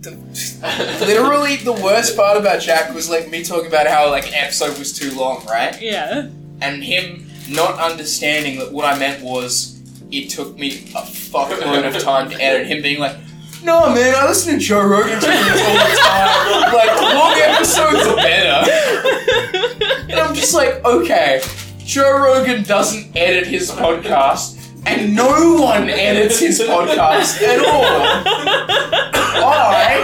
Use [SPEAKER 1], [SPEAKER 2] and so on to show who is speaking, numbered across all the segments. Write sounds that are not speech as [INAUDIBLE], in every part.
[SPEAKER 1] the, literally the worst part about Jack was like me talking about how like an episode was too long, right?
[SPEAKER 2] Yeah.
[SPEAKER 1] And him not understanding that what I meant was it took me a fuckload of time to edit. Him being like, "No, man, I listen to Joe Rogan tunes all the time. Like long episodes are better." And I'm just like, okay, Joe Rogan doesn't edit his podcast. And no one edits his podcast
[SPEAKER 3] [LAUGHS]
[SPEAKER 1] at all. I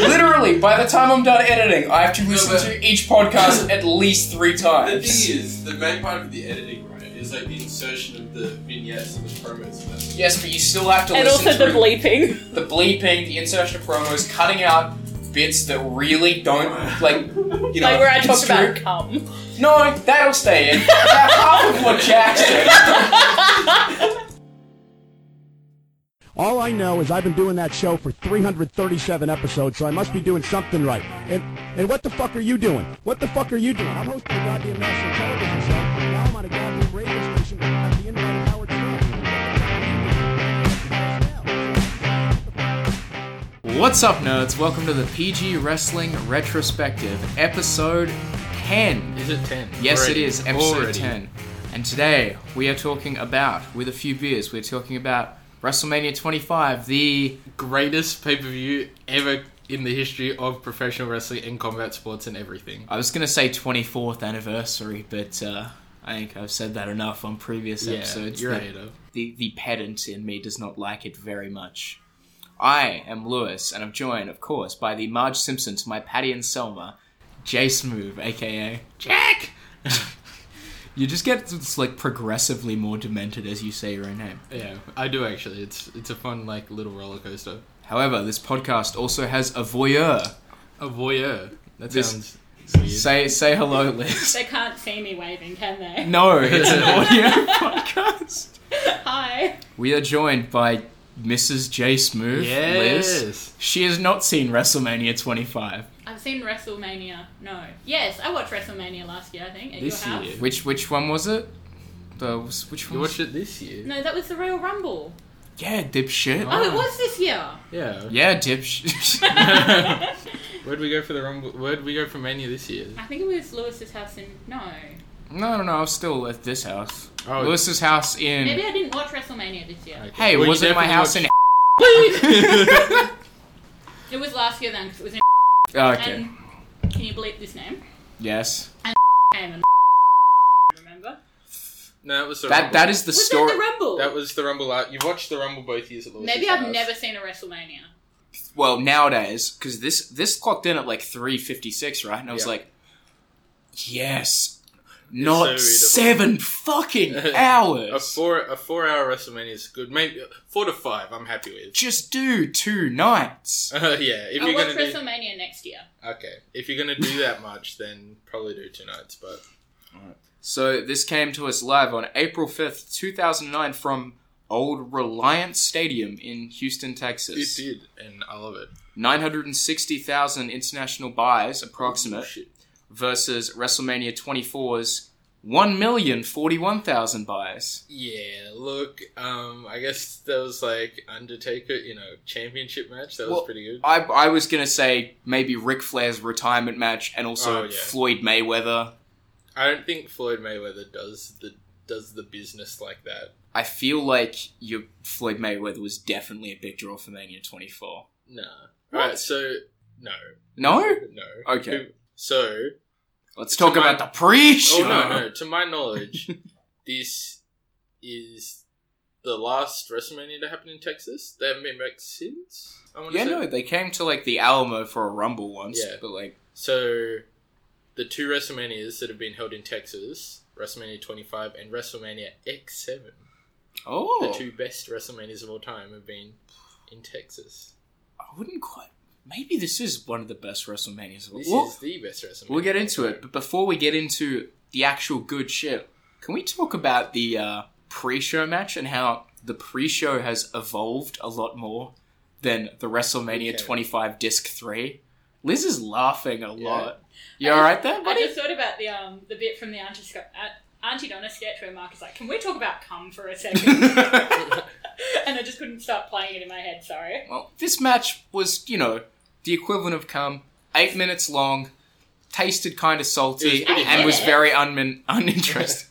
[SPEAKER 1] do. Literally, by the time I'm done editing, I have to listen
[SPEAKER 4] but-
[SPEAKER 1] to each podcast at least three
[SPEAKER 4] The
[SPEAKER 1] times.
[SPEAKER 4] thing is, the main part of the editing, right, is like the insertion of the vignettes and the promos and that. sort of
[SPEAKER 1] Yes, but you still have to
[SPEAKER 2] And
[SPEAKER 1] listen
[SPEAKER 2] also
[SPEAKER 1] to
[SPEAKER 2] the bleeping.
[SPEAKER 1] the bleeping, the insertion of promos, cutting out bits that really don't like you know.
[SPEAKER 2] like where I talked
[SPEAKER 1] construe-
[SPEAKER 2] about cum.
[SPEAKER 1] No, that'll stay in. That's half of what Jackson.
[SPEAKER 5] All I know is I've been doing that show for 337 episodes, so I must be doing something right. And and what the fuck are you doing? What the fuck are you doing? I'm hosting a goddamn national television show. Now I'm on a goddamn radio station at the end of Howard
[SPEAKER 6] What's up, nerds? Welcome to the PG Wrestling Retrospective, episode 10.
[SPEAKER 3] Is it 10?
[SPEAKER 6] Yes,
[SPEAKER 3] Already.
[SPEAKER 6] it is, episode
[SPEAKER 3] Already.
[SPEAKER 6] 10. And today we are talking about, with a few beers, we're talking about WrestleMania 25, the.
[SPEAKER 3] Greatest pay per view ever in the history of professional wrestling and combat sports and everything.
[SPEAKER 6] I was going to say 24th anniversary, but uh, I think I've said that enough on previous
[SPEAKER 3] Yeah,
[SPEAKER 6] episodes.
[SPEAKER 3] you're
[SPEAKER 6] that
[SPEAKER 3] a hater.
[SPEAKER 6] The, the pedant in me does not like it very much. I am Lewis, and I'm joined, of course, by the Marge Simpson to my Patty and Selma, Jace Move, aka Jack! [LAUGHS] you just get it's like progressively more demented as you say your own name.
[SPEAKER 3] Yeah, I do actually. It's it's a fun like little roller coaster.
[SPEAKER 6] However, this podcast also has a voyeur.
[SPEAKER 3] A voyeur. That
[SPEAKER 6] This-
[SPEAKER 3] sounds weird.
[SPEAKER 6] Say say hello, Liz. [LAUGHS]
[SPEAKER 2] They can't see me waving, can they?
[SPEAKER 6] No, it's an audio
[SPEAKER 3] [LAUGHS]
[SPEAKER 6] podcast.
[SPEAKER 2] Hi.
[SPEAKER 6] We are joined by Mrs. J Smooth.
[SPEAKER 3] yes.
[SPEAKER 6] Liz. She has not seen WrestleMania 25,
[SPEAKER 2] I've seen WrestleMania. No. Yes, I watched WrestleMania last year, I think, at
[SPEAKER 3] This
[SPEAKER 2] your house.
[SPEAKER 3] year.
[SPEAKER 6] which which one was it? The which
[SPEAKER 3] You
[SPEAKER 6] one? Was
[SPEAKER 3] watched it this year?
[SPEAKER 2] No, that was the Royal Rumble.
[SPEAKER 6] Yeah, dipshit.
[SPEAKER 2] Oh,
[SPEAKER 3] Ah.
[SPEAKER 2] it was this year.
[SPEAKER 3] [LAUGHS] Yeah.
[SPEAKER 6] Yeah, dipshit. [LAUGHS]
[SPEAKER 3] Where'd we go for the rumble? Where'd we go for Mania this year?
[SPEAKER 2] I think it was Lewis's house in. No.
[SPEAKER 6] no, no, no. I was still at this house.
[SPEAKER 3] Oh.
[SPEAKER 6] Lewis's house in.
[SPEAKER 2] Maybe I didn't watch WrestleMania this year.
[SPEAKER 3] [LAUGHS] Okay.
[SPEAKER 6] Hey,
[SPEAKER 3] Well, you
[SPEAKER 6] was it my
[SPEAKER 3] definitely
[SPEAKER 6] house
[SPEAKER 3] watched-
[SPEAKER 2] It was last year then, because it was in.
[SPEAKER 6] in? Oh, okay.
[SPEAKER 2] And can you bleep this name?
[SPEAKER 6] yes.
[SPEAKER 2] Came and. [LAUGHS] Remember?
[SPEAKER 3] no, that was the
[SPEAKER 6] That
[SPEAKER 3] rumble.
[SPEAKER 6] that is the
[SPEAKER 2] Was
[SPEAKER 6] story.
[SPEAKER 2] that the Rumble?
[SPEAKER 3] That was the rumble. Out. You watched the rumble both years at Lewis's
[SPEAKER 2] Maybe I've
[SPEAKER 3] house.
[SPEAKER 2] never seen a WrestleMania.
[SPEAKER 6] well nowadays because this this clocked in at like 356 right and i was
[SPEAKER 3] Yeah.
[SPEAKER 6] like yes not
[SPEAKER 3] so
[SPEAKER 6] seven
[SPEAKER 3] readable. [LAUGHS]
[SPEAKER 6] fucking
[SPEAKER 3] A
[SPEAKER 6] hours
[SPEAKER 3] four a four hour WrestleMania is good. Maybe four to five. I'm happy with. [LAUGHS]
[SPEAKER 6] just do two nights
[SPEAKER 3] Uh, yeah, if
[SPEAKER 2] I'll
[SPEAKER 3] you're
[SPEAKER 2] watch
[SPEAKER 3] gonna do
[SPEAKER 2] WrestleMania next year.
[SPEAKER 3] okay, if you're gonna do that much, then probably do two nights. But
[SPEAKER 6] so this came to us live on april 5th 2009 from old reliance stadium in houston
[SPEAKER 3] it
[SPEAKER 6] texas
[SPEAKER 3] did, and I love it.
[SPEAKER 6] 960000 international buys approximate versus wrestlemania 24's 1,041,000 buys.
[SPEAKER 3] Yeah, look, um, I guess that was like Undertaker, you know, championship match. That
[SPEAKER 6] Well,
[SPEAKER 3] was pretty good.
[SPEAKER 6] I, I was gonna say maybe Ric Flair's retirement match and also
[SPEAKER 3] Oh, yeah.
[SPEAKER 6] Floyd Mayweather.
[SPEAKER 3] I don't think Floyd Mayweather does the does the business like that.
[SPEAKER 6] I feel like your Floyd Mayweather was definitely a big draw for Mania 24.
[SPEAKER 3] Nah. All right, so no,
[SPEAKER 6] No,
[SPEAKER 3] no.
[SPEAKER 6] Okay.
[SPEAKER 3] Who- So
[SPEAKER 6] let's talk
[SPEAKER 3] To my-
[SPEAKER 6] about the pre-show.
[SPEAKER 3] Oh no, no! To my
[SPEAKER 6] [LAUGHS]
[SPEAKER 3] knowledge, this is the last WrestleMania to happen in Texas. They haven't been back since. I want to
[SPEAKER 6] Yeah,
[SPEAKER 3] say.
[SPEAKER 6] no, they came to like the Alamo for a Rumble once,
[SPEAKER 3] Yeah.
[SPEAKER 6] but like,
[SPEAKER 3] So, the two WrestleManias that have been held in Texas, WrestleMania 25 and WrestleMania X7,
[SPEAKER 6] oh,
[SPEAKER 3] the two best WrestleManias of all time, have been in Texas.
[SPEAKER 6] I wouldn't quite. Maybe this is one of the best WrestleManias. of all-
[SPEAKER 3] This
[SPEAKER 6] We'll,
[SPEAKER 3] is the best WrestleMania.
[SPEAKER 6] we'll get into
[SPEAKER 3] of all
[SPEAKER 6] it, but before we get into the actual good shit, can we talk about the uh, pre-show match and how the pre-show has evolved a lot more than the WrestleMania
[SPEAKER 3] Okay.
[SPEAKER 6] 25 disc 3? Liz is laughing a
[SPEAKER 3] Yeah.
[SPEAKER 6] lot. You alright there,
[SPEAKER 2] I
[SPEAKER 6] buddy?
[SPEAKER 2] just thought about the um the bit from
[SPEAKER 6] [LAUGHS]
[SPEAKER 2] the [LAUGHS] Auntie, Sc- uh, Auntie Donna sketch where Mark is like, "Can we talk about cum for a second? and I just couldn't stop playing it in my head. Sorry.
[SPEAKER 6] Well, this match was, you know, the equivalent of cum, eight minutes long, tasted kind of
[SPEAKER 3] It was
[SPEAKER 6] salty,
[SPEAKER 3] pretty
[SPEAKER 6] and was
[SPEAKER 2] bad.
[SPEAKER 6] very unmin
[SPEAKER 3] [LAUGHS]
[SPEAKER 6] uninteresting.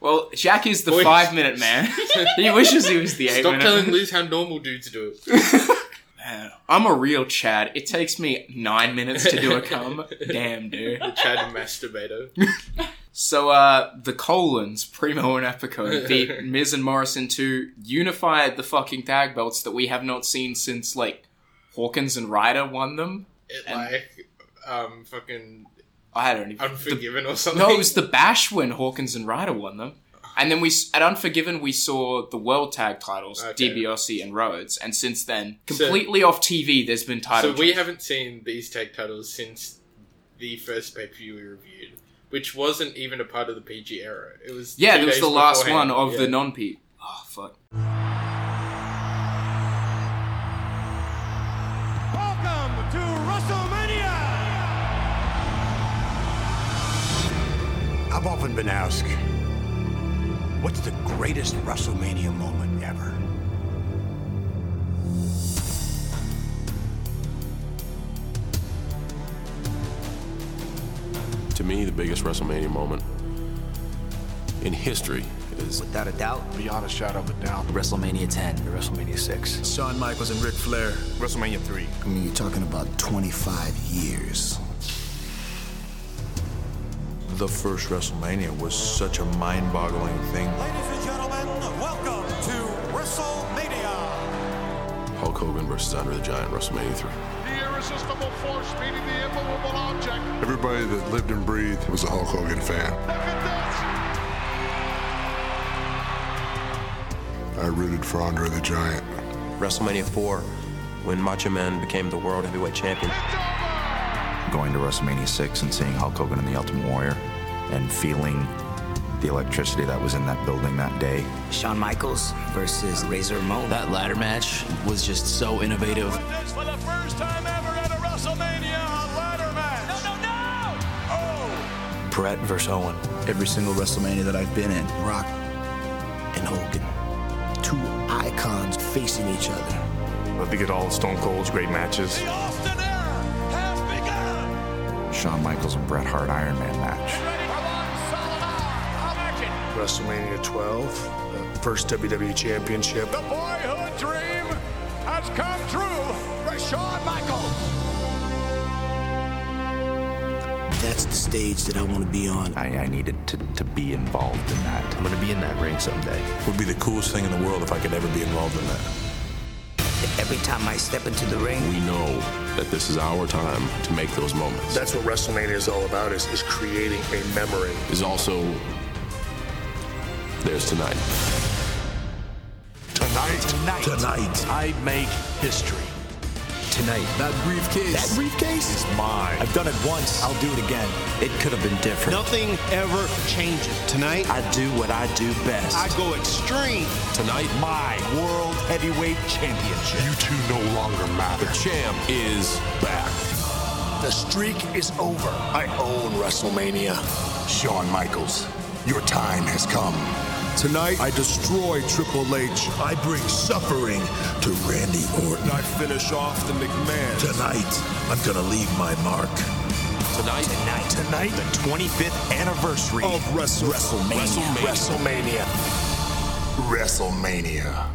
[SPEAKER 6] well, Jack is the
[SPEAKER 3] Boy.
[SPEAKER 6] five minute
[SPEAKER 3] [LAUGHS]
[SPEAKER 6] man. he wishes he was the eight
[SPEAKER 3] Stop
[SPEAKER 6] minute
[SPEAKER 3] telling
[SPEAKER 6] man.
[SPEAKER 3] Liz how normal dudes do
[SPEAKER 6] [LAUGHS]
[SPEAKER 3] it.
[SPEAKER 6] Man, I'm a real Chad. It takes me nine minutes to do a [LAUGHS] cum. Damn, dude.
[SPEAKER 3] The Chad masturbator.
[SPEAKER 6] So, uh, the Colons, Primo and Epico, [LAUGHS] beat Miz and Morrison to unify the fucking tag belts that we have not seen since, like, Hawkins and Ryder won them.
[SPEAKER 3] It
[SPEAKER 6] And-
[SPEAKER 3] like um fucking
[SPEAKER 6] I don't even. the-
[SPEAKER 3] Unforgiven or something.
[SPEAKER 6] No, it was the Bash when Hawkins and Ryder won them. And then we s- at Unforgiven we saw the World Tag Titles,
[SPEAKER 3] Okay.
[SPEAKER 6] DiBiase and Rhodes, and since then
[SPEAKER 3] So-
[SPEAKER 6] completely off TV. There's been
[SPEAKER 3] [LAUGHS] so
[SPEAKER 6] title.
[SPEAKER 3] we
[SPEAKER 6] changes.
[SPEAKER 3] haven't seen these tag titles since the first pay per view we reviewed, which wasn't even a part of the PG era. It was
[SPEAKER 6] yeah,
[SPEAKER 3] two
[SPEAKER 6] it was
[SPEAKER 3] days
[SPEAKER 6] the last one
[SPEAKER 3] beforehand.
[SPEAKER 6] of the
[SPEAKER 3] Yeah.
[SPEAKER 6] non Pete. Oh fuck!
[SPEAKER 5] Welcome to WrestleMania!
[SPEAKER 7] I've often been asked, what's the greatest WrestleMania moment ever?
[SPEAKER 8] To me, the biggest WrestleMania moment in history is
[SPEAKER 9] Without a doubt,
[SPEAKER 7] Beyond a shadow of a doubt.
[SPEAKER 9] WrestleMania 10 to WrestleMania 6.
[SPEAKER 7] Shawn Michaels and Ric Flair. WrestleMania 3.
[SPEAKER 9] I mean, you're talking about 25 years.
[SPEAKER 7] The first WrestleMania was such a mind boggling thing.
[SPEAKER 10] Ladies and gentlemen, welcome to WrestleMania.
[SPEAKER 8] Hulk Hogan versus Andre the Giant WrestleMania 3.
[SPEAKER 7] Everybody that lived and breathed was a Hulk Hogan fan. I rooted for Andre the Giant.
[SPEAKER 11] WrestleMania 4, when Macho Man became the World Heavyweight Champion.
[SPEAKER 9] Going to WrestleMania 6 and seeing Hulk Hogan and the Ultimate Warrior and feeling the electricity that was in that building that day. Shawn Michaels versus Razor Ramon. That ladder match was just so innovative.
[SPEAKER 10] Next for the first time ever at a WrestleMania ladder match. No, no, no! Oh!
[SPEAKER 9] Brett versus Owen. Every single WrestleMania that I've been in, Rock and Hogan. Two icons facing each other.
[SPEAKER 7] I think it all Stone Cold's great matches.
[SPEAKER 10] The Austin era has begun.
[SPEAKER 9] Shawn Michaels and Bret Hart Iron Man match.
[SPEAKER 10] Ready for one solid hour of action.
[SPEAKER 7] WrestleMania 12, the first WWE Championship.
[SPEAKER 10] The boyhood dream has come true for Shawn Michaels.
[SPEAKER 9] That's the stage that I want to be on. I, I needed to, to be involved in that. I'm going to be in that ring someday.
[SPEAKER 7] would be the coolest thing in the world if I could ever be involved in that.
[SPEAKER 9] Every time I step into the ring,
[SPEAKER 8] We know that this is our time to make those moments.
[SPEAKER 7] That's what WrestleMania is all about, is, is creating a memory.
[SPEAKER 8] is also there's tonight.
[SPEAKER 7] Tonight, tonight, tonight, I make history.
[SPEAKER 9] tonight,
[SPEAKER 7] That briefcase.
[SPEAKER 9] that briefcase
[SPEAKER 7] is mine.
[SPEAKER 9] I've done it once. I'll do it again. It could have been different.
[SPEAKER 10] Nothing ever changes. Tonight,
[SPEAKER 9] I do what I do best.
[SPEAKER 10] go extreme.
[SPEAKER 8] Tonight,
[SPEAKER 7] My World Heavyweight Championship. You two no longer matter.
[SPEAKER 8] the champ is back.
[SPEAKER 7] The streak is over. I own WrestleMania. Shawn Michaels, your time has come. Tonight, I destroy Triple H. I bring suffering to Randy Orton. I finish off the McMahon. Tonight, I'm going to leave my mark.
[SPEAKER 8] Tonight,
[SPEAKER 7] Tonight, tonight, the 25th anniversary of WrestleMania. WrestleMania. WrestleMania. WrestleMania.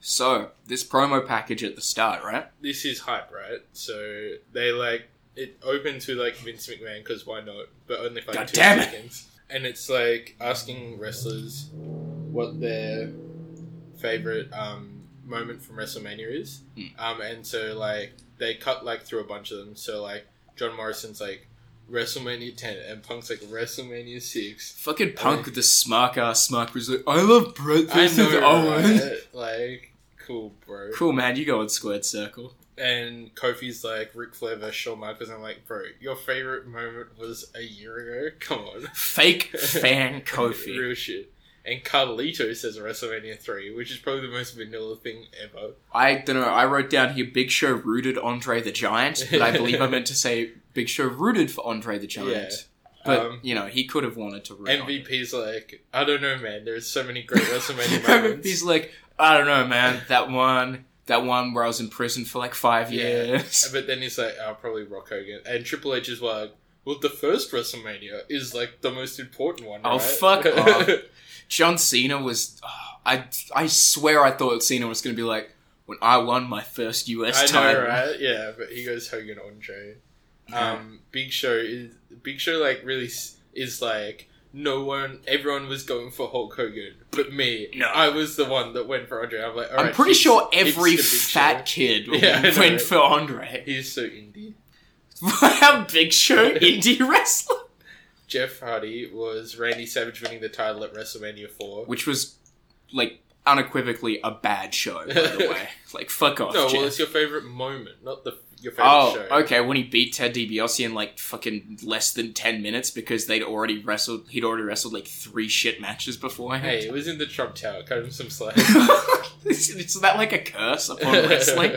[SPEAKER 6] So this promo package at the start, right?
[SPEAKER 3] This is hype, right? So they like it opens with like Vince McMahon because why not? But only for like,
[SPEAKER 6] God
[SPEAKER 3] two
[SPEAKER 6] damn it.
[SPEAKER 3] seconds. And it's like asking wrestlers what their favorite um, moment from WrestleMania is.
[SPEAKER 6] Hmm.
[SPEAKER 3] Um, and so like they cut like through a bunch of them. So like John Morrison's like WrestleMania ten and Punk's like WrestleMania six.
[SPEAKER 6] Fucking Punk with the smirk ass smirk was like, I love Bret
[SPEAKER 3] I
[SPEAKER 6] versus
[SPEAKER 3] know,
[SPEAKER 6] Owen.
[SPEAKER 3] right? like cool, bro.
[SPEAKER 6] [LAUGHS] Cool man, you go in squared circle.
[SPEAKER 3] and Kofi's like Ric Flair versus Shawn Michaels. I'm like, bro, your favorite moment was a year ago. [LAUGHS] Come on, [LAUGHS]
[SPEAKER 6] Fake fan
[SPEAKER 3] real
[SPEAKER 6] Kofi.
[SPEAKER 3] shit. and Carlito says WrestleMania 3, which is probably the most vanilla thing ever.
[SPEAKER 6] I don't know. I wrote down here Big Show rooted Andre the Giant, but I believe I meant to say Big Show rooted for Andre the Giant.
[SPEAKER 3] Yeah.
[SPEAKER 6] But
[SPEAKER 3] Um,
[SPEAKER 6] you know, he could have wanted to root.
[SPEAKER 3] MVP's like, I don't know, man. There's so
[SPEAKER 6] [LAUGHS]
[SPEAKER 3] many great WrestleMania
[SPEAKER 6] on-
[SPEAKER 3] moments.
[SPEAKER 6] He's like, I don't know, man. That one, that one where I was in prison for like five years.
[SPEAKER 3] But then he's like, oh, probably Rock Hogan. And Triple H is like, well, the first WrestleMania is like the most important one.
[SPEAKER 6] Oh
[SPEAKER 3] right? [LAUGHS]
[SPEAKER 6] fuck off. John Cena was. oh, I I swear I thought Cena was going to be like when I won my first US
[SPEAKER 3] I
[SPEAKER 6] title.
[SPEAKER 3] know, right? Yeah, but he goes Hogan Andre. Um, Big Show is Big Show. Like really s- is like no one. Everyone was going for Hulk Hogan, but me. No, I was the one that went for Andre. I'm like, all
[SPEAKER 6] I'm
[SPEAKER 3] right,
[SPEAKER 6] pretty
[SPEAKER 3] it's-
[SPEAKER 6] sure
[SPEAKER 3] it's
[SPEAKER 6] every
[SPEAKER 3] the Big
[SPEAKER 6] fat
[SPEAKER 3] Show.
[SPEAKER 6] kid
[SPEAKER 3] [LAUGHS] Yeah, I know,
[SPEAKER 6] went
[SPEAKER 3] right?
[SPEAKER 6] for Andre. [LAUGHS]
[SPEAKER 3] He's so indie.
[SPEAKER 6] How big
[SPEAKER 3] [LAUGHS]
[SPEAKER 6] show indie wrestler?
[SPEAKER 3] Jeff Hardy was Randy Savage winning the title at WrestleMania four.
[SPEAKER 6] Which was like unequivocally a bad show, by the
[SPEAKER 3] [LAUGHS]
[SPEAKER 6] way. like fuck off.
[SPEAKER 3] no,
[SPEAKER 6] Jeff.
[SPEAKER 3] well, it's your favorite moment, not the your favorite
[SPEAKER 6] Oh,
[SPEAKER 3] show.
[SPEAKER 6] okay. When he beat Ted DiBiase in like fucking less than ten minutes because they'd already wrestled, he'd already wrestled like three shit matches beforehand.
[SPEAKER 3] Hey, it was in the Trump Tower. Cut him some slack. [LAUGHS]
[SPEAKER 6] is, [LAUGHS] is that like a curse upon wrestling?
[SPEAKER 3] [LAUGHS]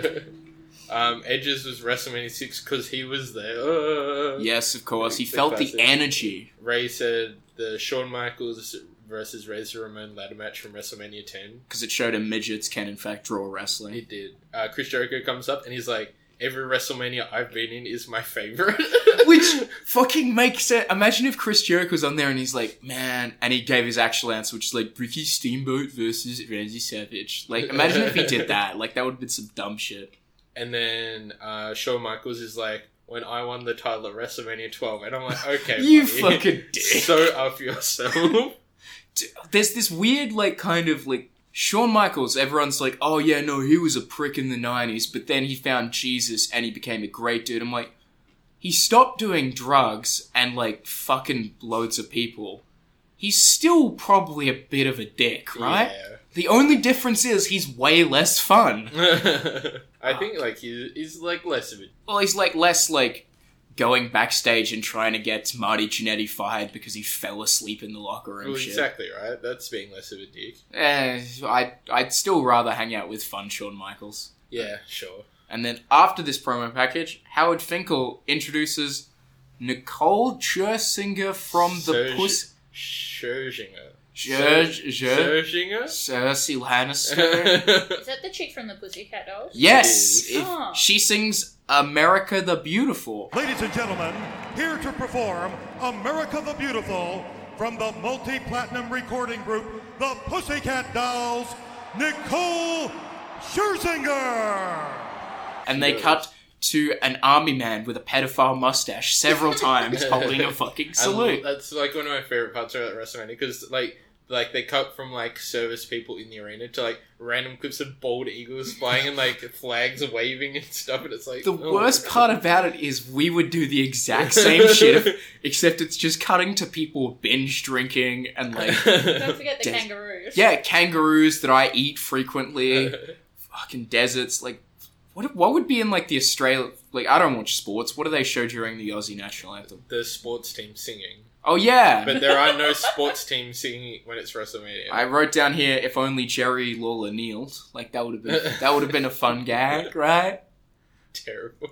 [SPEAKER 3] um, Edges was WrestleMania 6 because he was there. Uh,
[SPEAKER 6] yes, of course. He
[SPEAKER 3] Big
[SPEAKER 6] felt the
[SPEAKER 3] classic.
[SPEAKER 6] energy.
[SPEAKER 3] Ray said the Shawn Michaels versus Razor Ramon ladder match from WrestleMania 10.
[SPEAKER 6] because it showed him midgets can in fact draw wrestling.
[SPEAKER 3] [LAUGHS] He did. Uh, Chris Jericho comes up and he's like, Every WrestleMania I've been in is my favorite. [LAUGHS]
[SPEAKER 6] Which fucking makes it. Imagine if Chris Jericho was on there and he's like, man, and he gave his actual answer, which is like Ricky Steamboat versus Randy Savage. Like, imagine if he
[SPEAKER 3] [LAUGHS]
[SPEAKER 6] did that. Like, that would have been some dumb shit.
[SPEAKER 3] and then uh, Shawn Michaels is like, when I won the title at WrestleMania 12, and
[SPEAKER 6] [LAUGHS]
[SPEAKER 3] I'm like, okay,
[SPEAKER 6] You
[SPEAKER 3] buddy,
[SPEAKER 6] fucking dick.
[SPEAKER 3] [LAUGHS] so up yourself. [LAUGHS]
[SPEAKER 6] There's this weird, like, kind of like. Shawn Michaels, everyone's like, oh yeah, no, he was a prick in the 90s, but then he found Jesus and he became a great dude. I'm like, he stopped doing drugs and like fucking loads of people. He's still probably a bit of a dick, right?
[SPEAKER 3] Yeah.
[SPEAKER 6] The only difference is he's way less fun.
[SPEAKER 3] I think like he, he's like less of a
[SPEAKER 6] Well, he's like less like going backstage and trying to get Marty Jannetty fired because he fell asleep in the locker room.
[SPEAKER 3] Well,
[SPEAKER 6] Oh, shit.
[SPEAKER 3] exactly right. That's being less of a dick.
[SPEAKER 6] Eh, I I'd still rather hang out with fun Shawn Michaels.
[SPEAKER 3] Yeah, sure.
[SPEAKER 6] And then after this promo package, Howard Finkel introduces Nicole Scherzinger from the
[SPEAKER 3] Serge-
[SPEAKER 6] Puss
[SPEAKER 3] Scherzinger.
[SPEAKER 6] Serge- Serge-
[SPEAKER 3] Scherzinger.
[SPEAKER 6] Cersei
[SPEAKER 3] [LAUGHS]
[SPEAKER 6] Lannister.
[SPEAKER 2] Is that the chick from the Pussycat Dolls?
[SPEAKER 6] yes, if-
[SPEAKER 2] Oh.
[SPEAKER 6] she sings "America the Beautiful."
[SPEAKER 12] Ladies and gentlemen, here to perform America the Beautiful from the multi platinum recording group, the Pussycat Dolls, Nicole Scherzinger.
[SPEAKER 6] and they cut to an army man with a pedophile mustache several
[SPEAKER 3] [LAUGHS]
[SPEAKER 6] times holding a fucking
[SPEAKER 3] I love-
[SPEAKER 6] salute.
[SPEAKER 3] that's like one of my favorite parts about WrestleMania because like like they cut from like service people in the arena to like random clips of bald eagles flying and like [LAUGHS] flags waving and stuff, and it's like
[SPEAKER 6] The
[SPEAKER 3] oh,
[SPEAKER 6] worst
[SPEAKER 3] [LAUGHS]
[SPEAKER 6] part about it is we would do the exact same shit, if- except it's just cutting to people binge drinking and like.
[SPEAKER 2] Don't forget the
[SPEAKER 6] des-
[SPEAKER 2] kangaroos.
[SPEAKER 6] Yeah, kangaroos that I eat frequently. fucking deserts. Like, what what would be in like the Australia? Like, I don't watch sports. What do they show during the Aussie national anthem?
[SPEAKER 3] The sports team singing,
[SPEAKER 6] Oh yeah,
[SPEAKER 3] but there are no sports teams singing when it's WrestleMania.
[SPEAKER 6] I wrote down here if only Jerry Lawler kneeled. Like that would have been that would have been a fun
[SPEAKER 3] [LAUGHS]
[SPEAKER 6] gag, right?
[SPEAKER 3] Terrible.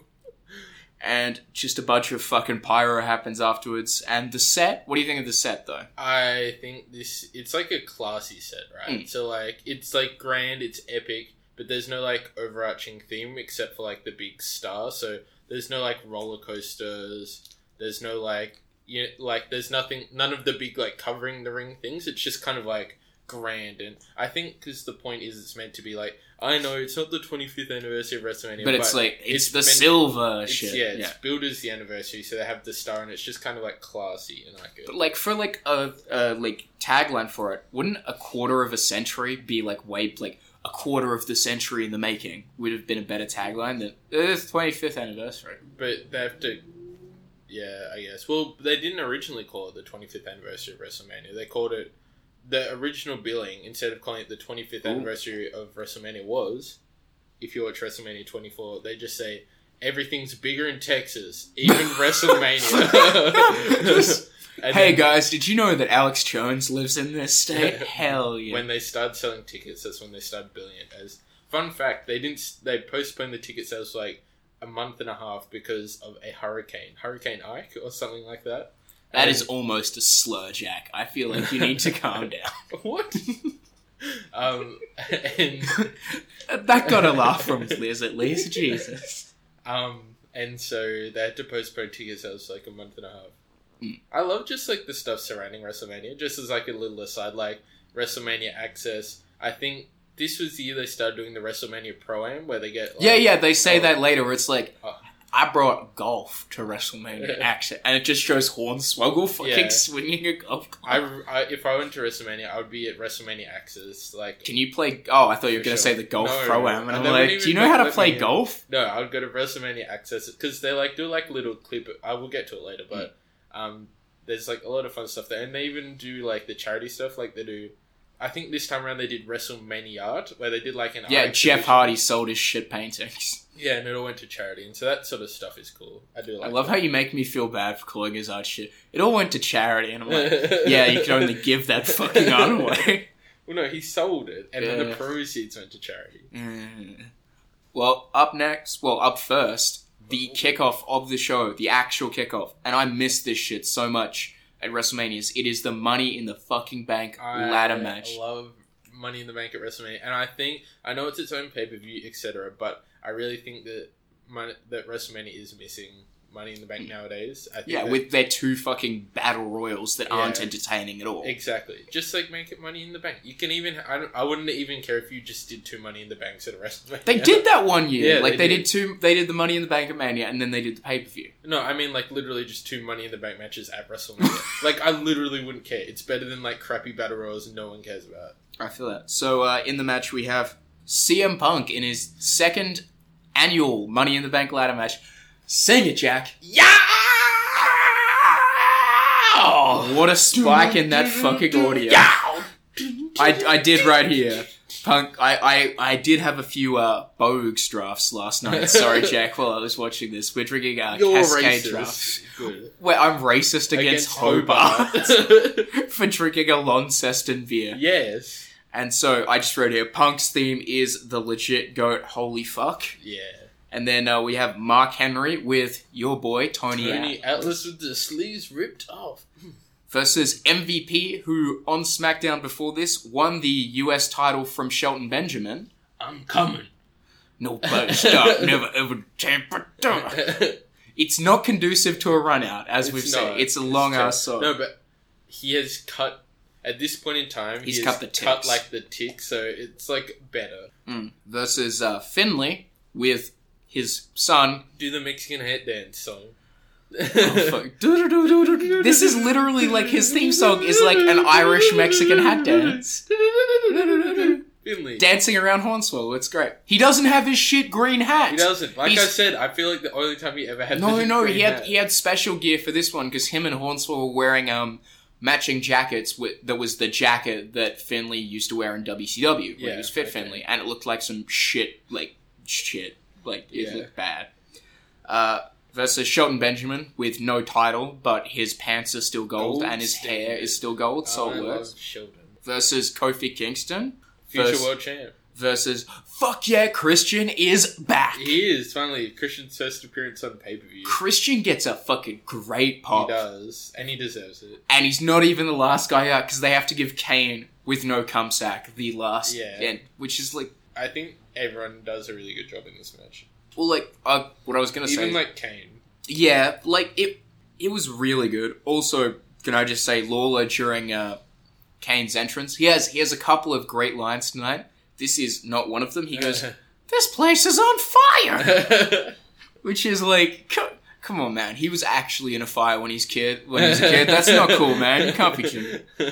[SPEAKER 6] And just a bunch of fucking pyro happens afterwards. And the set. What do you think of the set though?
[SPEAKER 3] I think this it's like a classy set, right?
[SPEAKER 6] Mm.
[SPEAKER 3] So like it's like grand, it's epic, but there's no like overarching theme except for like the big star. So there's no like roller coasters. There's no like you like there's nothing none of the big like covering the ring things. It's just kind of like grand and I think because the point is it's meant to be like I know it's not the 25th anniversary of WrestleMania,
[SPEAKER 6] But it's like it's, the
[SPEAKER 3] meant-
[SPEAKER 6] silver
[SPEAKER 3] it's-
[SPEAKER 6] shit.
[SPEAKER 3] Yeah, it's billed as the anniversary, so they have the star, and it's just kind of like classy and like. a-
[SPEAKER 6] But like for like a, a like tagline for it, wouldn't a quarter of a century be like way like a quarter of the century in the making would have been a better tagline than "Uh, it's twenty fifth anniversary.
[SPEAKER 3] But they have to. Yeah, I guess. Well, they didn't originally call it the 25th anniversary of WrestleMania. They called it. The original billing, instead of calling it the 25th
[SPEAKER 6] Ooh.
[SPEAKER 3] anniversary of WrestleMania, was. If you watch WrestleMania 24, they just say. Everything's bigger in Texas, even WrestleMania. [LAUGHS] And
[SPEAKER 6] hey
[SPEAKER 3] then-
[SPEAKER 6] guys, did you know that Alex Jones lives in this
[SPEAKER 3] [LAUGHS]
[SPEAKER 6] state? Hell yeah.
[SPEAKER 3] When they started selling tickets, that's when they started billing it as. Fun fact: They didn't. s- They postponed the ticket sales for like a month and a half because of a hurricane, Hurricane Ike or something like that.
[SPEAKER 6] That
[SPEAKER 3] And-
[SPEAKER 6] is almost a slur, Jack. I feel like you need to
[SPEAKER 3] [LAUGHS]
[SPEAKER 6] calm down. [LAUGHS]
[SPEAKER 3] what? Um, and
[SPEAKER 6] that got a laugh from Liz at least. Jesus.
[SPEAKER 3] Um, and so they had to postpone ticket sales for like a month and a half.
[SPEAKER 6] Hmm.
[SPEAKER 3] I love just like the stuff surrounding WrestleMania, just as like a little aside, like WrestleMania access. I think this was the year they started doing the WrestleMania Pro Am, where they get like,
[SPEAKER 6] yeah, yeah, they say that later. where It's like,
[SPEAKER 3] Oh.
[SPEAKER 6] I brought golf to
[SPEAKER 3] [LAUGHS]
[SPEAKER 6] WrestleMania action, and it just shows Hornswoggle fucking [LAUGHS]
[SPEAKER 3] Yeah.
[SPEAKER 6] swinging a golf club.
[SPEAKER 3] I, I if I went to WrestleMania, I would be at WrestleMania Access. Like,
[SPEAKER 6] Can you play? Oh, I thought you were going
[SPEAKER 3] for
[SPEAKER 6] to
[SPEAKER 3] sure.
[SPEAKER 6] say the golf
[SPEAKER 3] No,
[SPEAKER 6] pro am, and
[SPEAKER 3] I-
[SPEAKER 6] I'm
[SPEAKER 3] they
[SPEAKER 6] like,
[SPEAKER 3] wouldn't
[SPEAKER 6] do you
[SPEAKER 3] even
[SPEAKER 6] know how to
[SPEAKER 3] let
[SPEAKER 6] play
[SPEAKER 3] me in.
[SPEAKER 6] golf?
[SPEAKER 3] No, I would go to WrestleMania Access because they like do like little clip. I will get to it later, but
[SPEAKER 6] Mm.
[SPEAKER 3] um, there's like a lot of fun stuff there, and they even do like the charity stuff. Like they do, I think this time around they did WrestleMania art, where they did like an
[SPEAKER 6] Yeah,
[SPEAKER 3] art
[SPEAKER 6] Jeff
[SPEAKER 3] exhibition.
[SPEAKER 6] Hardy sold his shit paintings.
[SPEAKER 3] Yeah, and it all went to charity, and so that sort of stuff is cool. I do.
[SPEAKER 6] I
[SPEAKER 3] Like
[SPEAKER 6] love
[SPEAKER 3] that.
[SPEAKER 6] how you make me feel bad for calling his art shit. It all went to charity, and I'm
[SPEAKER 3] [LAUGHS]
[SPEAKER 6] like, yeah, you can only give that fucking art away.
[SPEAKER 3] Well, no, he sold it, and then
[SPEAKER 6] Yeah.
[SPEAKER 3] the proceeds went to charity.
[SPEAKER 6] Mm. Well, up next, well, up first, the kickoff of the show, the actual kickoff, and I miss this shit so much at WrestleMania's. It is the Money in the Fucking Bank
[SPEAKER 3] I
[SPEAKER 6] ladder match.
[SPEAKER 3] love Money in the Bank at WrestleMania, and I think I know it's its own pay per view, etc. But I really think that Mon that WrestleMania is missing Money in the Bank nowadays. I think
[SPEAKER 6] Mm. Yeah,
[SPEAKER 3] that-
[SPEAKER 6] with their two fucking battle royals that aren't
[SPEAKER 3] Yeah.
[SPEAKER 6] entertaining at all.
[SPEAKER 3] exactly just like make it Money in the Bank. You can even I, don't, I wouldn't even care if you just did two Money in the Banks at a WrestleMania.
[SPEAKER 6] They did that one year.
[SPEAKER 3] Yeah,
[SPEAKER 6] like they, did. two. They did the Money in the Bank at Mania, and then they did the pay per view.
[SPEAKER 3] No, I mean like literally just two Money in the Bank matches at
[SPEAKER 6] [LAUGHS]
[SPEAKER 3] WrestleMania. like I literally wouldn't care. It's better than like crappy battle royals no one cares about.
[SPEAKER 6] I feel that. So uh, in the match we have CM Punk in his second annual Money in the Bank ladder match. Sing it, Jack. Yeah. What a spike in that fucking audio. I, I did right here. Punk, I, I, I did have a few uh, Bogues drafts last
[SPEAKER 3] [LAUGHS]
[SPEAKER 6] night. Sorry, Jack, while I was watching this. We're drinking uh,
[SPEAKER 3] You're
[SPEAKER 6] Cascade
[SPEAKER 3] racist.
[SPEAKER 6] drafts.
[SPEAKER 3] Good.
[SPEAKER 6] Where I'm racist against,
[SPEAKER 3] Against
[SPEAKER 6] Hobart, [LAUGHS]
[SPEAKER 3] Hobart. [LAUGHS]
[SPEAKER 6] for drinking a Launceston beer.
[SPEAKER 3] Yes.
[SPEAKER 6] And so I just wrote here Punk's theme is the legit goat, holy fuck.
[SPEAKER 3] Yeah.
[SPEAKER 6] And then uh, we have Mark Henry with your boy, Tony, Atlas
[SPEAKER 3] Tony Atlas with the sleeves ripped off.
[SPEAKER 6] versus MVP, who on SmackDown before this won the US title from Shelton Benjamin.
[SPEAKER 3] I'm
[SPEAKER 6] [LAUGHS]
[SPEAKER 3] coming. [LAUGHS]
[SPEAKER 6] No but stop, never ever temper. It's not conducive to a run out, as we've
[SPEAKER 3] not.
[SPEAKER 6] seen. It's a long ass
[SPEAKER 3] terrible.
[SPEAKER 6] song.
[SPEAKER 3] No, but he has cut at this point in time.
[SPEAKER 6] He's
[SPEAKER 3] he
[SPEAKER 6] cut
[SPEAKER 3] has
[SPEAKER 6] the
[SPEAKER 3] cut
[SPEAKER 6] tips.
[SPEAKER 3] like the tick, so it's like better.
[SPEAKER 6] Mm. Versus uh, Finley with his son.
[SPEAKER 3] Do the Mexican head dance song.
[SPEAKER 6] Oh, fuck. [LAUGHS] This is literally like his theme song is like an Irish Mexican hat
[SPEAKER 3] [LAUGHS]
[SPEAKER 6] dance.
[SPEAKER 3] Finley.
[SPEAKER 6] Dancing around Hornswoggle, it's great. He doesn't have his shit green hat.
[SPEAKER 3] He doesn't. Like I
[SPEAKER 6] He's-
[SPEAKER 3] said, I feel like the only time
[SPEAKER 6] [LAUGHS]
[SPEAKER 3] he ever had.
[SPEAKER 6] No,
[SPEAKER 3] the
[SPEAKER 6] no,
[SPEAKER 3] green
[SPEAKER 6] he had
[SPEAKER 3] hat.
[SPEAKER 6] he had special gear for this one because him and Hornswoggle were wearing um matching jackets. With, that was the jacket that Finley used to wear in WCW when
[SPEAKER 3] Yeah,
[SPEAKER 6] he was fit
[SPEAKER 3] okay.
[SPEAKER 6] Finley, and it looked like some shit, like shit, like it
[SPEAKER 3] Yeah.
[SPEAKER 6] looked bad. Uh, versus Shelton Benjamin with no title, but his pants are still gold,
[SPEAKER 3] Gold
[SPEAKER 6] and his hair
[SPEAKER 3] standard. Oh,
[SPEAKER 6] is still gold, so
[SPEAKER 3] I
[SPEAKER 6] it
[SPEAKER 3] love
[SPEAKER 6] works.
[SPEAKER 3] Sheldon.
[SPEAKER 6] Versus Kofi Kingston,
[SPEAKER 3] Future
[SPEAKER 6] vers-
[SPEAKER 3] world champ.
[SPEAKER 6] versus fuck yeah, Christian is back.
[SPEAKER 3] He is finally Christian's first appearance on pay per view.
[SPEAKER 6] Christian gets a fucking great
[SPEAKER 3] He
[SPEAKER 6] pop.
[SPEAKER 3] does, and he deserves it.
[SPEAKER 6] and he's not even the last guy out because they have to give Kane with no cum sack the last
[SPEAKER 3] Yeah.
[SPEAKER 6] end, which is like,
[SPEAKER 3] I think everyone does a really good job in this match.
[SPEAKER 6] well, like uh, what I was gonna
[SPEAKER 3] Even
[SPEAKER 6] say.
[SPEAKER 3] like Kane.
[SPEAKER 6] yeah, like it, it was really good. Also, can I just say, Lawler during uh, Kane's entrance, he has he has a couple of great lines tonight. This is not one of them. He
[SPEAKER 3] [LAUGHS]
[SPEAKER 6] goes, "This place is on fire," which is like. Co- Come on, man. He was actually in a fire when he's kid. When he's a
[SPEAKER 3] [LAUGHS]
[SPEAKER 6] kid, that's not cool, man. You can't be kidding. All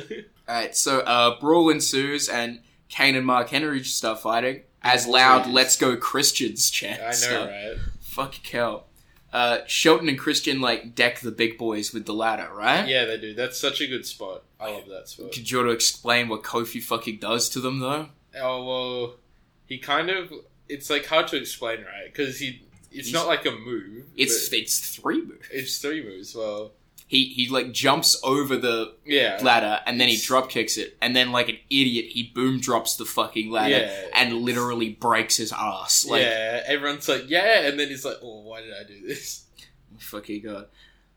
[SPEAKER 6] right, so uh, brawl ensues, and Kane and Mark Henry start fighting as loud
[SPEAKER 3] Please.
[SPEAKER 6] "Let's go Christians"
[SPEAKER 3] I
[SPEAKER 6] chants.
[SPEAKER 3] know,
[SPEAKER 6] start.
[SPEAKER 3] right?
[SPEAKER 6] Fuck hell. Uh, Shelton and Christian like deck the big boys with the ladder, right?
[SPEAKER 3] Yeah, they do. That's such a good spot. I love that spot.
[SPEAKER 6] Could you want to explain what Kofi fucking does to them though?
[SPEAKER 3] Oh well, he kind of. It's like hard to explain, right? Because he. It's
[SPEAKER 6] He's-
[SPEAKER 3] not like a move.
[SPEAKER 6] It's
[SPEAKER 3] but
[SPEAKER 6] it's three moves.
[SPEAKER 3] it's three moves. Well,
[SPEAKER 6] he he like jumps over the
[SPEAKER 3] Yeah.
[SPEAKER 6] ladder and then he drop kicks it and then like an idiot he boom drops the fucking ladder
[SPEAKER 3] Yeah.
[SPEAKER 6] and literally breaks his ass. Like
[SPEAKER 3] yeah, everyone's like, yeah, and then he's like, oh, why did I do this? [LAUGHS]
[SPEAKER 6] fucking god.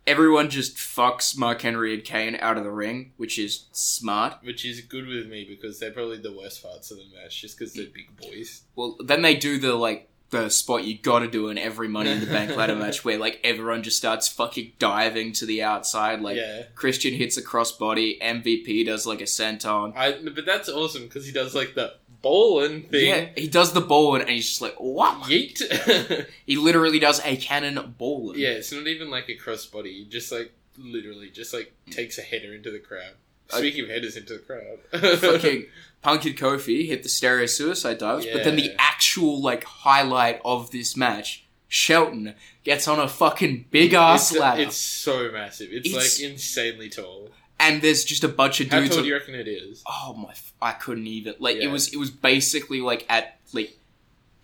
[SPEAKER 6] Everyone just fucks Mark Henry and Kane out of the ring, which is smart.
[SPEAKER 3] Which is good with me because they're probably the worst parts of the match, just because they're big boys.
[SPEAKER 6] Well, then they do the like the spot you gotta do in every Money in the
[SPEAKER 3] [LAUGHS]
[SPEAKER 6] Bank ladder match, where like everyone just starts fucking diving to the outside. Like
[SPEAKER 3] Yeah.
[SPEAKER 6] Christian hits a crossbody, MVP does like a senton.
[SPEAKER 3] I, but that's awesome because he does like the bowling thing.
[SPEAKER 6] Yeah, he does the bowling and he's just like, what?
[SPEAKER 3] Yeet. [LAUGHS]
[SPEAKER 6] he literally does a cannon bowling.
[SPEAKER 3] Yeah, it's not even like a crossbody. He just like literally just like takes a header into the crowd.
[SPEAKER 6] I-
[SPEAKER 3] Speaking of headers into the
[SPEAKER 6] [LAUGHS]
[SPEAKER 3] crowd, [LAUGHS]
[SPEAKER 6] fucking Punk and Kofi hit the stereo suicide dives, but then the
[SPEAKER 3] Yeah.
[SPEAKER 6] actual like highlight of this match, Shelton gets on a fucking big ass
[SPEAKER 3] it's,
[SPEAKER 6] ladder,
[SPEAKER 3] It's so massive. It's,
[SPEAKER 6] It's-
[SPEAKER 3] like insanely tall.
[SPEAKER 6] and there's just a bunch of
[SPEAKER 3] How
[SPEAKER 6] dudes.
[SPEAKER 3] tall
[SPEAKER 6] on-
[SPEAKER 3] do you reckon it is?
[SPEAKER 6] oh my! f- I couldn't even. Like it
[SPEAKER 3] Yeah.
[SPEAKER 6] was. It was basically like at like.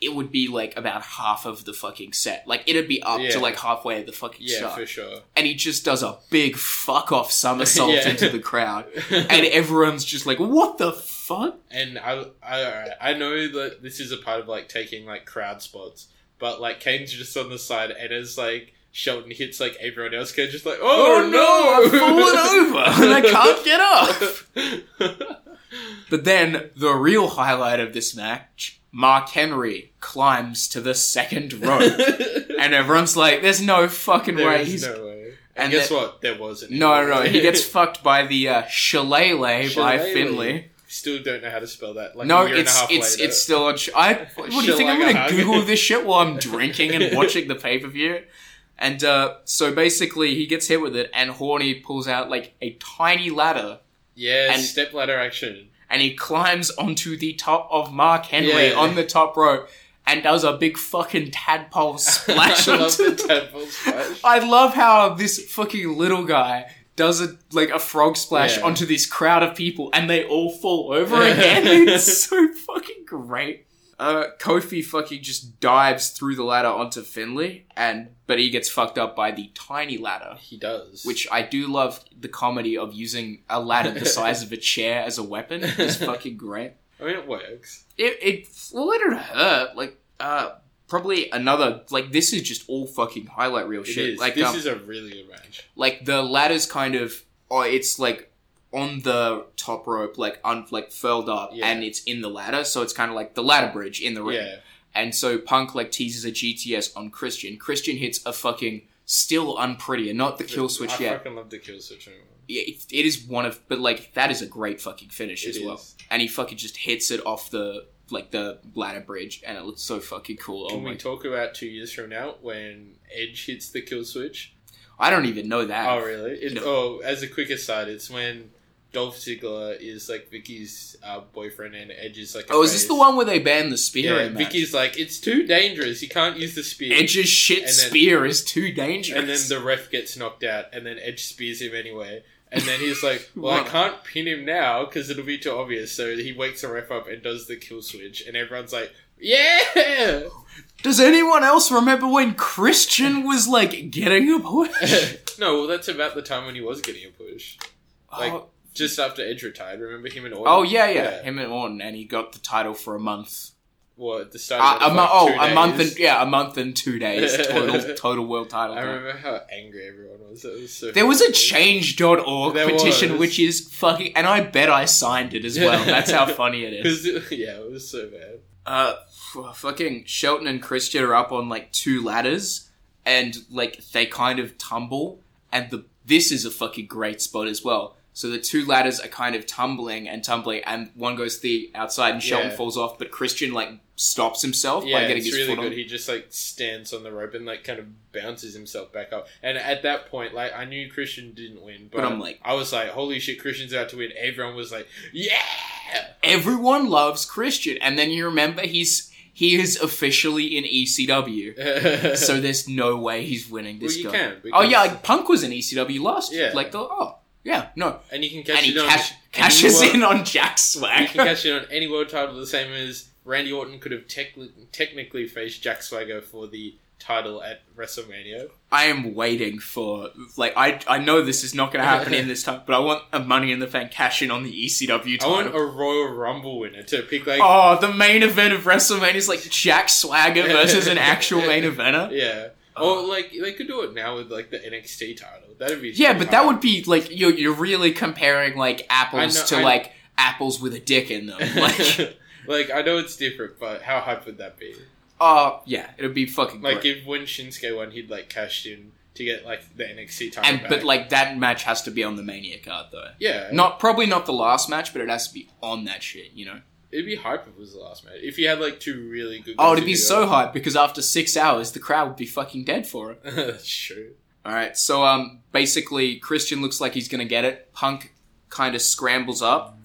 [SPEAKER 6] It would be like about half of the fucking set. Like it'd be up
[SPEAKER 3] Yeah.
[SPEAKER 6] to like halfway of the fucking
[SPEAKER 3] Yeah,
[SPEAKER 6] start.
[SPEAKER 3] for sure.
[SPEAKER 6] and he just does a big fuck off somersault
[SPEAKER 3] [LAUGHS] Yeah.
[SPEAKER 6] into the crowd, and everyone's just like, "What the fuck?"
[SPEAKER 3] [LAUGHS] And I, I, I know that this is a part of like taking like crowd spots, but like Kane's just on the side, and as like Shelton hits like everyone else, Kane's just like, oh,
[SPEAKER 6] no,
[SPEAKER 3] no,
[SPEAKER 6] I've
[SPEAKER 3] [LAUGHS]
[SPEAKER 6] fallen over and I can't get up. But then the real highlight of this match, Mark Henry climbs to the second
[SPEAKER 3] [LAUGHS]
[SPEAKER 6] rope, and everyone's like, "There's no fucking
[SPEAKER 3] There
[SPEAKER 6] way
[SPEAKER 3] is
[SPEAKER 6] he's."
[SPEAKER 3] no way.
[SPEAKER 6] and
[SPEAKER 3] And, guess
[SPEAKER 6] the-
[SPEAKER 3] what? There wasn't.
[SPEAKER 6] No, no, no, he
[SPEAKER 3] [LAUGHS]
[SPEAKER 6] gets fucked by the uh, shillelagh, by
[SPEAKER 3] Shillelagh.
[SPEAKER 6] Finley.
[SPEAKER 3] Still don't know how to spell that. Like
[SPEAKER 6] no,
[SPEAKER 3] a year
[SPEAKER 6] it's
[SPEAKER 3] and a half
[SPEAKER 6] it's
[SPEAKER 3] later.
[SPEAKER 6] it's still on. Sh- I what do you think I'm gonna
[SPEAKER 3] Shillelagh. [LAUGHS]
[SPEAKER 6] Google this shit while I'm drinking and watching the pay per view? And uh, so basically, he gets hit with it, and Horny pulls out like a tiny ladder
[SPEAKER 3] yeah
[SPEAKER 6] and-
[SPEAKER 3] step
[SPEAKER 6] [LAUGHS]
[SPEAKER 3] ladder action.
[SPEAKER 6] and he climbs onto the top of Mark Henry
[SPEAKER 3] Yeah.
[SPEAKER 6] on the top rope and does a big fucking
[SPEAKER 3] [LAUGHS]
[SPEAKER 6] tadpole splash
[SPEAKER 3] I love
[SPEAKER 6] onto
[SPEAKER 3] the tadpole splash.
[SPEAKER 6] I love how this fucking little guy does a like a frog splash
[SPEAKER 3] Yeah.
[SPEAKER 6] onto this crowd of people and they all fall over again. [LAUGHS] It's so fucking great. Uh, Kofi fucking just dives through the ladder onto Finley and but he gets fucked up by the tiny ladder.
[SPEAKER 3] He does.
[SPEAKER 6] Which I do love the comedy of using a ladder [LAUGHS] the size of a chair as a weapon. It's fucking great.
[SPEAKER 3] I mean, it works.
[SPEAKER 6] It, it well, it didn't hurt. Like, uh, probably another. Like, this is just all fucking highlight reel
[SPEAKER 3] It
[SPEAKER 6] shit.
[SPEAKER 3] is.
[SPEAKER 6] Like,
[SPEAKER 3] this
[SPEAKER 6] um,
[SPEAKER 3] is a really good match.
[SPEAKER 6] like the ladder's kind of, or it's like on the top rope, like un, like furled up,
[SPEAKER 3] Yeah.
[SPEAKER 6] and it's in the ladder, so it's kind of like the ladder bridge in the ring.
[SPEAKER 3] Yeah.
[SPEAKER 6] And so Punk like teases a GTS on Christian. Christian hits a fucking still unprettier, not the kill switch
[SPEAKER 3] I
[SPEAKER 6] yet.
[SPEAKER 3] fucking love the kill switch. moment.
[SPEAKER 6] Yeah, it, it is one of, but like that is a great fucking finish
[SPEAKER 3] It
[SPEAKER 6] as well.
[SPEAKER 3] is.
[SPEAKER 6] And he fucking just hits it off the like the ladder bridge, and it looks so fucking cool.
[SPEAKER 3] Can
[SPEAKER 6] oh my!
[SPEAKER 3] we talk about two years from now when Edge hits the kill switch?
[SPEAKER 6] I don't even know that.
[SPEAKER 3] Oh, really? It,
[SPEAKER 6] Ah, No.
[SPEAKER 3] Oh, as a quick aside, it's when Dolph Ziggler is like Vicky's uh, boyfriend and Edge is like. a
[SPEAKER 6] Oh, is this
[SPEAKER 3] face.
[SPEAKER 6] the one where they ban the spear?
[SPEAKER 3] Yeah,
[SPEAKER 6] in match?
[SPEAKER 3] Vicky's like, it's too dangerous. You can't use the spear.
[SPEAKER 6] Edge's shit
[SPEAKER 3] And then-
[SPEAKER 6] spear is too dangerous. [LAUGHS]
[SPEAKER 3] And then the ref gets knocked out, and then Edge spears him anyway. And then
[SPEAKER 6] [LAUGHS]
[SPEAKER 3] he's like, "Well, I
[SPEAKER 6] Wow.
[SPEAKER 3] can't pin him now because it'll be too obvious." So he wakes the ref up and does the kill switch, and everyone's like, "Yeah!" [LAUGHS]
[SPEAKER 6] Does anyone else remember when
[SPEAKER 3] [LAUGHS]
[SPEAKER 6] Christian was like getting a push?
[SPEAKER 3] No, well, that's about the time when he was getting a push, like
[SPEAKER 6] Oh.
[SPEAKER 3] just after Edge retired. Remember him and Orton?
[SPEAKER 6] oh yeah, yeah, him and Orton, and he got the title for a month.
[SPEAKER 3] Well, at the start,
[SPEAKER 6] Uh,
[SPEAKER 3] of
[SPEAKER 6] a
[SPEAKER 3] it,
[SPEAKER 6] mo-
[SPEAKER 3] like,
[SPEAKER 6] oh,
[SPEAKER 3] two
[SPEAKER 6] a month
[SPEAKER 3] days.
[SPEAKER 6] and yeah, a month and two
[SPEAKER 3] [LAUGHS]
[SPEAKER 6] days total total world title.
[SPEAKER 3] I
[SPEAKER 6] time.
[SPEAKER 3] remember how angry everyone was. It was so
[SPEAKER 6] There was a
[SPEAKER 3] funny.
[SPEAKER 6] change.org
[SPEAKER 3] There
[SPEAKER 6] petition,
[SPEAKER 3] was.
[SPEAKER 6] which is fucking, and I bet I signed it as well. That's
[SPEAKER 3] [LAUGHS]
[SPEAKER 6] how funny it is.
[SPEAKER 3] 'Cause it- yeah, it was so bad.
[SPEAKER 6] Uh, f- fucking Shelton and Christian are up on like two ladders, and like they kind of tumble, and the this is a fucking great spot as well. So the two ladders are kind of tumbling and tumbling, and one goes to the outside, and Shelton
[SPEAKER 3] Yeah.
[SPEAKER 6] falls off, but Christian like stops himself
[SPEAKER 3] Yeah,
[SPEAKER 6] by getting
[SPEAKER 3] it's
[SPEAKER 6] his
[SPEAKER 3] really
[SPEAKER 6] foot on.
[SPEAKER 3] good. He just like stands on the rope and like kind of bounces himself back up. And at that point, like I knew Christian didn't win, but,
[SPEAKER 6] But I'm like-
[SPEAKER 3] I was like, holy shit, Christian's out to win. Everyone
[SPEAKER 6] [LAUGHS]
[SPEAKER 3] was like, yeah,
[SPEAKER 6] everyone loves Christian, and then you remember he's he is officially in
[SPEAKER 3] [LAUGHS]
[SPEAKER 6] ECW, so there's no way he's winning this.
[SPEAKER 3] Well,
[SPEAKER 6] guy.
[SPEAKER 3] you can,
[SPEAKER 6] oh
[SPEAKER 3] because-
[SPEAKER 6] yeah, like, Punk was in ECW last year.
[SPEAKER 3] Yeah.
[SPEAKER 6] Like the oh yeah no,
[SPEAKER 3] and you can
[SPEAKER 6] and
[SPEAKER 3] catch
[SPEAKER 6] he
[SPEAKER 3] it on
[SPEAKER 6] cash,
[SPEAKER 3] any
[SPEAKER 6] cashes
[SPEAKER 3] world-
[SPEAKER 6] in on Jack
[SPEAKER 3] [LAUGHS] You can
[SPEAKER 6] Swagger.
[SPEAKER 3] catch it on any world title the same as Randy Orton could have tec- technically faced Jack Swagger for the title at WrestleMania.
[SPEAKER 6] I am waiting for like I I know this is not going to happen in this time, but I want a Money in the Bank cash in on the ECW
[SPEAKER 3] I
[SPEAKER 6] title.
[SPEAKER 3] want a Royal Rumble winner to pick like
[SPEAKER 6] oh, the main event of WrestleMania is like Jack Swagger versus an actual main eventer.
[SPEAKER 3] Yeah. Or like they could do it now with like the NXT title. That'd be
[SPEAKER 6] Yeah,
[SPEAKER 3] pretty
[SPEAKER 6] but that
[SPEAKER 3] hard.
[SPEAKER 6] would be like you're you're really comparing like apples
[SPEAKER 3] I know-
[SPEAKER 6] to
[SPEAKER 3] I-
[SPEAKER 6] like apples with a dick in
[SPEAKER 3] [LAUGHS]
[SPEAKER 6] them. [LAUGHS] Like,
[SPEAKER 3] like I know it's different, but how hype would that be?
[SPEAKER 6] oh yeah, it would be fucking
[SPEAKER 3] Like
[SPEAKER 6] great.
[SPEAKER 3] if when Shinsuke won, he'd like cashed in to get like the NXT title.
[SPEAKER 6] And
[SPEAKER 3] back.
[SPEAKER 6] but like that match has to be on the Mania card though.
[SPEAKER 3] Yeah.
[SPEAKER 6] not probably not the last match, but it has to be on that shit. You know.
[SPEAKER 3] it'd be hype if it was the last match. If you had like two really good.
[SPEAKER 6] Oh,
[SPEAKER 3] guys
[SPEAKER 6] it'd
[SPEAKER 3] who
[SPEAKER 6] be
[SPEAKER 3] could do
[SPEAKER 6] so
[SPEAKER 3] it.
[SPEAKER 6] hype because after six hours, the crowd would be fucking dead for
[SPEAKER 3] [LAUGHS]
[SPEAKER 6] it.
[SPEAKER 3] That's true.
[SPEAKER 6] All right, so um, basically, Christian looks like he's gonna get it. Punk kind of scrambles up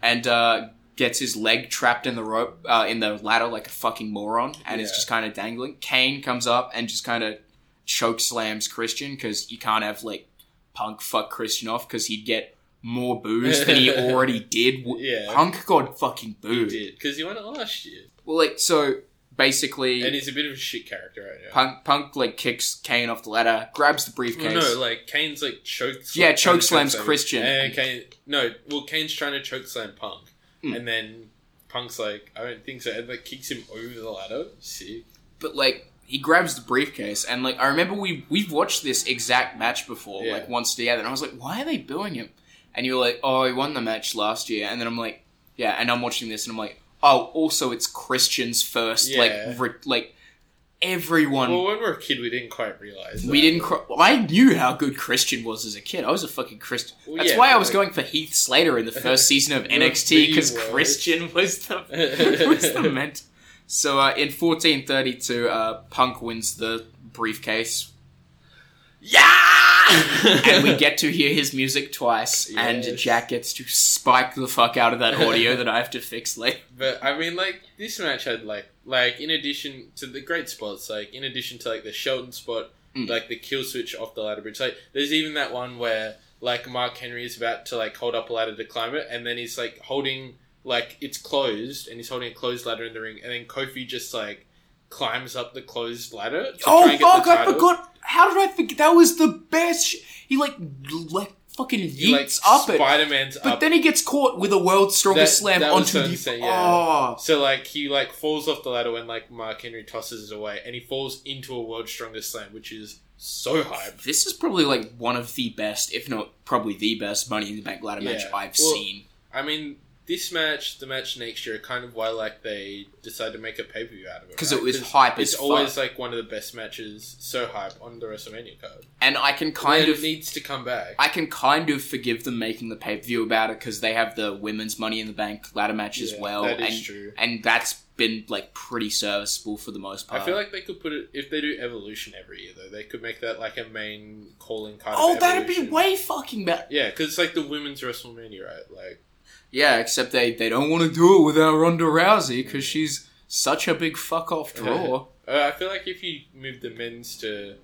[SPEAKER 6] and uh, gets his leg trapped in the rope uh, in the ladder like a fucking moron, and it's
[SPEAKER 3] Yeah.
[SPEAKER 6] just kind of dangling. Kane comes up and just kind of choke slams Christian because you can't have like Punk fuck Christian off because he'd get more booze than
[SPEAKER 3] [LAUGHS]
[SPEAKER 6] he already did.
[SPEAKER 3] Yeah.
[SPEAKER 6] Punk got fucking booed.
[SPEAKER 3] because you won it last year,
[SPEAKER 6] Well, like so basically,
[SPEAKER 3] and he's a bit of a shit character right now.
[SPEAKER 6] Punk Punk like kicks Kane off the ladder, grabs the briefcase.
[SPEAKER 3] No, like Kane's like choke.
[SPEAKER 6] Yeah,
[SPEAKER 3] trying to
[SPEAKER 6] choke slams
[SPEAKER 3] slam.
[SPEAKER 6] Christian.
[SPEAKER 3] And Kane, no, well, Kane's trying to choke slam Punk,
[SPEAKER 6] Hmm.
[SPEAKER 3] and then Punk's like, I don't think so, and like kicks him over the ladder. See,
[SPEAKER 6] but like he grabs the briefcase and like I remember we we've watched this exact match before,
[SPEAKER 3] Yeah.
[SPEAKER 6] like once together, and I was like, why are they booing him? And you were like, oh, he won the match last year, and then I'm like, yeah, and I'm watching this and I'm like, oh, also it's Christian's first,
[SPEAKER 3] Yeah.
[SPEAKER 6] like re- like everyone.
[SPEAKER 3] well, when we were a kid, we didn't quite realize.
[SPEAKER 6] Hmm. we didn't. Cr- I knew how good Christian was as a kid. I was a fucking Christian.
[SPEAKER 3] Well,
[SPEAKER 6] That's
[SPEAKER 3] yeah,
[SPEAKER 6] why I
[SPEAKER 3] but,
[SPEAKER 6] was
[SPEAKER 3] like-
[SPEAKER 6] going for Heath Slater [LAUGHS] in the first season of
[SPEAKER 3] You're a
[SPEAKER 6] NXT
[SPEAKER 3] bee
[SPEAKER 6] because
[SPEAKER 3] world.
[SPEAKER 6] Christian was the [LAUGHS] was the meant. So uh, in 1432, uh, Punk wins the briefcase. Yeah, [LAUGHS] and we get to hear his music [LAUGHS] twice, and
[SPEAKER 3] Yes.
[SPEAKER 6] Jack gets to spike the fuck out of that audio that I have to fix later.
[SPEAKER 3] But I mean, like this match had like like in addition to the great spots, like in addition to like the Sheldon spot, like the kill switch off the ladder bridge. Like there's even that one where like Mark Henry is about to like hold up a ladder to climb it, and then he's like holding like it's closed, and he's holding a closed ladder in the ring, and then Kofi just like climbs up the closed ladder. to
[SPEAKER 6] [LAUGHS]
[SPEAKER 3] try
[SPEAKER 6] Oh
[SPEAKER 3] and get the
[SPEAKER 6] fuck! I
[SPEAKER 3] title.
[SPEAKER 6] forgot. How did I forget? That was the best. Sh- he like l- like fucking yeets
[SPEAKER 3] He, like
[SPEAKER 6] up it.
[SPEAKER 3] Spider-Man's
[SPEAKER 6] But
[SPEAKER 3] up.
[SPEAKER 6] then he gets caught with a world's strongest
[SPEAKER 3] That-
[SPEAKER 6] slam
[SPEAKER 3] that was
[SPEAKER 6] onto
[SPEAKER 3] what
[SPEAKER 6] the.
[SPEAKER 3] I'm saying,
[SPEAKER 6] Oh,
[SPEAKER 3] So like he like falls off the ladder when like Mark Henry tosses it away, and he falls into a world's strongest slam, which is so hype.
[SPEAKER 6] this is probably like one of the best, if not probably the best, Money in the Bank ladder match
[SPEAKER 3] Yeah.
[SPEAKER 6] I've
[SPEAKER 3] Well,
[SPEAKER 6] seen.
[SPEAKER 3] I mean, this match, the match next year, are kind of why like they decided to make a pay per view out of it
[SPEAKER 6] 'Cause
[SPEAKER 3] right?
[SPEAKER 6] it was hype
[SPEAKER 3] It's
[SPEAKER 6] as fuck.
[SPEAKER 3] always like one of the best matches, so hype on the WrestleMania card.
[SPEAKER 6] And I can kind
[SPEAKER 3] And
[SPEAKER 6] of
[SPEAKER 3] it needs to come back.
[SPEAKER 6] I can kind of forgive them making the pay per view about it because they have the women's Money in the Bank ladder match as
[SPEAKER 3] Yeah,
[SPEAKER 6] well,
[SPEAKER 3] that is
[SPEAKER 6] and
[SPEAKER 3] true.
[SPEAKER 6] and that's been like pretty serviceable for the most part.
[SPEAKER 3] I feel like they could put it if they do Evolution every year though. They could make that like a main calling card.
[SPEAKER 6] oh,
[SPEAKER 3] of
[SPEAKER 6] that'd be
[SPEAKER 3] Evolution.
[SPEAKER 6] way fucking better.
[SPEAKER 3] yeah, because it's like the women's WrestleMania, right? Like
[SPEAKER 6] Yeah, except they, they don't want to do it without Ronda Rousey because she's such a big fuck off draw.
[SPEAKER 3] Uh, I feel like if you move the men's to,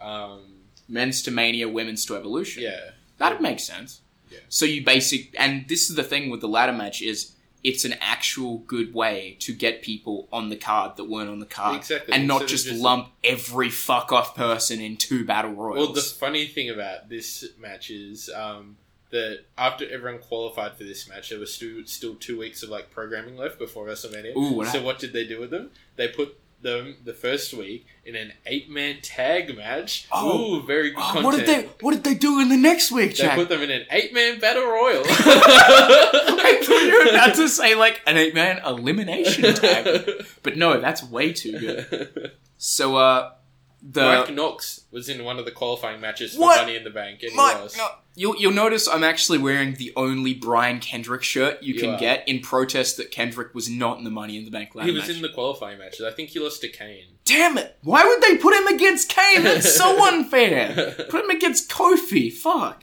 [SPEAKER 3] um,
[SPEAKER 6] Men's to Mania, women's to Evolution.
[SPEAKER 3] yeah,
[SPEAKER 6] That makes sense. So you basic, and this is the thing with the ladder match is it's an actual good way to get people on the card that weren't on the card,
[SPEAKER 3] Exactly,
[SPEAKER 6] and not
[SPEAKER 3] instead of
[SPEAKER 6] just,
[SPEAKER 3] just-
[SPEAKER 6] lump every fuck off person in two battle royals.
[SPEAKER 3] Well, the funny thing about this match is um, that after everyone qualified for this match, there was still still two weeks of like programming left before WrestleMania.
[SPEAKER 6] Ooh, what
[SPEAKER 3] so
[SPEAKER 6] hap-
[SPEAKER 3] what did they do with them? They put them the first week in an eight man tag match.
[SPEAKER 6] Oh.
[SPEAKER 3] Ooh, very good
[SPEAKER 6] Oh,
[SPEAKER 3] content.
[SPEAKER 6] what did they What did they do in the next week,
[SPEAKER 3] They
[SPEAKER 6] Jack? [LAUGHS]
[SPEAKER 3] put them in an eight man battle royal.
[SPEAKER 6] I thought you were about to say like an eight man elimination
[SPEAKER 3] [LAUGHS]
[SPEAKER 6] tag, but no, that's way too good. So, uh, the
[SPEAKER 3] Mike Knox was in one of the qualifying matches for
[SPEAKER 6] What?
[SPEAKER 3] Money in the Bank, and
[SPEAKER 6] My-
[SPEAKER 3] he lost.
[SPEAKER 6] no. You'll, you'll notice I'm actually wearing the only Brian Kendrick shirt you,
[SPEAKER 3] You
[SPEAKER 6] can
[SPEAKER 3] are.
[SPEAKER 6] get in protest that Kendrick was not in the Money in the Bank ladder
[SPEAKER 3] He was
[SPEAKER 6] match.
[SPEAKER 3] in the qualifying matches. I think he lost to Kane.
[SPEAKER 6] Damn it! Why would they put him against Kane? That's [LAUGHS] so unfair. Put him against Kofi. Fuck.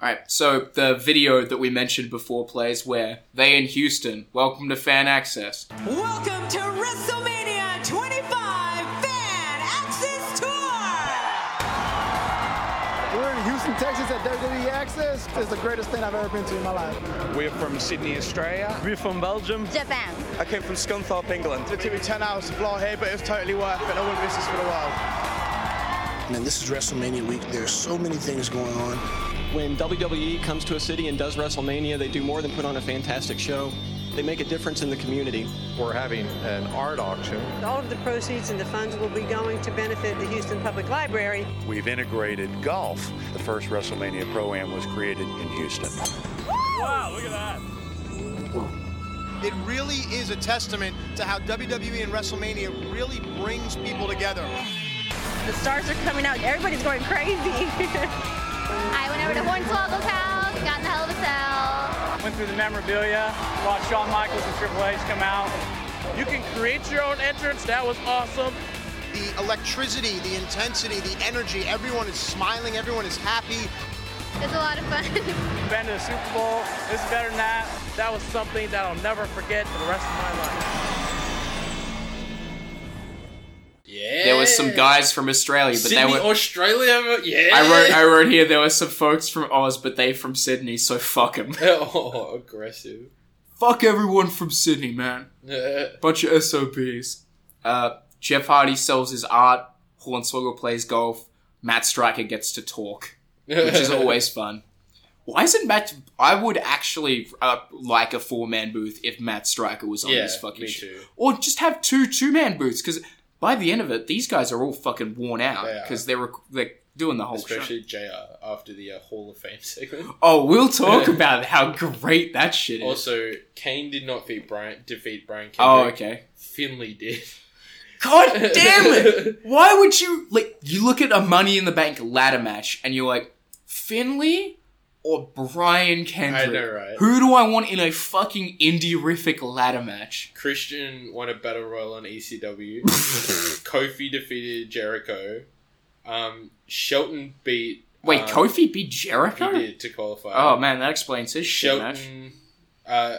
[SPEAKER 6] All right. So the video that we mentioned before plays where they in Houston. Welcome to Fan Access.
[SPEAKER 10] Welcome to WrestleMania 25 Fan Access Tour.
[SPEAKER 13] We're in Houston, Texas at E WWE Access. It's the greatest thing I've ever been to in my life.
[SPEAKER 14] We're from Sydney, Australia. We're from Belgium. Japan. I came from Scunthorpe, England.
[SPEAKER 13] It took me 10 hours to fly here, but it's totally worth it. I wouldn't miss this for the world.
[SPEAKER 15] Man, this is WrestleMania week. There's so many things going on.
[SPEAKER 16] When WWE comes to a city and does WrestleMania, they do more than put on a fantastic show. They make a difference in the community. We're having an art auction.
[SPEAKER 17] All of the proceeds and the funds will be going to benefit the Houston Public Library.
[SPEAKER 18] We've integrated golf. The first WrestleMania Pro Am was created in Houston.
[SPEAKER 10] Wow, look at that.
[SPEAKER 19] It really is a testament to how WWE and WrestleMania really brings people together.
[SPEAKER 20] The stars are coming out. Everybody's going crazy.
[SPEAKER 21] I went over to Hornswoggle's house, got in the hell of a cell.
[SPEAKER 22] Went through the memorabilia, watched Shawn Michaels and Triple H come out. You can create your own entrance. That was awesome.
[SPEAKER 19] The electricity, the intensity, the energy, everyone is smiling, everyone is happy.
[SPEAKER 21] It's a lot of fun.
[SPEAKER 22] Been to the Super Bowl. It's better than that. That was something that I'll never forget for the rest of my life.
[SPEAKER 6] Yeah. There was some guys from Australia, but
[SPEAKER 3] Sydney,
[SPEAKER 6] they were.
[SPEAKER 3] Australia. Yeah.
[SPEAKER 6] I wrote. I wrote here. There were some folks from Oz, but they from Sydney, so fuck them.
[SPEAKER 3] [LAUGHS] oh, aggressive.
[SPEAKER 6] Fuck everyone from Sydney, man. Bunch of SOBs. Uh, Jeff Hardy sells his art. Hornswoggle plays golf. Matt Striker gets to talk, which
[SPEAKER 3] [LAUGHS]
[SPEAKER 6] is always fun. Why isn't Matt? I would actually uh, like a four man booth if Matt Striker was on
[SPEAKER 3] Yeah,
[SPEAKER 6] this fucking
[SPEAKER 3] me
[SPEAKER 6] shit.
[SPEAKER 3] too.
[SPEAKER 6] Or just have two two man booths because by the end of it, these guys are all fucking worn out
[SPEAKER 3] They are.
[SPEAKER 6] because they were they're doing the whole show.
[SPEAKER 3] Especially JR after the uh, Hall of Fame [LAUGHS] segment.
[SPEAKER 6] Oh, we'll talk about how great that shit is.
[SPEAKER 3] Also, Kane did not defeat Brian. Defeat Brian.
[SPEAKER 6] Oh,
[SPEAKER 3] Kendrick.
[SPEAKER 6] okay.
[SPEAKER 3] Finley did. [LAUGHS]
[SPEAKER 6] God damn it! Why would you like? You look at a Money in the Bank ladder match, and you're like, Finley or Brian Kendrick?
[SPEAKER 3] know, right?
[SPEAKER 6] Who do I want in a fucking indie-rific ladder match?
[SPEAKER 3] Christian won a battle royal
[SPEAKER 6] [LAUGHS]
[SPEAKER 3] on ECW. Kofi defeated Jericho. Um, Shelton beat.
[SPEAKER 6] Wait,
[SPEAKER 3] um,
[SPEAKER 6] Kofi beat Jericho?
[SPEAKER 3] He did Mm. to qualify.
[SPEAKER 6] Oh man, that explains his shit match.
[SPEAKER 3] Shelton, uh,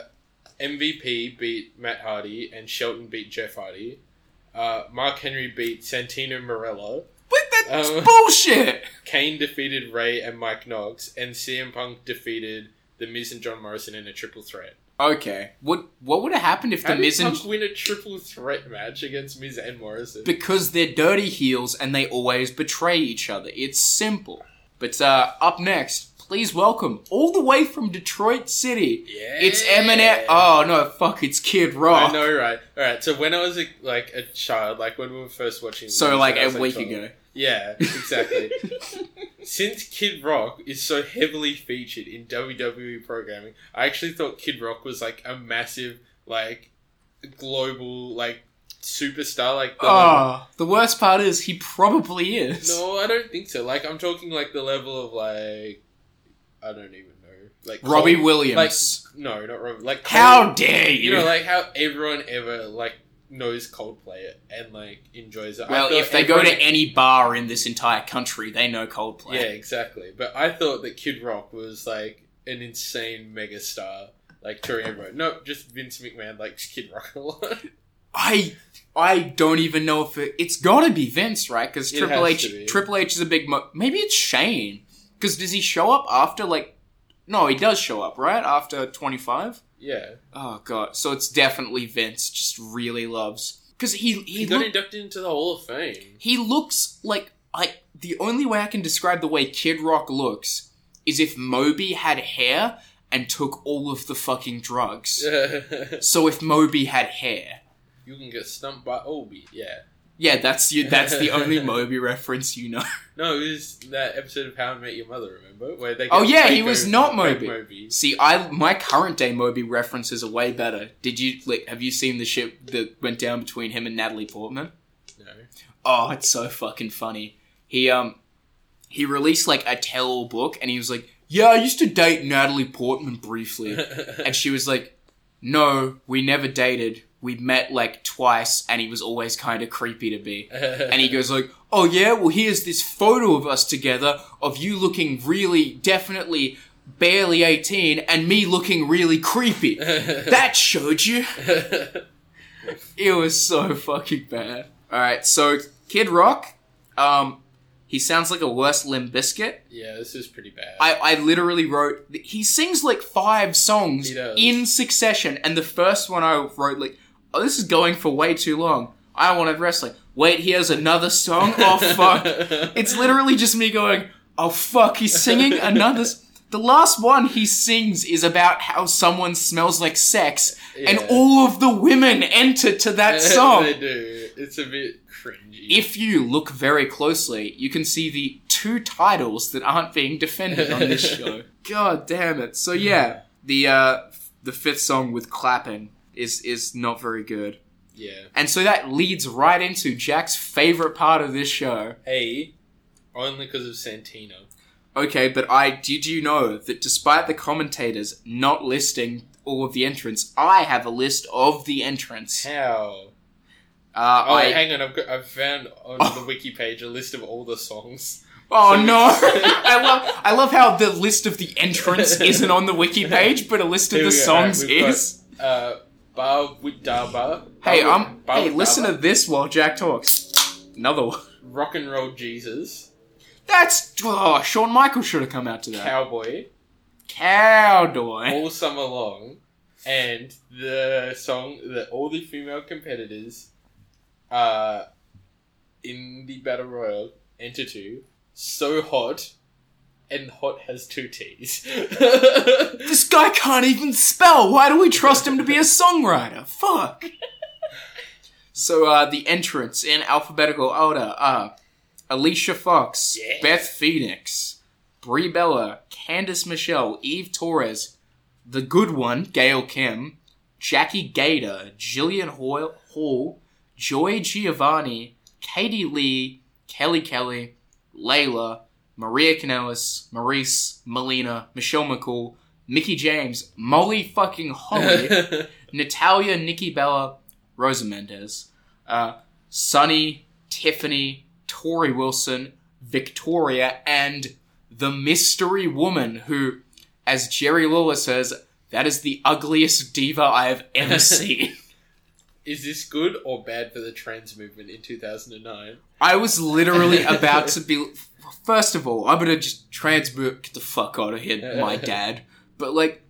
[SPEAKER 3] MVP beat Matt Hardy, and Shelton beat Jeff Hardy. Uh, Mark Henry beat Santino Morello.
[SPEAKER 6] But that's
[SPEAKER 3] Um, [LAUGHS]
[SPEAKER 6] bullshit!
[SPEAKER 3] Kane defeated Ray and Mike Knox, and CM Punk defeated The Miz and John Morrison in a triple threat.
[SPEAKER 6] Okay, what what would have happened if
[SPEAKER 3] How
[SPEAKER 6] the
[SPEAKER 3] did
[SPEAKER 6] Miz and
[SPEAKER 3] Punk win a triple threat match against Miz and Morrison?
[SPEAKER 6] because they're dirty heels and they always betray each other. It's simple. But uh, up next, please welcome all the way from Detroit City. Yeah. It's Eminem. Oh no, fuck! It's Kid Rock.
[SPEAKER 3] I know, right? All right. So when I was a, like a child, like when we were first watching,
[SPEAKER 6] So,
[SPEAKER 3] movies
[SPEAKER 6] like,
[SPEAKER 3] when I was,
[SPEAKER 6] a week
[SPEAKER 3] 12.
[SPEAKER 6] ago.
[SPEAKER 3] Yeah, exactly. Since Kid Rock is so heavily featured in WWE programming, I actually thought Kid Rock was like a massive, like global, like superstar. Like the
[SPEAKER 6] Oh, the worst part is he probably is.
[SPEAKER 3] no, I don't think so. Like I'm talking like the level of like I don't even know. Like
[SPEAKER 6] Robbie Williams.
[SPEAKER 3] Like, no, not Robbie. Like
[SPEAKER 6] How dare you?
[SPEAKER 3] You know, like how everyone ever like knows Coldplay and like enjoys it. I
[SPEAKER 6] Well,
[SPEAKER 3] thought
[SPEAKER 6] if they go to
[SPEAKER 3] everyone-
[SPEAKER 6] any bar in this entire country, they know Coldplay.
[SPEAKER 3] yeah, exactly. But I thought that Kid Rock was like an insane megastar. Like touring everywhere. No, just Vince McMahon likes Kid Rock a lot. [LAUGHS]
[SPEAKER 6] I I don't even know if it, it's gotta be Vince, right? Because
[SPEAKER 3] It
[SPEAKER 6] Triple
[SPEAKER 3] has to be.
[SPEAKER 6] H Triple H is a big. Mo- Maybe it's Shane. Because does he show up after like? No, he does show up right after twenty five.
[SPEAKER 3] Yeah.
[SPEAKER 6] Oh god, so it's definitely Vince. Just really loves because he
[SPEAKER 3] He,
[SPEAKER 6] he
[SPEAKER 3] got
[SPEAKER 6] look-
[SPEAKER 3] inducted into the Hall of Fame. [LAUGHS]
[SPEAKER 6] he looks like I. The only way I can describe the way Kid Rock looks is if Moby had hair and took all of the fucking drugs. so if Moby had hair,
[SPEAKER 3] You can get stumped by Obi. Yeah.
[SPEAKER 6] yeah, that's you. That's the
[SPEAKER 3] [LAUGHS]
[SPEAKER 6] only Moby reference you know.
[SPEAKER 3] No, it was that episode of How I Met Your Mother. Remember? Where they
[SPEAKER 6] Oh
[SPEAKER 3] get-
[SPEAKER 6] yeah,
[SPEAKER 3] they
[SPEAKER 6] he
[SPEAKER 3] go
[SPEAKER 6] was not
[SPEAKER 3] fake
[SPEAKER 6] Moby. See, I my current day Moby references are way better. Did you like, have you seen the ship that went down between him and Natalie Portman?
[SPEAKER 3] No.
[SPEAKER 6] Oh, it's so fucking funny. He um he released like a tell book and he was like, "Yeah, I used to date Natalie Portman
[SPEAKER 3] [LAUGHS]
[SPEAKER 6] briefly." and she was like, "No, we never dated. We met like twice and he was always kind of creepy to
[SPEAKER 3] [LAUGHS]
[SPEAKER 6] me." [LAUGHS] and he goes like, "Oh yeah, well here's this photo of us together of you looking really definitely barely 18 and me looking really creepy. that showed you." [LAUGHS] it was so fucking bad. All right, so Kid Rock, um, he sounds like a worse Limb Biscuit.
[SPEAKER 3] Yeah, this is pretty bad.
[SPEAKER 6] I, I literally wrote he sings like five songs in succession, and the first one I wrote like, oh, this is going for way too long. I wanted wrestling. wait, here's another song. Oh
[SPEAKER 3] [LAUGHS]
[SPEAKER 6] fuck! it's literally just me going, oh fuck, he's singing another. s-" The last one he sings is about how someone smells like sex, and
[SPEAKER 3] Yeah.
[SPEAKER 6] all of the women enter to that song.
[SPEAKER 3] [LAUGHS] they do. It's a bit cringy.
[SPEAKER 6] If you look very closely, you can see the two titles that aren't being defended on
[SPEAKER 3] [LAUGHS]
[SPEAKER 6] this show. God damn it. So yeah, the uh f- the fifth song with clapping is is not very good.
[SPEAKER 3] Yeah.
[SPEAKER 6] And so that leads right into Jack's favorite part of this show.
[SPEAKER 3] A, only because of Santino.
[SPEAKER 6] Okay, but I did you know that despite the commentators not listing all of the entrants, I have a list of the entrants.
[SPEAKER 3] How?
[SPEAKER 6] Uh,
[SPEAKER 3] Oh,
[SPEAKER 6] I,
[SPEAKER 3] hang on. I've, got, I've found on the wiki page a list of all the songs.
[SPEAKER 6] Oh
[SPEAKER 3] So-
[SPEAKER 6] no! I love I love how the list of the
[SPEAKER 3] [LAUGHS]
[SPEAKER 6] entrants isn't on the wiki page, but a list of
[SPEAKER 3] Here
[SPEAKER 6] the
[SPEAKER 3] we go,
[SPEAKER 6] songs
[SPEAKER 3] we've got,
[SPEAKER 6] is.
[SPEAKER 3] uh, Ba with Daba.
[SPEAKER 6] Hey,
[SPEAKER 3] Ba-
[SPEAKER 6] I'm.
[SPEAKER 3] Ba
[SPEAKER 6] Hey,
[SPEAKER 3] with
[SPEAKER 6] listen
[SPEAKER 3] Daba.
[SPEAKER 6] to this while Jack talks. Another one. [LAUGHS]
[SPEAKER 3] Rock and Roll Jesus,
[SPEAKER 6] That's oh, Shawn Michaels should have come out to that.
[SPEAKER 3] Cowboy,
[SPEAKER 6] Cowboy.
[SPEAKER 3] All Summer Long, and the song that all the female competitors uh, in the Battle Royal enter to, So Hot, and Hot has two T's.
[SPEAKER 6] This guy can't even spell. Why do we trust him to be a songwriter? Fuck. so uh, the entrants in alphabetical order are Alicia Fox,
[SPEAKER 3] Yeah.
[SPEAKER 6] Beth Phoenix, Brie Bella, Candice Michelle, Eve Torres, the good one, Gail Kim, Jackie Gator, Jillian Hoyle, Hall, Joy Giovanni, Katie Lee, Kelly Kelly, Layla, Maria Canellis, Maurice, Melina, Michelle McCool, Mickey James, Molly fucking
[SPEAKER 3] [LAUGHS]
[SPEAKER 6] Holly, Natalia, Nikki Bella, Rosa Mendez, uh, Sunny, Tiffany, Tori Wilson, Victoria, and the mystery woman who, as Jerry Lawler says, that is the ugliest diva I have
[SPEAKER 3] [LAUGHS]
[SPEAKER 6] ever seen.
[SPEAKER 3] Is this good or bad for the trans movement in 2009?
[SPEAKER 6] I was literally about to be. First of all, I'm gonna just transmute get the fuck out of here,
[SPEAKER 3] [LAUGHS]
[SPEAKER 6] my dad. But like,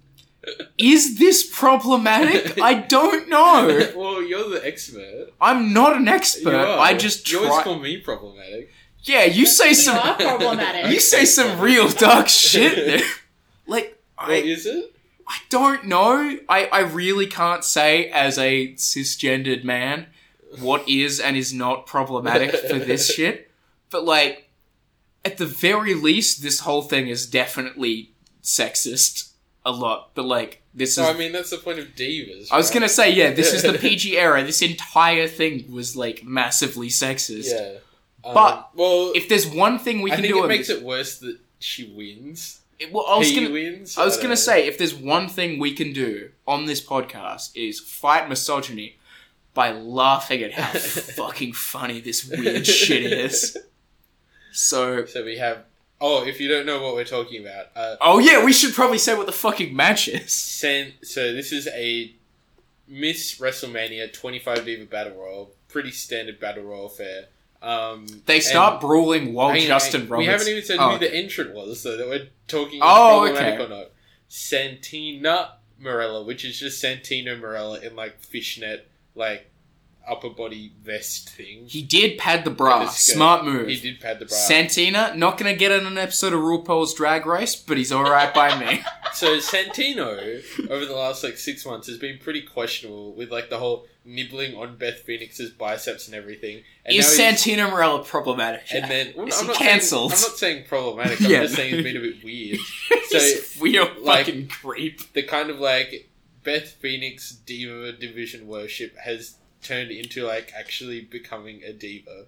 [SPEAKER 6] is this problematic? I don't
[SPEAKER 3] [LAUGHS]
[SPEAKER 6] know.
[SPEAKER 3] [LAUGHS] well, you're the expert.
[SPEAKER 6] I'm not an expert.
[SPEAKER 3] You are.
[SPEAKER 6] I just
[SPEAKER 3] You always
[SPEAKER 6] try.
[SPEAKER 3] call me problematic.
[SPEAKER 6] Yeah, you say some. [LAUGHS]
[SPEAKER 2] are Oh, problematic.
[SPEAKER 6] You say some real dark shit.
[SPEAKER 3] [LAUGHS]
[SPEAKER 6] There. Like,
[SPEAKER 3] What
[SPEAKER 6] I-
[SPEAKER 3] is it?
[SPEAKER 6] I don't know. I, I really can't say as a cisgendered man what is and is not problematic for
[SPEAKER 3] [LAUGHS]
[SPEAKER 6] this shit. But like at the very least, this whole thing is definitely sexist a lot. But like this
[SPEAKER 3] No,
[SPEAKER 6] is
[SPEAKER 3] I mean, that's the point of divas.
[SPEAKER 6] I was gonna
[SPEAKER 3] right?
[SPEAKER 6] say, yeah, this
[SPEAKER 3] [LAUGHS]
[SPEAKER 6] is the PG era. This entire thing was like massively sexist.
[SPEAKER 3] yeah. Um,
[SPEAKER 6] But
[SPEAKER 3] well,
[SPEAKER 6] if there's one thing we
[SPEAKER 3] I
[SPEAKER 6] can
[SPEAKER 3] think
[SPEAKER 6] do
[SPEAKER 3] it
[SPEAKER 6] on
[SPEAKER 3] makes
[SPEAKER 6] this-
[SPEAKER 3] it worse that she wins.
[SPEAKER 6] well, I was
[SPEAKER 3] he
[SPEAKER 6] gonna,
[SPEAKER 3] wins.
[SPEAKER 6] I was
[SPEAKER 3] don't
[SPEAKER 6] gonna
[SPEAKER 3] know.
[SPEAKER 6] say if there's one thing we can do on this podcast is fight misogyny by laughing at
[SPEAKER 3] [LAUGHS]
[SPEAKER 6] how fucking funny this weird shit is. So,
[SPEAKER 3] So we have. Oh, if you don't know what we're talking about, uh,
[SPEAKER 6] oh yeah, we should probably say what the fucking match is.
[SPEAKER 3] San, so this is a Miss WrestleMania 25 Diva Battle Royal, pretty standard Battle Royal fare. Um,
[SPEAKER 6] They
[SPEAKER 3] and-
[SPEAKER 6] start brawling while
[SPEAKER 3] Hang on,
[SPEAKER 6] Oh, Justin
[SPEAKER 3] hang on.
[SPEAKER 6] Roberts.
[SPEAKER 3] We haven't even said
[SPEAKER 6] Oh,
[SPEAKER 3] who the entrant was, so that we're talking
[SPEAKER 6] Oh,
[SPEAKER 3] problematic
[SPEAKER 6] okay.
[SPEAKER 3] or not. Santina Morella, which is just Santino Morella in like fishnet, like upper body vest thing.
[SPEAKER 6] he did pad the bra.
[SPEAKER 3] This guy-
[SPEAKER 6] Smart move.
[SPEAKER 3] He did pad the bra.
[SPEAKER 6] Santina not gonna get in an episode of RuPaul's Drag Race, but he's all right by
[SPEAKER 3] [LAUGHS]
[SPEAKER 6] me.
[SPEAKER 3] so Santino over the last like six months has been pretty questionable with like the whole nibbling on Beth Phoenix's biceps and everything. And
[SPEAKER 6] is
[SPEAKER 3] now he's-
[SPEAKER 6] Santina Morella problematic?
[SPEAKER 3] And then well,
[SPEAKER 6] Is
[SPEAKER 3] I'm
[SPEAKER 6] he
[SPEAKER 3] not
[SPEAKER 6] cancelled?
[SPEAKER 3] Saying, I'm not saying
[SPEAKER 6] [LAUGHS]
[SPEAKER 3] problematic. I'm
[SPEAKER 6] Yeah.
[SPEAKER 3] just saying it's been a
[SPEAKER 6] [LAUGHS]
[SPEAKER 3] bit weird.
[SPEAKER 6] He's a weird
[SPEAKER 3] like,
[SPEAKER 6] fucking creep.
[SPEAKER 3] the kind of like Beth Phoenix diva division worship has turned into like actually becoming a diva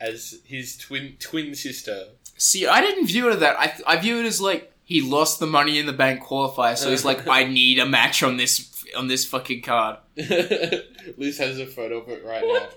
[SPEAKER 3] as his twin twin sister. [LAUGHS]
[SPEAKER 6] See, I didn't view it as that. I, I view it as like he lost the money in the bank qualifier, so he's
[SPEAKER 3] [LAUGHS]
[SPEAKER 6] like, I need a match on this on this fucking card.
[SPEAKER 3] Liz has a photo of it right now.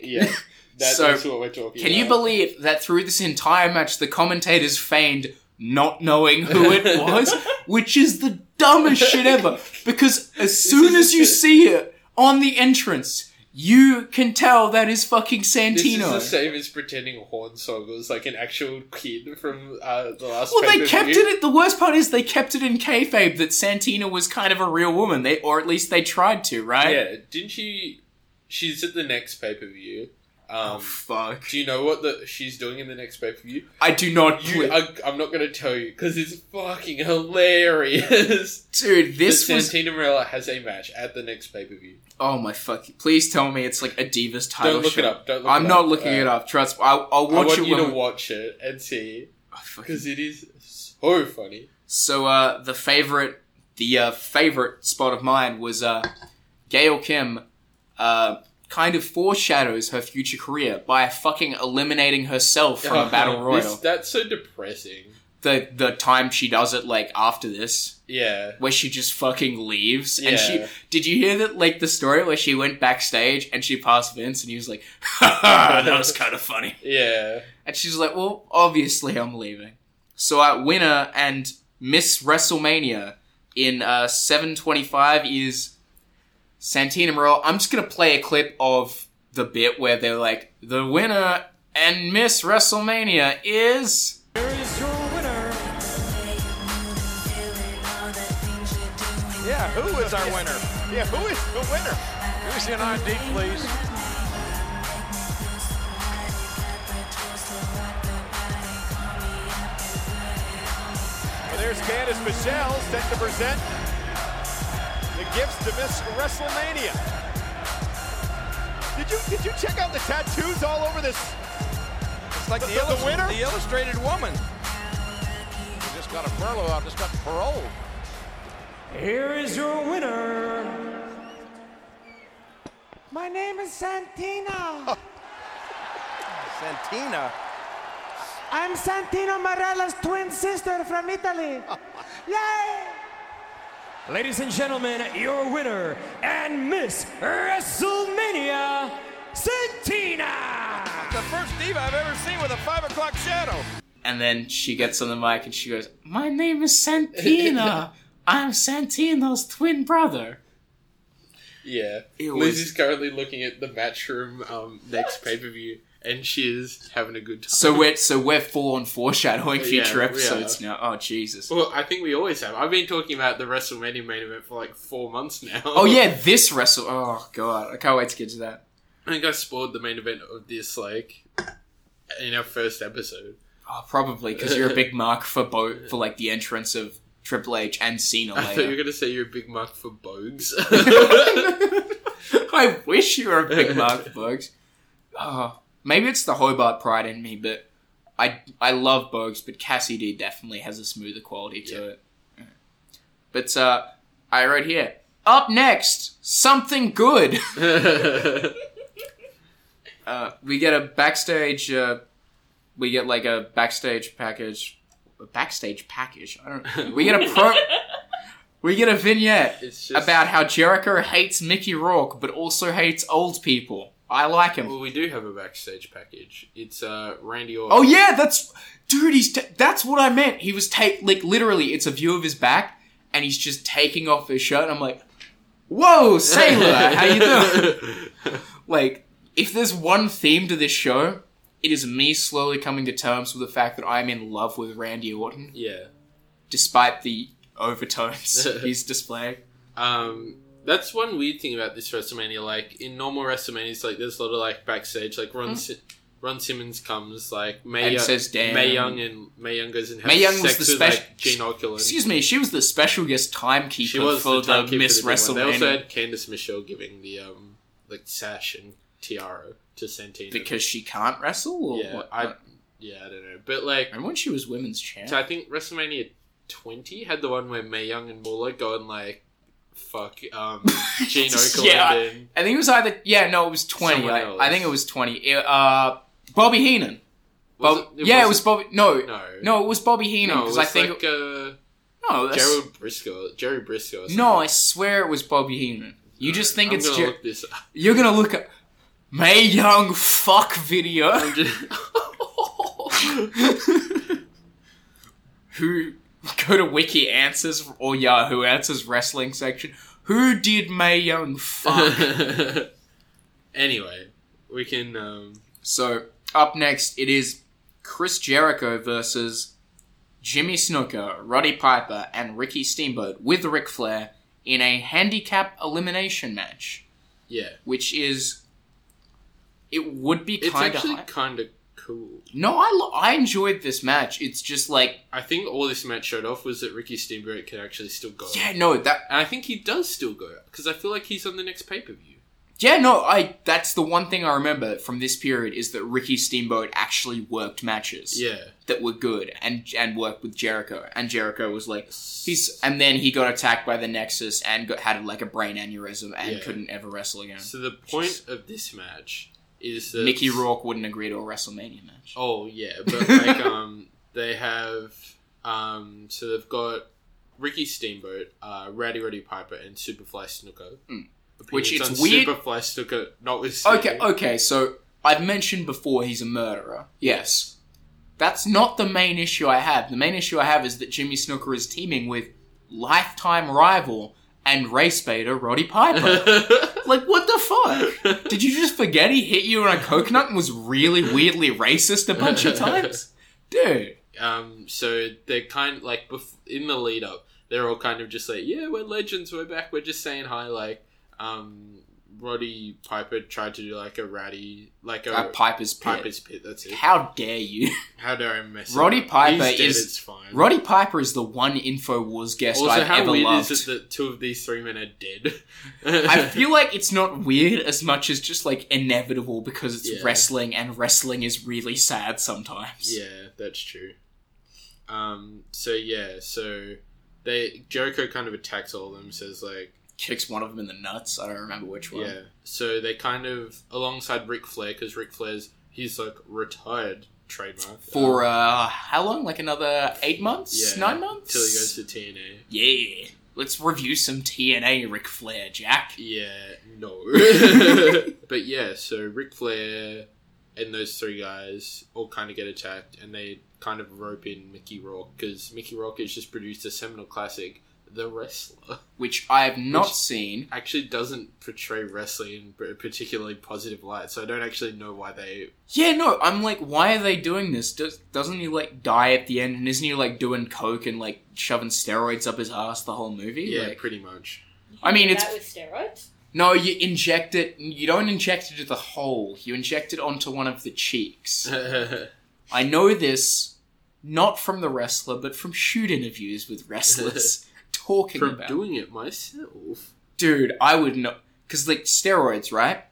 [SPEAKER 3] Yeah, that,
[SPEAKER 6] So,
[SPEAKER 3] that's what we're talking.
[SPEAKER 6] Can you
[SPEAKER 3] about.
[SPEAKER 6] believe that through this entire match, the commentators feigned not knowing who
[SPEAKER 3] [LAUGHS]
[SPEAKER 6] it was, which is the dumbest shit ever? Because as soon as you see it on the entrance, you can tell that is fucking
[SPEAKER 3] This is the
[SPEAKER 6] Santino.
[SPEAKER 3] same as pretending a horn song was like an actual kid from uh, the last.
[SPEAKER 6] Well, they kept
[SPEAKER 3] pay-per-view.
[SPEAKER 6] it. The worst part is they kept it in kayfabe that Santina was kind of a real woman. They, or at least they tried to, right?
[SPEAKER 3] Yeah, didn't she? She's at the next pay per view.
[SPEAKER 6] Oh,
[SPEAKER 3] Um, fuck. Do you know what the she's doing in the next pay per view?
[SPEAKER 6] I do not
[SPEAKER 3] You,
[SPEAKER 6] believe-
[SPEAKER 3] I, I'm not going to tell you because it's
[SPEAKER 6] [LAUGHS]
[SPEAKER 3] fucking hilarious,
[SPEAKER 6] Dude, this
[SPEAKER 3] But
[SPEAKER 6] was-
[SPEAKER 3] Santina Morella has a match at the next pay per view.
[SPEAKER 6] Oh my fuck! Please tell me it's like a Divas title.
[SPEAKER 3] Don't look
[SPEAKER 6] shot.
[SPEAKER 3] it up. Don't look
[SPEAKER 6] I'm
[SPEAKER 3] it
[SPEAKER 6] not
[SPEAKER 3] up.
[SPEAKER 6] looking
[SPEAKER 3] Uh,
[SPEAKER 6] it up. Trust. I'll, I'll watch
[SPEAKER 3] I want
[SPEAKER 6] it.
[SPEAKER 3] you
[SPEAKER 6] when
[SPEAKER 3] to
[SPEAKER 6] we-
[SPEAKER 3] watch it and see because it is so funny.
[SPEAKER 6] So uh, the favorite, the uh, favorite spot of mine was uh, Gail Kim. Uh, kind of foreshadows her future career by fucking eliminating herself
[SPEAKER 3] [LAUGHS]
[SPEAKER 6] from a battle royal.
[SPEAKER 3] This- that's so depressing.
[SPEAKER 6] the the time she does it, like after this,
[SPEAKER 3] Yeah.
[SPEAKER 6] where she just fucking leaves. And she
[SPEAKER 3] Yeah.
[SPEAKER 6] did you hear that like the story where she went backstage and she passed Vince and he was like, [LAUGHS] "Ha ha, that was kind of funny."
[SPEAKER 3] Yeah.
[SPEAKER 6] And she's like, "Well, obviously I'm leaving." So uh, winner and Miss WrestleMania in uh, 725 is Santina Morel. I'm just gonna play a clip of the bit where they're like, "The winner and Miss WrestleMania is."
[SPEAKER 10] Here is your winner. Yeah, who is our winner? Yeah, who is the winner? Who's in ID, please? Well, there's Candice Michelle set to present the gifts to Miss WrestleMania. Did you did you check out the tattoos all over this? It's like
[SPEAKER 1] the illus-
[SPEAKER 10] winner,
[SPEAKER 1] the
[SPEAKER 10] illustrated woman.
[SPEAKER 1] Just got a furlough out, just got parole.
[SPEAKER 10] Here is your winner.
[SPEAKER 1] My name is Santina. Santina?
[SPEAKER 10] I'm Santino Marella's twin sister from Italy. Yay! Ladies and gentlemen, your winner and Miss WrestleMania, Santina. The first diva I've ever seen with a five o'clock shadow.
[SPEAKER 6] And then she gets on the mic and she goes, My name
[SPEAKER 3] [LAUGHS]
[SPEAKER 6] is Santina. I'm Santino's twin brother.
[SPEAKER 3] Yeah.
[SPEAKER 6] It
[SPEAKER 3] Liz
[SPEAKER 6] was-
[SPEAKER 3] is currently looking at the matchroom um, next pay per view, and she is having a good time.
[SPEAKER 6] So we're so we're full on foreshadowing
[SPEAKER 3] Yeah,
[SPEAKER 6] future
[SPEAKER 3] we
[SPEAKER 6] episodes
[SPEAKER 3] are.
[SPEAKER 6] now. Oh Jesus.
[SPEAKER 3] Well, I think we always have. I've been talking about the WrestleMania main event for like four months now.
[SPEAKER 6] Oh yeah, this wrestle oh god. I can't wait to get to that.
[SPEAKER 3] I think I spoiled the main event of this like in our first episode.
[SPEAKER 6] Oh, probably because you're a
[SPEAKER 3] [LAUGHS]
[SPEAKER 6] big mark for both for like the entrance of Triple H and Cena
[SPEAKER 3] I thought you were
[SPEAKER 6] later.
[SPEAKER 3] gonna say you're a big mark
[SPEAKER 6] [LAUGHS]
[SPEAKER 3] for bogues.
[SPEAKER 6] I wish you were a big mark for Bugs. Oh, maybe it's the Hobart pride in me, but I I love Bugs, but Cassidy definitely has a smoother quality to it. But uh, I wrote here. Up next, something good. uh, we get a backstage. Uh, we get like a backstage package. A backstage package. I don't. We get a
[SPEAKER 3] [LAUGHS]
[SPEAKER 6] pro. we get a vignette
[SPEAKER 3] It's just-
[SPEAKER 6] about how Jericho hates Mickey Rourke, but also hates old people. I like him.
[SPEAKER 3] well, we do have a backstage package. It's uh, Randy Orton.
[SPEAKER 6] Oh yeah, that's dude. He's ta- that's what I meant. He was take like literally, it's a view of his back, and he's just taking off his shirt. And I'm like, whoa, sailor, how you
[SPEAKER 3] [LAUGHS]
[SPEAKER 6] doing? like, if there's one theme to this show, it is me slowly coming to terms with the fact that I'm in love with Randy Orton,
[SPEAKER 3] yeah.
[SPEAKER 6] despite the
[SPEAKER 3] [LAUGHS]
[SPEAKER 6] overtones he's displaying.
[SPEAKER 3] Um, that's one weird thing about this WrestleMania. Like in normal WrestleManias, like there's a lot of like backstage. Like Ron,
[SPEAKER 6] Hmm.
[SPEAKER 3] Si- Ron Simmons comes, like May
[SPEAKER 6] And
[SPEAKER 3] Young,
[SPEAKER 6] says, "Damn."
[SPEAKER 3] May Young and May Young goes and has
[SPEAKER 6] Mae Young was
[SPEAKER 3] sex
[SPEAKER 6] the
[SPEAKER 3] with
[SPEAKER 6] special.
[SPEAKER 3] like Gene Okerlund.
[SPEAKER 6] Excuse me, she was the special guest timekeeper
[SPEAKER 3] she was
[SPEAKER 6] for the,
[SPEAKER 3] timekeeper for
[SPEAKER 6] Miss
[SPEAKER 3] big one.
[SPEAKER 6] WrestleMania.
[SPEAKER 3] They also had Candice Michelle giving the um like sash and tiara to Santino
[SPEAKER 6] because she can't wrestle. Or
[SPEAKER 3] yeah,
[SPEAKER 6] what?
[SPEAKER 3] I yeah I don't know, but like
[SPEAKER 6] remember when she was women's champ.
[SPEAKER 3] so I think WrestleMania 20 had the one where May Young and Muller go and like fuck
[SPEAKER 6] [LAUGHS]
[SPEAKER 3] um Gene Okerlund
[SPEAKER 6] yeah,
[SPEAKER 3] and
[SPEAKER 6] I think it was either yeah, no, it was twenty.
[SPEAKER 3] Someone
[SPEAKER 6] I,
[SPEAKER 3] else.
[SPEAKER 6] I think it was twenty. It, uh, Bobby Heenan.
[SPEAKER 3] Was
[SPEAKER 6] Bob-
[SPEAKER 3] it- it
[SPEAKER 6] yeah, it
[SPEAKER 3] wasn't-
[SPEAKER 6] was Bobby. No,
[SPEAKER 3] No.
[SPEAKER 6] it was Bobby Heenan
[SPEAKER 3] No, it
[SPEAKER 6] because
[SPEAKER 3] was
[SPEAKER 6] I think
[SPEAKER 3] like uh,
[SPEAKER 6] no, that's,
[SPEAKER 3] Gerald Briscoe, Jerry Briscoe. or
[SPEAKER 6] no, I
[SPEAKER 3] something.
[SPEAKER 6] swear it was Bobby Heenan. You just think
[SPEAKER 3] I'm
[SPEAKER 6] it's
[SPEAKER 3] gonna
[SPEAKER 6] Jer-
[SPEAKER 3] look this up.
[SPEAKER 6] you're gonna look at May Young fuck video. Who go to Wiki Answers or Yahoo Answers wrestling section? Who did May Young [LAUGHS]
[SPEAKER 3] [LAUGHS]
[SPEAKER 6] fuck?
[SPEAKER 3] Anyway, we can. Um,
[SPEAKER 6] So up next, it is Chris Jericho versus Jimmy Snooker, Roddy Piper, and Ricky Steamboat with Ric Flair in a handicap elimination match,
[SPEAKER 3] yeah,
[SPEAKER 6] which is It would be
[SPEAKER 3] It's
[SPEAKER 6] kind
[SPEAKER 3] actually
[SPEAKER 6] of.
[SPEAKER 3] kind of cool.
[SPEAKER 6] No, I, lo- I enjoyed this match. It's just like
[SPEAKER 3] I think all this match showed off was that Ricky Steamboat can actually still go.
[SPEAKER 6] Yeah, no, that-
[SPEAKER 3] and I think he does still go because I feel like he's on the next pay per view.
[SPEAKER 6] Yeah, no, I that's the one thing I remember from this period is that Ricky Steamboat actually worked matches.
[SPEAKER 3] Yeah.
[SPEAKER 6] That were good and and worked with Jericho. And Jericho was like he's and then he got attacked by the Nexus and got had like a brain aneurysm and
[SPEAKER 3] Yeah.
[SPEAKER 6] couldn't ever wrestle again.
[SPEAKER 3] So the point of this match is that
[SPEAKER 6] Mickey Rourke wouldn't agree to a WrestleMania match.
[SPEAKER 3] Oh yeah,
[SPEAKER 6] [LAUGHS]
[SPEAKER 3] but like um, they have um, so they've got Ricky Steamboat, uh, Rowdy Roddy Piper, and Superfly Snooker.
[SPEAKER 6] Mm.
[SPEAKER 3] Opinions
[SPEAKER 6] Which it's
[SPEAKER 3] on
[SPEAKER 6] weird-
[SPEAKER 3] Superfly Snooker, notwithstanding.
[SPEAKER 6] Okay, okay, so I've mentioned before he's a murderer. Yes. That's not the main issue I have. The main issue I have is that Jimmy Snooker is teaming with lifetime rival and race baiter Roddy
[SPEAKER 3] [LAUGHS]
[SPEAKER 6] Piper. like, what the fuck? Did you just forget he hit you on a coconut and was really weirdly racist a bunch of
[SPEAKER 3] [LAUGHS]
[SPEAKER 6] times? Dude.
[SPEAKER 3] Um, so they're kind of like bef- in the lead up, they're all kind of just like, yeah, we're legends, we're back, we're just saying hi. Like, um, Roddy Piper tried to do like a ratty, like a,
[SPEAKER 6] Uh, Piper's Pit.
[SPEAKER 3] Piper's pit. That's it.
[SPEAKER 6] How dare you?
[SPEAKER 3] How dare I mess? it
[SPEAKER 6] Roddy
[SPEAKER 3] up?
[SPEAKER 6] Piper
[SPEAKER 3] He's dead,
[SPEAKER 6] is
[SPEAKER 3] it's fine.
[SPEAKER 6] Roddy Piper is the one InfoWars guest
[SPEAKER 3] Also,
[SPEAKER 6] I've
[SPEAKER 3] how
[SPEAKER 6] ever
[SPEAKER 3] weird
[SPEAKER 6] loved.
[SPEAKER 3] is it that two of these three men are dead? [LAUGHS]
[SPEAKER 6] I feel like it's not weird as much as just like inevitable because it's
[SPEAKER 3] Yeah.
[SPEAKER 6] wrestling and wrestling is really sad sometimes.
[SPEAKER 3] Yeah, that's true. Um, so yeah, so they Jericho kind of attacks all of them, says like
[SPEAKER 6] Kicks one of them in the nuts. I don't remember which one.
[SPEAKER 3] Yeah. So they kind of alongside Ric Flair because Ric Flair's he's like retired trademark
[SPEAKER 6] For
[SPEAKER 3] Um,
[SPEAKER 6] uh how long? Like another eight months?
[SPEAKER 3] yeah,
[SPEAKER 6] Nine months?
[SPEAKER 3] till he goes to TNA.
[SPEAKER 6] Yeah. Let's review some TNA Ric Flair, Jack.
[SPEAKER 3] Yeah, no. [LAUGHS] but yeah, so Ric Flair and those three guys all kind of get attacked, and they kind of rope in Mickey Rourke because Mickey Rourke has just produced a seminal classic, The Wrestler,
[SPEAKER 6] which I have not
[SPEAKER 3] Which-
[SPEAKER 6] seen.
[SPEAKER 3] Actually, doesn't portray wrestling in a particularly positive light, so I don't actually know why they.
[SPEAKER 6] Yeah, no, I'm like, why are they doing this? Does, doesn't he like die at the end? And isn't he like doing coke and like shoving steroids up his ass the whole movie?
[SPEAKER 3] Yeah,
[SPEAKER 6] Like-
[SPEAKER 3] pretty much.
[SPEAKER 6] I mean,
[SPEAKER 2] That
[SPEAKER 6] it's
[SPEAKER 2] with steroids.
[SPEAKER 6] No, you inject it. You don't inject it to the hole. You inject it onto one of the cheeks. I know this not from the wrestler, but from shoot interviews with
[SPEAKER 3] [LAUGHS]
[SPEAKER 6] wrestlers talking
[SPEAKER 3] From
[SPEAKER 6] about.
[SPEAKER 3] doing it myself.
[SPEAKER 6] Dude, I would not because like steroids, right?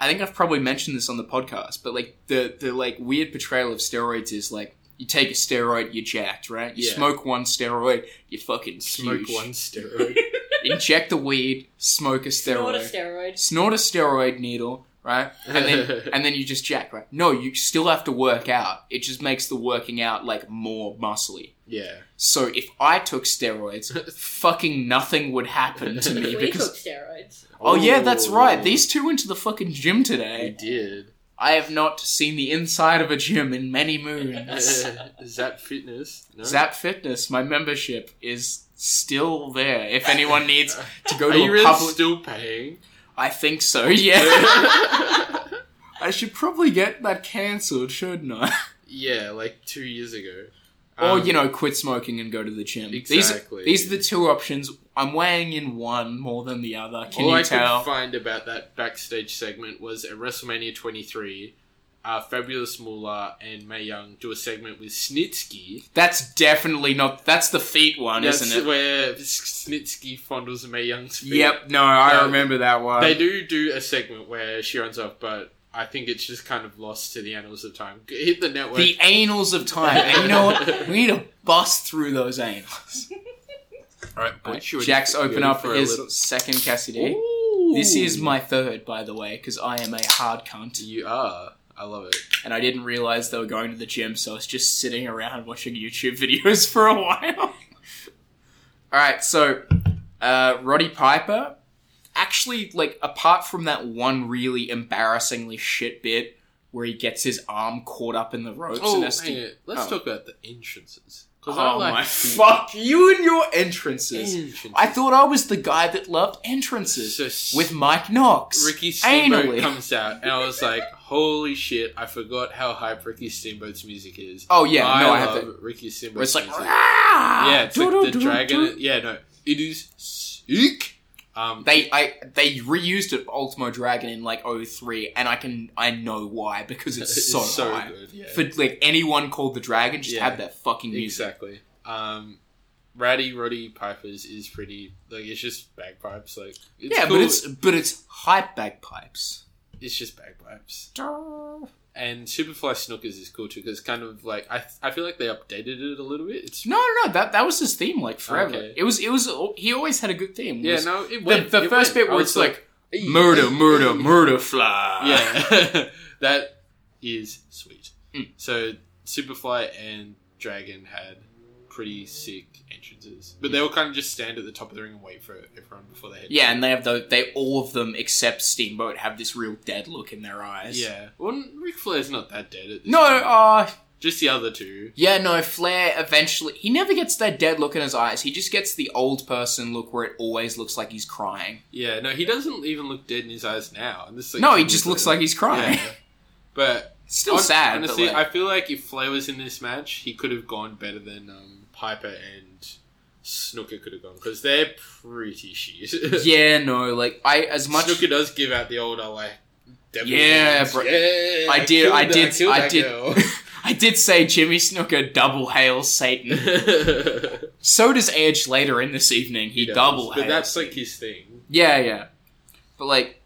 [SPEAKER 6] I think I've probably mentioned this on the podcast, but like the the like weird portrayal of steroids is like you take a steroid, you're jacked, right? You
[SPEAKER 3] Yeah.
[SPEAKER 6] smoke one steroid, you fucking
[SPEAKER 3] Smoke
[SPEAKER 6] huge.
[SPEAKER 3] one steroid.
[SPEAKER 6] inject the weed, smoke a steroid,
[SPEAKER 2] Snort a steroid.
[SPEAKER 6] snort a steroid needle, right? And
[SPEAKER 3] [LAUGHS]
[SPEAKER 6] then and then you just jack, right? No, you still have to work out. It just makes the working out like more muscly.
[SPEAKER 3] [LAUGHS] yeah.
[SPEAKER 6] So if I took steroids,
[SPEAKER 3] [LAUGHS]
[SPEAKER 6] fucking nothing would happen to me
[SPEAKER 2] we
[SPEAKER 6] because
[SPEAKER 2] took steroids.
[SPEAKER 6] Oh yeah, that's right.
[SPEAKER 3] Ooh.
[SPEAKER 6] These two went to the fucking gym today. [LAUGHS]
[SPEAKER 3] did. [LAUGHS]
[SPEAKER 6] I have not seen the inside of a gym in many moons.
[SPEAKER 3] [LAUGHS] Zap Fitness. No?
[SPEAKER 6] Zap Fitness, my membership is still there. If anyone needs to go
[SPEAKER 3] Are
[SPEAKER 6] to a
[SPEAKER 3] you really
[SPEAKER 6] public,
[SPEAKER 3] still paying?
[SPEAKER 6] I think so. Yeah, [LAUGHS] I should probably get that cancelled, shouldn't I?
[SPEAKER 3] yeah, like two years ago.
[SPEAKER 6] or
[SPEAKER 3] Um,
[SPEAKER 6] you know, quit smoking and go to the gym.
[SPEAKER 3] Exactly.
[SPEAKER 6] These, these are the two options. I'm weighing in one more than the other. Can
[SPEAKER 3] all
[SPEAKER 6] you
[SPEAKER 3] I
[SPEAKER 6] tell?
[SPEAKER 3] could find about that backstage segment was at WrestleMania 23, uh, Fabulous Moolah and Mae Young do a segment with Snitsky.
[SPEAKER 6] that's definitely not. That's the feet one,
[SPEAKER 3] That's
[SPEAKER 6] isn't it?
[SPEAKER 3] where Snitsky fondles Mae Young's feet.
[SPEAKER 6] Yep. No, I
[SPEAKER 3] Uh,
[SPEAKER 6] remember that one.
[SPEAKER 3] They do do a segment where she runs off, but I think it's just kind of lost to the annals of time. G- Hit the network.
[SPEAKER 6] The anals of time. And you know
[SPEAKER 3] [LAUGHS]
[SPEAKER 6] what? We need to bust through those anals.
[SPEAKER 3] All right, boy, should we
[SPEAKER 6] Jack's
[SPEAKER 3] just
[SPEAKER 6] open
[SPEAKER 3] go
[SPEAKER 6] up
[SPEAKER 3] for a
[SPEAKER 6] his
[SPEAKER 3] little-
[SPEAKER 6] second Cassidy. This is my third, by the way, because I am a hard cunt.
[SPEAKER 3] You are. I love it.
[SPEAKER 6] And I didn't realize they were going to the gym, so I was just sitting around watching YouTube [LAUGHS] videos for a while. [LAUGHS] All right, so uh, Roddy Piper, actually, like apart from that one really embarrassingly shit bit where he gets his arm caught up in the ropes
[SPEAKER 3] Oh,
[SPEAKER 6] and
[SPEAKER 3] hang
[SPEAKER 6] has to-
[SPEAKER 3] it. Let's
[SPEAKER 6] Oh.
[SPEAKER 3] talk about the entrances. 'Cause I
[SPEAKER 6] Oh
[SPEAKER 3] like
[SPEAKER 6] my [LAUGHS]
[SPEAKER 3] the-
[SPEAKER 6] fuck you and your entrances.
[SPEAKER 3] Entrances.
[SPEAKER 6] I thought I was the guy that loved entrances with Mike Knox.
[SPEAKER 3] Ricky Steamboat
[SPEAKER 6] Anally.
[SPEAKER 3] comes out, and I was like, "Holy shit!" I forgot how hype Ricky Steamboat's music is.
[SPEAKER 6] Oh, yeah,
[SPEAKER 3] I
[SPEAKER 6] no, I have
[SPEAKER 3] love
[SPEAKER 6] to-
[SPEAKER 3] Ricky Steamboat.
[SPEAKER 6] Where it's like, "Ah,
[SPEAKER 3] music. yeah, it's like the
[SPEAKER 6] Do-do-do-do-do.
[SPEAKER 3] dragon. Yeah, no, it is sick. Um,
[SPEAKER 6] they I they reused it for Ultimo Dragon in like 03, and I can I know why because it's,
[SPEAKER 3] [LAUGHS] It's
[SPEAKER 6] so,
[SPEAKER 3] so
[SPEAKER 6] high.
[SPEAKER 3] good, yeah.
[SPEAKER 6] For like anyone called the Dragon, just have that fucking music.
[SPEAKER 3] Exactly. Um, Ratty Roddy Pipers is pretty like it's just bagpipes like it's
[SPEAKER 6] yeah,
[SPEAKER 3] cool.
[SPEAKER 6] but it's but it's hype bagpipes.
[SPEAKER 3] it's just bagpipes. And Superfly Snookers is cool too because kind of like I I feel like they updated it a little bit. It's
[SPEAKER 6] No, no, no. That that was his theme like forever.
[SPEAKER 3] Okay.
[SPEAKER 6] It was it was he always had a good theme.
[SPEAKER 3] Yeah,
[SPEAKER 6] was-
[SPEAKER 3] no, it
[SPEAKER 6] the-
[SPEAKER 3] went-
[SPEAKER 6] the,
[SPEAKER 3] it
[SPEAKER 6] first
[SPEAKER 3] went.
[SPEAKER 6] bit
[SPEAKER 3] I
[SPEAKER 6] where
[SPEAKER 3] was
[SPEAKER 6] it's like,
[SPEAKER 3] like, "Ee,
[SPEAKER 6] murder,
[SPEAKER 3] ee, [LAUGHS]
[SPEAKER 6] murder,
[SPEAKER 3] ee."
[SPEAKER 6] murder fly.
[SPEAKER 3] yeah, [LAUGHS] that is sweet.
[SPEAKER 6] Mm.
[SPEAKER 3] So Superfly and Dragon had pretty sick entrances, but they all kind of just stand at the top of the ring and wait for everyone before they head.
[SPEAKER 6] yeah, and they have the they all of them except Steamboat have this real dead look in their eyes.
[SPEAKER 3] yeah. Well, Ric Flair's not that dead. At this
[SPEAKER 6] No,
[SPEAKER 3] point.
[SPEAKER 6] uh
[SPEAKER 3] just the other two.
[SPEAKER 6] yeah, no, Flair eventually he never gets that dead look in his eyes. He just gets the old person look where it always looks like he's crying.
[SPEAKER 3] Yeah, no, he doesn't even look dead in his eyes now. And this is, like,
[SPEAKER 6] no, he
[SPEAKER 3] ten
[SPEAKER 6] just
[SPEAKER 3] years
[SPEAKER 6] looks
[SPEAKER 3] later.
[SPEAKER 6] like he's crying.
[SPEAKER 3] Yeah. But
[SPEAKER 6] It's [LAUGHS] still sad, but,
[SPEAKER 3] Honestly,
[SPEAKER 6] like-
[SPEAKER 3] I feel like if Flair was in this match, he could have gone better than um, Piper and Snooker could have gone because they're pretty shit. [LAUGHS]
[SPEAKER 6] yeah, no, like I as much
[SPEAKER 3] Snooker does give out the older like. devil
[SPEAKER 6] Yeah,
[SPEAKER 3] hands.
[SPEAKER 6] bro.
[SPEAKER 3] Yeah,
[SPEAKER 6] I did.
[SPEAKER 3] killed
[SPEAKER 6] I
[SPEAKER 3] that-
[SPEAKER 6] did.
[SPEAKER 3] killed
[SPEAKER 6] I
[SPEAKER 3] that
[SPEAKER 6] did.
[SPEAKER 3] girl. [LAUGHS]
[SPEAKER 6] I did say Jimmy Snooker double hail
[SPEAKER 3] [LAUGHS]
[SPEAKER 6] Satan. so does Edge later in this evening. He,
[SPEAKER 3] He does,
[SPEAKER 6] double
[SPEAKER 3] but
[SPEAKER 6] hails.
[SPEAKER 3] that's like his thing.
[SPEAKER 6] yeah, yeah. But like,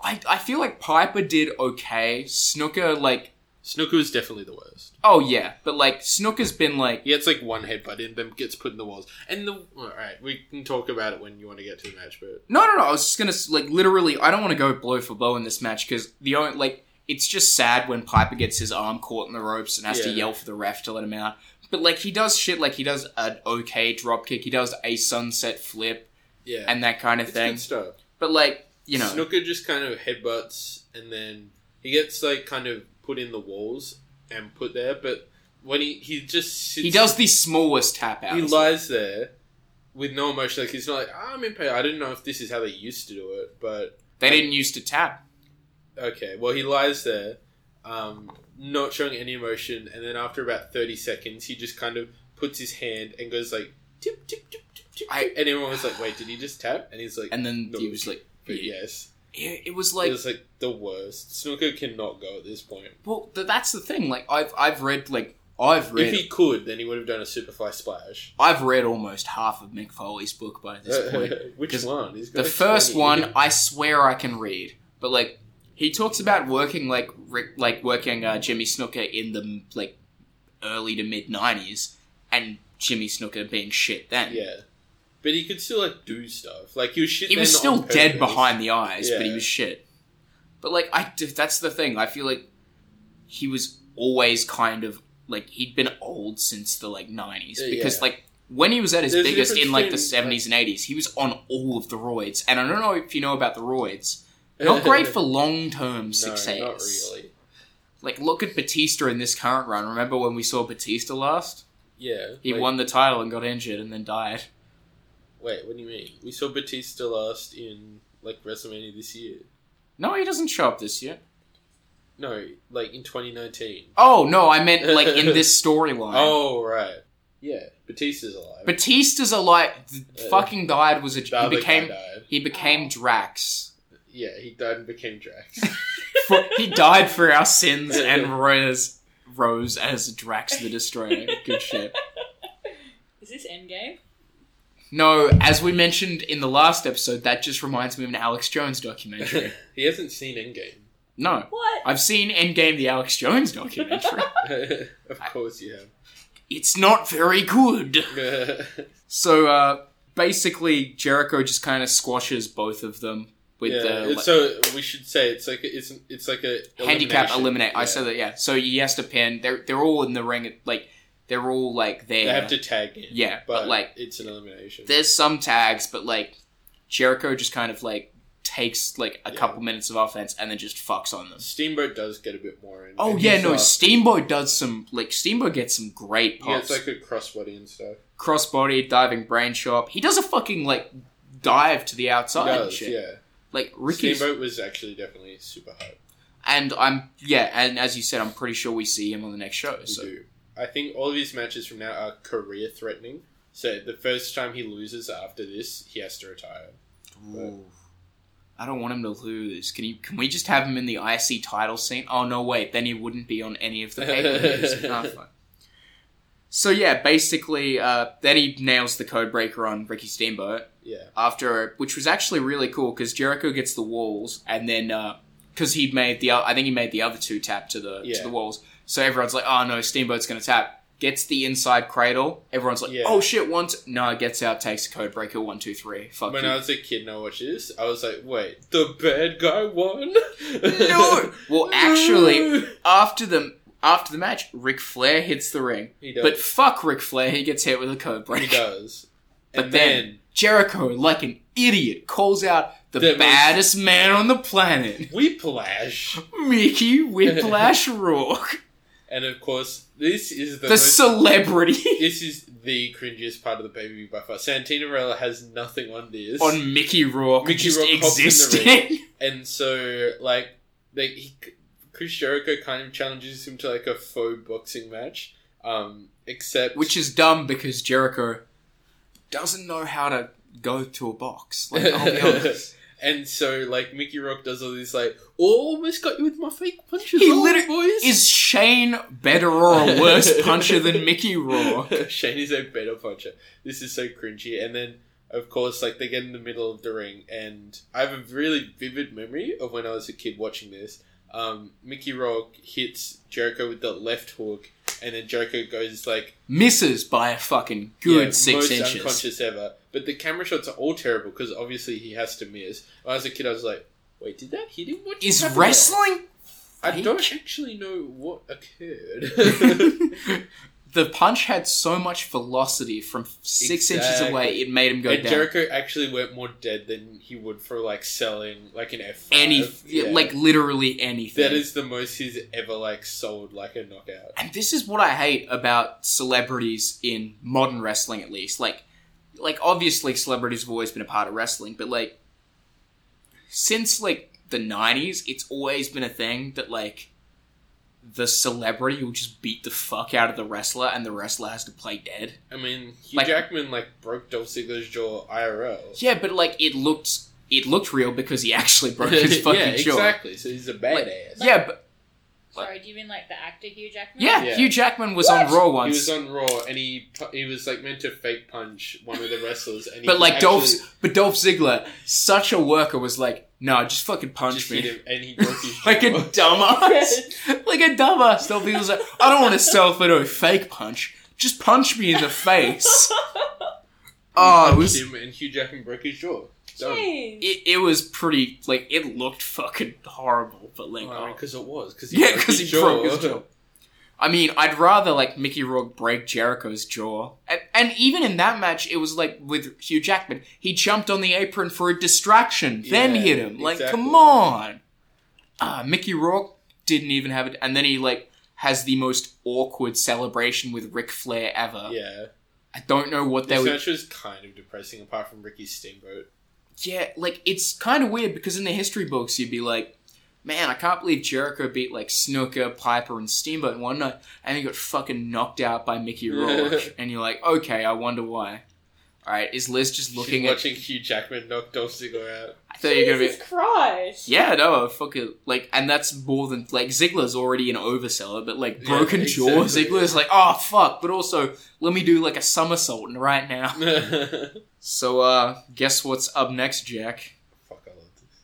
[SPEAKER 6] I I feel like Piper did okay. Snooker like
[SPEAKER 3] Snooker was definitely the worst.
[SPEAKER 6] oh yeah, but like Snooker's been like
[SPEAKER 3] He gets like one headbutt in, then gets put in the walls. And the all right, we can talk about it when you want to get to the match, but
[SPEAKER 6] No, no, no. I was just gonna s- like literally. I don't want to go blow for blow in this match because the only like it's just sad when Piper gets his arm caught in the ropes and has to
[SPEAKER 3] Yeah.
[SPEAKER 6] yell for the ref to let him out. But like he does shit like he does an okay drop kick, he does a sunset flip,
[SPEAKER 3] Yeah.
[SPEAKER 6] and that kind of
[SPEAKER 3] It's
[SPEAKER 6] thing.
[SPEAKER 3] good stuff.
[SPEAKER 6] But like you know,
[SPEAKER 3] Snooker just kind of headbutts, and then he gets like kind of put in the walls and put there. But when he he just sits,
[SPEAKER 6] he does the smallest tap out.
[SPEAKER 3] he lies there with no emotion. Like he's not like "Ah, I'm in pain. I didn't know if this is how they used to do it, but
[SPEAKER 6] They didn't used to tap.
[SPEAKER 3] Okay, well he lies there, um, not showing any emotion, and then after about thirty seconds, he just kind of puts his hand and goes like. Tip, tip, tip, tip, tip,
[SPEAKER 6] I-
[SPEAKER 3] tip. and everyone was like, "Wait, did he just tap?" And he's like,
[SPEAKER 6] And then
[SPEAKER 3] "No."
[SPEAKER 6] he was like,
[SPEAKER 3] But yes,
[SPEAKER 6] it, it was like
[SPEAKER 3] it was like the worst. Snooker cannot go at this point.
[SPEAKER 6] well, th- that's the thing. Like I've I've read like I've read
[SPEAKER 3] If he could, then he would have done a Superfly splash.
[SPEAKER 6] I've read almost half of Mick Foley's book by
[SPEAKER 3] [LAUGHS]
[SPEAKER 6] this point.
[SPEAKER 3] Which one? He's got
[SPEAKER 6] The
[SPEAKER 3] like
[SPEAKER 6] first
[SPEAKER 3] 20.
[SPEAKER 6] one, I swear I can read, but like he talks about working like Rick, like working uh, Jimmy Snooker in the like early to mid '90s, and Jimmy Snooker being shit then.
[SPEAKER 3] Yeah, but he could still like do stuff. Like he was shit.
[SPEAKER 6] he was
[SPEAKER 3] then
[SPEAKER 6] still
[SPEAKER 3] on
[SPEAKER 6] dead
[SPEAKER 3] purpose.
[SPEAKER 6] behind the eyes, but he
[SPEAKER 3] Yeah.
[SPEAKER 6] was shit. But like I, that's the thing. I feel like he was always kind of like he'd been old since the like '90s
[SPEAKER 3] Yeah.
[SPEAKER 6] because like. When he was at his
[SPEAKER 3] There's a
[SPEAKER 6] biggest
[SPEAKER 3] difference
[SPEAKER 6] in like the
[SPEAKER 3] between,
[SPEAKER 6] 70s and 80s, he was on all of the roids. And I don't know if you know about the roids.
[SPEAKER 3] [LAUGHS]
[SPEAKER 6] Not great for long term success.
[SPEAKER 3] No, not really.
[SPEAKER 6] Like, look at Batista in this current run. Remember when we saw Batista last?
[SPEAKER 3] Yeah,
[SPEAKER 6] He
[SPEAKER 3] like-
[SPEAKER 6] won the title and got injured and then died.
[SPEAKER 3] Wait, what do you mean? We saw Batista last in like WrestleMania this year.
[SPEAKER 6] No, he doesn't show up this year.
[SPEAKER 3] No, like in 2019.
[SPEAKER 6] Oh, no, I meant like in
[SPEAKER 3] [LAUGHS]
[SPEAKER 6] this storyline.
[SPEAKER 3] Oh right, yeah. Batista's alive.
[SPEAKER 6] Batista's alive.
[SPEAKER 3] Uh,
[SPEAKER 6] fucking died was a.
[SPEAKER 3] the other
[SPEAKER 6] He became,
[SPEAKER 3] guy died.
[SPEAKER 6] he became Drax.
[SPEAKER 3] yeah, he died and became Drax. [LAUGHS]
[SPEAKER 6] For, he died for our sins and rose, rose as Drax the Destroyer. Good shit.
[SPEAKER 2] Is this Endgame?
[SPEAKER 6] No, as we mentioned in the last episode, that just reminds me of an Alex Jones
[SPEAKER 3] [LAUGHS]
[SPEAKER 6] documentary.
[SPEAKER 3] he hasn't seen Endgame. [LAUGHS]
[SPEAKER 6] No.
[SPEAKER 2] What?
[SPEAKER 6] I've seen Endgame the Alex Jones documentary.
[SPEAKER 3] of course you have. [LAUGHS]
[SPEAKER 6] it's not very good. so uh, basically, Jericho just kind of squashes both of them with
[SPEAKER 3] yeah,
[SPEAKER 6] the
[SPEAKER 3] it's-
[SPEAKER 6] like,
[SPEAKER 3] so we should say it's like it's it's like a
[SPEAKER 6] handicap
[SPEAKER 3] elimination.
[SPEAKER 6] eliminate. I
[SPEAKER 3] Yeah.
[SPEAKER 6] said that, yeah. So he has to pin. They're, they're all in the ring. at- Like, they're all like there.
[SPEAKER 3] They have to tag in.
[SPEAKER 6] Yeah, but, like-
[SPEAKER 3] it's an elimination.
[SPEAKER 6] There's some tags, but like Jericho just kind of like takes like a couple minutes of offense and then just fucks on them.
[SPEAKER 3] Steamboat does get a bit more in.
[SPEAKER 6] Oh
[SPEAKER 3] And
[SPEAKER 6] yeah,
[SPEAKER 3] he's,
[SPEAKER 6] no.
[SPEAKER 3] uh,
[SPEAKER 6] Steamboat does some like Steamboat gets some great
[SPEAKER 3] He gets
[SPEAKER 6] pops.
[SPEAKER 3] like a crossbody and stuff.
[SPEAKER 6] crossbody, diving brain chop. He does a fucking like dive to the
[SPEAKER 3] He
[SPEAKER 6] outside Oh, and
[SPEAKER 3] does,
[SPEAKER 6] shit.
[SPEAKER 3] yeah.
[SPEAKER 6] Like Ricky's
[SPEAKER 3] Steamboat was actually definitely super hot.
[SPEAKER 6] and I'm yeah, and as you said, I'm pretty sure we see him on the next show. So
[SPEAKER 3] do. I think all of his matches from now are career threatening. So the first time he loses after this, he has to retire.
[SPEAKER 6] I don't want him to lose. Can you? Can we just have him in the IC title scene? Oh no, wait. Then he wouldn't be on any
[SPEAKER 3] [LAUGHS]
[SPEAKER 6] of the papers. so yeah, basically, uh, then he nails the code breaker on Ricky Steamboat.
[SPEAKER 3] Yeah.
[SPEAKER 6] After, which was actually really cool because Jericho gets the walls, and then because he made the, o- I think he made the other two tap to the
[SPEAKER 3] Yeah.
[SPEAKER 6] to the walls. So everyone's like, oh no, Steamboat's gonna tap. Gets the inside cradle. Everyone's like,
[SPEAKER 3] Yeah.
[SPEAKER 6] oh shit, one. T-. No, it gets out, takes code breaker one two three. Fuck
[SPEAKER 3] When
[SPEAKER 6] you.
[SPEAKER 3] I was a kid and I watched this, I was like, wait, the bad guy
[SPEAKER 6] [LAUGHS]
[SPEAKER 3] won? [LAUGHS]
[SPEAKER 6] no. Well, actually, after the after the match, Ric Flair hits the ring.
[SPEAKER 3] He does.
[SPEAKER 6] But fuck Ric Flair, he gets hit with a code breaker.
[SPEAKER 3] He does.
[SPEAKER 6] But
[SPEAKER 3] And
[SPEAKER 6] then,
[SPEAKER 3] then-
[SPEAKER 6] Jericho, like an idiot, calls out the,
[SPEAKER 3] The most-
[SPEAKER 6] baddest man on the planet,
[SPEAKER 3] Whiplash.
[SPEAKER 6] Mickey Whiplash Rourke.
[SPEAKER 3] And of course, this is [LAUGHS] the
[SPEAKER 6] The celebrity.
[SPEAKER 3] [LAUGHS] This is the cringiest part of the baby by far. Santinarella has nothing on this.
[SPEAKER 6] On Mickey Rourke,
[SPEAKER 3] Mickey
[SPEAKER 6] just
[SPEAKER 3] Rourke hops in the
[SPEAKER 6] existing.
[SPEAKER 3] ring.
[SPEAKER 6] [LAUGHS]
[SPEAKER 3] and so like they he, Chris Jericho kind of challenges him to like a faux boxing match. Um, except
[SPEAKER 6] Which is dumb because Jericho doesn't know how to go to a box. Like, I'll be honest.
[SPEAKER 3] [LAUGHS] and so like Mickey Rock does all these like "Oh, almost got you with my fake punches.
[SPEAKER 6] He
[SPEAKER 3] oh,
[SPEAKER 6] literally-
[SPEAKER 3] boys.
[SPEAKER 6] Is Shane better or a worse puncher than Mickey Rourke?
[SPEAKER 3] [LAUGHS] Shane is a better puncher. This is so cringy. And then, of course, like they get in the middle of the ring, and I have a really vivid memory of when I was a kid watching this. Um, Mickey Rourke hits Jericho with the left hook, and then Jericho goes like
[SPEAKER 6] Misses by a fucking good
[SPEAKER 3] yeah,
[SPEAKER 6] six
[SPEAKER 3] most
[SPEAKER 6] inches.
[SPEAKER 3] unconscious ever. But the camera shots are all terrible because obviously he has to miss. When I was a kid, I was like, wait, did that hit him? What just
[SPEAKER 6] Is
[SPEAKER 3] happened there?"
[SPEAKER 6] wrestling
[SPEAKER 3] I don't actually know what occurred. [LAUGHS]
[SPEAKER 6] The punch had so much velocity from six inches
[SPEAKER 3] Exactly.
[SPEAKER 6] away, it made him [LAUGHS] go
[SPEAKER 3] and
[SPEAKER 6] down.
[SPEAKER 3] Jericho actually went more dead than he would for like selling like an F.
[SPEAKER 6] Any, like literally anything.
[SPEAKER 3] that is the most he's ever like sold like a knockout.
[SPEAKER 6] And this is what I hate about celebrities in modern wrestling, at least. Like, like obviously celebrities have always been a part of wrestling, but like since like the '90s, it's always been a thing that like the celebrity will just beat the fuck out of the wrestler, and the wrestler has to play dead.
[SPEAKER 3] I mean, Hugh
[SPEAKER 6] Like-
[SPEAKER 3] Jackman like broke Dolph Ziggler's jaw IRL.
[SPEAKER 6] Yeah, but like it looked it looked real because he actually
[SPEAKER 3] [LAUGHS]
[SPEAKER 6] broke his fucking
[SPEAKER 3] yeah,
[SPEAKER 6] jaw.
[SPEAKER 3] exactly. So he's a
[SPEAKER 6] Like,
[SPEAKER 3] badass.
[SPEAKER 6] yeah, but
[SPEAKER 2] Sorry, do you mean like the actor Hugh Jackman?
[SPEAKER 6] yeah, Hugh Jackman was on Raw once.
[SPEAKER 3] He was on Raw, and he pu- he was like meant to fake punch one of the
[SPEAKER 6] [LAUGHS]
[SPEAKER 3] wrestlers, and he
[SPEAKER 6] But like Dolph,
[SPEAKER 3] actually
[SPEAKER 6] but Dolph Ziggler, such a worker, was like, "No, just fucking punch
[SPEAKER 3] just
[SPEAKER 6] me."
[SPEAKER 3] hit him, and he broke
[SPEAKER 6] [LAUGHS]
[SPEAKER 3] his
[SPEAKER 6] Like a
[SPEAKER 3] jaw. [LAUGHS]
[SPEAKER 6] dumbass, like a dumbass. Dolph Ziggler's like, "I don't want to sell for no fake punch. Just punch me in the
[SPEAKER 3] [LAUGHS]
[SPEAKER 6] face." oh, it
[SPEAKER 3] Punched
[SPEAKER 6] was
[SPEAKER 3] him, and Hugh Jackman broke his jaw. Done.
[SPEAKER 6] it, it was pretty. Like it looked fucking horrible, but like, oh.
[SPEAKER 3] because it was because
[SPEAKER 6] yeah, because he broke his jaw. I mean, I'd rather like Mickey Rourke break Jericho's jaw, and, and even in that match, it was like with Hugh Jackman, he jumped on the apron for a distraction, then
[SPEAKER 3] Yeah,
[SPEAKER 6] hit him. Like,
[SPEAKER 3] exactly.
[SPEAKER 6] come on! Uh, Mickey Rourke didn't even have it, and then he like has the most awkward celebration with Ric Flair ever.
[SPEAKER 3] [LAUGHS] Yeah,
[SPEAKER 6] I don't know what they
[SPEAKER 3] this
[SPEAKER 6] were.
[SPEAKER 3] match was kind of depressing, apart from Ricky's steamboat.
[SPEAKER 6] Yeah, like it's kind of weird because in the history books you'd be like, "Man, I can't believe Jericho beat like Snooker, Piper, and Steamboat in one night, and he got fucking knocked out by
[SPEAKER 3] [LAUGHS]
[SPEAKER 6] Mickey Rourke." and you're like, "Okay, I wonder why." All right, is Liz just looking
[SPEAKER 3] She's
[SPEAKER 6] at?
[SPEAKER 3] watching Hugh Jackman knock Dolph Ziggler out. [LAUGHS]
[SPEAKER 6] I thought you were gonna be.
[SPEAKER 2] Jesus Christ.
[SPEAKER 6] Yeah, no, fucking like, and that's more than like Ziggler's already an overseller, but like
[SPEAKER 3] Yeah,
[SPEAKER 6] broken jaw,
[SPEAKER 3] exactly.
[SPEAKER 6] Ziggler's like, oh fuck, but also let me do like a somersault right now. so, uh, guess what's up next, Jack? Fuck, I love this.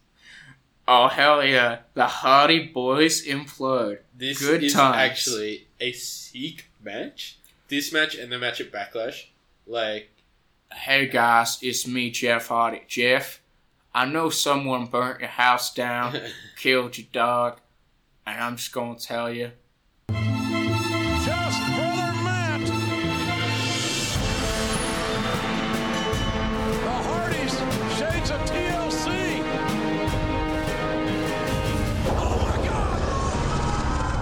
[SPEAKER 6] Oh hell yeah, the Hardy Boys implode.
[SPEAKER 3] This
[SPEAKER 6] Good
[SPEAKER 3] is
[SPEAKER 6] times.
[SPEAKER 3] actually a sick match. This match and the match at Backlash, like
[SPEAKER 6] Hey guys, it's me, Jeff Hardy. Jeff, I know someone burnt your house down, killed your dog, and I'm just gonna tell you.
[SPEAKER 12] Just brother Matt. The Hardys, shades of TLC. Oh my God.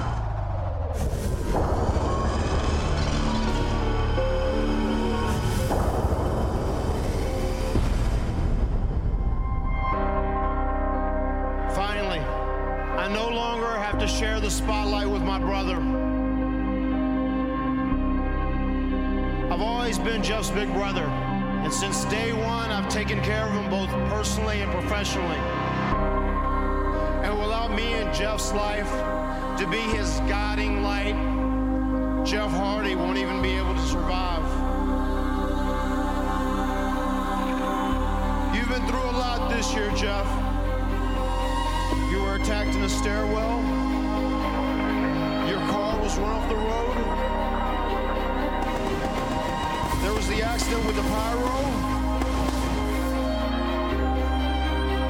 [SPEAKER 4] Finally, I no longer have to share the spotlight with my brother. I've always been Jeff's big brother.
[SPEAKER 5] And since day one, I've taken care of them both personally and professionally. And without me in Jeff's life to be his guiding light, Jeff Hardy won't even be able to survive. You've been through a lot this year, Jeff. You were attacked in a stairwell. Your car was run off the road. There was the accident with the pyro.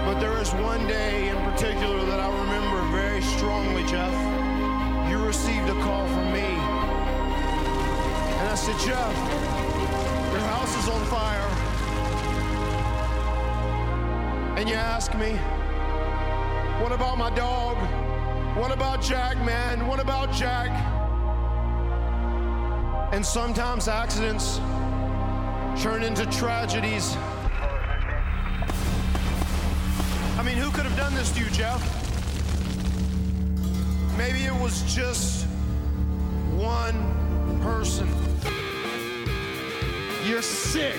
[SPEAKER 5] But there is one day in particular that I remember very strongly, Jeff. You received a call from me. And I said, Jeff, your house is on fire. And you asked me, what about my dog? What about Jack, man? What about Jack? And sometimes accidents turn into tragedies. I mean, who could have done this to you, Jeff? Maybe it was just one person. You're sick.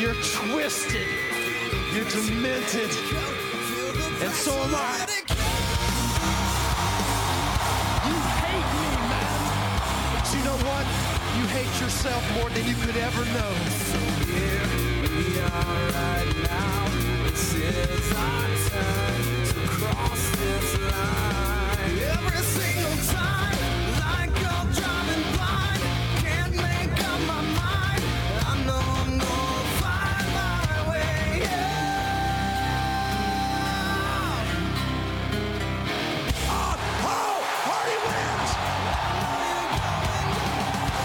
[SPEAKER 5] You're twisted. You're demented. And so am I. You hate me, man. But you know what? You hate yourself more than you could ever know. So here we are right now. This is our turn to cross this line. Every single time, like I'm driving blind, can't make up my mind. I know I'm gonna find my way. Hardy wins!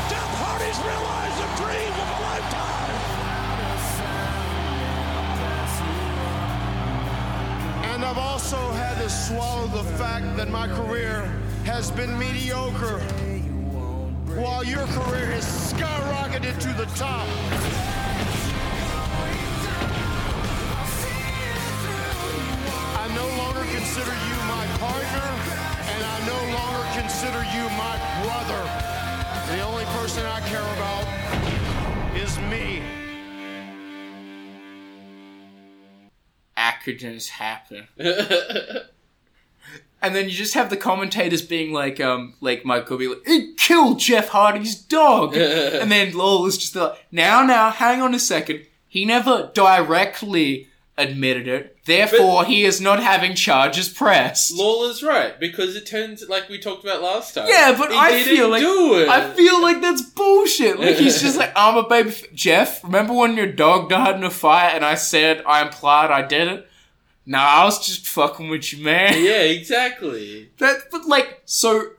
[SPEAKER 5] Jeff Hardy's realized the dream of a lifetime! And I've also had to swallow the fact that my career has been mediocre while your career has skyrocketed to the top. I no longer consider you my partner, and I no longer consider you my brother. The only person I care about is me.
[SPEAKER 6] accidents happen. and then you just have the commentators being like, um, like Mike Cobie, like, it killed Jeff Hardy's dog. and then Lowell is just like, now, now, hang on a second. He never directly admitted it. Therefore, he is not having charges pressed.
[SPEAKER 3] Lawler's right because it turns like we talked about last time.
[SPEAKER 6] Yeah, but
[SPEAKER 3] He
[SPEAKER 6] I
[SPEAKER 3] didn't
[SPEAKER 6] feel like
[SPEAKER 3] do it.
[SPEAKER 6] I feel like that's bullshit. Like
[SPEAKER 3] [LAUGHS]
[SPEAKER 6] he's just like I'm a baby. F- Jeff, remember when your dog died in a fire and I said I implied I did it? Nah, I was just fucking with you, man.
[SPEAKER 3] yeah, exactly.
[SPEAKER 6] That, but like, so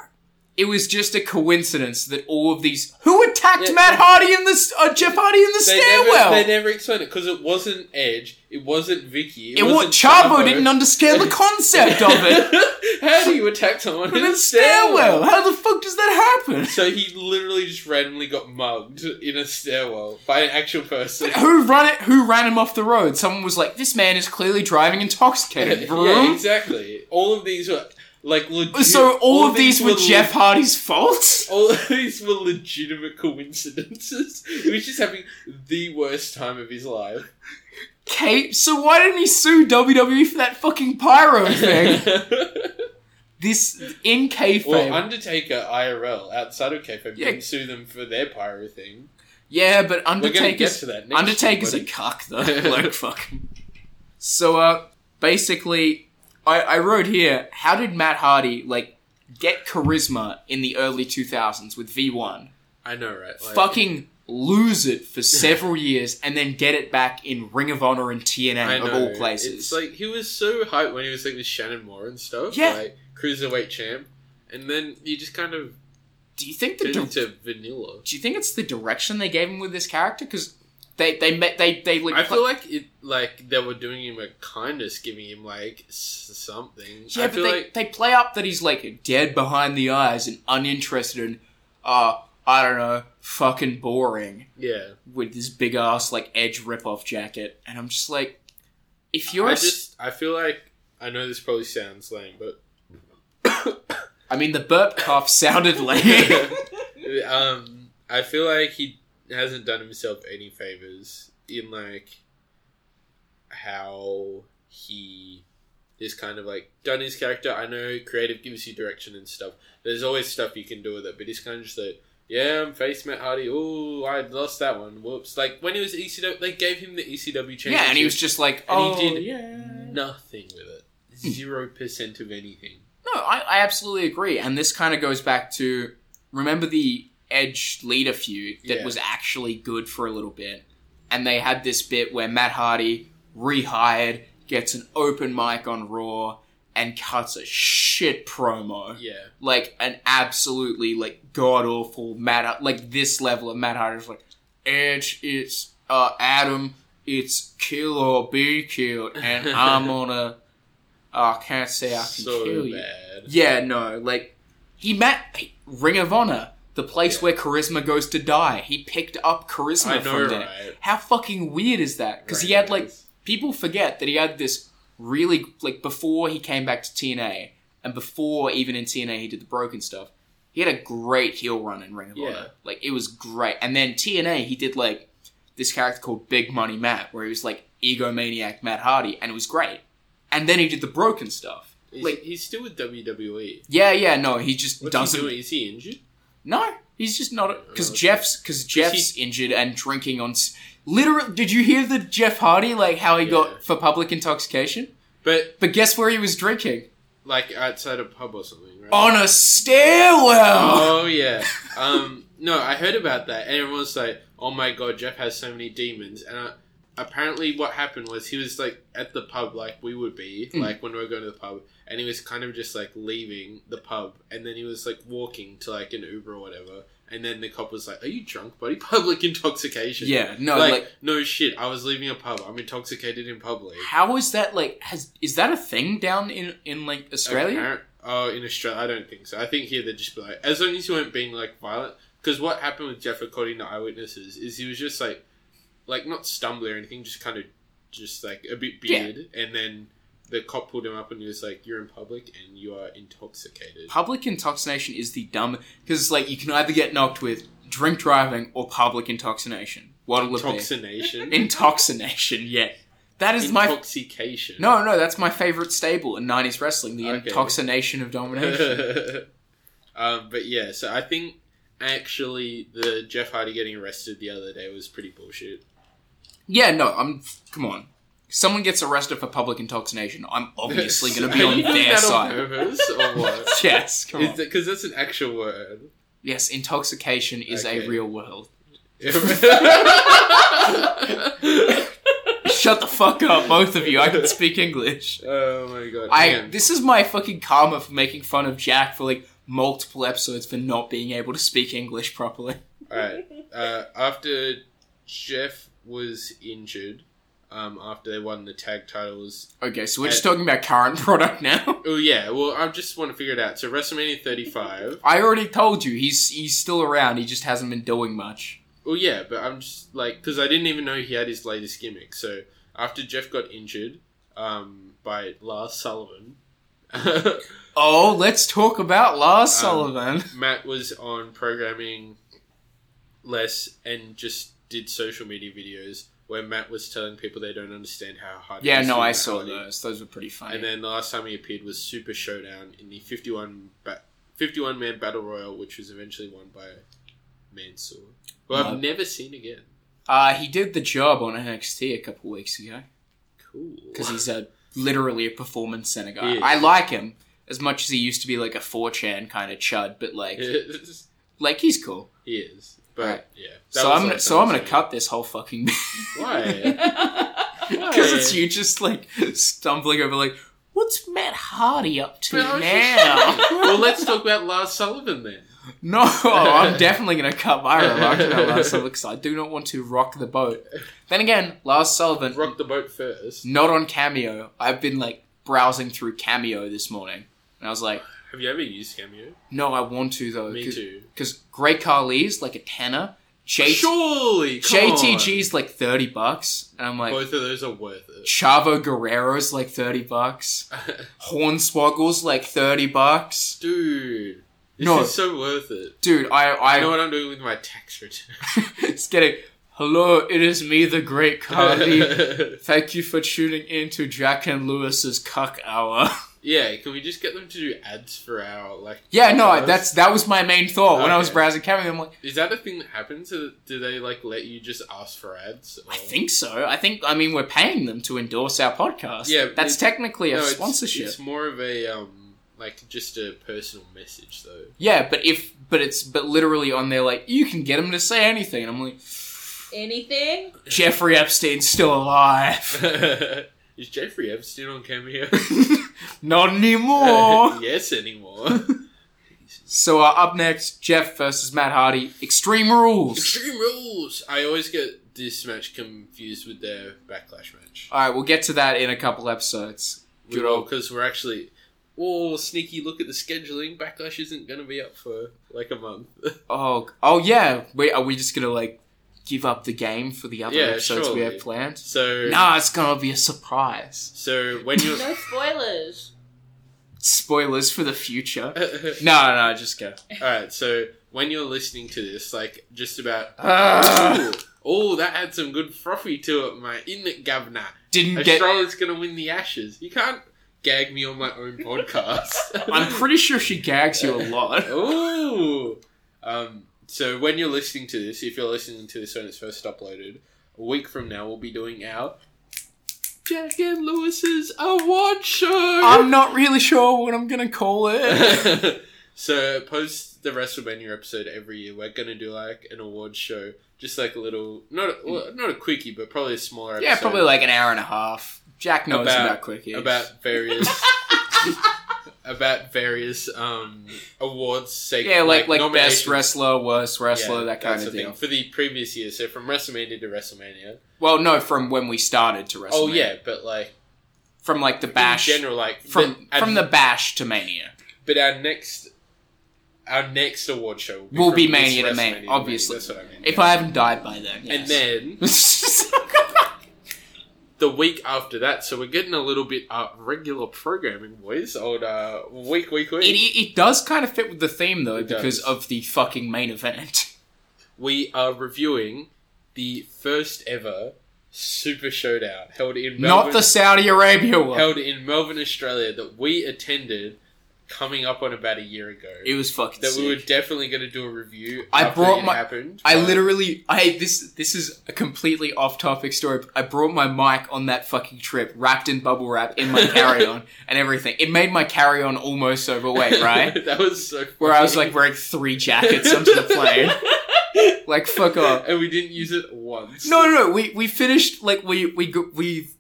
[SPEAKER 6] it was just a coincidence that all of these who attacked Matt Hardy in this uh, Jeff Hardy in the
[SPEAKER 3] They never,
[SPEAKER 6] stairwell.
[SPEAKER 3] they never explained it because it wasn't Edge, it wasn't Vicky,
[SPEAKER 6] it was
[SPEAKER 3] wasn't
[SPEAKER 6] Chavo didn't understand the concept of it.
[SPEAKER 3] [LAUGHS] How do you attack someone
[SPEAKER 6] In
[SPEAKER 3] in
[SPEAKER 6] a
[SPEAKER 3] a stairwell?
[SPEAKER 6] stairwell? How the fuck does that happen?
[SPEAKER 3] So he literally just randomly got mugged in a stairwell by an
[SPEAKER 6] [LAUGHS]
[SPEAKER 3] actual person.
[SPEAKER 6] Who ran it? Who ran him off the road? Someone was like, "This man is clearly driving intoxicated."
[SPEAKER 3] [LAUGHS] yeah,
[SPEAKER 6] Vroom.
[SPEAKER 3] exactly. All of these were like legit.
[SPEAKER 6] So all of these were Jeff Hardy's fault.
[SPEAKER 3] All [LAUGHS] of these were legitimate coincidences. He was just having the worst time of his life.
[SPEAKER 6] Kate, so why didn't he sue WWE for that fucking
[SPEAKER 3] [LAUGHS]
[SPEAKER 6] pyro thing? this in kayfabe.
[SPEAKER 3] Or Undertaker IRL outside of kayfabe
[SPEAKER 6] Yeah.
[SPEAKER 3] can sue them for their pyro thing.
[SPEAKER 6] yeah, but
[SPEAKER 3] We're gonna get
[SPEAKER 6] Undertaker's
[SPEAKER 3] to that next
[SPEAKER 6] Undertaker's
[SPEAKER 3] week,
[SPEAKER 6] a
[SPEAKER 3] buddy.
[SPEAKER 6] cuck
[SPEAKER 3] [LAUGHS]
[SPEAKER 6] though. like fuck. So uh, basically, I, I wrote here: How did Matt Hardy like get charisma in the early two thousands with V one?
[SPEAKER 3] I know, right? Like,
[SPEAKER 6] fucking lose it for several years and then get it back in Ring of Honor and TNA
[SPEAKER 3] I
[SPEAKER 6] of
[SPEAKER 3] know.
[SPEAKER 6] all places.
[SPEAKER 3] It's like he was so hyped when he was like with Shannon Moore and stuff.
[SPEAKER 6] Yeah.
[SPEAKER 3] Like cruiserweight champ, and then he just kind of.
[SPEAKER 6] Do you think the
[SPEAKER 3] turned
[SPEAKER 6] dir-
[SPEAKER 3] into vanilla?
[SPEAKER 6] Do you think it's the direction they gave him with this character? Because they they met they they like.
[SPEAKER 3] I feel like it, like they were doing him a kindness, giving him like s- something.
[SPEAKER 6] yeah,
[SPEAKER 3] I
[SPEAKER 6] but
[SPEAKER 3] feel
[SPEAKER 6] they,
[SPEAKER 3] like
[SPEAKER 6] they play up that he's like dead behind the eyes and uninterested and uh I don't know fucking boring
[SPEAKER 3] yeah,
[SPEAKER 6] with this big ass like edge ripoff jacket and I'm just like if you're
[SPEAKER 3] I
[SPEAKER 6] a s-
[SPEAKER 3] just I feel like I know this probably sounds lame, but
[SPEAKER 6] I mean the burp cough [LAUGHS] sounded
[SPEAKER 3] [LAUGHS]
[SPEAKER 6] lame.
[SPEAKER 3] um, I feel like he hasn't done himself any favors in like how he is kind of like done his character. I know creative gives you direction and stuff. There's always stuff you can do with it, but he's kind of just like, yeah, I'm face Matt Hardy. Oh, I lost that one. Whoops! Like when he was ECW, they gave him the ECW championship.
[SPEAKER 6] Yeah, and he was just like,
[SPEAKER 3] and
[SPEAKER 6] "Oh,
[SPEAKER 3] he did
[SPEAKER 6] yeah."
[SPEAKER 3] nothing with it.
[SPEAKER 6] Hmm.
[SPEAKER 3] Zero percent of anything.
[SPEAKER 6] No, I, I absolutely agree. And this kind of goes back to remember the Edge leader feud that
[SPEAKER 3] Yeah.
[SPEAKER 6] was actually good for a little bit. And they had this bit where Matt Hardy, rehired, gets an open mic on Raw and cuts a shit promo.
[SPEAKER 3] Yeah.
[SPEAKER 6] Like an absolutely like god awful Matt like this level of Matt Hardy is like Edge, it's uh Adam, it's kill or be killed, and
[SPEAKER 3] [LAUGHS]
[SPEAKER 6] I'm on a oh, I can't say I can
[SPEAKER 3] So
[SPEAKER 6] kill you.
[SPEAKER 3] bad.
[SPEAKER 6] Yeah, no, like he met Ring of Honor, the place where charisma goes to die. He picked up charisma
[SPEAKER 3] I know,
[SPEAKER 6] from there.
[SPEAKER 3] right?
[SPEAKER 6] How fucking weird is that? Because he had like people forget that he had this really like before he came back to TNA and before even in TNA he did the broken stuff. He had a great heel run in Ring of
[SPEAKER 3] Yeah.
[SPEAKER 6] Honor. Like it was great. And then TNA he did like this character called Big Money Matt, where he was like egomaniac Matt Hardy, and it was great. And then he did the broken stuff.
[SPEAKER 3] He's,
[SPEAKER 6] Like-
[SPEAKER 3] he's still with WWE.
[SPEAKER 6] Yeah, yeah, no, he just
[SPEAKER 3] What's
[SPEAKER 6] doesn't.
[SPEAKER 3] he doing? Oh, Is he injured?
[SPEAKER 6] No, he's just not because Jeff's because Jeff's injured and drinking on. s- Literally, did you hear the Jeff Hardy like how he got for public intoxication?
[SPEAKER 3] But
[SPEAKER 6] but guess where he was drinking
[SPEAKER 3] Like outside a pub or something, right?
[SPEAKER 6] on a stairwell. [LAUGHS]
[SPEAKER 3] Oh yeah. Um, no, I heard about that, and everyone was like, "Oh my god, Jeff has so many demons." And I, apparently, what happened was he was like at the pub, like we would be,
[SPEAKER 6] Mm.
[SPEAKER 3] like when we were going to the pub, and he was kind of just like leaving the pub, and then he was like walking to like an Uber or whatever. And then the cop was like, "Are you drunk, buddy? [LAUGHS] Public intoxication."
[SPEAKER 6] Yeah, no, like-
[SPEAKER 3] no shit. I was leaving a pub. I'm intoxicated in public.
[SPEAKER 6] How is that like? Has is that a thing down in in like Australia?
[SPEAKER 3] Apparent- Oh, in Australia, I don't think so. I think here they'd just be like, as long as you weren't being like violent. Because what happened with Jeff, according to eyewitnesses, is he was just like, like not stumbling or anything, just kind of, just like a bit
[SPEAKER 6] Yeah.
[SPEAKER 3] bearded, and then the cop pulled him up and he was like, "You're in public and you are intoxicated."
[SPEAKER 6] Public intoxication is the dumb because like you can either get knocked with drink driving or public intoxication. What'll it be?
[SPEAKER 3] Intoxination.
[SPEAKER 6] [LAUGHS] Intoxination. Yeah, that is my
[SPEAKER 3] Intoxication. [LAUGHS]
[SPEAKER 6] No, no, that's my favorite stable in '90s wrestling: the
[SPEAKER 3] Okay.
[SPEAKER 6] intoxication of
[SPEAKER 3] [LAUGHS]
[SPEAKER 6] domination.
[SPEAKER 3] um, but yeah, so I think actually the Jeff Hardy getting arrested the other day was pretty bullshit.
[SPEAKER 6] yeah, no, I'm. Come on, someone gets arrested for public intoxication. I'm obviously going to be
[SPEAKER 3] Are [LAUGHS]
[SPEAKER 6] on
[SPEAKER 3] you doing
[SPEAKER 6] their
[SPEAKER 3] that
[SPEAKER 6] side.
[SPEAKER 3] On purpose
[SPEAKER 6] [LAUGHS]
[SPEAKER 3] or what?
[SPEAKER 6] yes, come on.
[SPEAKER 3] Because that's an actual
[SPEAKER 6] [LAUGHS]
[SPEAKER 3] word. [LAUGHS]
[SPEAKER 6] yes, intoxication is
[SPEAKER 3] Okay.
[SPEAKER 6] a real world. Shut the fuck up, both of you. I can speak English.
[SPEAKER 3] Oh my god!
[SPEAKER 6] I
[SPEAKER 3] Man,
[SPEAKER 6] this is my fucking karma for making fun of Jack for like multiple episodes for not being able to speak English properly.
[SPEAKER 3] all right. Uh, after Jeff was injured, um, after they won the tag titles.
[SPEAKER 6] Okay, so we're just
[SPEAKER 3] at-
[SPEAKER 6] talking about current [LAUGHS] product now.
[SPEAKER 3] Oh yeah. Well, I just want to figure it out. So
[SPEAKER 6] [LAUGHS]
[SPEAKER 3] WrestleMania 35.
[SPEAKER 6] I already told you he's he's still around. He just hasn't been doing much.
[SPEAKER 3] Well, Oh, yeah, but I'm just like because I didn't even know he had his latest gimmick. So after Jeff got injured um, by
[SPEAKER 6] [LAUGHS]
[SPEAKER 3] Lars Sullivan, [LAUGHS]
[SPEAKER 6] Oh, let's talk about Lars
[SPEAKER 3] Um,
[SPEAKER 6] Sullivan.
[SPEAKER 3] Matt was on programming less and just did social media videos where Matt was telling people they don't understand how hard. it
[SPEAKER 6] Yeah,
[SPEAKER 3] is
[SPEAKER 6] no,
[SPEAKER 3] to
[SPEAKER 6] I
[SPEAKER 3] be
[SPEAKER 6] saw
[SPEAKER 3] funny.
[SPEAKER 6] those. Those were pretty funny.
[SPEAKER 3] And then the last time he appeared was Super Showdown in the fifty-one ba- fifty-one man battle royal, which was eventually won by Mansoor, who I've
[SPEAKER 6] Love.
[SPEAKER 3] never seen again.
[SPEAKER 6] uh, he did the job on NXT a couple weeks ago
[SPEAKER 3] Cool.
[SPEAKER 6] because he's a literally a performance center guy.
[SPEAKER 3] He is.
[SPEAKER 6] I like him as much as he used to be like a 4chan kind of chud, but like, like he's cool.
[SPEAKER 3] [LAUGHS] He is. But
[SPEAKER 6] Right.
[SPEAKER 3] yeah. that
[SPEAKER 6] So
[SPEAKER 3] was
[SPEAKER 6] I'm
[SPEAKER 3] the
[SPEAKER 6] gonna,
[SPEAKER 3] last
[SPEAKER 6] so
[SPEAKER 3] time
[SPEAKER 6] I'm
[SPEAKER 3] I
[SPEAKER 6] gonna
[SPEAKER 3] saw
[SPEAKER 6] cut this whole fucking [LAUGHS]
[SPEAKER 3] Why?
[SPEAKER 6] because it's you just like stumbling over like what's Matt Hardy up to now?
[SPEAKER 3] [LAUGHS] well, let's talk about Lars Sullivan then.
[SPEAKER 6] No, [LAUGHS] oh, I'm definitely going to cut my remarks about
[SPEAKER 3] [LAUGHS]
[SPEAKER 6] Lars Sullivan because I do not want to rock the boat. Then again, Lars Sullivan.
[SPEAKER 3] Rock the boat first.
[SPEAKER 6] Not on Cameo. I've been like browsing through Cameo this morning. And I was like,
[SPEAKER 3] Have you ever used Cameo?
[SPEAKER 6] no, I want to though.
[SPEAKER 3] Me
[SPEAKER 6] cause,
[SPEAKER 3] too.
[SPEAKER 6] Because Great Carly's like a tenner. J-
[SPEAKER 3] Surely, come
[SPEAKER 6] JTG's like 30 bucks. And I'm like,
[SPEAKER 3] Both of those are worth it.
[SPEAKER 6] Chavo Guerrero's like 30
[SPEAKER 3] [LAUGHS]
[SPEAKER 6] bucks. Hornswoggle's like 30 bucks.
[SPEAKER 3] Dude. This
[SPEAKER 6] No.
[SPEAKER 3] is so worth it.
[SPEAKER 6] Dude, I, I [LAUGHS]
[SPEAKER 3] I know what I'm doing with my tax return.
[SPEAKER 6] it's getting Hello, it is me, the Great
[SPEAKER 3] [LAUGHS]
[SPEAKER 6] Cardi. Thank you for tuning in to Jack and Lewis's Cuck Hour.
[SPEAKER 3] Yeah, can we just get them to do ads for our like?
[SPEAKER 6] [LAUGHS] Yeah, no, I-
[SPEAKER 3] cars?
[SPEAKER 6] that's that was my main thought when I was
[SPEAKER 3] Okay.
[SPEAKER 6] browsing Cameo. I'm like,
[SPEAKER 3] Is that a thing that happens? Do do they like let you just ask for ads? Or...
[SPEAKER 6] I think so. I think I mean we're paying them to endorse our podcast. that's
[SPEAKER 3] it-
[SPEAKER 6] technically a
[SPEAKER 3] no, it's-
[SPEAKER 6] sponsorship.
[SPEAKER 3] It's more of a um, like just a personal message though.
[SPEAKER 6] [LAUGHS]
[SPEAKER 3] [LAUGHS]
[SPEAKER 6] yeah, but if but it's but literally on there like you can get them to say anything. And I'm like
[SPEAKER 2] Anything?
[SPEAKER 6] Jeffrey Epstein's still alive. [LAUGHS]
[SPEAKER 3] Is Jeffrey Epstein on cameo?
[SPEAKER 6] Not [LAUGHS] anymore.
[SPEAKER 3] [LAUGHS]
[SPEAKER 6] [LAUGHS]
[SPEAKER 3] yes, anymore.
[SPEAKER 6] so uh, up next, Jeff versus Matt Hardy, Extreme Rules.
[SPEAKER 3] Extreme rules. I always get this match confused with their backlash match.
[SPEAKER 6] All right, we'll get to that in a couple episodes.
[SPEAKER 3] We
[SPEAKER 6] Good
[SPEAKER 3] will
[SPEAKER 6] old
[SPEAKER 3] because we're actually. Oh, sneaky look at the scheduling. Backlash isn't going to be up for like a month. [LAUGHS]
[SPEAKER 6] oh oh yeah. Wait, are we just gonna like give up the game for the other
[SPEAKER 3] Yeah,
[SPEAKER 6] episodes we
[SPEAKER 3] surely.
[SPEAKER 6] have planned?
[SPEAKER 3] So-
[SPEAKER 6] nah, it's gonna be a surprise.
[SPEAKER 3] So when you [LAUGHS]
[SPEAKER 2] No spoilers.
[SPEAKER 6] spoilers for the
[SPEAKER 3] [LAUGHS]
[SPEAKER 6] future. no, no, just go.
[SPEAKER 3] all right, so when you're listening to this, like just about
[SPEAKER 6] [SIGHS] Ah.
[SPEAKER 3] oh, that had some good frothy to it, mate. In it, governor.
[SPEAKER 6] Didn't get-
[SPEAKER 3] Australia's going to win the Ashes. You can't gag me on my own podcast. [LAUGHS]
[SPEAKER 6] I'm pretty sure she gags you a lot.
[SPEAKER 3] Ooh. Um, so when you're listening to this, if you're listening to this when it's first uploaded, a week from now we'll be doing our Jack and Lewis's award show.
[SPEAKER 6] I'm not really sure what I'm gonna call
[SPEAKER 3] [LAUGHS]
[SPEAKER 6] it.
[SPEAKER 3] so post the WrestleMania episode every year. We're gonna do like an award show, just like a little not a, well, not a quickie, but probably a smaller. Episode
[SPEAKER 6] yeah, probably like an hour and a half. Jack knows about, quickies.
[SPEAKER 3] about
[SPEAKER 6] [LAUGHS]
[SPEAKER 3] various [LAUGHS] about various um awards. Seg-
[SPEAKER 6] yeah, like like,
[SPEAKER 3] nominations.
[SPEAKER 6] best wrestler, worst wrestler,
[SPEAKER 3] Yeah,
[SPEAKER 6] that kind
[SPEAKER 3] that's
[SPEAKER 6] of
[SPEAKER 3] the
[SPEAKER 6] deal.
[SPEAKER 3] for the previous year. So from WrestleMania to WrestleMania.
[SPEAKER 6] Well, no, from when we started to WrestleMania.
[SPEAKER 3] Oh yeah, but like
[SPEAKER 6] from like the bash
[SPEAKER 3] in general, like
[SPEAKER 6] from
[SPEAKER 3] but-
[SPEAKER 6] from the bash to Mania.
[SPEAKER 3] But our next our next award show
[SPEAKER 6] Will
[SPEAKER 3] from
[SPEAKER 6] be
[SPEAKER 3] this
[SPEAKER 6] Mania to Mania,
[SPEAKER 3] WrestleMania to
[SPEAKER 6] obviously.
[SPEAKER 3] That's what I mean.
[SPEAKER 6] If I haven't died by then,
[SPEAKER 3] And
[SPEAKER 6] yes. [LAUGHS]
[SPEAKER 3] then the week after that, so we're getting a little bit uh, regular programming, boys. Old uh, week, week, week.
[SPEAKER 6] it, it, it does kind of fit with the theme though
[SPEAKER 3] It
[SPEAKER 6] because
[SPEAKER 3] does.
[SPEAKER 6] of the fucking main event.
[SPEAKER 3] We are reviewing the first ever Super Showdown held in Melbourne,
[SPEAKER 6] Not the Saudi Arabia one.
[SPEAKER 3] held in Melbourne, Australia, that we attended coming up on about a year ago.
[SPEAKER 6] It was fucking
[SPEAKER 3] that
[SPEAKER 6] sick.
[SPEAKER 3] we were definitely going to do a review.
[SPEAKER 6] I
[SPEAKER 3] after
[SPEAKER 6] brought
[SPEAKER 3] it
[SPEAKER 6] my.
[SPEAKER 3] happened.
[SPEAKER 6] I literally. I this. This is a completely off-topic story. But I brought my mic on that fucking trip, wrapped in bubble wrap,
[SPEAKER 3] [LAUGHS]
[SPEAKER 6] in my carry-on and everything. It made my carry-on almost overweight,
[SPEAKER 3] [LAUGHS]
[SPEAKER 6] right?
[SPEAKER 3] [LAUGHS] that was so.
[SPEAKER 6] Where I was
[SPEAKER 3] funny.
[SPEAKER 6] like wearing three jackets onto the plane. like fuck off.
[SPEAKER 3] [LAUGHS] and we didn't use it once.
[SPEAKER 6] No, no, no. We we finished like we we go- we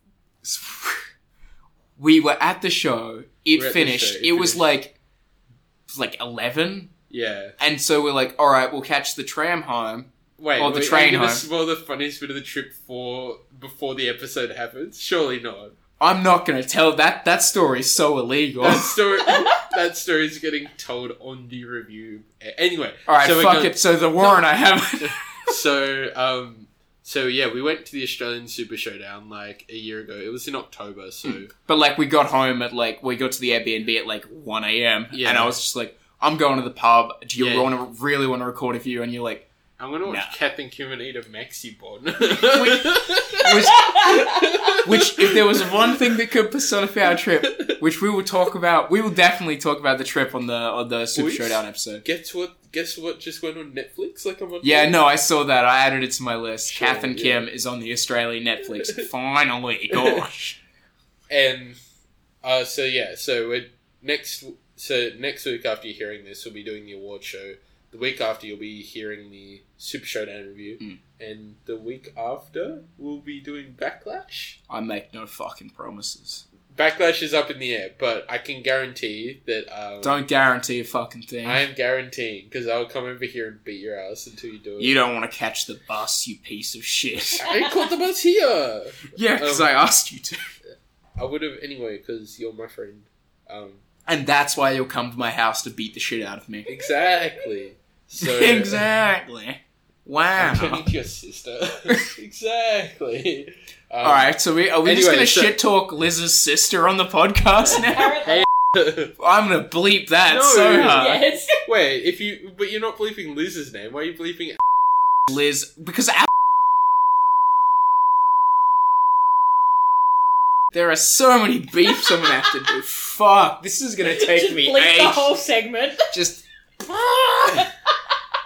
[SPEAKER 6] we were at the show. It
[SPEAKER 3] We're at the
[SPEAKER 6] finished.
[SPEAKER 3] show,
[SPEAKER 6] It,
[SPEAKER 3] it
[SPEAKER 6] was
[SPEAKER 3] finished.
[SPEAKER 6] like it was like eleven,
[SPEAKER 3] Yeah.
[SPEAKER 6] and so we're like, all right, we'll catch the tram home.
[SPEAKER 3] Wait,
[SPEAKER 6] or the
[SPEAKER 3] wait,
[SPEAKER 6] train
[SPEAKER 3] Are you
[SPEAKER 6] home.
[SPEAKER 3] gonna spoil the funniest bit of the trip for before the episode happens?
[SPEAKER 6] [LAUGHS]
[SPEAKER 3] Surely not.
[SPEAKER 6] I'm not gonna tell that. That story is so illegal.
[SPEAKER 3] That story, [LAUGHS] that story is getting told on the review. A- Anyway,
[SPEAKER 6] [LAUGHS] all right,
[SPEAKER 3] we're
[SPEAKER 6] fuck
[SPEAKER 3] gonna-
[SPEAKER 6] it. So the warrant I have. [LAUGHS]
[SPEAKER 3] [LAUGHS] so um so yeah we went to the australian super showdown like a year ago it was in october so
[SPEAKER 6] But like we got home at like we got to the Airbnb at like one a.m.
[SPEAKER 3] Yeah.
[SPEAKER 6] and I was just like, I'm going to the pub. Do you
[SPEAKER 3] Yeah.
[SPEAKER 6] want to really want to record a view? And you're like,
[SPEAKER 3] i'm gonna watch
[SPEAKER 6] Nah.
[SPEAKER 3] kath and kim and eat a maxi bon [LAUGHS]
[SPEAKER 6] Which, if there was one thing that could personify our trip, which we will talk about, we will definitely talk about the trip on the on the Super
[SPEAKER 3] Boys,
[SPEAKER 6] Showdown episode.
[SPEAKER 3] guess what guess what just went on netflix like i'm
[SPEAKER 6] Yeah, no, I saw that. I added it to my list.
[SPEAKER 3] Sure,
[SPEAKER 6] Kath and
[SPEAKER 3] yeah.
[SPEAKER 6] Kim is on the Australian
[SPEAKER 3] [LAUGHS]
[SPEAKER 6] Netflix. Finally, gosh.
[SPEAKER 3] and uh so yeah so we're next so next week after you're hearing this we'll be doing the award show the week after you'll be hearing the super showdown review
[SPEAKER 6] Hmm.
[SPEAKER 3] and the week after we'll be doing backlash
[SPEAKER 6] I make no fucking promises.
[SPEAKER 3] Backlash is up in the air, but I can guarantee that. Um,
[SPEAKER 6] Don't guarantee a fucking thing.
[SPEAKER 3] I am guaranteeing because I'll come over here and beat your ass until you do it.
[SPEAKER 6] You don't want to catch the bus, you piece of
[SPEAKER 3] [LAUGHS]
[SPEAKER 6] shit. [LAUGHS]
[SPEAKER 3] I ain't caught the bus here.
[SPEAKER 6] yeah, because
[SPEAKER 3] Um,
[SPEAKER 6] I asked you to.
[SPEAKER 3] I would have anyway because you're my friend. Um,
[SPEAKER 6] And that's why you'll come to my house to beat the shit out of me.
[SPEAKER 3] exactly. So
[SPEAKER 6] [LAUGHS]
[SPEAKER 3] [LAUGHS]
[SPEAKER 6] exactly. Wow.
[SPEAKER 3] I'm turning to your sister. [LAUGHS] exactly. Um,
[SPEAKER 6] All
[SPEAKER 3] [LAUGHS]
[SPEAKER 6] right, so we are we just
[SPEAKER 3] anyway,
[SPEAKER 6] gonna
[SPEAKER 3] so-
[SPEAKER 6] shit talk Liz's sister on the podcast now? [LAUGHS]
[SPEAKER 3] Hey,
[SPEAKER 6] I'm gonna bleep that
[SPEAKER 3] no.
[SPEAKER 6] so hard.
[SPEAKER 3] Wait, if you but you're not bleeping Liz's name. Why are you bleeping?
[SPEAKER 6] Liz, because Al There are so many beefs I'm gonna have to do. Fuck, this is
[SPEAKER 3] [LAUGHS]
[SPEAKER 6] gonna take
[SPEAKER 2] Just
[SPEAKER 6] me
[SPEAKER 2] bleep
[SPEAKER 6] ages.
[SPEAKER 2] the whole segment.
[SPEAKER 6] Just.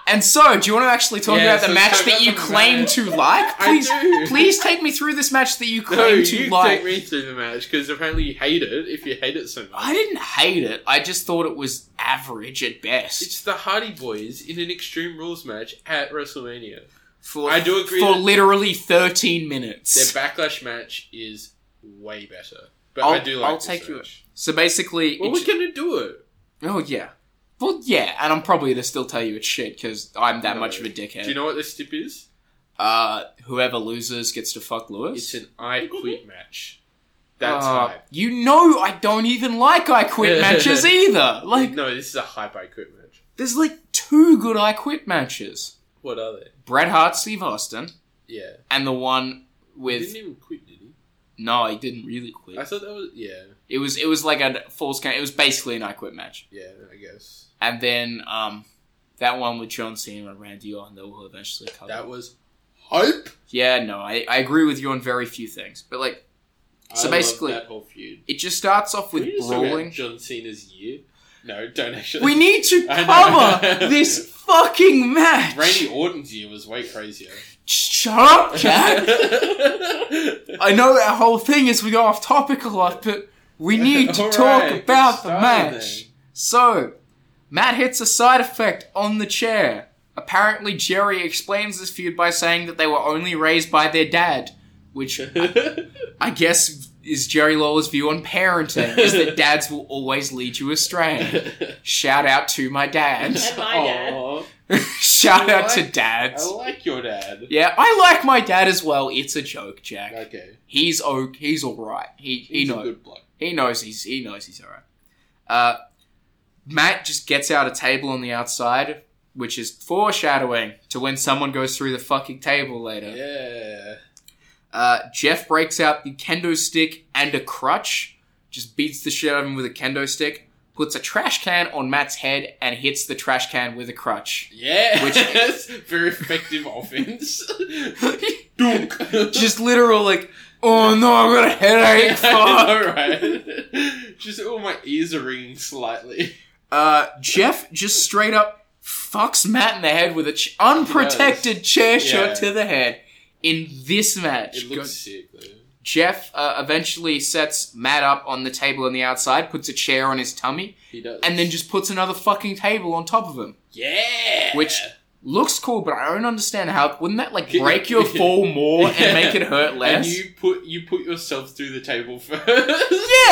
[SPEAKER 6] And so, do you want to actually talk
[SPEAKER 3] Yeah,
[SPEAKER 6] about the
[SPEAKER 3] so
[SPEAKER 6] match
[SPEAKER 3] talk
[SPEAKER 6] that
[SPEAKER 3] about
[SPEAKER 6] you
[SPEAKER 3] the
[SPEAKER 6] claim
[SPEAKER 3] match.
[SPEAKER 6] to like?
[SPEAKER 3] I
[SPEAKER 6] Please,
[SPEAKER 3] do.
[SPEAKER 6] please take me through this match that you [LAUGHS] claim
[SPEAKER 3] No,
[SPEAKER 6] to
[SPEAKER 3] you
[SPEAKER 6] like.
[SPEAKER 3] take me through the match because apparently you hate it. If you hate it so much,
[SPEAKER 6] I didn't hate it. I just thought it was average at best.
[SPEAKER 3] It's the Hardy Boys in an Extreme Rules match at WrestleMania.
[SPEAKER 6] For
[SPEAKER 3] I do agree
[SPEAKER 6] for
[SPEAKER 3] that
[SPEAKER 6] literally 13 minutes.
[SPEAKER 3] their backlash match is way better, but
[SPEAKER 6] I'll,
[SPEAKER 3] I do like.
[SPEAKER 6] I'll
[SPEAKER 3] this
[SPEAKER 6] take you.
[SPEAKER 3] match.
[SPEAKER 6] So basically,
[SPEAKER 3] Well,
[SPEAKER 6] it
[SPEAKER 3] we're
[SPEAKER 6] ju-
[SPEAKER 3] gonna do it.
[SPEAKER 6] oh yeah, well yeah, and I'm probably gonna still tell you it's shit because I'm that much of a dickhead.
[SPEAKER 3] Do you know what this tip is?
[SPEAKER 6] Uh, whoever loses gets to fuck Lewis.
[SPEAKER 3] It's an
[SPEAKER 6] [LAUGHS]
[SPEAKER 3] I Quit match. That's
[SPEAKER 6] Uh,
[SPEAKER 3] hype.
[SPEAKER 6] You know, I don't even like I
[SPEAKER 3] [LAUGHS]
[SPEAKER 6] quit matches either. Like,
[SPEAKER 3] no, this is a hype I Quit match.
[SPEAKER 6] there's like two good I quit matches:
[SPEAKER 3] What are they?
[SPEAKER 6] Bret Hart, Steve Austin,
[SPEAKER 3] Yeah,
[SPEAKER 6] and the one
[SPEAKER 3] he
[SPEAKER 6] with
[SPEAKER 3] didn't even quit, did he?
[SPEAKER 6] no, he didn't really quit.
[SPEAKER 3] I thought that was yeah,
[SPEAKER 6] It was it was like a false count. It was basically an I quit match.
[SPEAKER 3] yeah. I guess
[SPEAKER 6] And then um, that one with John Cena and Randy Orton that we'll eventually cover.
[SPEAKER 3] that was hype.
[SPEAKER 6] yeah, no, I, I agree with you on very few things, but like,
[SPEAKER 3] I
[SPEAKER 6] so
[SPEAKER 3] love
[SPEAKER 6] basically,
[SPEAKER 3] that whole feud.
[SPEAKER 6] it just starts off with
[SPEAKER 3] Can we just talk about
[SPEAKER 6] brawling.
[SPEAKER 3] John Cena's year. No, don't actually.
[SPEAKER 6] We need to
[SPEAKER 3] I know.
[SPEAKER 6] cover this fucking match.
[SPEAKER 3] [LAUGHS] Randy Orton's year was way crazier.
[SPEAKER 6] Shut up,
[SPEAKER 3] [LAUGHS]
[SPEAKER 6] Jack. I know that whole thing is we go off topic a lot, but we need to
[SPEAKER 3] All
[SPEAKER 6] talk
[SPEAKER 3] right,
[SPEAKER 6] about the
[SPEAKER 3] start
[SPEAKER 6] match. So, Matt hits a side effect on the chair. Apparently, Jerry explains this feud by saying that they were only raised by their dad, which I, I guess is Jerry Lawler's view on parenting, is that dads will always lead you astray. Shout out to my dad.
[SPEAKER 2] [LAUGHS] And my dad.
[SPEAKER 3] Aw,
[SPEAKER 6] Shout
[SPEAKER 3] I
[SPEAKER 6] out to
[SPEAKER 3] like-
[SPEAKER 6] dads.
[SPEAKER 3] I like your dad.
[SPEAKER 6] Yeah, I like my dad as well. It's a joke, Jack.
[SPEAKER 3] Okay.
[SPEAKER 6] He's okay. He's all right. He he
[SPEAKER 3] He's a
[SPEAKER 6] knows.
[SPEAKER 3] good bloke.
[SPEAKER 6] He knows he's he knows he's all right. Uh, Matt just gets out a table on the outside, which is foreshadowing to when someone goes through the fucking table later.
[SPEAKER 3] Yeah.
[SPEAKER 6] Uh, Jeff breaks out the kendo stick and a crutch, just beats the shit out of him with a kendo stick, puts a trash can on Matt's head, and hits the trash can with a crutch.
[SPEAKER 3] [LAUGHS] Yeah.
[SPEAKER 6] Which-
[SPEAKER 3] Which [LAUGHS] very effective offense. [LAUGHS] Dunk. [LAUGHS]
[SPEAKER 6] just literal like, oh no, I've got a headache.
[SPEAKER 3] [LAUGHS]
[SPEAKER 6] Fuck.
[SPEAKER 3] Alright. Just all my ears are ringing slightly.
[SPEAKER 6] Uh, Jeff just straight up fucks Matt in the head with an ch- unprotected chair
[SPEAKER 3] Yeah.
[SPEAKER 6] shot to the head in this match.
[SPEAKER 3] It looks sick though.
[SPEAKER 6] Jeff uh, eventually sets Matt up on the table on the outside, puts a chair on his tummy,
[SPEAKER 3] He does.
[SPEAKER 6] and then just puts another fucking table on top of him,
[SPEAKER 3] Yeah.
[SPEAKER 6] which looks cool. But I don't understand how wouldn't that like break
[SPEAKER 3] [LAUGHS]
[SPEAKER 6] your fall more and make it hurt
[SPEAKER 3] And
[SPEAKER 6] less?
[SPEAKER 3] you put you put yourself through the table first.
[SPEAKER 6] Yeah,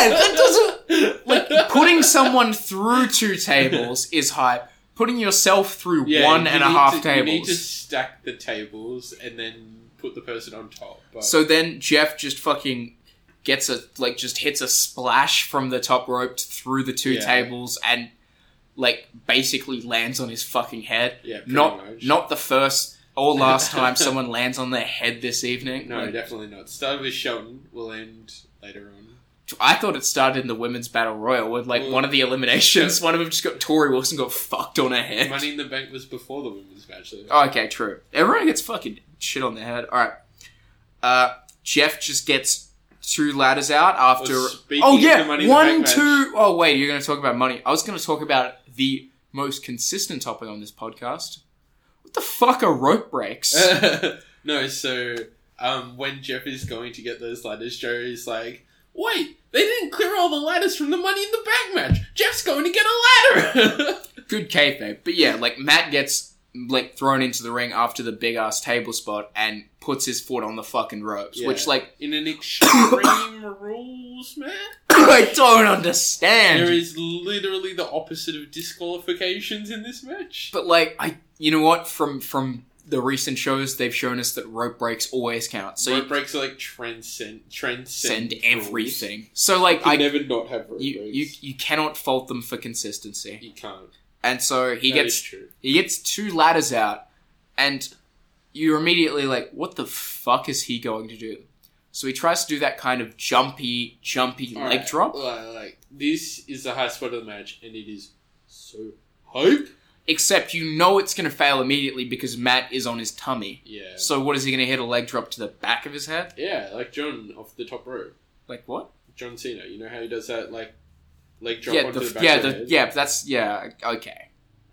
[SPEAKER 6] that doesn't
[SPEAKER 3] [LAUGHS]
[SPEAKER 6] like putting someone through two tables is hype. Putting yourself through one
[SPEAKER 3] you
[SPEAKER 6] and a
[SPEAKER 3] need
[SPEAKER 6] half
[SPEAKER 3] to-
[SPEAKER 6] tables.
[SPEAKER 3] You need to stack the tables and then put the person on top. But
[SPEAKER 6] So then Jeff just fucking gets a like just hits a splash from the top rope through the two
[SPEAKER 3] Yeah.
[SPEAKER 6] tables and like basically lands on his fucking head.
[SPEAKER 3] Yeah, pretty
[SPEAKER 6] not
[SPEAKER 3] much.
[SPEAKER 6] not the first
[SPEAKER 3] [LAUGHS]
[SPEAKER 6] or last time someone lands on their head this evening.
[SPEAKER 3] no,
[SPEAKER 6] Like,
[SPEAKER 3] definitely not. Started with Shelton. Will end later on.
[SPEAKER 6] I thought it started in the women's battle royal with like
[SPEAKER 3] Well,
[SPEAKER 6] one of the eliminations. One of them just got Tori Wilson got fucked on her head.
[SPEAKER 3] Money in the Bank was before the women's match. Though.
[SPEAKER 6] Oh, okay, true. Everyone gets fucking shit on their head. All right. Uh, Jeff just gets two ladders out after.
[SPEAKER 3] Well, speaking
[SPEAKER 6] oh
[SPEAKER 3] of
[SPEAKER 6] yeah,
[SPEAKER 3] the Money in the
[SPEAKER 6] one,
[SPEAKER 3] Bank match-
[SPEAKER 6] two- Oh wait, you're going to talk about money. I was going to talk about the most consistent topic on this podcast. What the fuck are rope breaks?
[SPEAKER 3] Uh. [LAUGHS] no, so um, when Jeff is going to get those ladders, Joe's like, "Wait, they didn't clear all the ladders from the Money in the Bank match. Jeff's going to get a ladder." [LAUGHS]
[SPEAKER 6] Good kayfabe, but yeah, like Matt gets like thrown into the ring after the big ass table spot and puts his foot on the fucking ropes,
[SPEAKER 3] Yeah.
[SPEAKER 6] which like [COUGHS]
[SPEAKER 3] in an extreme [COUGHS] rules match,
[SPEAKER 6] I don't understand.
[SPEAKER 3] there is literally the opposite of disqualifications in this match.
[SPEAKER 6] But like I, you know what? From from the recent shows, they've shown us that rope breaks always count. So
[SPEAKER 3] So rope
[SPEAKER 6] you
[SPEAKER 3] breaks are like transcend transcend
[SPEAKER 6] send everything. So like
[SPEAKER 3] I
[SPEAKER 6] I,
[SPEAKER 3] never not have rope
[SPEAKER 6] you,
[SPEAKER 3] breaks.
[SPEAKER 6] you you cannot fault them for consistency.
[SPEAKER 3] You can't.
[SPEAKER 6] And so he
[SPEAKER 3] That is
[SPEAKER 6] gets
[SPEAKER 3] true.
[SPEAKER 6] he gets two ladders out, and you're immediately like, "What the fuck is he going to do?" So he tries to do that kind of jumpy, jumpy
[SPEAKER 3] All
[SPEAKER 6] leg
[SPEAKER 3] right,
[SPEAKER 6] drop.
[SPEAKER 3] Like, like, this is the high spot of the match, and it is so hope.
[SPEAKER 6] Except you know it's going to fail immediately because Matt is on his tummy.
[SPEAKER 3] Yeah.
[SPEAKER 6] So what is he going to hit a leg drop to the back of his head?
[SPEAKER 3] Yeah, like John off the top rope.
[SPEAKER 6] Like what?
[SPEAKER 3] John Cena. You know how he does that, like leg drop
[SPEAKER 6] yeah,
[SPEAKER 3] onto
[SPEAKER 6] the,
[SPEAKER 3] the, back
[SPEAKER 6] yeah,
[SPEAKER 3] of the
[SPEAKER 6] the,
[SPEAKER 3] head?
[SPEAKER 6] yeah. That's yeah. Okay,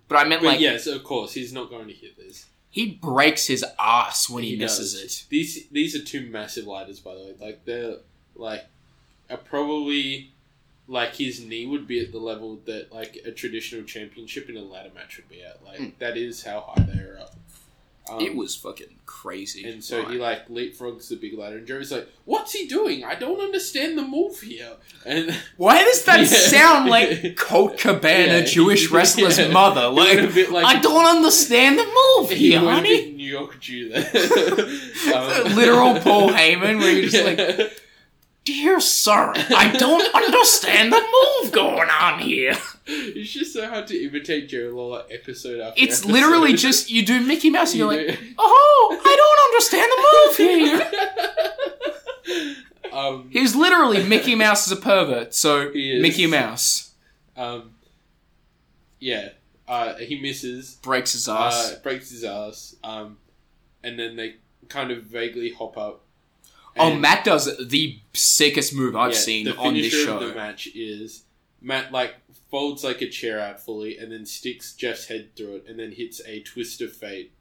[SPEAKER 6] but I meant
[SPEAKER 3] But
[SPEAKER 6] like
[SPEAKER 3] yes, of course, he's not going to hit this.
[SPEAKER 6] he breaks his ass when he, misses
[SPEAKER 3] does.
[SPEAKER 6] it.
[SPEAKER 3] These these are two massive lighters, by the way. Like they're like are probably like his knee would be at the level that like a traditional championship in a ladder match would be at. Like
[SPEAKER 6] Mm.
[SPEAKER 3] that is how high they are up. Um,
[SPEAKER 6] It was fucking crazy.
[SPEAKER 3] And so he like leapfrogs the big ladder, and Jerry's like, "What's he doing? I don't understand the move here." And [LAUGHS]
[SPEAKER 6] Why does that
[SPEAKER 3] Yeah.
[SPEAKER 6] sound like
[SPEAKER 3] [LAUGHS]
[SPEAKER 6] Colt Cabana,
[SPEAKER 3] Yeah.
[SPEAKER 6] Jewish wrestler's
[SPEAKER 3] Yeah.
[SPEAKER 6] mother?
[SPEAKER 3] He
[SPEAKER 6] Like,
[SPEAKER 3] went a bit like-
[SPEAKER 6] I don't understand the move
[SPEAKER 3] [LAUGHS] he
[SPEAKER 6] here,
[SPEAKER 3] went a
[SPEAKER 6] honey.
[SPEAKER 3] bit New York
[SPEAKER 6] [LAUGHS]
[SPEAKER 3] Jew there. Um,
[SPEAKER 6] Literal
[SPEAKER 3] [LAUGHS]
[SPEAKER 6] Paul Heyman, where you're just like, dear sir, I
[SPEAKER 3] [LAUGHS]
[SPEAKER 6] don't understand the move going on here.
[SPEAKER 3] It's just so hard to imitate Jerry Lawler episode after.
[SPEAKER 6] It's
[SPEAKER 3] episode.
[SPEAKER 6] literally
[SPEAKER 3] [LAUGHS]
[SPEAKER 6] just you do Mickey Mouse and you're
[SPEAKER 3] You
[SPEAKER 6] like, oh, I don't understand the move here.
[SPEAKER 3] um,
[SPEAKER 6] He's literally
[SPEAKER 3] [LAUGHS]
[SPEAKER 6] Mickey Mouse is a pervert, so
[SPEAKER 3] is.
[SPEAKER 6] Mickey Mouse
[SPEAKER 3] um, yeah, uh, he misses,
[SPEAKER 6] breaks his ass.
[SPEAKER 3] uh, breaks his ass, um, and then they kind of vaguely hop up.
[SPEAKER 6] oh,
[SPEAKER 3] and-
[SPEAKER 6] Matt does the sickest move I've
[SPEAKER 3] yeah,
[SPEAKER 6] seen
[SPEAKER 3] the
[SPEAKER 6] on this
[SPEAKER 3] finisher
[SPEAKER 6] show.
[SPEAKER 3] Of the match is Matt like folds like a chair out fully, and then sticks Jeff's head through it, and then hits a twist of fate,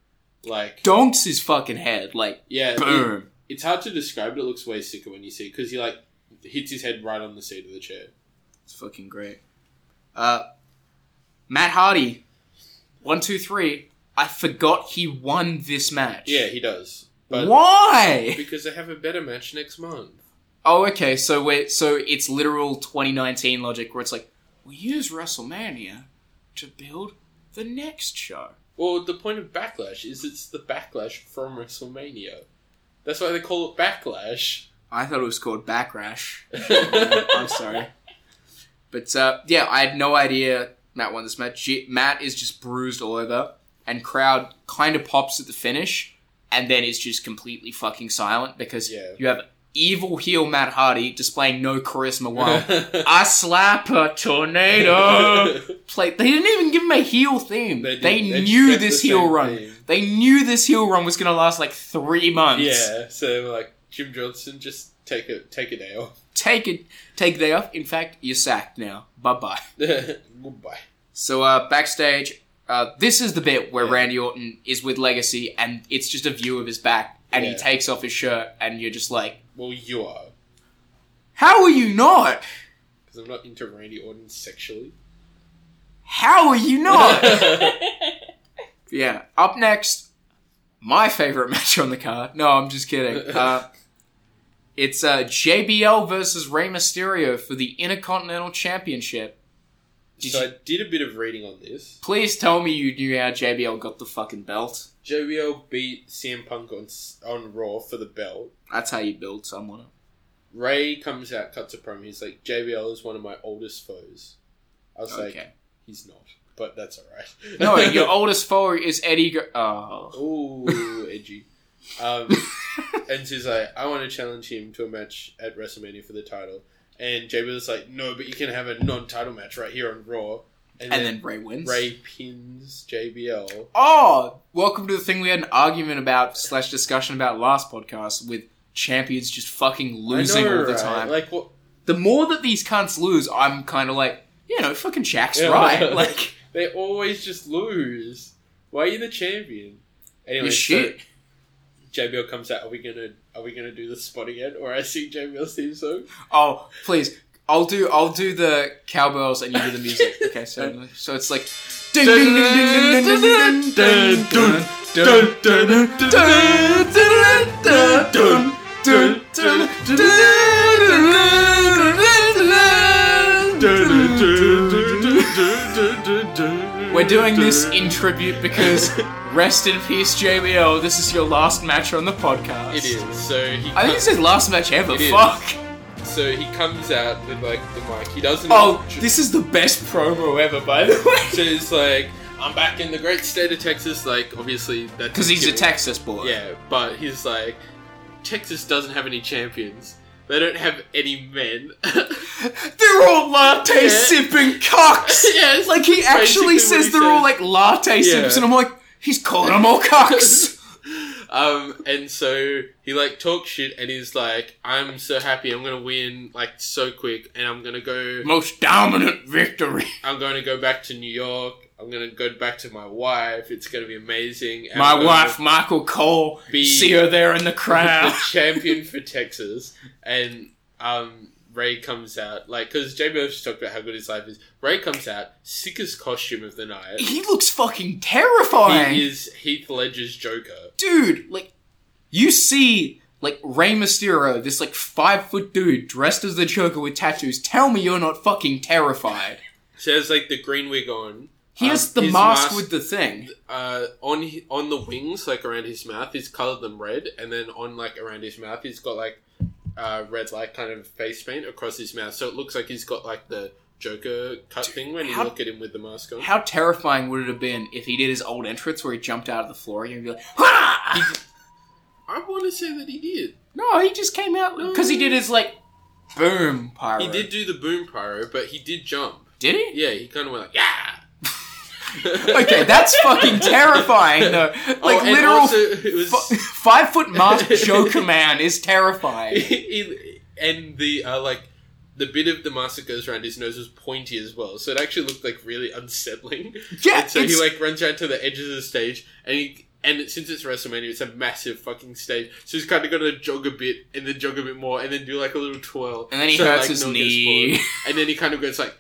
[SPEAKER 3] like
[SPEAKER 6] Donks his fucking head, like
[SPEAKER 3] Yeah, it-
[SPEAKER 6] boom.
[SPEAKER 3] it's hard to describe, but it looks way sicker when you see it because he like hits his head right on the seat of the chair.
[SPEAKER 6] It's fucking great. Uh, Matt Hardy, one, two, three. I forgot he won this match.
[SPEAKER 3] Yeah, he does.
[SPEAKER 6] Why?
[SPEAKER 3] Because they have a better match next month.
[SPEAKER 6] Oh, okay. So we so it's literal 2019 logic where it's like we use WrestleMania to build the next show.
[SPEAKER 3] Well, the point of Backlash is it's the Backlash from WrestleMania. That's why they call it Backlash. [LAUGHS]
[SPEAKER 6] I thought it was called Backrash. I'm sorry, but uh, yeah, I had no idea Matt won this match. G- Matt is just bruised all over, and crowd kind of pops at the finish, and then is just completely fucking silent because you have evil heel Matt Hardy displaying no
[SPEAKER 3] [LAUGHS]
[SPEAKER 6] charisma while I slap a
[SPEAKER 3] [LAUGHS]
[SPEAKER 6] tornado. Play. They didn't even give him a heel theme. They,
[SPEAKER 3] They just
[SPEAKER 6] knew
[SPEAKER 3] kept
[SPEAKER 6] this
[SPEAKER 3] the
[SPEAKER 6] heel
[SPEAKER 3] same
[SPEAKER 6] run.
[SPEAKER 3] theme.
[SPEAKER 6] They knew this heel run was going to last like three months.
[SPEAKER 3] Yeah, so like Jim Johnson, just take a take a day off.
[SPEAKER 6] Take it. Take the day off. In fact, you're sacked now. Bye bye.
[SPEAKER 3] Goodbye.
[SPEAKER 6] [LAUGHS] So uh, backstage, uh, this is the bit where Randy Orton is with Legacy, and it's just a view of his back, and he
[SPEAKER 3] Yeah.
[SPEAKER 6] takes off his shirt, and you're just like,
[SPEAKER 3] Well, you are
[SPEAKER 6] "How are you not?
[SPEAKER 3] because I'm not into Randy
[SPEAKER 6] [LAUGHS]
[SPEAKER 3] Orton sexually.
[SPEAKER 6] How are you
[SPEAKER 3] [LAUGHS]
[SPEAKER 6] not?" [LAUGHS] yeah. Up next, my favorite [LAUGHS] match on the card. No, I'm just kidding.
[SPEAKER 3] [LAUGHS]
[SPEAKER 6] Uh, it's uh, JBL versus Rey Mysterio for the Intercontinental Championship. Did
[SPEAKER 3] so
[SPEAKER 6] you-
[SPEAKER 3] I did a bit of reading on this.
[SPEAKER 6] Please tell me you knew how JBL got the fucking belt.
[SPEAKER 3] JBL beat CM Punk on s- on Raw for the belt.
[SPEAKER 6] That's how you build someone up.
[SPEAKER 3] Ray comes out, cuts a promo. He's like, JBL is one of my oldest foes. I was like,
[SPEAKER 6] Okay.
[SPEAKER 3] he's not, but that's all right.
[SPEAKER 6] No,
[SPEAKER 3] [LAUGHS]
[SPEAKER 6] your oldest foe is Eddie. Gr- oh,
[SPEAKER 3] Ooh, edgy.
[SPEAKER 6] [LAUGHS]
[SPEAKER 3] Um, and she's like, I want to challenge him to a match at WrestleMania for the title. And JBL's like, no, but you can have a non-title match right here on Raw.
[SPEAKER 6] and, then Ray wins.
[SPEAKER 3] Ray pins JBL.
[SPEAKER 6] Oh, welcome to the thing we had an argument about slash discussion about last podcast with champions just fucking losing
[SPEAKER 3] I know,
[SPEAKER 6] all the
[SPEAKER 3] right?
[SPEAKER 6] time.
[SPEAKER 3] Like what?
[SPEAKER 6] the more that these cunts lose, I'm kind of like, you know, fucking Jack's
[SPEAKER 3] Yeah. [LAUGHS]
[SPEAKER 6] right. Like
[SPEAKER 3] they always just lose. Why are you the champion? Anyway,
[SPEAKER 6] You're
[SPEAKER 3] so
[SPEAKER 6] shit.
[SPEAKER 3] JBL comes out. Are we gonna Are we gonna do the spot again? Or I sing JBL's theme song?
[SPEAKER 6] Oh, please. I'll do I'll do the cowbells and you do the
[SPEAKER 3] [LAUGHS]
[SPEAKER 6] music. Okay, so so it's like ding ding ding ding ding ding ding ding dun dun dun dun dun dun dun dun dun We're doing this in tribute because rest in peace JBL, this is your last match on the podcast.
[SPEAKER 3] It is. So he.
[SPEAKER 6] I think it's his last match ever.
[SPEAKER 3] It is.
[SPEAKER 6] Fuck.
[SPEAKER 3] So he comes out with like the mic. He doesn't.
[SPEAKER 6] Oh, this is the best promo ever, by [LAUGHS] the way.
[SPEAKER 3] so it's like I'm back in the great state of Texas. Like obviously that
[SPEAKER 6] Because he's a Texas boy.
[SPEAKER 3] Yeah, but he's like Texas doesn't have any champions. They don't have any men. [LAUGHS]
[SPEAKER 6] They're all latte
[SPEAKER 3] Yeah.
[SPEAKER 6] sipping [LAUGHS] cocks.
[SPEAKER 3] Yeah, it's
[SPEAKER 6] like he
[SPEAKER 3] basically
[SPEAKER 6] actually
[SPEAKER 3] what
[SPEAKER 6] says
[SPEAKER 3] he
[SPEAKER 6] they're all like
[SPEAKER 3] says.
[SPEAKER 6] latte [LAUGHS]
[SPEAKER 3] Yeah.
[SPEAKER 6] sips, and I'm like, he's calling them all cocks.
[SPEAKER 3] Um, and so he like talks shit and he's like, I'm so happy, I'm gonna win like so quick and I'm gonna go
[SPEAKER 6] Most dominant victory.
[SPEAKER 3] I'm gonna go back to New York, I'm gonna go back to my wife, it's gonna be amazing.
[SPEAKER 6] [LAUGHS]
[SPEAKER 3] and
[SPEAKER 6] My
[SPEAKER 3] I'm gonna
[SPEAKER 6] wife, Michael Cole,
[SPEAKER 3] be
[SPEAKER 6] see her there in the crowd. [LAUGHS]
[SPEAKER 3] the [LAUGHS] champion for Texas, and um, Ray comes out like because Jay Murphy talked about how good his life is. Ray comes out sickest costume of the night.
[SPEAKER 6] he looks fucking terrifying.
[SPEAKER 3] He is Heath Ledger's Joker.
[SPEAKER 6] dude, like, you see, like, Rey Mysterio, this, like, five foot dude dressed as the Joker with tattoos, tell me you're not fucking terrified.
[SPEAKER 3] So he has like the green wig on.
[SPEAKER 6] He has the
[SPEAKER 3] his
[SPEAKER 6] Um, mask with the thing.
[SPEAKER 3] Uh, on hi- on the wings, like around his mouth, he's colored them red, and then on like around his mouth, he's got like uh, red like kind of face paint across his mouth, so it looks like he's got like the Joker cut thing when you
[SPEAKER 6] how-
[SPEAKER 3] look at him with the mask on.
[SPEAKER 6] How terrifying would it have been if he did his old entrance where he jumped out of the floor and he'd be like,
[SPEAKER 3] I want to say that he did.
[SPEAKER 6] No, he just came out because he did his like boom pyro.
[SPEAKER 3] He did do the boom pyro, but he did jump.
[SPEAKER 6] Did he?
[SPEAKER 3] Yeah, he kind of went like, yeah.
[SPEAKER 6] okay,
[SPEAKER 3] [LAUGHS]
[SPEAKER 6] that's fucking terrifying though. Like
[SPEAKER 3] Oh, and
[SPEAKER 6] literal
[SPEAKER 3] also, it was
[SPEAKER 6] five foot mask Joker man is terrifying.
[SPEAKER 3] [LAUGHS] he- and the uh, like the bit of the mask that goes around his nose was pointy as well, so it actually looked like
[SPEAKER 6] [LAUGHS]
[SPEAKER 3] really unsettling.
[SPEAKER 6] Yeah,
[SPEAKER 3] And so he
[SPEAKER 6] it's-
[SPEAKER 3] like runs out to the edges of the stage, and he and it, since it's WrestleMania, it's a massive fucking stage, so he's kind of got to jog a bit and then jog a bit more, and then do like a little twirl,
[SPEAKER 6] And then he
[SPEAKER 3] so,
[SPEAKER 6] hurts
[SPEAKER 3] like,
[SPEAKER 6] his
[SPEAKER 3] no one gets
[SPEAKER 6] knee.
[SPEAKER 3] bored. and then he kind of goes like.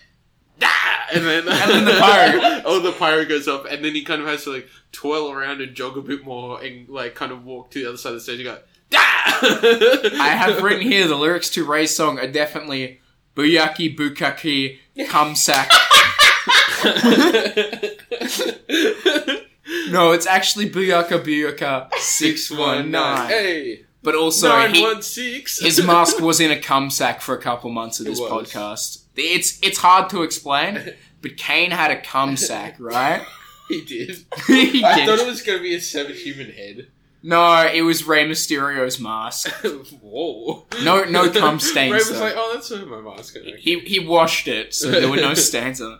[SPEAKER 3] "Ah!" And
[SPEAKER 6] [LAUGHS]
[SPEAKER 3] then,
[SPEAKER 6] And then the pyro.
[SPEAKER 3] [LAUGHS] oh, the pyro goes up, and then he kind of has to like twirl around and jog a bit more, and like kind of walk to the other side of the stage and go, [LAUGHS]
[SPEAKER 6] I have written here the lyrics to Ray's song are definitely Buyaki Bukaki
[SPEAKER 3] [LAUGHS]
[SPEAKER 6] Kumsak. no, it's actually Buyaka Buyaka six one nine.
[SPEAKER 3] Hey.
[SPEAKER 6] But also he-
[SPEAKER 3] 916.
[SPEAKER 6] his mask was in a cum sack for a couple months of
[SPEAKER 3] It
[SPEAKER 6] this
[SPEAKER 3] was.
[SPEAKER 6] podcast. It's it's hard to explain, but Kane had a cum sack, right?
[SPEAKER 3] [LAUGHS]
[SPEAKER 6] [LAUGHS]
[SPEAKER 3] He did.
[SPEAKER 6] He
[SPEAKER 3] I
[SPEAKER 6] did.
[SPEAKER 3] thought it was going to be a seven human head. [LAUGHS]
[SPEAKER 6] No, it was Rey Mysterio's mask.
[SPEAKER 3] Whoa.
[SPEAKER 6] No- no cum stains,
[SPEAKER 3] Ray was
[SPEAKER 6] though.
[SPEAKER 3] like, oh, that's not my mask.
[SPEAKER 6] He he washed it, so there were no [LAUGHS] stains on it.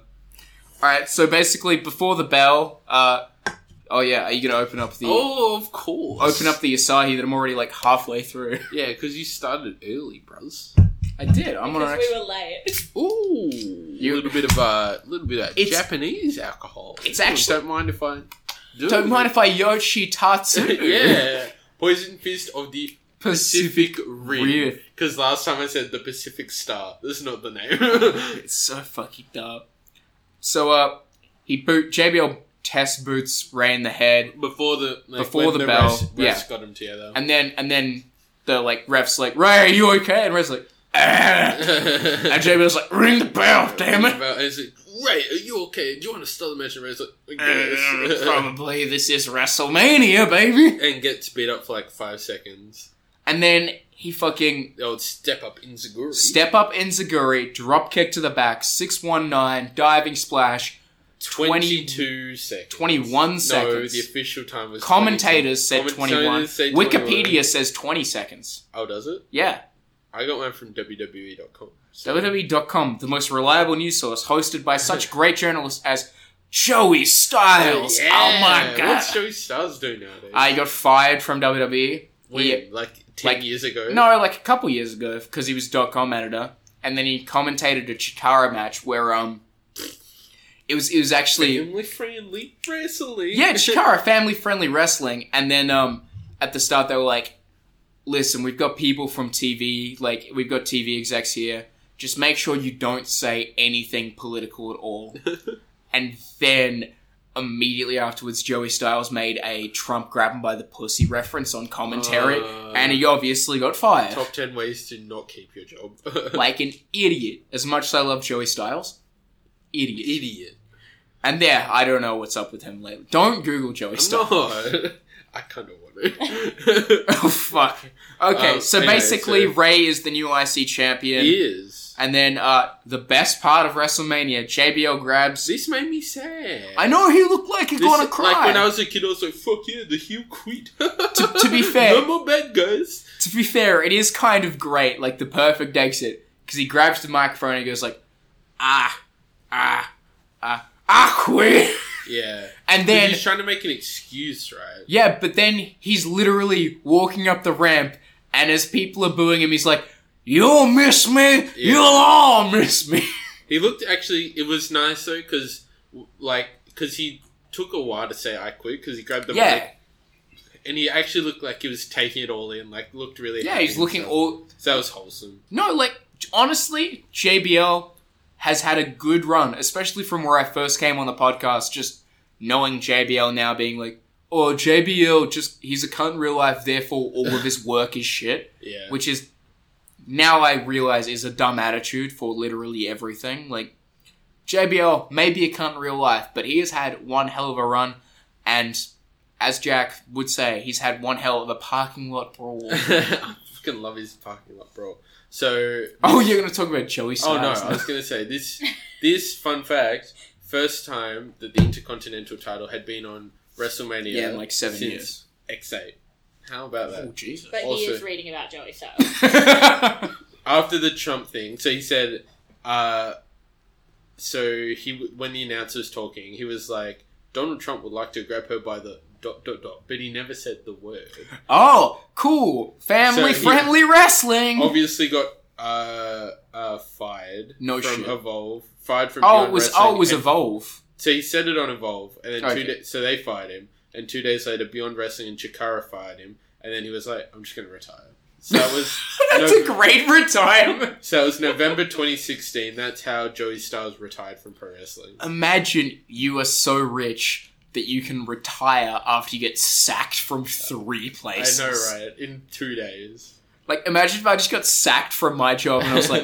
[SPEAKER 6] All right, so basically before the bell, uh, oh yeah, are you gonna open up the
[SPEAKER 3] oh, of course.
[SPEAKER 6] open up the Asahi that I'm already like halfway through?
[SPEAKER 3] Yeah, because you started early, bros.
[SPEAKER 6] I did. I'm gonna.
[SPEAKER 2] Because we were late.
[SPEAKER 3] Ooh, a little bit of a uh, little bit of Japanese alcohol.
[SPEAKER 6] It's
[SPEAKER 3] Ooh,
[SPEAKER 6] actually-
[SPEAKER 3] don't mind if I do.
[SPEAKER 6] Don't mind if I Yoshi [LAUGHS] Tatsu.
[SPEAKER 3] [LAUGHS] yeah, poison fist of the
[SPEAKER 6] Pacific
[SPEAKER 3] Pacific Rim.
[SPEAKER 6] Rim.
[SPEAKER 3] Because last time I said the Pacific Star. That's not the name. [LAUGHS]
[SPEAKER 6] it's so fucking dumb. So uh, he boot JBL test boots Ray in the head.
[SPEAKER 3] before the like,
[SPEAKER 6] before
[SPEAKER 3] when
[SPEAKER 6] the, bell.
[SPEAKER 3] refs- refs
[SPEAKER 6] yeah,
[SPEAKER 3] got him together.
[SPEAKER 6] and then and then the like refs like Ray, are you okay? And Ray's like, [LAUGHS] "Ah." and JBL was like, ring the bell, damn it.
[SPEAKER 3] Bell, and he's like, Ray, are you okay? Do you want to start the match? And Ray's like,
[SPEAKER 6] Uh,
[SPEAKER 3] yes. [LAUGHS]
[SPEAKER 6] probably this is WrestleMania, baby.
[SPEAKER 3] and gets beat up for like five seconds.
[SPEAKER 6] And then he fucking
[SPEAKER 3] Oh, step up in Zaguri.
[SPEAKER 6] step up Enziguri, drop kick to the back, six one nine, diving splash, 20,
[SPEAKER 3] 22 seconds.
[SPEAKER 6] 21
[SPEAKER 3] No,
[SPEAKER 6] seconds.
[SPEAKER 3] the official time was
[SPEAKER 6] Commentators said 21.
[SPEAKER 3] Commentators say
[SPEAKER 6] Wikipedia says 20 seconds.
[SPEAKER 3] Oh, does it?
[SPEAKER 6] Yeah.
[SPEAKER 3] I got mine from E WWE.com.
[SPEAKER 6] WWE.com, the most reliable news source, hosted by
[SPEAKER 3] [LAUGHS]
[SPEAKER 6] such great journalists as Joey Styles.
[SPEAKER 3] Yeah.
[SPEAKER 6] Oh my god.
[SPEAKER 3] What's Joey Styles doing nowadays?
[SPEAKER 6] I got fired from E. WWE.
[SPEAKER 3] When?
[SPEAKER 6] He-
[SPEAKER 3] like 10 years ago?
[SPEAKER 6] No, like a couple years ago, because he was .com editor, and then he commentated a Chikara match where um, it was it was actually
[SPEAKER 3] Family friendly wrestling.
[SPEAKER 6] yeah Chikara family friendly wrestling, and then um, at the start they were like, listen, we've got people from TV, like we've got TV execs here. Just make sure you don't say anything political at
[SPEAKER 3] [LAUGHS]
[SPEAKER 6] all. and then immediately afterwards, Joey Styles made a Trump grab him by the pussy reference on commentary,
[SPEAKER 3] Uh,
[SPEAKER 6] and he obviously got fired
[SPEAKER 3] Top 10 ways to not keep your job. [LAUGHS]
[SPEAKER 6] like an idiot. As much as I love Joey Styles, idiot,
[SPEAKER 3] idiot.
[SPEAKER 6] And there, I don't know what's up with him lately. Don't Google Joey Styles.
[SPEAKER 3] No. I kind of want to.
[SPEAKER 6] [LAUGHS] oh fuck. Okay,
[SPEAKER 3] Um,
[SPEAKER 6] so
[SPEAKER 3] anyway,
[SPEAKER 6] basically,
[SPEAKER 3] so-
[SPEAKER 6] Ray is the new IC champion.
[SPEAKER 3] [LAUGHS] He is.
[SPEAKER 6] And then uh, the best part of WrestleMania, JBL grabs.
[SPEAKER 3] This made me sad.
[SPEAKER 6] I know he looked like he's
[SPEAKER 3] This-
[SPEAKER 6] gonna cry.
[SPEAKER 3] Like when I was a kid, I was like, fuck yeah, the heel quit.
[SPEAKER 6] to, to
[SPEAKER 3] [LAUGHS]
[SPEAKER 6] be fair,
[SPEAKER 3] No more bad guys.
[SPEAKER 6] To be fair, it is kind of great, like the perfect exit, because he grabs the microphone and he goes like, ah, ah, ah, ah, quit.
[SPEAKER 3] yeah.
[SPEAKER 6] And then
[SPEAKER 3] he's trying to make an excuse, right?
[SPEAKER 6] Yeah, but then he's literally walking up the ramp, and as people are booing him, he's like, "You'll miss me. You'll all miss me."
[SPEAKER 3] He looked actually. It was nice though, because like because he took a while to say "I quit" because he grabbed the
[SPEAKER 6] Yeah.
[SPEAKER 3] mic, and he actually looked like he was taking it all in. Like looked really.
[SPEAKER 6] Yeah,
[SPEAKER 3] happy
[SPEAKER 6] he's looking
[SPEAKER 3] himself.
[SPEAKER 6] all-
[SPEAKER 3] So that was wholesome.
[SPEAKER 6] No, like honestly, JBL has had a good run, especially from where I first came on the podcast. Just knowing JBL now, being like, "Oh, JBL, just he's a cunt in real life. Therefore, all of his work is shit."
[SPEAKER 3] Yeah.
[SPEAKER 6] which is now I realize is a dumb attitude for literally everything. Like JBL may be a cunt in real life, but he has had one hell of a run, and as Jack would say, he's had one hell of a parking lot brawl.
[SPEAKER 3] [LAUGHS] I fucking love his parking lot, bro. So
[SPEAKER 6] oh, you're gonna talk about Joey
[SPEAKER 3] Oh no,
[SPEAKER 6] Styles?
[SPEAKER 3] I was gonna say this. This fun fact: first time that the Intercontinental title had been on WrestleMania.
[SPEAKER 6] Yeah, in like seven
[SPEAKER 3] since
[SPEAKER 6] years.
[SPEAKER 3] X8. How about that?
[SPEAKER 6] Oh, Jesus.
[SPEAKER 2] But he
[SPEAKER 3] Also-
[SPEAKER 2] is reading about
[SPEAKER 3] [LAUGHS]
[SPEAKER 2] Joey Styles.
[SPEAKER 3] after the Trump thing, so he said, uh, so he w- when the announcer was talking, he was like, Donald Trump would like to grab her by the dot dot dot, but he never said the word.
[SPEAKER 6] [LAUGHS] Oh, cool. Family
[SPEAKER 3] So he-
[SPEAKER 6] friendly wrestling.
[SPEAKER 3] Obviously, got uh, uh, fired.
[SPEAKER 6] No
[SPEAKER 3] from
[SPEAKER 6] shit.
[SPEAKER 3] Evolve. Fired from.
[SPEAKER 6] oh,
[SPEAKER 3] Beyond
[SPEAKER 6] it was
[SPEAKER 3] Wrestling
[SPEAKER 6] oh, it was
[SPEAKER 3] and-
[SPEAKER 6] evolve.
[SPEAKER 3] So he said it on Evolve, and then two
[SPEAKER 6] Okay.
[SPEAKER 3] da- so they fired him, and two days later, Beyond Wrestling and Chikara fired him, and then he was like, "I'm just going to retire." So that was
[SPEAKER 6] [LAUGHS] That's a great [LAUGHS] retirement.
[SPEAKER 3] So it was November 2016. That's how Joey Styles retired from pro wrestling.
[SPEAKER 6] Imagine you are so rich that you can retire after you get sacked from three places.
[SPEAKER 3] I know, right? In two days.
[SPEAKER 6] Like, imagine if I just got sacked from my job and I was
[SPEAKER 3] [LAUGHS]
[SPEAKER 6] like,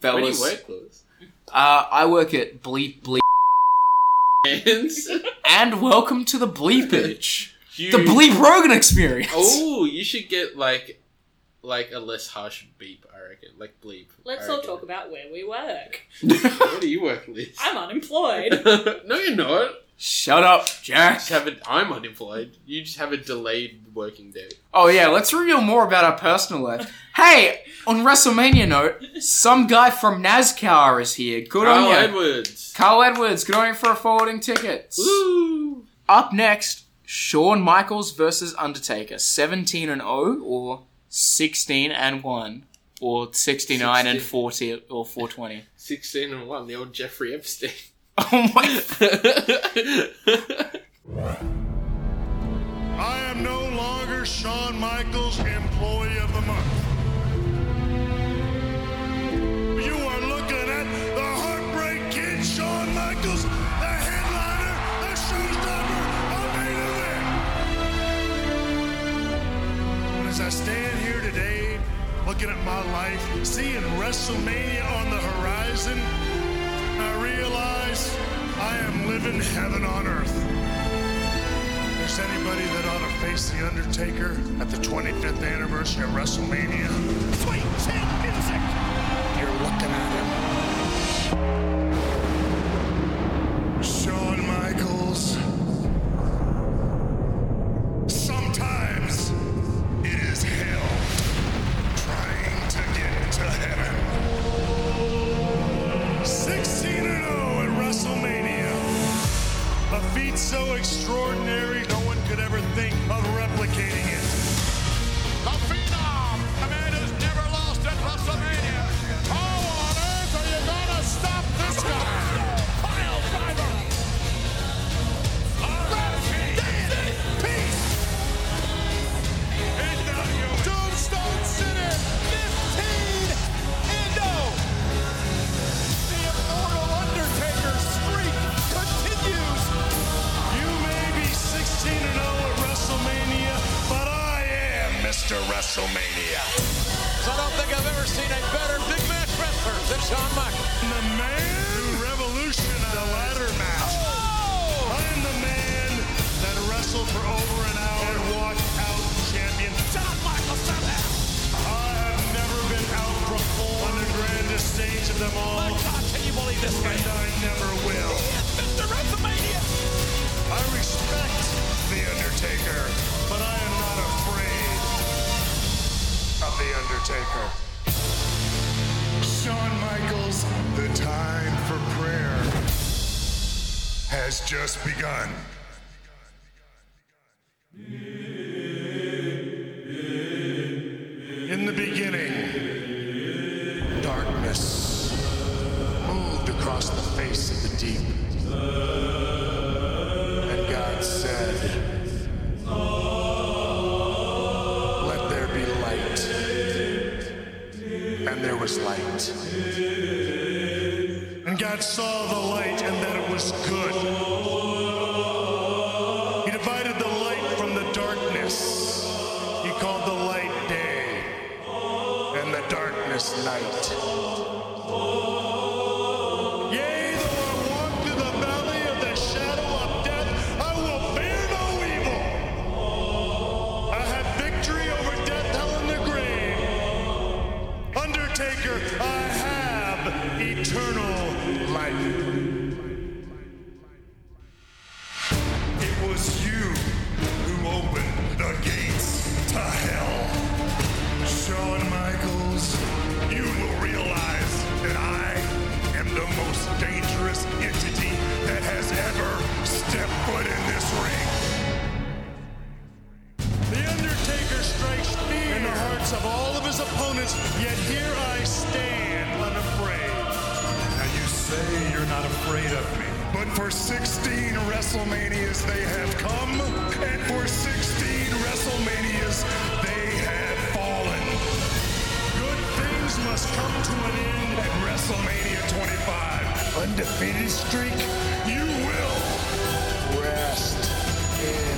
[SPEAKER 3] Where do you
[SPEAKER 6] fellas,
[SPEAKER 3] work, Lewis?
[SPEAKER 6] Uh, I work at Bleep Bleep. [LAUGHS] and welcome to the
[SPEAKER 3] [LAUGHS]
[SPEAKER 6] Bleepage.
[SPEAKER 3] You-
[SPEAKER 6] The Bleep Rogan experience.
[SPEAKER 3] Oh, you should get like, like a less harsh beep. I reckon, like bleep.
[SPEAKER 2] Let's all talk about where we work.
[SPEAKER 3] talk. What do you work with?
[SPEAKER 2] I'm unemployed.
[SPEAKER 3] [LAUGHS] no, you're not.
[SPEAKER 6] Shut up, Jack.
[SPEAKER 3] Just have a, I'm unemployed. You just have a delayed working day.
[SPEAKER 6] Oh yeah, let's reveal more about our personal life. Hey, on WrestleMania note, some guy from NASCAR is here. Good on
[SPEAKER 3] Carl
[SPEAKER 6] you,
[SPEAKER 3] Edwards.
[SPEAKER 6] Carl Edwards. Good on you for forwarding tickets.
[SPEAKER 3] Woo!
[SPEAKER 6] Up next, Shawn Michaels versus Undertaker, seventeen and zero or sixteen and one or sixty nine and forty or four twenty. [LAUGHS]
[SPEAKER 3] Sixteen and one. The old Jeffrey Epstein. [LAUGHS]
[SPEAKER 6] Oh my!
[SPEAKER 5] I am no longer Shawn Michaels Employee of the Month. You are looking at the Heartbreak Kid Shawn Michaels, the headliner, the showstopper, the main event. As I stand here today, looking at my life, seeing WrestleMania on the horizon, I realize I am living heaven on earth. If there's anybody that ought to face The Undertaker at the 25th anniversary of WrestleMania. Sweet chin music! You're looking at him. Shawn Michaels. Sometimes it is hell trying to get to heaven. 16 0 at WrestleMania. A feat so extraordinary, no one could ever think of replicating it. The Phenom, a man who's never lost at WrestleMania. How on earth are you gonna stop this guy? Pile driver. Tombstone City, 15 Endo. The immortal Undertaker streak continues. You may be 16 and 0 at WrestleMania, but I am Mr. WrestleMania. I don't think I've ever seen a better big match wrestler than Shawn Michaels. The man who revolutionized the ladder match. I am the man that wrestled for over an hour and walked out champion. Shawn Michaels, stop that! I have never been outperformed on the grandest stage of them all. My God, can you believe this man? And I never will. He is Mr. WrestleMania. I respect The Undertaker, but I am not afraid of The Undertaker. Shawn Michaels, the time for prayer has just begun.
[SPEAKER 7] darkness moved across the face of the deep. And God said, Let there be light. And there was light.
[SPEAKER 5] And God saw the light and that it was good. He divided the light from the darkness. He called the light day and the darkness night. Yea, though I walk through the valley of the shadow of death, I will fear no evil. I have victory over death, hell, and the grave. Undertaker, I have eternal life. It was you who opened the gates to hell. Shawn Michaels, you will realize that I am the most dangerous entity that has ever stepped foot in this ring. The Undertaker strikes fear in the hearts of all of his opponents, yet here I stand unafraid. Now you say you're not afraid of me. But for 16 WrestleManias they have come, and for 16 WrestleManias they have fallen. Good things must come to an end at WrestleMania 25. Undefeated streak, you will rest in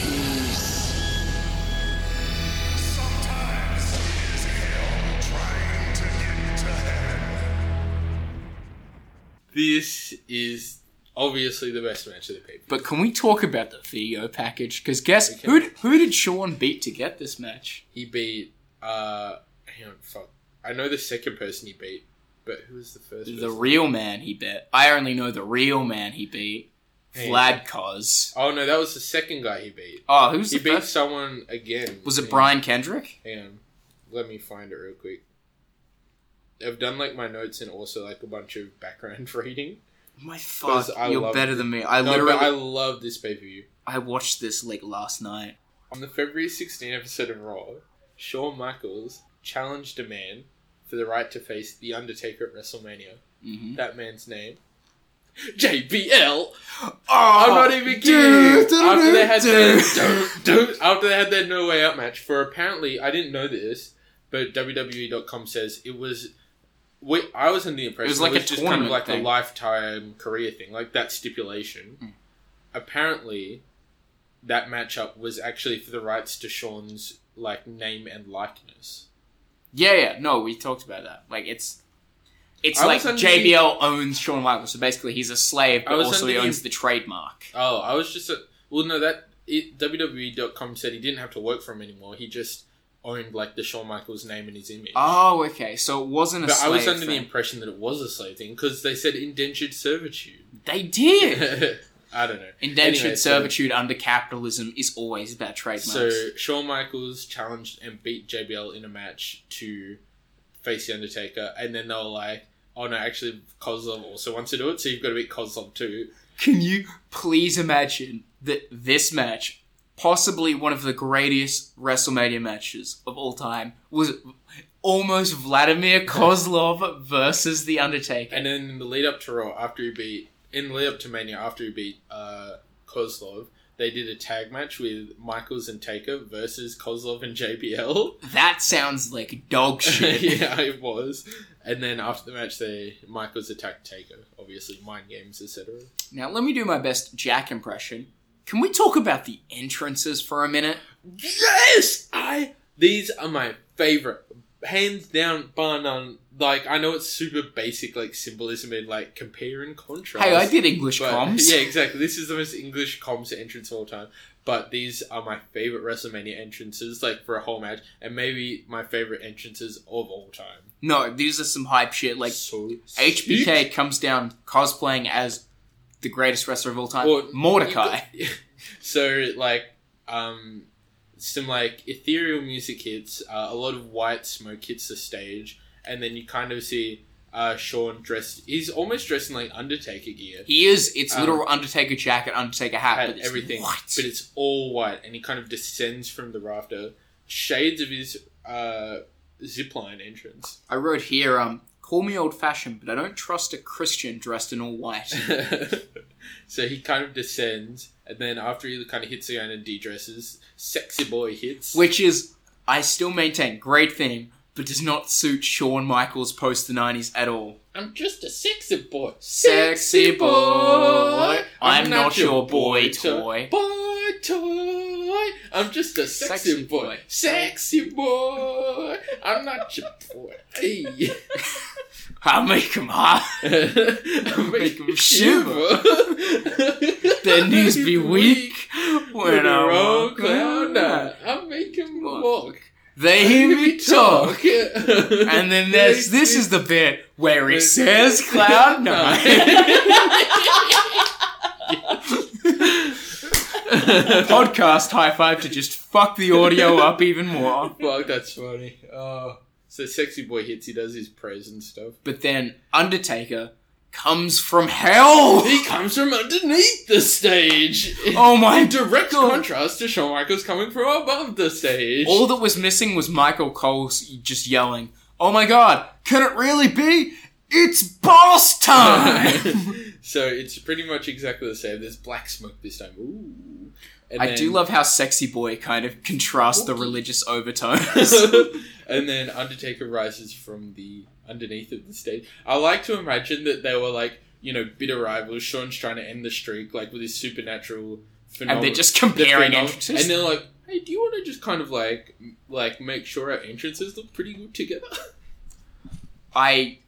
[SPEAKER 5] peace. Sometimes it is hell trying to get to heaven.
[SPEAKER 3] This is obviously the best match of the paper.
[SPEAKER 6] But can we talk about the Theo package? Because guess who who did Sean beat to get this match?
[SPEAKER 3] He beat uh hang on, fuck. I know the second person he beat, but who was the first
[SPEAKER 6] The
[SPEAKER 3] person?
[SPEAKER 6] real man he beat. I only know the real man he beat.
[SPEAKER 3] Hey.
[SPEAKER 6] Vlad Koz.
[SPEAKER 3] Oh no, that was the second guy he beat.
[SPEAKER 6] Oh, who's
[SPEAKER 3] he
[SPEAKER 6] the
[SPEAKER 3] beat
[SPEAKER 6] first?
[SPEAKER 3] someone again?
[SPEAKER 6] Was it
[SPEAKER 3] Hang on.
[SPEAKER 6] Brian Kendrick?
[SPEAKER 3] Hang on. Let me find it real quick. I've done like my notes and also like a bunch of background [LAUGHS] reading.
[SPEAKER 6] My
[SPEAKER 3] Because
[SPEAKER 6] fuck,
[SPEAKER 3] I
[SPEAKER 6] you're
[SPEAKER 3] love-
[SPEAKER 6] better than me. I
[SPEAKER 3] No, but
[SPEAKER 6] literally-
[SPEAKER 3] I love this pay per view.
[SPEAKER 6] I watched this like last night.
[SPEAKER 3] On the February 16 episode of Raw, Shawn Michaels challenged a man for the right to face The Undertaker at WrestleMania.
[SPEAKER 6] Mhm.
[SPEAKER 3] That man's name? [LAUGHS] JBL!
[SPEAKER 6] Oh,
[SPEAKER 3] I'm not even
[SPEAKER 6] [LAUGHS]
[SPEAKER 3] kidding!
[SPEAKER 6] dude,
[SPEAKER 3] after, they had [LAUGHS] their,
[SPEAKER 6] dude.
[SPEAKER 3] after they had their No Way Out match, for apparently, I didn't know this, but WWE.com says it was. Wait, I was in the impression
[SPEAKER 6] It was like a
[SPEAKER 3] just kind of
[SPEAKER 6] tournament
[SPEAKER 3] like
[SPEAKER 6] thing. Hmm.
[SPEAKER 3] a lifetime career thing, like that stipulation. Apparently, that matchup was actually for the rights to Sean's like name and likeness.
[SPEAKER 6] Yeah, yeah. No, we talked about that. Like it's it's
[SPEAKER 3] I
[SPEAKER 6] like
[SPEAKER 3] was under the-
[SPEAKER 6] JBL owns Shawn Michaels, so basically he's a slave,
[SPEAKER 3] I
[SPEAKER 6] but
[SPEAKER 3] was
[SPEAKER 6] also
[SPEAKER 3] under
[SPEAKER 6] he
[SPEAKER 3] the-
[SPEAKER 6] owns the trademark.
[SPEAKER 3] Oh, I was just a, well, no, that it, WWE.com said he didn't have to work for him anymore. He just owned like the Shawn Michaels name and his image.
[SPEAKER 6] Oh, okay. So it wasn't a
[SPEAKER 3] But I
[SPEAKER 6] slave.
[SPEAKER 3] was under the
[SPEAKER 6] thing.
[SPEAKER 3] impression that it was a slave thing because they said indentured servitude. [LAUGHS]
[SPEAKER 6] They did.
[SPEAKER 3] I don't know.
[SPEAKER 6] Indentured
[SPEAKER 3] Anyway, so-
[SPEAKER 6] servitude under capitalism is always about trademarks.
[SPEAKER 3] So Shawn Michaels challenged and beat JBL in a match to face the Undertaker, and then they were like, "Oh no, actually, Kozlov also wants to do it, so you've got to beat Kozlov too."
[SPEAKER 6] Can you please imagine that this match, possibly one of the greatest WrestleMania matches of all time, was almost
[SPEAKER 3] [LAUGHS]
[SPEAKER 6] Vladimir Kozlov versus The Undertaker?
[SPEAKER 3] And then in the lead up to Raw, after he beat in the lead up to Mania, after he beat uh, Kozlov, they did a tag match with Michaels and Taker versus Kozlov and [LAUGHS] JBL.
[SPEAKER 6] That sounds like dog
[SPEAKER 3] [LAUGHS]
[SPEAKER 6] shit.
[SPEAKER 3] yeah, it was. And then after the match, they Michaels attacked Taker, obviously mind games, etc.
[SPEAKER 6] Now, let me do my best Jack impression. Can we talk about the entrances for a minute?
[SPEAKER 3] Yes, I. These are my favorite, hands down, bar none. Like I know it's super basic, like symbolism and like compare and contrast.
[SPEAKER 6] Hey, I did English
[SPEAKER 3] but- [LAUGHS]
[SPEAKER 6] comms.
[SPEAKER 3] Yeah, exactly. This is the most English comms entrance of all time. But these are my favorite WrestleMania entrances, like for a whole match, and maybe my favorite entrances of all time.
[SPEAKER 6] No, these are some hype shit. Like HBK comes down cosplaying as the greatest wrestler of all time,
[SPEAKER 3] Well, [LAUGHS]
[SPEAKER 6] Mordecai.
[SPEAKER 3] you got- Uh, so like, um, some like ethereal music hits. Uh, a lot of white smoke hits the stage, and then you kind of see uh, Sean dressed. He's almost dressed in like Undertaker gear.
[SPEAKER 6] He is. It's
[SPEAKER 3] Um,
[SPEAKER 6] literal Undertaker jacket, Undertaker hat,
[SPEAKER 3] had
[SPEAKER 6] Oh. but it's
[SPEAKER 3] everything,
[SPEAKER 6] white.
[SPEAKER 3] but it's all white, and he kind of descends from the rafter. Shades of his uh, zipline entrance. [LAUGHS]
[SPEAKER 6] I wrote here, um, Call me old fashioned, but I don't trust a Christian dressed in all white. [LAUGHS]
[SPEAKER 3] So he kind of descends, and then after he kind of hits the ground and de-dresses, sexy boy hits.
[SPEAKER 6] Which is, I still maintain, great theme, but does not suit Shawn Michaels post the 90s at all.
[SPEAKER 3] I'm just a sexy boy.
[SPEAKER 6] Sexy boy. I'm not your boy toy.
[SPEAKER 3] Boy toy. I'm just a sexy, boy. Sexy boy. I'm not your boy. Hey.
[SPEAKER 6] I [LAUGHS] make him [LAUGHS] hot. I make him shiver. Their knees be weak [LAUGHS] when I walk on night.
[SPEAKER 3] I make him walk.
[SPEAKER 6] They hear me talk. [LAUGHS] and then there's this is the bit where he says cloud nine. [LAUGHS] Podcast high five to just fuck the audio up even more.
[SPEAKER 3] [LAUGHS] Fuck, that's funny. Oh. So sexy boy hits, he does his prayers and stuff.
[SPEAKER 6] But then Undertaker comes from hell.
[SPEAKER 3] He comes from underneath the stage.
[SPEAKER 6] Oh my
[SPEAKER 3] [LAUGHS] In direct contrast to Shawn Michaels coming from above the stage.
[SPEAKER 6] All [LAUGHS] that was missing was Michael Cole's just yelling, "Oh my god, can it really be? It's boss [LAUGHS] time!"
[SPEAKER 3] [LAUGHS] so it's pretty much exactly the same. There's black smoke this time. Ooh.
[SPEAKER 6] I
[SPEAKER 3] then-
[SPEAKER 6] do
[SPEAKER 3] [LAUGHS]
[SPEAKER 6] love how sexy boy kind of contrasts the religious overtones. [LAUGHS]
[SPEAKER 3] and then Undertaker rises from the underneath of the stage. I like to imagine that they were like, you know, bitter rivals. Sean's trying to end the streak like with his supernatural phenomenon.
[SPEAKER 6] And they're just comparing
[SPEAKER 3] entrances.
[SPEAKER 6] entrances.
[SPEAKER 3] And they're like, hey, do you want to just kind of like m- like make sure our entrances look pretty good together? [LAUGHS]
[SPEAKER 6] I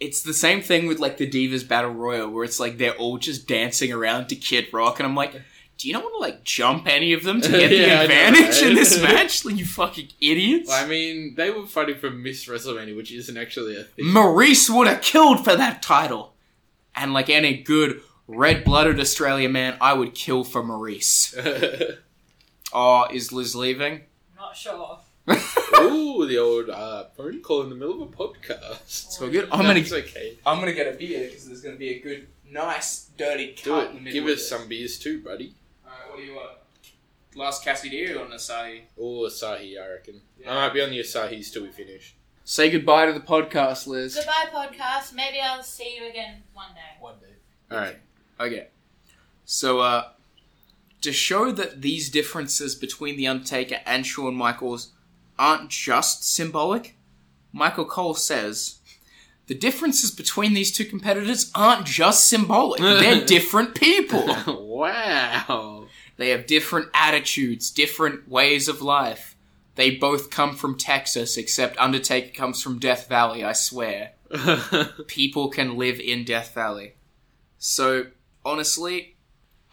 [SPEAKER 6] it's the same thing with like the Divas Battle Royal where it's like they're all just dancing around to Kid Rock and I'm like, do you not want to like jump any of them to get
[SPEAKER 3] [LAUGHS] Yeah,
[SPEAKER 6] the
[SPEAKER 3] I know,
[SPEAKER 6] advantage
[SPEAKER 3] right?
[SPEAKER 6] in this
[SPEAKER 3] [LAUGHS]
[SPEAKER 6] match? Like you fucking idiots.
[SPEAKER 3] I mean, they were fighting for Miss WrestleMania, which isn't actually
[SPEAKER 6] [LAUGHS]
[SPEAKER 3] a thing.
[SPEAKER 6] Maurice would have killed for that title. And like any good red blooded Australian man, I would kill for Maurice. oh, is Liz leaving?
[SPEAKER 2] Not sure.
[SPEAKER 3] [LAUGHS] Ooh, the old uh, phone call in the middle of a podcast. So
[SPEAKER 6] good. I'm gonna-
[SPEAKER 3] okay.
[SPEAKER 6] I'm gonna get a beer because there's gonna be a good, nice, dirty
[SPEAKER 3] Do
[SPEAKER 6] cut in the
[SPEAKER 3] it.
[SPEAKER 6] middle.
[SPEAKER 3] Give
[SPEAKER 6] of
[SPEAKER 3] us
[SPEAKER 6] this.
[SPEAKER 3] some beers too, buddy.
[SPEAKER 6] Alright, what do you want? Last Cassidy on Asahi.
[SPEAKER 3] Or Asahi, I reckon. I might be on the Asahis till we finish.
[SPEAKER 6] Say goodbye to the podcast, Liz.
[SPEAKER 2] Goodbye, podcast. Maybe I'll see you again one day.
[SPEAKER 3] One day. All right.
[SPEAKER 6] Okay. So, uh, to show that these differences between The Undertaker and Shawn Michaels aren't just symbolic, Michael Cole says, the differences between these two competitors aren't just symbolic. [LAUGHS] They're different people.
[SPEAKER 3] wow.
[SPEAKER 6] They have different attitudes, different ways of life. They both come from Texas, except Undertaker comes from Death Valley, I
[SPEAKER 3] [LAUGHS]
[SPEAKER 6] swear. People can live in Death Valley. So, honestly,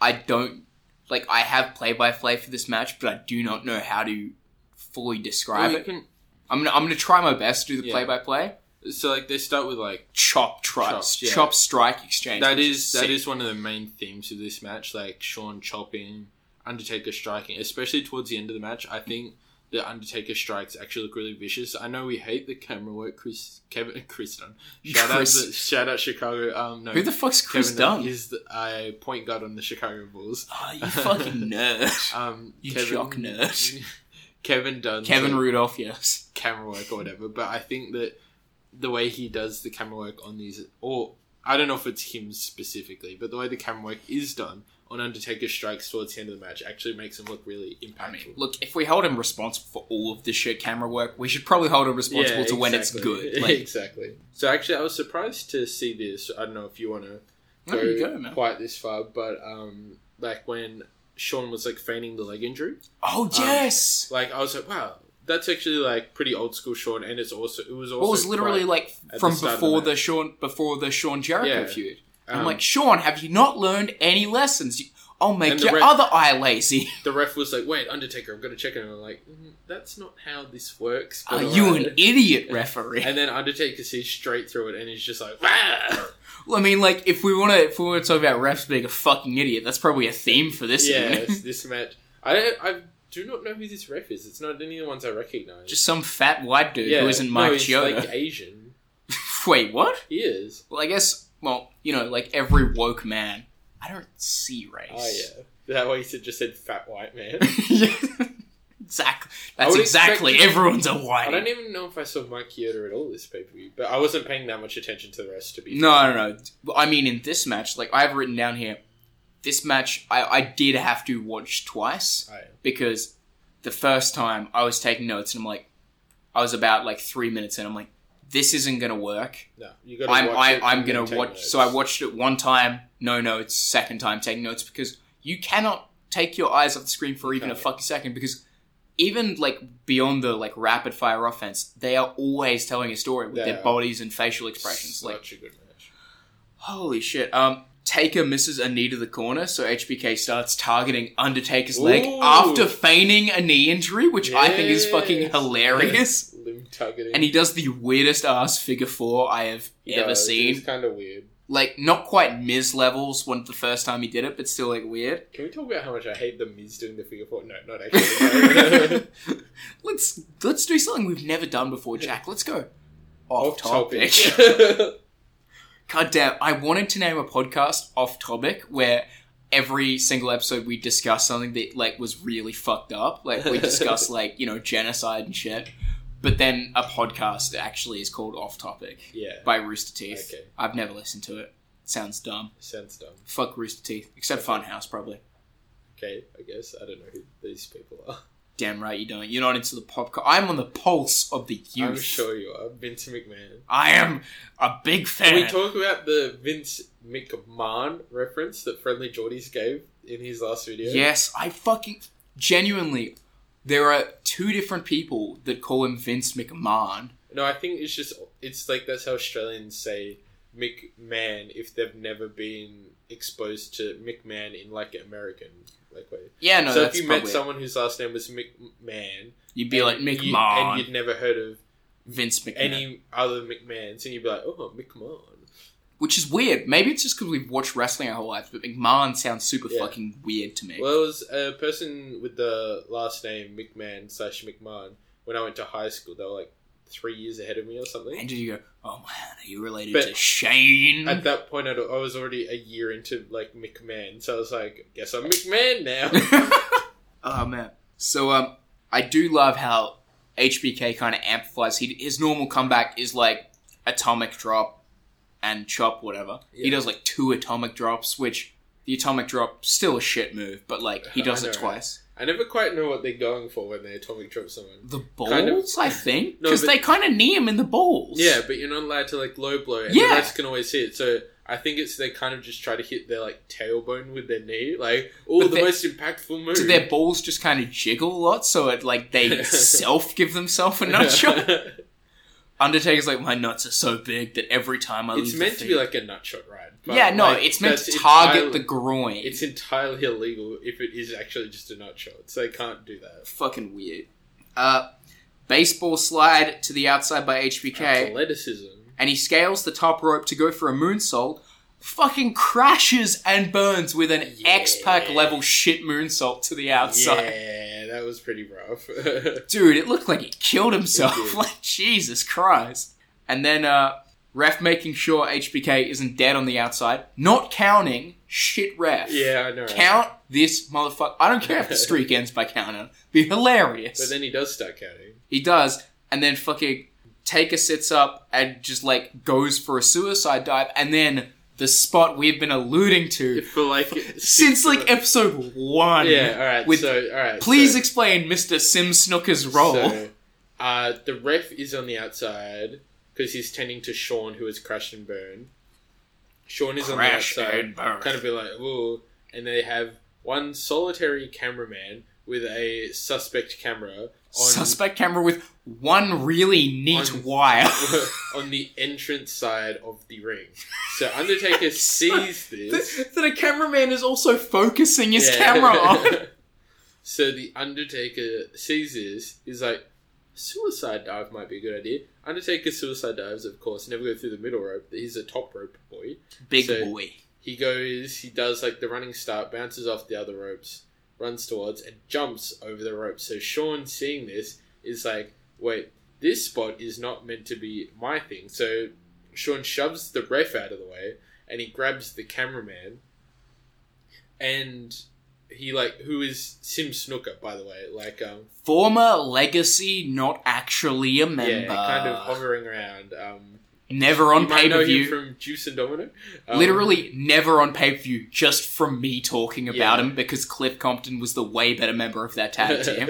[SPEAKER 6] I don't. Like, I have play by play for this match, but I do not know how to fully describe
[SPEAKER 3] Well, you
[SPEAKER 6] it.
[SPEAKER 3] can-
[SPEAKER 6] I'm, gonna, I'm gonna try my best to do the
[SPEAKER 3] Yeah.
[SPEAKER 6] play by play.
[SPEAKER 3] So like they start with like
[SPEAKER 6] Chop, try,
[SPEAKER 3] Chop, yeah.
[SPEAKER 6] chop, strike exchange.
[SPEAKER 3] that
[SPEAKER 6] which
[SPEAKER 3] is that
[SPEAKER 6] sick.
[SPEAKER 3] is one of the main themes of this match, like Sean chopping, Undertaker striking, especially towards the end of the match. I think the Undertaker strikes actually look really vicious. I know we hate the camera work, Chris Kevin [LAUGHS] Chris Dunn. Shout out
[SPEAKER 6] Chris-
[SPEAKER 3] the, shout out Chicago. Um, no,
[SPEAKER 6] Who the fuck's Chris
[SPEAKER 3] Kevin Dunn?
[SPEAKER 6] Dunn?
[SPEAKER 3] He's the uh, point guard on the Chicago Bulls.
[SPEAKER 6] Oh, you fucking
[SPEAKER 3] [LAUGHS]
[SPEAKER 6] nerd.
[SPEAKER 3] um,
[SPEAKER 6] You jock nerd.
[SPEAKER 3] [LAUGHS] Kevin Dunn.
[SPEAKER 6] Kevin Rudolph, yes.
[SPEAKER 3] camera work or whatever. But I think that the way he does the camera work on these, or I don't know if it's him specifically, but the way the camera work is done on Undertaker strikes towards the end of the match actually makes him look really impactful.
[SPEAKER 6] Look, if we hold him responsible for all of the shit camera work, we should probably hold him responsible
[SPEAKER 3] Yeah,
[SPEAKER 6] to when it's
[SPEAKER 3] exactly. [LAUGHS]
[SPEAKER 6] good. Like,
[SPEAKER 3] exactly. So actually, I was surprised to see this. I don't know if you want to
[SPEAKER 6] No,
[SPEAKER 3] go,
[SPEAKER 6] you go, man.
[SPEAKER 3] quite this far, but um, like when Sean was like feigning the leg injury.
[SPEAKER 6] Oh,
[SPEAKER 3] um,
[SPEAKER 6] yes!
[SPEAKER 3] like I was like, wow, that's actually like pretty old school Sean, and it's also it was also
[SPEAKER 6] What was literally
[SPEAKER 3] quite
[SPEAKER 6] like
[SPEAKER 3] at the
[SPEAKER 6] from
[SPEAKER 3] start of
[SPEAKER 6] before
[SPEAKER 3] match.
[SPEAKER 6] the Sean before the Sean Jericho
[SPEAKER 3] Yeah.
[SPEAKER 6] feud. I'm
[SPEAKER 3] Um,
[SPEAKER 6] like, Sean, have you not learned any lessons? You- I'll
[SPEAKER 3] And
[SPEAKER 6] make
[SPEAKER 3] the
[SPEAKER 6] your
[SPEAKER 3] ref-
[SPEAKER 6] other eye
[SPEAKER 3] [LAUGHS]
[SPEAKER 6] lazy.
[SPEAKER 3] the ref was like, "Wait, Undertaker, I'm gonna check it." And I'm like, mm, "That's not how this works."
[SPEAKER 6] Are
[SPEAKER 3] but
[SPEAKER 6] you
[SPEAKER 3] alright."
[SPEAKER 6] an
[SPEAKER 3] [LAUGHS]
[SPEAKER 6] idiot, referee?
[SPEAKER 3] And then Undertaker sees straight through it, and he's just like, "Ah!"
[SPEAKER 6] [LAUGHS] Well, I mean, like, if we want to, if we want to talk about refs being a fucking idiot, that's probably a theme for this.
[SPEAKER 3] "Yeah,
[SPEAKER 6] evening.
[SPEAKER 3] it's this match." I don't, I do not know who this ref is. It's not any of the ones I
[SPEAKER 6] [LAUGHS]
[SPEAKER 3] recognize.
[SPEAKER 6] just some fat white dude
[SPEAKER 3] Yeah,
[SPEAKER 6] who isn't
[SPEAKER 3] no,
[SPEAKER 6] Mike
[SPEAKER 3] he's,
[SPEAKER 6] Chioda.
[SPEAKER 3] like Asian.
[SPEAKER 6] Wait, what?
[SPEAKER 3] He is.
[SPEAKER 6] Well, I guess, well, you know, like every woke man, I don't see race. [LAUGHS]
[SPEAKER 3] Oh yeah. That way he said- just said fat white man.
[SPEAKER 6] Exactly.
[SPEAKER 3] I
[SPEAKER 6] That's
[SPEAKER 3] Oh, would
[SPEAKER 6] exactly.
[SPEAKER 3] expect-
[SPEAKER 6] Everyone's a
[SPEAKER 3] I
[SPEAKER 6] white.
[SPEAKER 3] don't e- even know if I saw Mike Kyoto at all this pay per view, but I wasn't paying that much attention to the rest. To be
[SPEAKER 6] No, no, no. I mean, in this match, like I've written down here, this match I, I did have to watch twice because the first time I was taking notes and I'm like, I was about like three minutes in. I'm like, this isn't gonna work.
[SPEAKER 3] no, you got to
[SPEAKER 6] I'm
[SPEAKER 3] watch
[SPEAKER 6] I,
[SPEAKER 3] it
[SPEAKER 6] I'm
[SPEAKER 3] and then
[SPEAKER 6] gonna
[SPEAKER 3] take
[SPEAKER 6] watch.
[SPEAKER 3] notes.
[SPEAKER 6] So I watched it one time, no notes. Second time, taking notes because you cannot take your eyes off the screen for even a fucking second because even like beyond the like rapid fire offense, they are always telling a story with
[SPEAKER 3] Yeah.
[SPEAKER 6] their bodies and facial expressions. Like
[SPEAKER 3] Such a good match.
[SPEAKER 6] holy shit. Um. Taker misses a knee to the corner, so HBK starts targeting Undertaker's leg
[SPEAKER 3] Ooh.
[SPEAKER 6] after feigning a knee injury, which I think is fucking
[SPEAKER 3] Yes.
[SPEAKER 6] hilarious.
[SPEAKER 3] [LAUGHS] Limb targeting.
[SPEAKER 6] And he does the weirdest ass figure four I have
[SPEAKER 3] He
[SPEAKER 6] ever
[SPEAKER 3] does.
[SPEAKER 6] seen.
[SPEAKER 3] It's kind of weird.
[SPEAKER 6] Like, not quite Miz levels when the first time he did it, but still, like, [LAUGHS] weird.
[SPEAKER 3] Can we talk about how much I hate the Miz doing the figure four? No,
[SPEAKER 6] [LAUGHS]
[SPEAKER 3] not actually.
[SPEAKER 6] Let's let's do something we've never done before, Jack. Let's go off,
[SPEAKER 3] topic.
[SPEAKER 6] topic. [LAUGHS] God damn, I wanted to name a podcast off topic where every single episode we discuss something that like was really fucked up. Like we discuss [LAUGHS] like, you know, genocide and shit. But then a podcast actually is called Off Topic.
[SPEAKER 3] [LAUGHS] Yeah.
[SPEAKER 6] By Rooster Teeth.
[SPEAKER 3] Okay.
[SPEAKER 6] I've never listened to it. Sounds dumb.
[SPEAKER 3] Sounds dumb.
[SPEAKER 6] Fuck Rooster Teeth. Except Funhouse probably.
[SPEAKER 3] okay, I guess I don't know who these people are.
[SPEAKER 6] Damn right you don't. You're not into the pop. cu- I'm on the pulse of the youth.
[SPEAKER 3] I'm sure you are. Vince McMahon.
[SPEAKER 6] I am a big fan.
[SPEAKER 3] Can we talk about the Vince McMahon reference that Friendly Geordies gave in his last video?
[SPEAKER 6] Yes, I fucking genuinely. There are two different people that call him Vince McMahon.
[SPEAKER 3] No, I think it's just it's like that's how Australians say McMahon if they've never been exposed to McMahon in like an American like way.
[SPEAKER 6] Yeah, no,
[SPEAKER 3] So
[SPEAKER 6] that's
[SPEAKER 3] if you met
[SPEAKER 6] probably it.
[SPEAKER 3] someone whose last name was McMahon,
[SPEAKER 6] You'd be
[SPEAKER 3] and
[SPEAKER 6] like,
[SPEAKER 3] you-
[SPEAKER 6] "McMahon."
[SPEAKER 3] and you'd never heard of
[SPEAKER 6] Vince McMahon.
[SPEAKER 3] any other McMahons, and you'd be like, oh, McMahon.
[SPEAKER 6] which is weird. Maybe it's just because we've watched wrestling our whole lives, but McMahon sounds super
[SPEAKER 3] Yeah.
[SPEAKER 6] fucking weird to me.
[SPEAKER 3] Well, it was a person with the last name McMahon slash McMahon when I went to high school. They were like three years ahead of me or something.
[SPEAKER 6] and you go, oh man, are you related
[SPEAKER 3] But-
[SPEAKER 6] to Shane?
[SPEAKER 3] At that point, I'd, I was already a year into like McMahon, so I was like, guess I'm
[SPEAKER 6] [LAUGHS]
[SPEAKER 3] McMahon now.
[SPEAKER 6] Oh man. So um, I do love how HBK kind of amplifies. He, his normal comeback is like atomic drop and chop whatever. He
[SPEAKER 3] Yeah.
[SPEAKER 6] does like two atomic drops, which the atomic drop still a shit move, but like he does
[SPEAKER 3] [LAUGHS] I
[SPEAKER 6] it
[SPEAKER 3] know,
[SPEAKER 6] twice.
[SPEAKER 3] right? I never quite know what they're going for when they atomic drop someone.
[SPEAKER 6] The balls,
[SPEAKER 3] Kind of.
[SPEAKER 6] I think,
[SPEAKER 3] No,
[SPEAKER 6] because
[SPEAKER 3] but-
[SPEAKER 6] they kind of knee him in the balls.
[SPEAKER 3] Yeah, but you're not allowed to like low blow, and
[SPEAKER 6] Yeah.
[SPEAKER 3] the rest can always hit. So I think it's they kind of just try to hit their like tailbone with their knee, like oh,
[SPEAKER 6] But
[SPEAKER 3] the
[SPEAKER 6] they-
[SPEAKER 3] most impactful move.
[SPEAKER 6] So their balls just kind of jiggle a lot, so it like
[SPEAKER 3] [LAUGHS]
[SPEAKER 6] they self give themselves a nut shot. Undertaker's like, my nuts are so big that every time I
[SPEAKER 3] it's
[SPEAKER 6] leave
[SPEAKER 3] meant
[SPEAKER 6] the
[SPEAKER 3] to be
[SPEAKER 6] field-
[SPEAKER 3] like a nut shot ride. but,
[SPEAKER 6] yeah, no,
[SPEAKER 3] like,
[SPEAKER 6] it's meant to
[SPEAKER 3] that's
[SPEAKER 6] target
[SPEAKER 3] entirely-
[SPEAKER 6] the groin.
[SPEAKER 3] It's entirely illegal if it is actually just a nut shot, so they can't do that.
[SPEAKER 6] fucking weird. Uh, baseball slide to the outside by HBK,
[SPEAKER 3] Athleticism.
[SPEAKER 6] and he scales the top rope to go for a moonsault. Fucking crashes and burns with an X-Pac level shit moonsault to the outside.
[SPEAKER 3] Yeah, that was pretty rough. [LAUGHS]
[SPEAKER 6] Dude, it looked like he killed
[SPEAKER 3] It
[SPEAKER 6] himself.
[SPEAKER 3] did.
[SPEAKER 6] [LAUGHS] like Jesus Christ. And then uh, ref making sure HBK isn't dead on the outside, not counting shit ref.
[SPEAKER 3] Yeah, I know, right?
[SPEAKER 6] Count this motherfucker. I don't
[SPEAKER 3] [LAUGHS]
[SPEAKER 6] care if the streak ends by counting. Be hilarious.
[SPEAKER 3] but then he does start counting.
[SPEAKER 6] He does, and then fucking Taker sits up and just like goes for a suicide dive, and then the spot we've been alluding to
[SPEAKER 3] For [LAUGHS] like
[SPEAKER 6] since like episode one.
[SPEAKER 3] Yeah, all right.
[SPEAKER 6] With
[SPEAKER 3] so, all right.
[SPEAKER 6] please
[SPEAKER 3] so,
[SPEAKER 6] explain Mister Sim Snooker's role. [LAUGHS]
[SPEAKER 3] So, uh, the ref is on the outside because he's tending to Sean, who has crashed and burned. Sean is
[SPEAKER 6] Crashed
[SPEAKER 3] on the outside,
[SPEAKER 6] and burned.
[SPEAKER 3] kind of be like, "Whoa!" And they have one solitary cameraman with a suspect camera on
[SPEAKER 6] Suspect camera with one really neat wire.
[SPEAKER 3] [LAUGHS]
[SPEAKER 6] [LAUGHS]
[SPEAKER 3] on the entrance side of the ring. So [LAUGHS] Undertaker sees this.
[SPEAKER 6] that a cameraman is also focusing his
[SPEAKER 3] Yeah. [LAUGHS]
[SPEAKER 6] camera on.
[SPEAKER 3] so the Undertaker sees this. He's like, suicide dive might be a good idea. Undertaker suicide dives, of course, never go through the middle rope. He's a top rope boy.
[SPEAKER 6] Big
[SPEAKER 3] So
[SPEAKER 6] boy.
[SPEAKER 3] He goes, he does like the running start, bounces off the other ropes, runs towards, and jumps over the rope. So Sean, seeing this, is like, wait, this spot is not meant to be my thing. So Sean shoves the ref out of the way and he grabs the cameraman and he like who is Sim Snooker, by the way. Like um,
[SPEAKER 6] Former legacy, not actually a member.
[SPEAKER 3] yeah, kind of hovering around. Um,
[SPEAKER 6] Never on
[SPEAKER 3] you might know him
[SPEAKER 6] pay-per-view.
[SPEAKER 3] from Juice and Domino. Um,
[SPEAKER 6] Literally never on pay per view, just from me talking about him because Cliff Compton was the way better member of that
[SPEAKER 3] [LAUGHS]
[SPEAKER 6] tag team.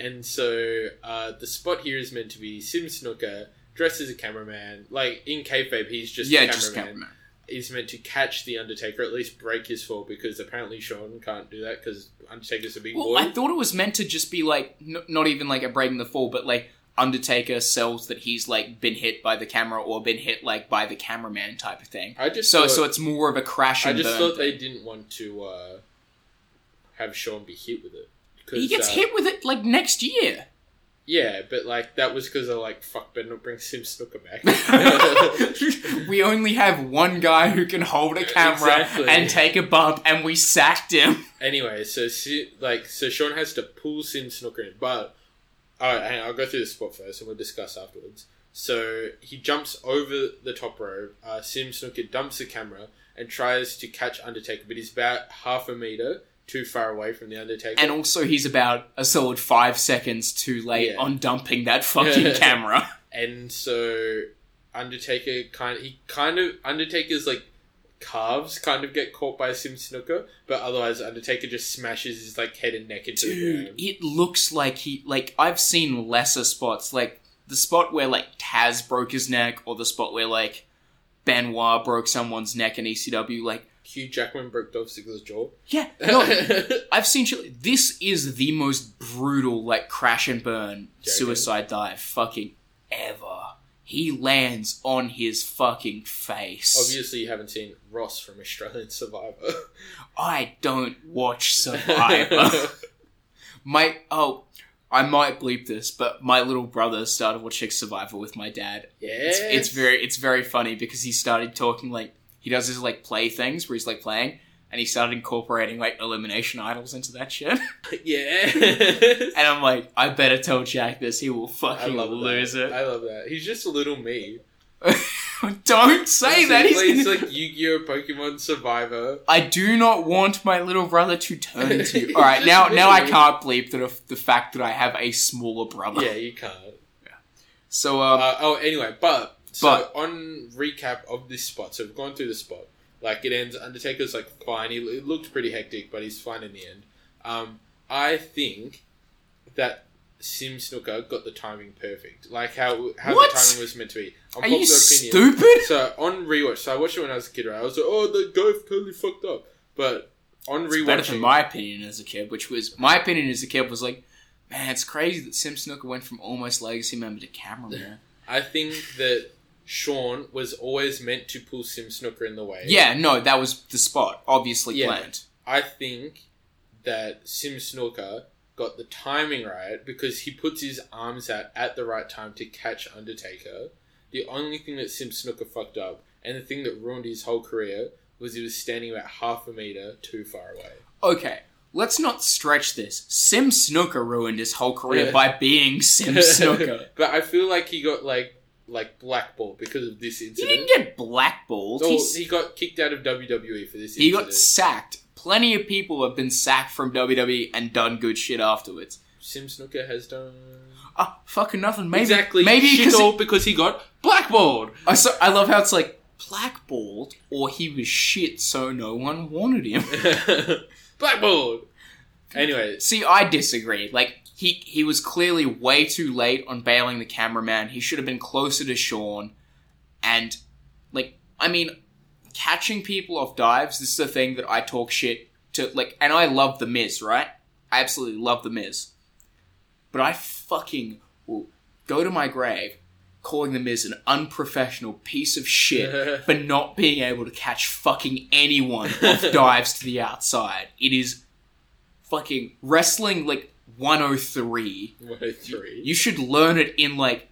[SPEAKER 3] and so uh, the spot here is meant to be Sim Snooker dressed as a cameraman, like in kayfabe, he's just
[SPEAKER 6] Yeah,
[SPEAKER 3] a cameraman.
[SPEAKER 6] just cameraman.
[SPEAKER 3] Is meant to catch the Undertaker, at least break his fall, because apparently Sean can't do that because Undertaker's a big
[SPEAKER 6] well,
[SPEAKER 3] boy.
[SPEAKER 6] I thought it was meant to just be like, n- not even like a breaking the fall, but like Undertaker sells that he's like been hit by the camera or been hit like by the cameraman type of thing.
[SPEAKER 3] I just
[SPEAKER 6] so
[SPEAKER 3] thought-
[SPEAKER 6] so it's more of a crash
[SPEAKER 3] I
[SPEAKER 6] and
[SPEAKER 3] just
[SPEAKER 6] burn.
[SPEAKER 3] thought they didn't want to uh, have Sean be hit with it. 'Cause,
[SPEAKER 6] he gets
[SPEAKER 3] uh,
[SPEAKER 6] hit with it like next year.
[SPEAKER 3] Yeah, but like that was because I like fuck better not bring Sim
[SPEAKER 6] [LAUGHS]
[SPEAKER 3] Snooker back. [LAUGHS]
[SPEAKER 6] We only have one guy who can hold a camera
[SPEAKER 3] Exactly.
[SPEAKER 6] and take a bump, and we sacked him. [LAUGHS]
[SPEAKER 3] anyway, so Si- like so Sean has to pull Sim Snooker in, but all right, hang on, I'll go through the spot first, and we'll discuss afterwards. So he jumps over the top rope. Uh, Sim Snooker dumps the camera and tries to catch Undertaker, but he's about half a meter too far away from the Undertaker,
[SPEAKER 6] And also, he's about a solid five seconds too late
[SPEAKER 3] Yeah.
[SPEAKER 6] on dumping that
[SPEAKER 3] [LAUGHS]
[SPEAKER 6] fucking camera.
[SPEAKER 3] And so Undertaker kind he kind of Undertaker's like calves kind of get caught by Sim Snooker, but otherwise Undertaker just smashes his like head and neck into the
[SPEAKER 6] Dude,
[SPEAKER 3] ground.
[SPEAKER 6] it looks like he like I've seen lesser spots, like the spot where like Taz broke his neck, or the spot where like Benoit broke someone's neck in ECW. Like,
[SPEAKER 3] Hugh Jackman broke Dolph Ziggler's jaw.
[SPEAKER 6] yeah, [LAUGHS]
[SPEAKER 3] [LAUGHS]
[SPEAKER 6] no, I've seen shit. This is the most brutal like crash and burn suicide dive fucking ever. He lands on his fucking face.
[SPEAKER 3] Obviously, you haven't seen Ross from Australian Survivor.
[SPEAKER 6] I don't watch [LAUGHS]
[SPEAKER 3] [LAUGHS]
[SPEAKER 6] Survivor. my oh, I might bleep this, but my little brother started watching Survivor with my dad. It's, it's
[SPEAKER 3] Yes.
[SPEAKER 6] very it's very funny because he started talking like he does his like play things where he's like playing, and he started incorporating like elimination idols into that shit.
[SPEAKER 3] [LAUGHS]
[SPEAKER 6] [LAUGHS]
[SPEAKER 3] yeah,
[SPEAKER 6] and I'm like, I better tell Jack this. He will fucking
[SPEAKER 3] love that.
[SPEAKER 6] lose it.
[SPEAKER 3] I love that. He's just a little me.
[SPEAKER 6] Don't say that.
[SPEAKER 3] He
[SPEAKER 6] He's [LAUGHS]
[SPEAKER 3] plays
[SPEAKER 6] gonna-
[SPEAKER 3] like Yu-Gi-Oh, Pokemon, Survivor.
[SPEAKER 6] I do not want my little brother to turn into
[SPEAKER 3] [LAUGHS]
[SPEAKER 6] you. All right,
[SPEAKER 3] Just
[SPEAKER 6] now now I
[SPEAKER 3] me.
[SPEAKER 6] can't bleep the the fact that I have a smaller brother.
[SPEAKER 3] Yeah, you can't.
[SPEAKER 6] So um,
[SPEAKER 3] Uh, oh, anyway, but so
[SPEAKER 6] But-
[SPEAKER 3] on recap of this spot, so we've gone through the spot. Like it ends, Undertaker's like fine. He it looked pretty hectic, but he's fine in the end. Um, I think that Sim Snooker got the timing perfect, like how how
[SPEAKER 6] What?
[SPEAKER 3] the timing was meant to be.
[SPEAKER 6] Are you stupid?
[SPEAKER 3] So on rewatch, so I watched it when I was a kid. Right, I was like, oh, the guy totally fucked up. But on
[SPEAKER 6] it's
[SPEAKER 3] rewatching,
[SPEAKER 6] better than my opinion as a kid, which was my opinion as a kid was like, man, it's crazy that Sim Snooker went from almost legacy member to cameraman.
[SPEAKER 3] I think that Sean was always meant to pull Sim Snooker in the way.
[SPEAKER 6] yeah, no, that was the spot, obviously
[SPEAKER 3] Yeah.
[SPEAKER 6] planned.
[SPEAKER 3] I think that Sim Snorker got the timing right because he puts his arms out at the right time to catch Undertaker. The only thing that Sim Snooker fucked up and the thing that ruined his whole career was he was standing about half a meter too far away.
[SPEAKER 6] Okay, let's not stretch this. Sim Snooker ruined his whole career
[SPEAKER 3] Yeah.
[SPEAKER 6] by being [LAUGHS]
[SPEAKER 3] [LAUGHS]
[SPEAKER 6] Sim Snooker.
[SPEAKER 3] but I feel like he got like like blackballed because of this
[SPEAKER 6] he
[SPEAKER 3] incident.
[SPEAKER 6] didn't get blackballed.
[SPEAKER 3] Or
[SPEAKER 6] He's-
[SPEAKER 3] Oh, he got kicked out of WWE for this.
[SPEAKER 6] He
[SPEAKER 3] incident.
[SPEAKER 6] got sacked. Plenty of people have been sacked from WWE and done good shit afterwards.
[SPEAKER 3] Sim Snooker has done
[SPEAKER 6] Ah, fucking nothing. Maybe
[SPEAKER 3] exactly
[SPEAKER 6] maybe
[SPEAKER 3] shit
[SPEAKER 6] because
[SPEAKER 3] all because he got blackballed.
[SPEAKER 6] I so, I love how it's like blackballed or he was shit, so no one wanted him.
[SPEAKER 3] [LAUGHS] blackballed.
[SPEAKER 6] [LAUGHS]
[SPEAKER 3] Anyway,
[SPEAKER 6] see, I disagree. Like he he was clearly way too late on bailing the cameraman. He should have been closer to Sean, and like I mean, catching people off dives. This is the thing that I talk shit to. Like, and I love the Miz, right? I absolutely love the Miz, but I fucking will go to my grave calling the Miz an unprofessional piece of shit for not being able to catch fucking anyone off dives to the outside. It is fucking wrestling like 103.
[SPEAKER 3] 103. [LAUGHS]
[SPEAKER 6] You should learn it in like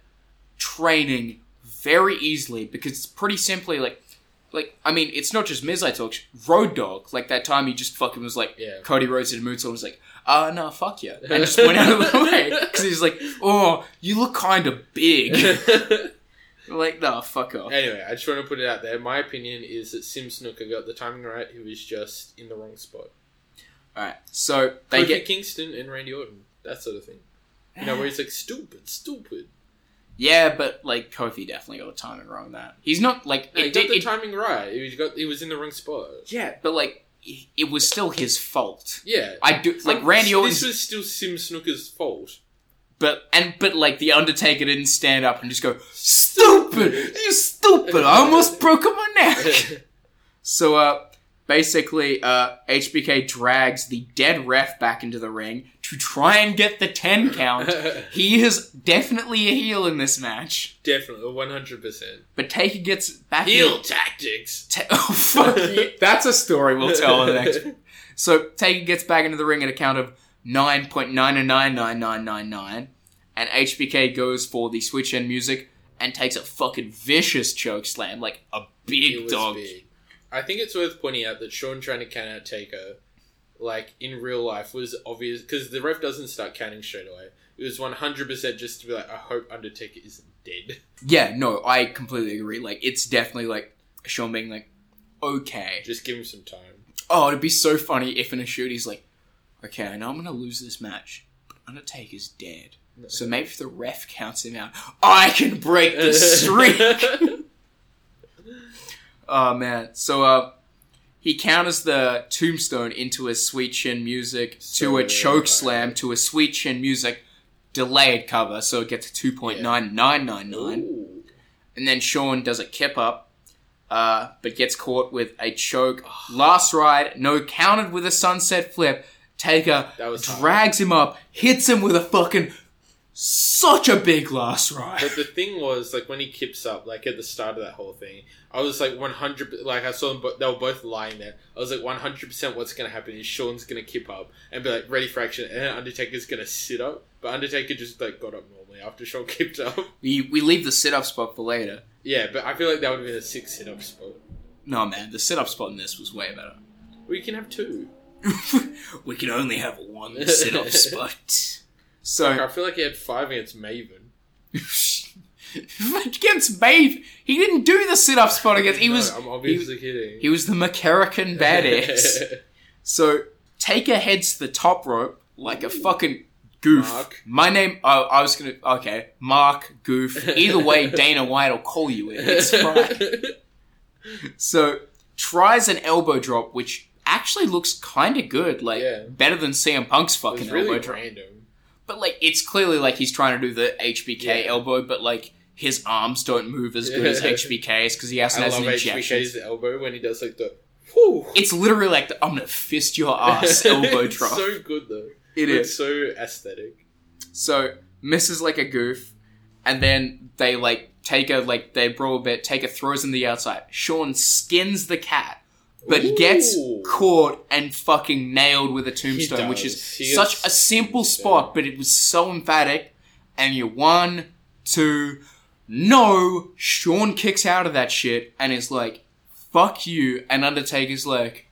[SPEAKER 6] training very easily because it's pretty simply like like I mean it's not just Miz I talk sh- Road Dog like that time he just fucking was like
[SPEAKER 3] Yeah.
[SPEAKER 6] Cody Rhodes did a moonsault and was like uh no fuck you and just went out
[SPEAKER 3] [LAUGHS]
[SPEAKER 6] of the way because he's like oh you look kind of big [LAUGHS] like no fuck off
[SPEAKER 3] Anyway, I just want to put it out there. My opinion is that Sim Snooker got the timing right. He was just in the wrong spot.
[SPEAKER 6] All right, so they
[SPEAKER 3] Kofi
[SPEAKER 6] get Ah.
[SPEAKER 3] Kingston and Randy Orton, that sort of thing. You know, where he's like stupid, stupid.
[SPEAKER 6] yeah, but like Kofi definitely got the timing wrong. on That he's not like
[SPEAKER 3] No, he
[SPEAKER 6] it
[SPEAKER 3] got
[SPEAKER 6] did-
[SPEAKER 3] the
[SPEAKER 6] it-
[SPEAKER 3] timing right. He got he was in the wrong spot.
[SPEAKER 6] [LAUGHS] Yeah, but like it- it was still his fault.
[SPEAKER 3] Yeah,
[SPEAKER 6] I do like
[SPEAKER 3] Some-
[SPEAKER 6] Randy Orton,
[SPEAKER 3] Um, This was still Sim
[SPEAKER 6] [LAUGHS]
[SPEAKER 3] Snooker's fault. [LAUGHS]
[SPEAKER 6] but and but like the Undertaker didn't stand up and just go stupid, you stupid. I almost broke my
[SPEAKER 3] [LAUGHS]
[SPEAKER 6] neck. so uh, basically, uh, HBK drags the dead ref back into the ring to try and get the ten count. he is definitely a heel in this match,
[SPEAKER 3] Definitely, one hundred percent.
[SPEAKER 6] but Taker gets back. in-
[SPEAKER 3] Heel tactics.
[SPEAKER 6] Ta- [LAUGHS] oh, fuck you. That's a story we'll tell in the
[SPEAKER 3] [LAUGHS]
[SPEAKER 6] next. So Taker gets back into the ring at a count of 9.9999999, and HBK goes for the switch end music and takes a fucking vicious choke slam, like a
[SPEAKER 3] It
[SPEAKER 6] big
[SPEAKER 3] was
[SPEAKER 6] dog.
[SPEAKER 3] big. I think it's worth pointing out that Sean trying to count out Taker, like in real life, was obvious because the ref doesn't start counting straight away. It was one hundred percent just to be like, I hope Undertaker isn't dead. [LAUGHS]
[SPEAKER 6] Yeah, no, I completely agree. Like, it's definitely like Sean being like, okay.
[SPEAKER 3] Just give him some time.
[SPEAKER 6] Oh, it'd be so funny if in a shoot he's like, okay, I know I'm gonna lose this match, but Undertaker's dead. So maybe if the ref counts him out, I can break
[SPEAKER 3] [LAUGHS]
[SPEAKER 6] the streak. oh man! So uh, he counters the tombstone into a sweet chin music to a choke slam to a sweet chin music delayed cover, so it gets two point nine nine nine nine. And then Sean does a kip up, uh, but gets caught with a choke. Last ride, no counted with a sunset flip. Taker drags him up, hits him with a fucking such a big last ride.
[SPEAKER 3] But the thing was, like when he kips up, like at the start of that whole thing, I was like one hundred. Like I saw them, but they were both lying there. I was like one hundred percent. What's gonna happen is Sean's gonna kip up and be like ready for action, and then Undertaker's gonna sit up. But Undertaker just like got up normally after Sean [LAUGHS] kipped up.
[SPEAKER 6] We, we leave the sit up spot for later.
[SPEAKER 3] Yeah, but I feel like that would have been a six sit up spot.
[SPEAKER 6] No man, the sit up spot in this was way better.
[SPEAKER 3] We can have two.
[SPEAKER 6] [LAUGHS] We can only have one sit
[SPEAKER 3] [LAUGHS]
[SPEAKER 6] up spot. So
[SPEAKER 3] Like, I feel like he had five against Maven.
[SPEAKER 6] against Maeve, he didn't do the sit up spot against. He
[SPEAKER 3] No,
[SPEAKER 6] was
[SPEAKER 3] I'm
[SPEAKER 6] he-
[SPEAKER 3] obviously kidding.
[SPEAKER 6] He was the McCarrican badass.
[SPEAKER 3] [LAUGHS]
[SPEAKER 6] so Taker heads to the top rope like a fucking goof. My name. Oh, I was gonna. Okay, Mark Goof. Either
[SPEAKER 3] [LAUGHS]
[SPEAKER 6] way, Dana White will call you it. It's fine. so tries an elbow drop, which actually looks kind of good. Like better than CM Punk's
[SPEAKER 3] It
[SPEAKER 6] fucking
[SPEAKER 3] was really
[SPEAKER 6] elbow drop.
[SPEAKER 3] random.
[SPEAKER 6] But like, it's clearly like he's trying to do the HBK elbow, but like his arms don't move as good as
[SPEAKER 3] Yeah.
[SPEAKER 6] HBK's because he hasn't
[SPEAKER 3] I
[SPEAKER 6] has
[SPEAKER 3] love
[SPEAKER 6] an injection.
[SPEAKER 3] HBK's elbow when he does like the
[SPEAKER 6] It's literally like the I'm gonna fist
[SPEAKER 3] [LAUGHS]
[SPEAKER 6] your ass Oh, elbow
[SPEAKER 3] It's
[SPEAKER 6] drop.
[SPEAKER 3] so good though.
[SPEAKER 6] It
[SPEAKER 3] it's
[SPEAKER 6] is.
[SPEAKER 3] so aesthetic.
[SPEAKER 6] So misses like a goof, and then they like take a like they brawl a bit. Taker throws him to the outside. Sean skins the cat, but gets caught and fucking nailed with a tombstone, which is
[SPEAKER 3] He
[SPEAKER 6] such
[SPEAKER 3] gets
[SPEAKER 6] a simple spot, but it was so emphatic. And you one, two, no. Sean kicks out of that shit and is like, "Fuck you," and Undertaker's like.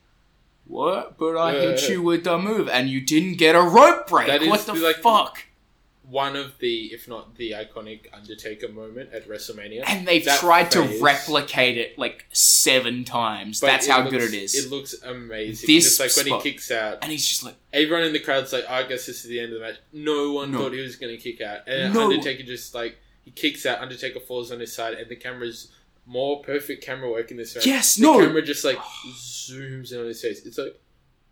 [SPEAKER 6] What? But I hit
[SPEAKER 3] Yeah.
[SPEAKER 6] you with the move, and you didn't get a rope break.
[SPEAKER 3] That is
[SPEAKER 6] what the
[SPEAKER 3] like
[SPEAKER 6] fuck?
[SPEAKER 3] One of the, if not the iconic Undertaker moment at WrestleMania,
[SPEAKER 6] and they've
[SPEAKER 3] That
[SPEAKER 6] tried
[SPEAKER 3] phase,
[SPEAKER 6] to replicate it like seven times.
[SPEAKER 3] but
[SPEAKER 6] That's how good
[SPEAKER 3] looks-
[SPEAKER 6] it is.
[SPEAKER 3] It looks amazing.
[SPEAKER 6] This
[SPEAKER 3] just like when
[SPEAKER 6] spot.
[SPEAKER 3] he kicks out,
[SPEAKER 6] and he's just like,
[SPEAKER 3] everyone in the crowd's like, "Oh, "I guess this is the end of the match." No one
[SPEAKER 6] No.
[SPEAKER 3] thought he was going to kick out, and
[SPEAKER 6] No.
[SPEAKER 3] Undertaker just like he kicks out. Undertaker falls on his side, and the camera's more perfect camera work in this. match.
[SPEAKER 6] Yes,
[SPEAKER 3] the
[SPEAKER 6] no.
[SPEAKER 3] camera just like zooms in on his face. It's like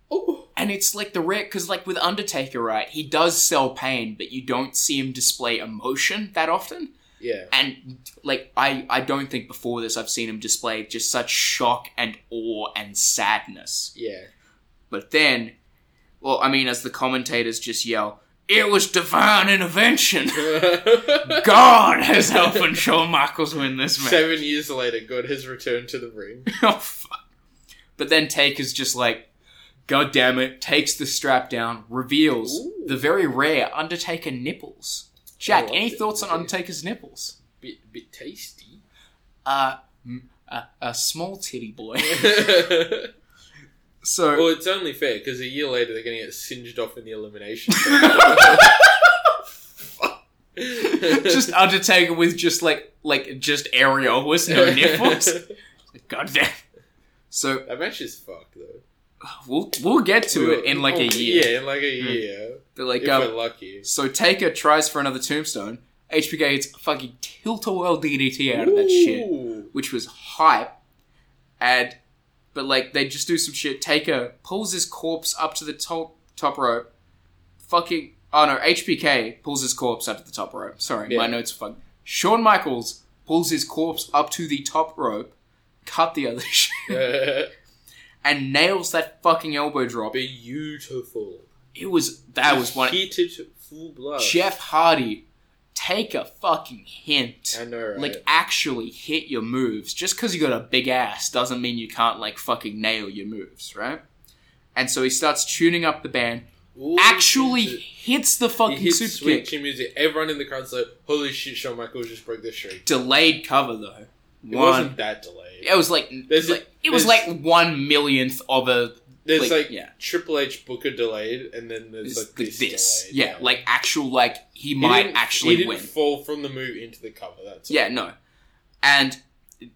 [SPEAKER 3] oh,
[SPEAKER 6] and it's like the rare because like with Undertaker, right? He does sell pain, but you don't see him display emotion that often.
[SPEAKER 3] yeah,
[SPEAKER 6] And like I, I don't think before this I've seen him display just such shock and awe and sadness.
[SPEAKER 3] yeah. [LAUGHS]
[SPEAKER 6] But then, well, I mean, as the commentators just yell, "It was divine intervention." [LAUGHS] God has helped and Shawn Michaels win this match.
[SPEAKER 3] Seven years later, God has returned to the
[SPEAKER 6] [LAUGHS]
[SPEAKER 3] ring.
[SPEAKER 6] Oh, But then Taker's just like, God damn it, takes the strap down, reveals the very rare Undertaker nipples. Jack,
[SPEAKER 3] Oh,
[SPEAKER 6] any thoughts on Undertaker's nipples?
[SPEAKER 3] Bit, bit tasty. [LAUGHS]
[SPEAKER 6] Uh, m- a, a small titty
[SPEAKER 3] [LAUGHS]
[SPEAKER 6] boy. [LAUGHS] so,
[SPEAKER 3] Well, it's only fair because a year later they're going to get singed off in
[SPEAKER 6] [LAUGHS]
[SPEAKER 3] the elimination. [LAUGHS]
[SPEAKER 6] just Undertaker with just like, like, just
[SPEAKER 3] [LAUGHS]
[SPEAKER 6] Ariel with no nipples. God damn. So,
[SPEAKER 3] that match is fucked though. oh,
[SPEAKER 6] We'll we'll get to it in like a year. Hmm.
[SPEAKER 3] Yeah, in like a year.
[SPEAKER 6] They're like,
[SPEAKER 3] if
[SPEAKER 6] um,
[SPEAKER 3] we're lucky.
[SPEAKER 6] So Taker tries for another tombstone. HBK gets a fucking tilt a whirl DDT out of that shit, which was hype. And but like they just do some shit. Taker pulls his corpse up to the top top rope. Fucking oh no, HBK pulls his corpse up to the top rope. Sorry, my
[SPEAKER 3] Yeah.
[SPEAKER 6] notes are fucked. Shawn Michaels pulls his corpse up to the top rope, cut the other [LAUGHS] shit, and nails that fucking elbow drop.
[SPEAKER 3] [LAUGHS] Beautiful.
[SPEAKER 6] It was that was one.
[SPEAKER 3] heated full blast.
[SPEAKER 6] Jeff Hardy, take a fucking hint.
[SPEAKER 3] I know, right?
[SPEAKER 6] Like, actually hit your moves. Just because you got a big ass doesn't mean you can't, like, fucking nail your moves, right? And so he starts tuning up the band, actually hits the fucking
[SPEAKER 3] he hits
[SPEAKER 6] super
[SPEAKER 3] sweet
[SPEAKER 6] kick.
[SPEAKER 3] chin music. Everyone in the crowd's like, "Holy shit, Shawn Michaels just broke this streak."
[SPEAKER 6] Delayed cover, though.
[SPEAKER 3] It wasn't that delayed.
[SPEAKER 6] It was like,
[SPEAKER 3] There's a-
[SPEAKER 6] like it was
[SPEAKER 3] there's-
[SPEAKER 6] like one millionth of a.
[SPEAKER 3] There's like,
[SPEAKER 6] yeah.
[SPEAKER 3] Triple H Booker delayed, and then
[SPEAKER 6] It's
[SPEAKER 3] there's like this.
[SPEAKER 6] this.
[SPEAKER 3] delayed.
[SPEAKER 6] Yeah, like actual, like he,
[SPEAKER 3] He
[SPEAKER 6] might
[SPEAKER 3] didn't-
[SPEAKER 6] actually
[SPEAKER 3] he didn't
[SPEAKER 6] win.
[SPEAKER 3] Fall from the move into the cover. That's all.
[SPEAKER 6] Yeah, no. And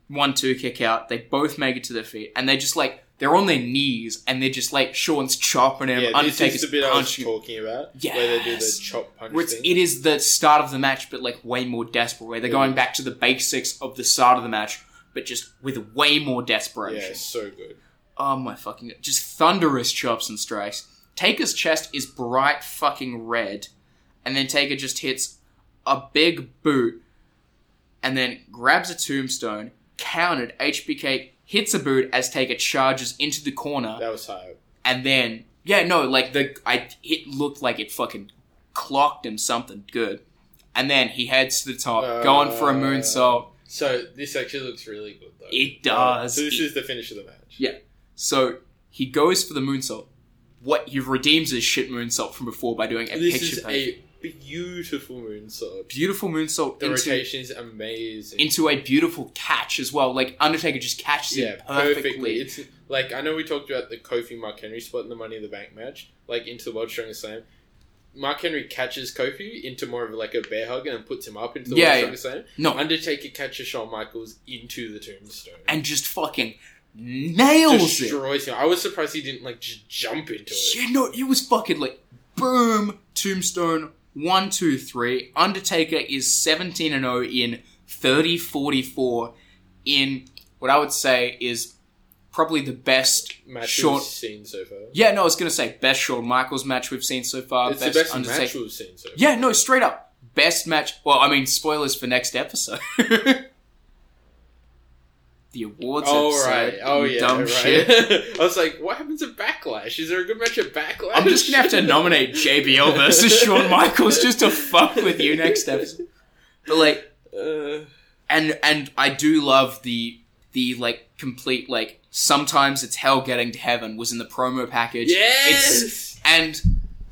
[SPEAKER 6] one, two kick out. They both make it to their feet, and they just like they're on their knees, and they're just like Sean's chopping him,
[SPEAKER 3] Yeah, this is
[SPEAKER 6] Undertaker's
[SPEAKER 3] the bit I was
[SPEAKER 6] punching.
[SPEAKER 3] talking about.
[SPEAKER 6] Yes.
[SPEAKER 3] where they do the chop punch
[SPEAKER 6] Where it's,
[SPEAKER 3] thing.
[SPEAKER 6] it is the start of the match, but like way more desperate. Where they're
[SPEAKER 3] Yeah.
[SPEAKER 6] going back to the basics of the start of the match, but just with way more desperation.
[SPEAKER 3] yeah, it's so good.
[SPEAKER 6] Oh my fucking! Just thunderous chops and strikes. Taker's chest is bright fucking red, and then Taker just hits a big boot, and then grabs a tombstone. Countered. HBK hits a boot as Taker charges into the corner.
[SPEAKER 3] That was hype.
[SPEAKER 6] And then yeah, no, like the I it looked like it fucking clocked him something good, and then he heads to the top, going for a
[SPEAKER 3] Uh,
[SPEAKER 6] moonsault.
[SPEAKER 3] So this actually looks really good though.
[SPEAKER 6] It does.
[SPEAKER 3] So this
[SPEAKER 6] It-
[SPEAKER 3] is the finish of the match.
[SPEAKER 6] Yeah. So he goes for the moonsault. What he redeems his shit moonsault from before by doing a
[SPEAKER 3] This
[SPEAKER 6] picture
[SPEAKER 3] is
[SPEAKER 6] pose.
[SPEAKER 3] a beautiful moonsault.
[SPEAKER 6] beautiful moonsault
[SPEAKER 3] The
[SPEAKER 6] into,
[SPEAKER 3] rotation is amazing.
[SPEAKER 6] into a beautiful catch as well. Like Undertaker just catches
[SPEAKER 3] yeah,
[SPEAKER 6] it
[SPEAKER 3] perfectly.
[SPEAKER 6] perfectly.
[SPEAKER 3] It's like I know we talked about the Kofi Mark Henry spot in the Money in the Bank match, like into the World Strongest Slam. Mark Henry catches Kofi into more of like a bear hug and then puts him up into the
[SPEAKER 6] Yeah, yeah.
[SPEAKER 3] World Strongest Slam.
[SPEAKER 6] No.
[SPEAKER 3] Undertaker catches Shawn Michaels into the tombstone.
[SPEAKER 6] and just fucking nails it.
[SPEAKER 3] Destroys him. I was surprised he didn't like just jump into it.
[SPEAKER 6] Yeah, no, it was fucking like boom, tombstone, one, two, three. Undertaker is 17 and 0 in 30 44 in what I would say is probably the best
[SPEAKER 3] Match
[SPEAKER 6] short
[SPEAKER 3] we've seen so far.
[SPEAKER 6] Yeah, no, I was gonna say best Shawn Michaels match we've seen so far.
[SPEAKER 3] It's the best
[SPEAKER 6] Undertaker-
[SPEAKER 3] match we've seen so far.
[SPEAKER 6] Yeah, no, straight up best match. Well, I mean, spoilers for next episode. [LAUGHS] the awards.
[SPEAKER 3] Oh
[SPEAKER 6] episode,
[SPEAKER 3] right. Oh
[SPEAKER 6] you
[SPEAKER 3] yeah.
[SPEAKER 6] dumb
[SPEAKER 3] right. [LAUGHS]
[SPEAKER 6] shit.
[SPEAKER 3] I was like, what happens at Backlash? Is there a good match at Backlash?
[SPEAKER 6] I'm just gonna have to
[SPEAKER 3] [LAUGHS]
[SPEAKER 6] nominate JBL versus Shawn Michaels just to fuck with you next episode. But like,
[SPEAKER 3] Uh.
[SPEAKER 6] and and I do love the the like complete like sometimes it's hell getting to heaven was in the promo package. It's and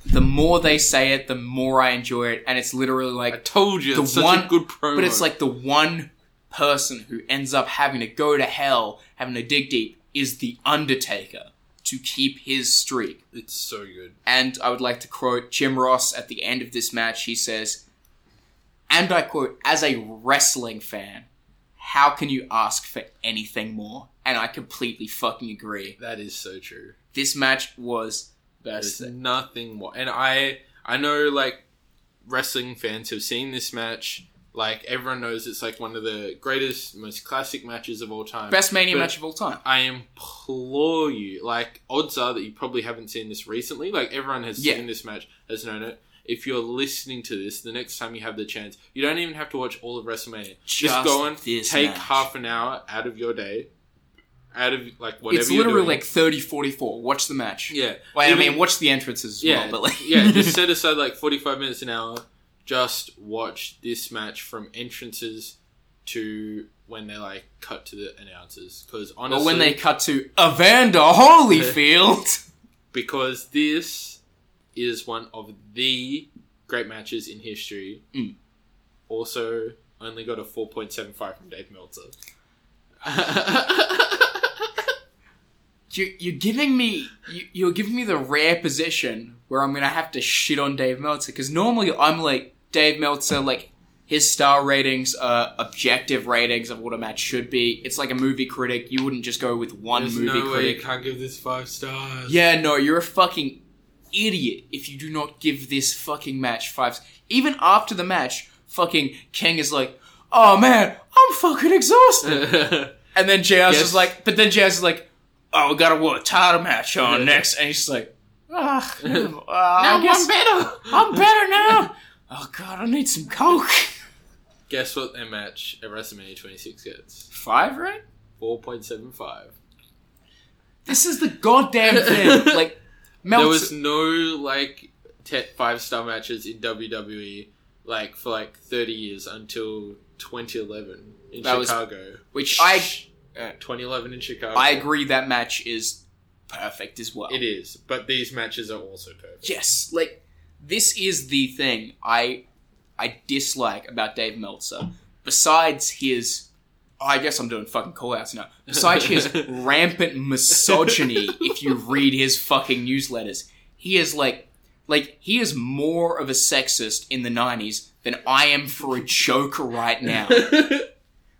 [SPEAKER 6] the more they say it, the more I enjoy it, and it's literally like I
[SPEAKER 3] told you,
[SPEAKER 6] the
[SPEAKER 3] it's such a
[SPEAKER 6] one
[SPEAKER 3] good promo.
[SPEAKER 6] But it's like the one person who ends up having to go to hell, having to dig deep, is the Undertaker to keep his streak.
[SPEAKER 3] It's so good.
[SPEAKER 6] And I would like to quote Jim Ross at the end of this match. He says, and I quote, as a wrestling fan, how can you ask for anything more? And I completely fucking agree.
[SPEAKER 3] That is so true.
[SPEAKER 6] This match was best.
[SPEAKER 3] There's
[SPEAKER 6] thing.
[SPEAKER 3] nothing more. And I I know like wrestling fans have seen this match. Like everyone knows, it's like one of the greatest, most classic matches of all time.
[SPEAKER 6] Best Mania
[SPEAKER 3] But
[SPEAKER 6] match of all time.
[SPEAKER 3] I implore you, like odds are that you probably haven't seen this recently. Like everyone has
[SPEAKER 6] Yeah.
[SPEAKER 3] seen this match, has known it. If you're listening to this, the next time you have the chance, you don't even have to watch all of WrestleMania. Just,
[SPEAKER 6] Just
[SPEAKER 3] go and
[SPEAKER 6] this
[SPEAKER 3] take
[SPEAKER 6] match.
[SPEAKER 3] half an hour out of your day, out of like whatever.
[SPEAKER 6] it's
[SPEAKER 3] you're
[SPEAKER 6] literally
[SPEAKER 3] doing.
[SPEAKER 6] like 30 44. Watch the match.
[SPEAKER 3] Yeah.
[SPEAKER 6] Wait, I
[SPEAKER 3] Even-
[SPEAKER 6] mean, watch the entrances as
[SPEAKER 3] yeah,
[SPEAKER 6] well, but like.
[SPEAKER 3] yeah, just
[SPEAKER 6] [LAUGHS]
[SPEAKER 3] set aside like forty five minutes an hour. Just watch this match from entrances to when they like cut to the announcers because honestly,
[SPEAKER 6] But when they cut to Evander
[SPEAKER 3] [LAUGHS]
[SPEAKER 6] Holyfield,
[SPEAKER 3] because this is one of the great matches in history.
[SPEAKER 6] Mm.
[SPEAKER 3] Also, only got a four point seven five from Dave Meltzer.
[SPEAKER 6] you, you're giving me you, you're giving me the rare position where I'm gonna have to shit on Dave Meltzer because normally I'm like Dave Meltzer, like His star ratings are objective ratings of what a match should be. It's like a movie critic. You wouldn't just go with one
[SPEAKER 3] There's
[SPEAKER 6] movie
[SPEAKER 3] no way you
[SPEAKER 6] critic.
[SPEAKER 3] can't give this five stars.
[SPEAKER 6] Yeah, no, you're a fucking idiot if you do not give this fucking match fives. Even after the match, fucking King is like, oh man, I'm fucking exhausted. and then JR's
[SPEAKER 9] Yes.
[SPEAKER 6] just like, but then JR's is like, oh, we got a what, title match on next. And he's just like, ah, [LAUGHS] uh, I
[SPEAKER 9] I'm
[SPEAKER 6] guess-
[SPEAKER 9] better.
[SPEAKER 6] I'm better now. [LAUGHS] oh god, I need some coke.
[SPEAKER 3] Guess what their match at WrestleMania 26 gets?
[SPEAKER 6] Five, right?
[SPEAKER 3] 4.75.
[SPEAKER 6] This is the goddamn thing. like,
[SPEAKER 3] There
[SPEAKER 6] Meltzer-
[SPEAKER 3] was no, like, te- five star matches in WWE, like, for like 30 years until 2011 in
[SPEAKER 6] That was-
[SPEAKER 3] Chicago.
[SPEAKER 6] which I Uh,
[SPEAKER 3] 2011 in Chicago.
[SPEAKER 6] I agree that match is perfect as well.
[SPEAKER 3] It is, but these matches are also perfect.
[SPEAKER 6] Yes, like this is the thing I I dislike about Dave Meltzer. Besides his, I guess I'm doing fucking callouts now. Besides his rampant misogyny, if you read his fucking newsletters, he is like, like he is more of a sexist in the '90s than I am for a joke right now.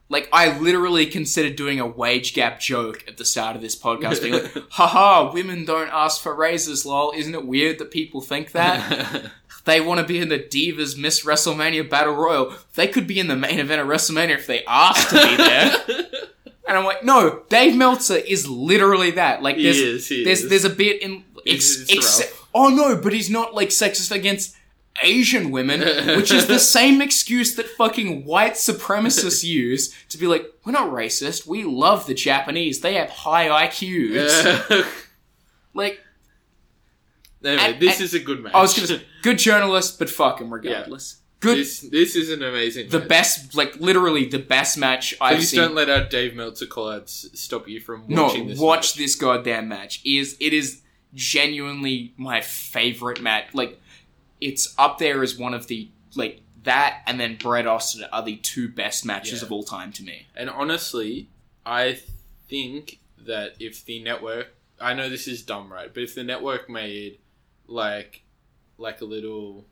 [SPEAKER 6] Like I literally considered doing a wage gap joke at the start of this podcast, being like, haha, women don't ask for raises, lol. Isn't it weird that people think
[SPEAKER 3] [LAUGHS]
[SPEAKER 6] that? they want to be in the Divas Miss WrestleMania Battle Royal. They could be in the main event of WrestleMania if they asked to
[SPEAKER 3] [LAUGHS]
[SPEAKER 6] be there. and I'm like, no, Dave Meltzer is literally that. Like,
[SPEAKER 3] He
[SPEAKER 6] there's,
[SPEAKER 3] is, he
[SPEAKER 6] there's,
[SPEAKER 3] is.
[SPEAKER 6] there's a bit in. Ex,
[SPEAKER 3] He's
[SPEAKER 6] ex-
[SPEAKER 3] rough.
[SPEAKER 6] oh no, but he's not like sexist against Asian women, which is
[SPEAKER 3] [LAUGHS]
[SPEAKER 6] the same excuse that fucking white supremacists use to be like, we're not racist. We love the Japanese. They have high
[SPEAKER 3] [LAUGHS]
[SPEAKER 6] IQs. like,
[SPEAKER 3] Anyway,
[SPEAKER 6] and-
[SPEAKER 3] this
[SPEAKER 6] and-
[SPEAKER 3] is a good match.
[SPEAKER 6] I was gonna say, good journalist, but fuck him regardless. Good.
[SPEAKER 3] This, this is an amazing
[SPEAKER 6] the
[SPEAKER 3] match.
[SPEAKER 6] best, like literally the best match I've
[SPEAKER 3] Please
[SPEAKER 6] seen.
[SPEAKER 3] don't let our Dave Meltzer callouts stop you from
[SPEAKER 6] no,
[SPEAKER 3] watching this.
[SPEAKER 6] watch this goddamn match. It Is it is genuinely my favorite match. Like, it's up there as one of the like that and then Brett Austin are the two best matches
[SPEAKER 3] Yeah.
[SPEAKER 6] of all time to me.
[SPEAKER 3] And honestly, I think that if the network, I know this is dumb, right? But if the network made like, like a little,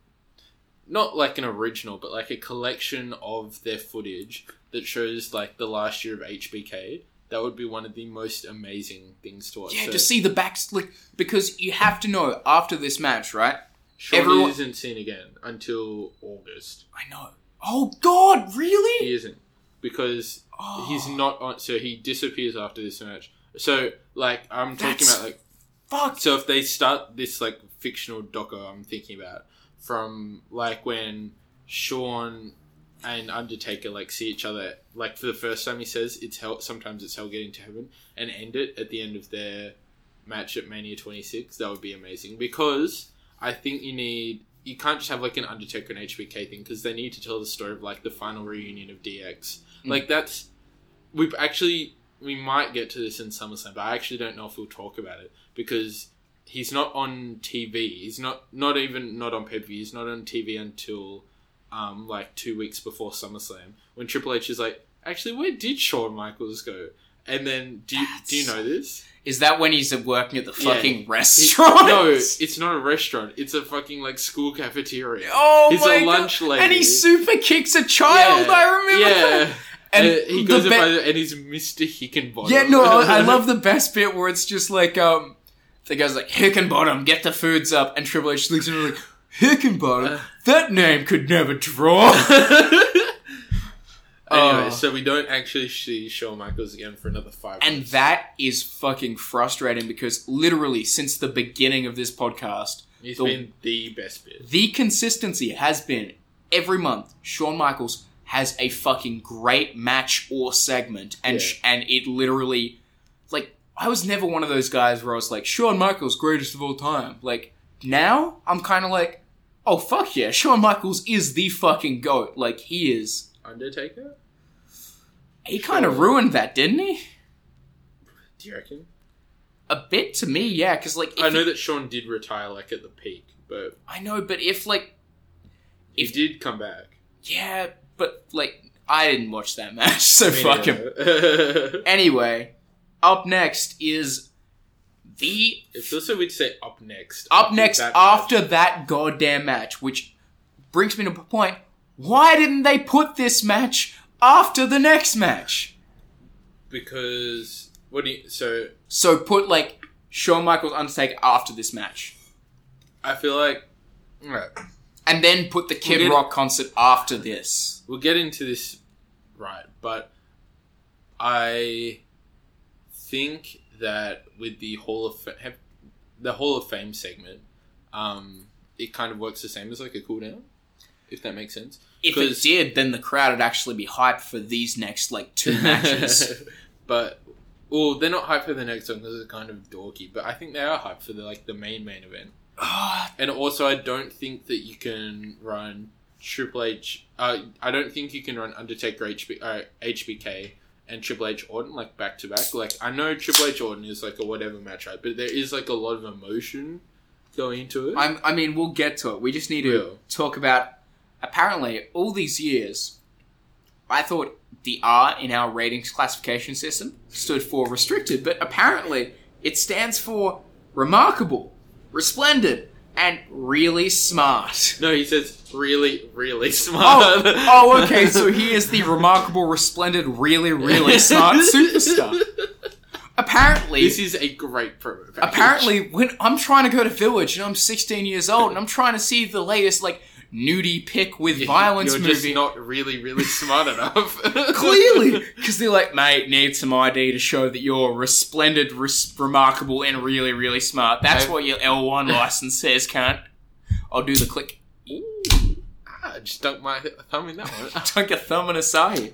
[SPEAKER 3] not like an original, but like a collection of their footage that shows like the last year of HBK, that would be one of the most amazing things to watch.
[SPEAKER 6] Yeah,
[SPEAKER 3] So
[SPEAKER 6] to see the back like because you have to know after this match, right?
[SPEAKER 3] Sean
[SPEAKER 6] everyone-
[SPEAKER 3] isn't seen again until August.
[SPEAKER 6] I know. Oh God, really?
[SPEAKER 3] He isn't because he's
[SPEAKER 6] Oh.
[SPEAKER 3] not on. So he disappears after this match. So like I'm talking
[SPEAKER 6] That's
[SPEAKER 3] about like
[SPEAKER 6] fuck.
[SPEAKER 3] [LAUGHS] So if they start this like fictional doco, I'm thinking about from like when Sean and Undertaker like see each other like for the first time. He says it's hell. Sometimes it's hell getting to heaven, and end it at the end of their match at Mania 26. That would be amazing because I think you need. You can't just have like an Undertaker and HBK thing because they need to tell the story of like the final reunion of DX.
[SPEAKER 6] Mm.
[SPEAKER 3] Like that's we actually we might get to this in SummerSlam, but I actually don't know if we'll talk about it because he's not on TV. He's not not even not on pay per view. He's not on TV until um, like two weeks before SummerSlam when Triple H is like, actually, where did Shawn Michaels go? And then do you, do you know this?
[SPEAKER 6] Is that when he's working at the
[SPEAKER 3] Yeah.
[SPEAKER 6] fucking [LAUGHS]
[SPEAKER 3] It-
[SPEAKER 6] restaurant?
[SPEAKER 3] no, it's not a restaurant. It's a fucking like school cafeteria.
[SPEAKER 6] Oh
[SPEAKER 3] he's
[SPEAKER 6] my
[SPEAKER 3] a lunch
[SPEAKER 6] God.
[SPEAKER 3] lady.
[SPEAKER 6] And he super kicks a child. I remember. that.
[SPEAKER 3] Yeah.
[SPEAKER 6] And
[SPEAKER 3] And he
[SPEAKER 6] the
[SPEAKER 3] goes up
[SPEAKER 6] be-
[SPEAKER 3] by the- and he's Mr. Hickenbottom.
[SPEAKER 6] Yeah, no,
[SPEAKER 3] [LAUGHS]
[SPEAKER 6] I, I love the best bit where it's just like um, the guy's like Hickenbottom, get the foods up, and Triple H looks at him like
[SPEAKER 3] Uh.
[SPEAKER 6] Hickenbottom. That name could never draw.
[SPEAKER 3] [LAUGHS] Anyway,
[SPEAKER 6] Oh.
[SPEAKER 3] so we don't actually see Shawn Michaels again for another five.
[SPEAKER 6] And that is fucking frustrating because literally since the beginning of this podcast,
[SPEAKER 3] He's
[SPEAKER 6] the,
[SPEAKER 3] been the best bit.
[SPEAKER 6] the consistency has been every month Shawn Michaels has a fucking great match or segment and
[SPEAKER 3] Yeah.
[SPEAKER 6] sh- and it literally like I was never one of those guys where I was like Shawn Michaels greatest of all time. Like now I'm kind of like oh fuck yeah, Shawn Michaels is the fucking goat. Like he is
[SPEAKER 3] Undertaker?
[SPEAKER 6] he kind of ruined that, didn't he?
[SPEAKER 3] Do you reckon?
[SPEAKER 6] A bit to me, yeah, cuz like
[SPEAKER 3] I
[SPEAKER 6] if
[SPEAKER 3] know
[SPEAKER 6] you-
[SPEAKER 3] that Sean did retire like at the peak, but
[SPEAKER 6] I know, but if like
[SPEAKER 3] he did come back.
[SPEAKER 6] yeah, but like I didn't watch that match, [LAUGHS] so
[SPEAKER 3] Me
[SPEAKER 6] fuck him.
[SPEAKER 3] neither.
[SPEAKER 6] anyway, up next is the
[SPEAKER 3] [LAUGHS] It's also we'd say up next.
[SPEAKER 6] up next
[SPEAKER 3] that-
[SPEAKER 6] after that goddamn match, which brings me to the point. Why didn't they put this match after the next match?
[SPEAKER 3] Because what do you so
[SPEAKER 6] So put like Shawn Michaels Undertaker after this match.
[SPEAKER 3] I feel like right.
[SPEAKER 6] And then put the Kid
[SPEAKER 3] We'll get-
[SPEAKER 6] Rock concert after this.
[SPEAKER 3] We'll get into this right, but I think that with the Hall of Fa- have- the Hall of Fame segment, um, it kind of works the same as like a cooldown, if that makes sense.
[SPEAKER 6] If it did, then the crowd would actually be hyped for these next like [LAUGHS] two matches.
[SPEAKER 3] [LAUGHS] but well, they're not hyped for the next one because it's kind of dorky. But I think they are hyped for the like the main main event.
[SPEAKER 6] Ah.
[SPEAKER 3] and also, I don't think that you can run Triple H. Uh, I don't think you can run Undertaker HB, uh, HBK and Triple H Orton like back to back. Like I know Triple H Orton is like a whatever match, right? But there is like a lot of emotion going into it.
[SPEAKER 6] I'm, I mean, we'll get to it. We just need to talk about. Apparently, all these years, I thought the R in our ratings classification system stood for restricted, but apparently it stands for remarkable, resplendent, and really
[SPEAKER 3] [LAUGHS]
[SPEAKER 6] smart.
[SPEAKER 3] No, he says really, really [LAUGHS]
[SPEAKER 6] Oh,
[SPEAKER 3] smart.
[SPEAKER 6] oh, okay. So he is the remarkable, resplendent, really, really smart superstar. Apparently,
[SPEAKER 3] this is a great promo. package.
[SPEAKER 6] Apparently, when I'm trying to go to Village and I'm 16 years old and I'm trying to see the latest like nudie pick with violence
[SPEAKER 3] You're
[SPEAKER 6] movie,
[SPEAKER 3] [LAUGHS] just not
[SPEAKER 6] [LAUGHS]
[SPEAKER 3] really, really smart enough. [LAUGHS]
[SPEAKER 6] clearly, because they're like, mate, need some ID to show that you're resplendent, res- remarkable, and really, really smart. That's
[SPEAKER 3] I-
[SPEAKER 6] what your L1 license says, cunt. I'll do the click.
[SPEAKER 3] I Ah, just dunk my thumb in that one.
[SPEAKER 6] dunk a thumb in a side.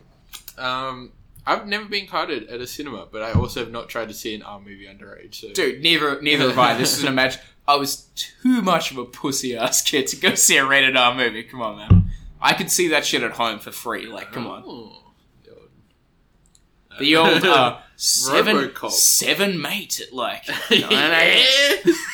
[SPEAKER 3] Um, I've never been carded at a cinema, but I also have not tried to see an R movie underage. So. [LAUGHS]
[SPEAKER 6] Dude, neither neither have I. This is an imagine. I was too much of a pussy ass kid to go [LAUGHS] see a rated R movie. Come on, man. I could see that shit at home for free. Like, come on.
[SPEAKER 3] Oh.
[SPEAKER 6] The old
[SPEAKER 3] [LAUGHS]
[SPEAKER 6] uh, seven,
[SPEAKER 3] Robocop.
[SPEAKER 6] seven mate at
[SPEAKER 3] [LAUGHS]
[SPEAKER 6] like 9 a.m. [LAUGHS]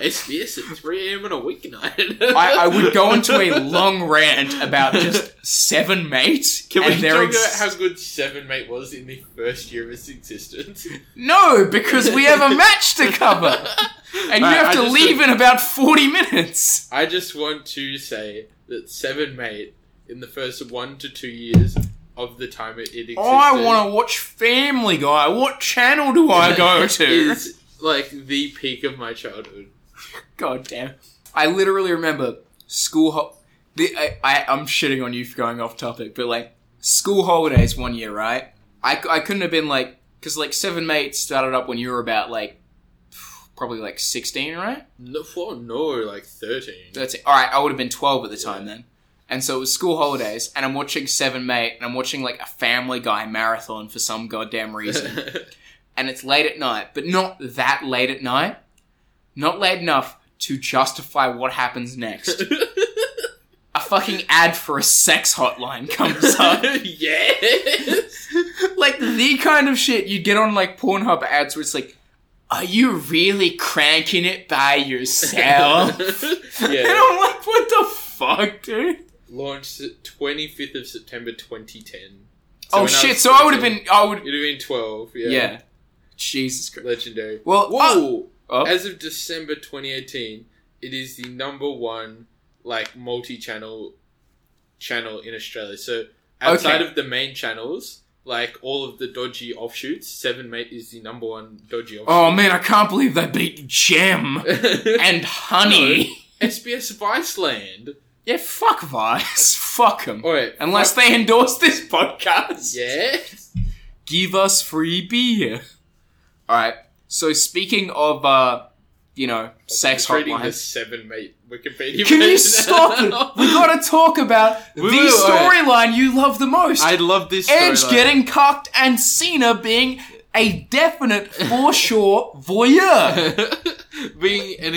[SPEAKER 3] Yes. SBS at 3 a.m. on a weeknight. [LAUGHS]
[SPEAKER 6] I, I would go into a long rant about just seven mate.
[SPEAKER 3] Can we
[SPEAKER 6] and their
[SPEAKER 3] talk
[SPEAKER 6] ex-
[SPEAKER 3] about how good Seven Mate was in the first year of its existence? [LAUGHS]
[SPEAKER 6] No, because we have a match to cover, and you
[SPEAKER 3] Alright, I
[SPEAKER 6] have to
[SPEAKER 3] just
[SPEAKER 6] leave
[SPEAKER 3] don't-
[SPEAKER 6] in about forty minutes.
[SPEAKER 3] I just want to say that Seven Mate, in the first one to two years of the time it, it existed,
[SPEAKER 6] Oh, I want to watch Family Guy. What channel do I [LAUGHS]
[SPEAKER 3] [LAUGHS]
[SPEAKER 6] go to?
[SPEAKER 3] is like the peak of my childhood.
[SPEAKER 6] God damn. I literally remember school. Ho- the, I, I, I'm shitting on you for going off topic, but like school holidays one year, right? I, c- I couldn't have been like because like Seven Mates started up when you were about like probably like 16, right?
[SPEAKER 3] No, well, no, like thirteen.
[SPEAKER 6] That's it. All right, I would have been 12 at the time then. And so it was school holidays, and I'm watching Seven Mate, and I'm watching like a Family Guy marathon for some goddamn reason. and it's late at night, but not that late at night. Not late enough to justify what happens
[SPEAKER 3] [LAUGHS]
[SPEAKER 6] next. a fucking ad for a sex hotline comes
[SPEAKER 3] [LAUGHS]
[SPEAKER 6] up.
[SPEAKER 3] [LAUGHS] yes.
[SPEAKER 6] like the kind of shit you get on like Pornhub ads where it's like, are you really cranking it by
[SPEAKER 3] [LAUGHS]
[SPEAKER 6] yourself? And
[SPEAKER 3] yeah.
[SPEAKER 6] I'm like, what the fuck, dude?
[SPEAKER 3] Launched twenty fifth of September twenty ten.
[SPEAKER 6] Oh, shit, so I would've been- I would.
[SPEAKER 3] You'd have been twelve. Yeah.
[SPEAKER 6] Yeah. Jesus Christ.
[SPEAKER 3] Legendary.
[SPEAKER 6] Well,
[SPEAKER 3] whoa!
[SPEAKER 6] oh.
[SPEAKER 3] As of December 2018, it is the number one like multi-channel channel in Australia. So outside
[SPEAKER 6] Okay.
[SPEAKER 3] of the main channels, like all of the dodgy offshoots, Seven Mate is the number one dodgy offshoot.
[SPEAKER 6] Oh man, I can't believe they beat Gem
[SPEAKER 3] [LAUGHS]
[SPEAKER 6] and Honey.
[SPEAKER 3] SBS Viceland.
[SPEAKER 6] Yeah, fuck Vice. [LAUGHS] Fuck them.
[SPEAKER 3] Alright,
[SPEAKER 6] Unless
[SPEAKER 3] fuck-
[SPEAKER 6] they endorse this podcast.
[SPEAKER 3] Yeah.
[SPEAKER 6] Give us free beer. Alright, so speaking of, uh, you know, sex
[SPEAKER 3] I'm reading the
[SPEAKER 6] hotlines.
[SPEAKER 3] Seven Mate Wikipedia.
[SPEAKER 6] Can you
[SPEAKER 3] page
[SPEAKER 6] stop
[SPEAKER 3] [LAUGHS]
[SPEAKER 6] it?
[SPEAKER 3] now.
[SPEAKER 6] We gotta talk about the
[SPEAKER 3] We will, alright.
[SPEAKER 6] storyline you love the most.
[SPEAKER 3] I love this
[SPEAKER 6] Edge
[SPEAKER 3] storyline.
[SPEAKER 6] getting cucked and Cena being a definite
[SPEAKER 3] [LAUGHS]
[SPEAKER 6] for sure voyeur.
[SPEAKER 3] Being an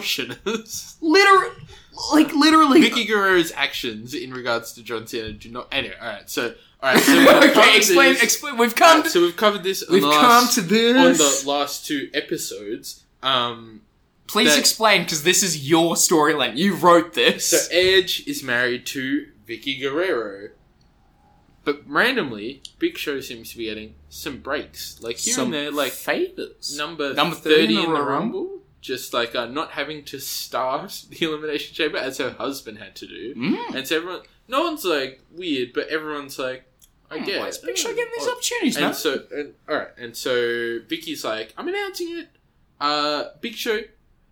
[SPEAKER 3] extortionist.
[SPEAKER 6] Literally, [LAUGHS] like
[SPEAKER 3] [LAUGHS]
[SPEAKER 6] literally.
[SPEAKER 3] Vicky Guerrero's actions in regards to John Cena do not. Anyway, all right. So,
[SPEAKER 6] [LAUGHS]
[SPEAKER 3] all right. So we've covered
[SPEAKER 6] okay, explain,
[SPEAKER 3] this-
[SPEAKER 6] explain. We've come.
[SPEAKER 3] So we've covered this. On
[SPEAKER 6] We've
[SPEAKER 3] the
[SPEAKER 6] come
[SPEAKER 3] last,
[SPEAKER 6] to this.
[SPEAKER 3] on the last two episodes. Um,
[SPEAKER 6] Please
[SPEAKER 3] that-
[SPEAKER 6] explain, because this is your storyline. You wrote this.
[SPEAKER 3] So Edge is married to Vicky Guerrero, but randomly, Big Show seems to be getting some breaks, like here
[SPEAKER 6] Some
[SPEAKER 3] and there, like
[SPEAKER 6] favors.
[SPEAKER 3] number
[SPEAKER 6] Number
[SPEAKER 3] thirty in the Rumble. Just like [LAUGHS] uh, not having to start the Elimination Chamber as her husband had to do,
[SPEAKER 6] Mm.
[SPEAKER 3] and so everyone no one's like weird, but everyone's like, I
[SPEAKER 6] Hmm,
[SPEAKER 3] get
[SPEAKER 6] why is
[SPEAKER 3] it.
[SPEAKER 6] Big Show
[SPEAKER 3] Hmm,
[SPEAKER 6] getting these
[SPEAKER 3] oh.
[SPEAKER 6] opportunities,
[SPEAKER 3] And
[SPEAKER 6] man?
[SPEAKER 3] so, and, all right, and so Vicky's like, I'm announcing it. Uh, Big Show,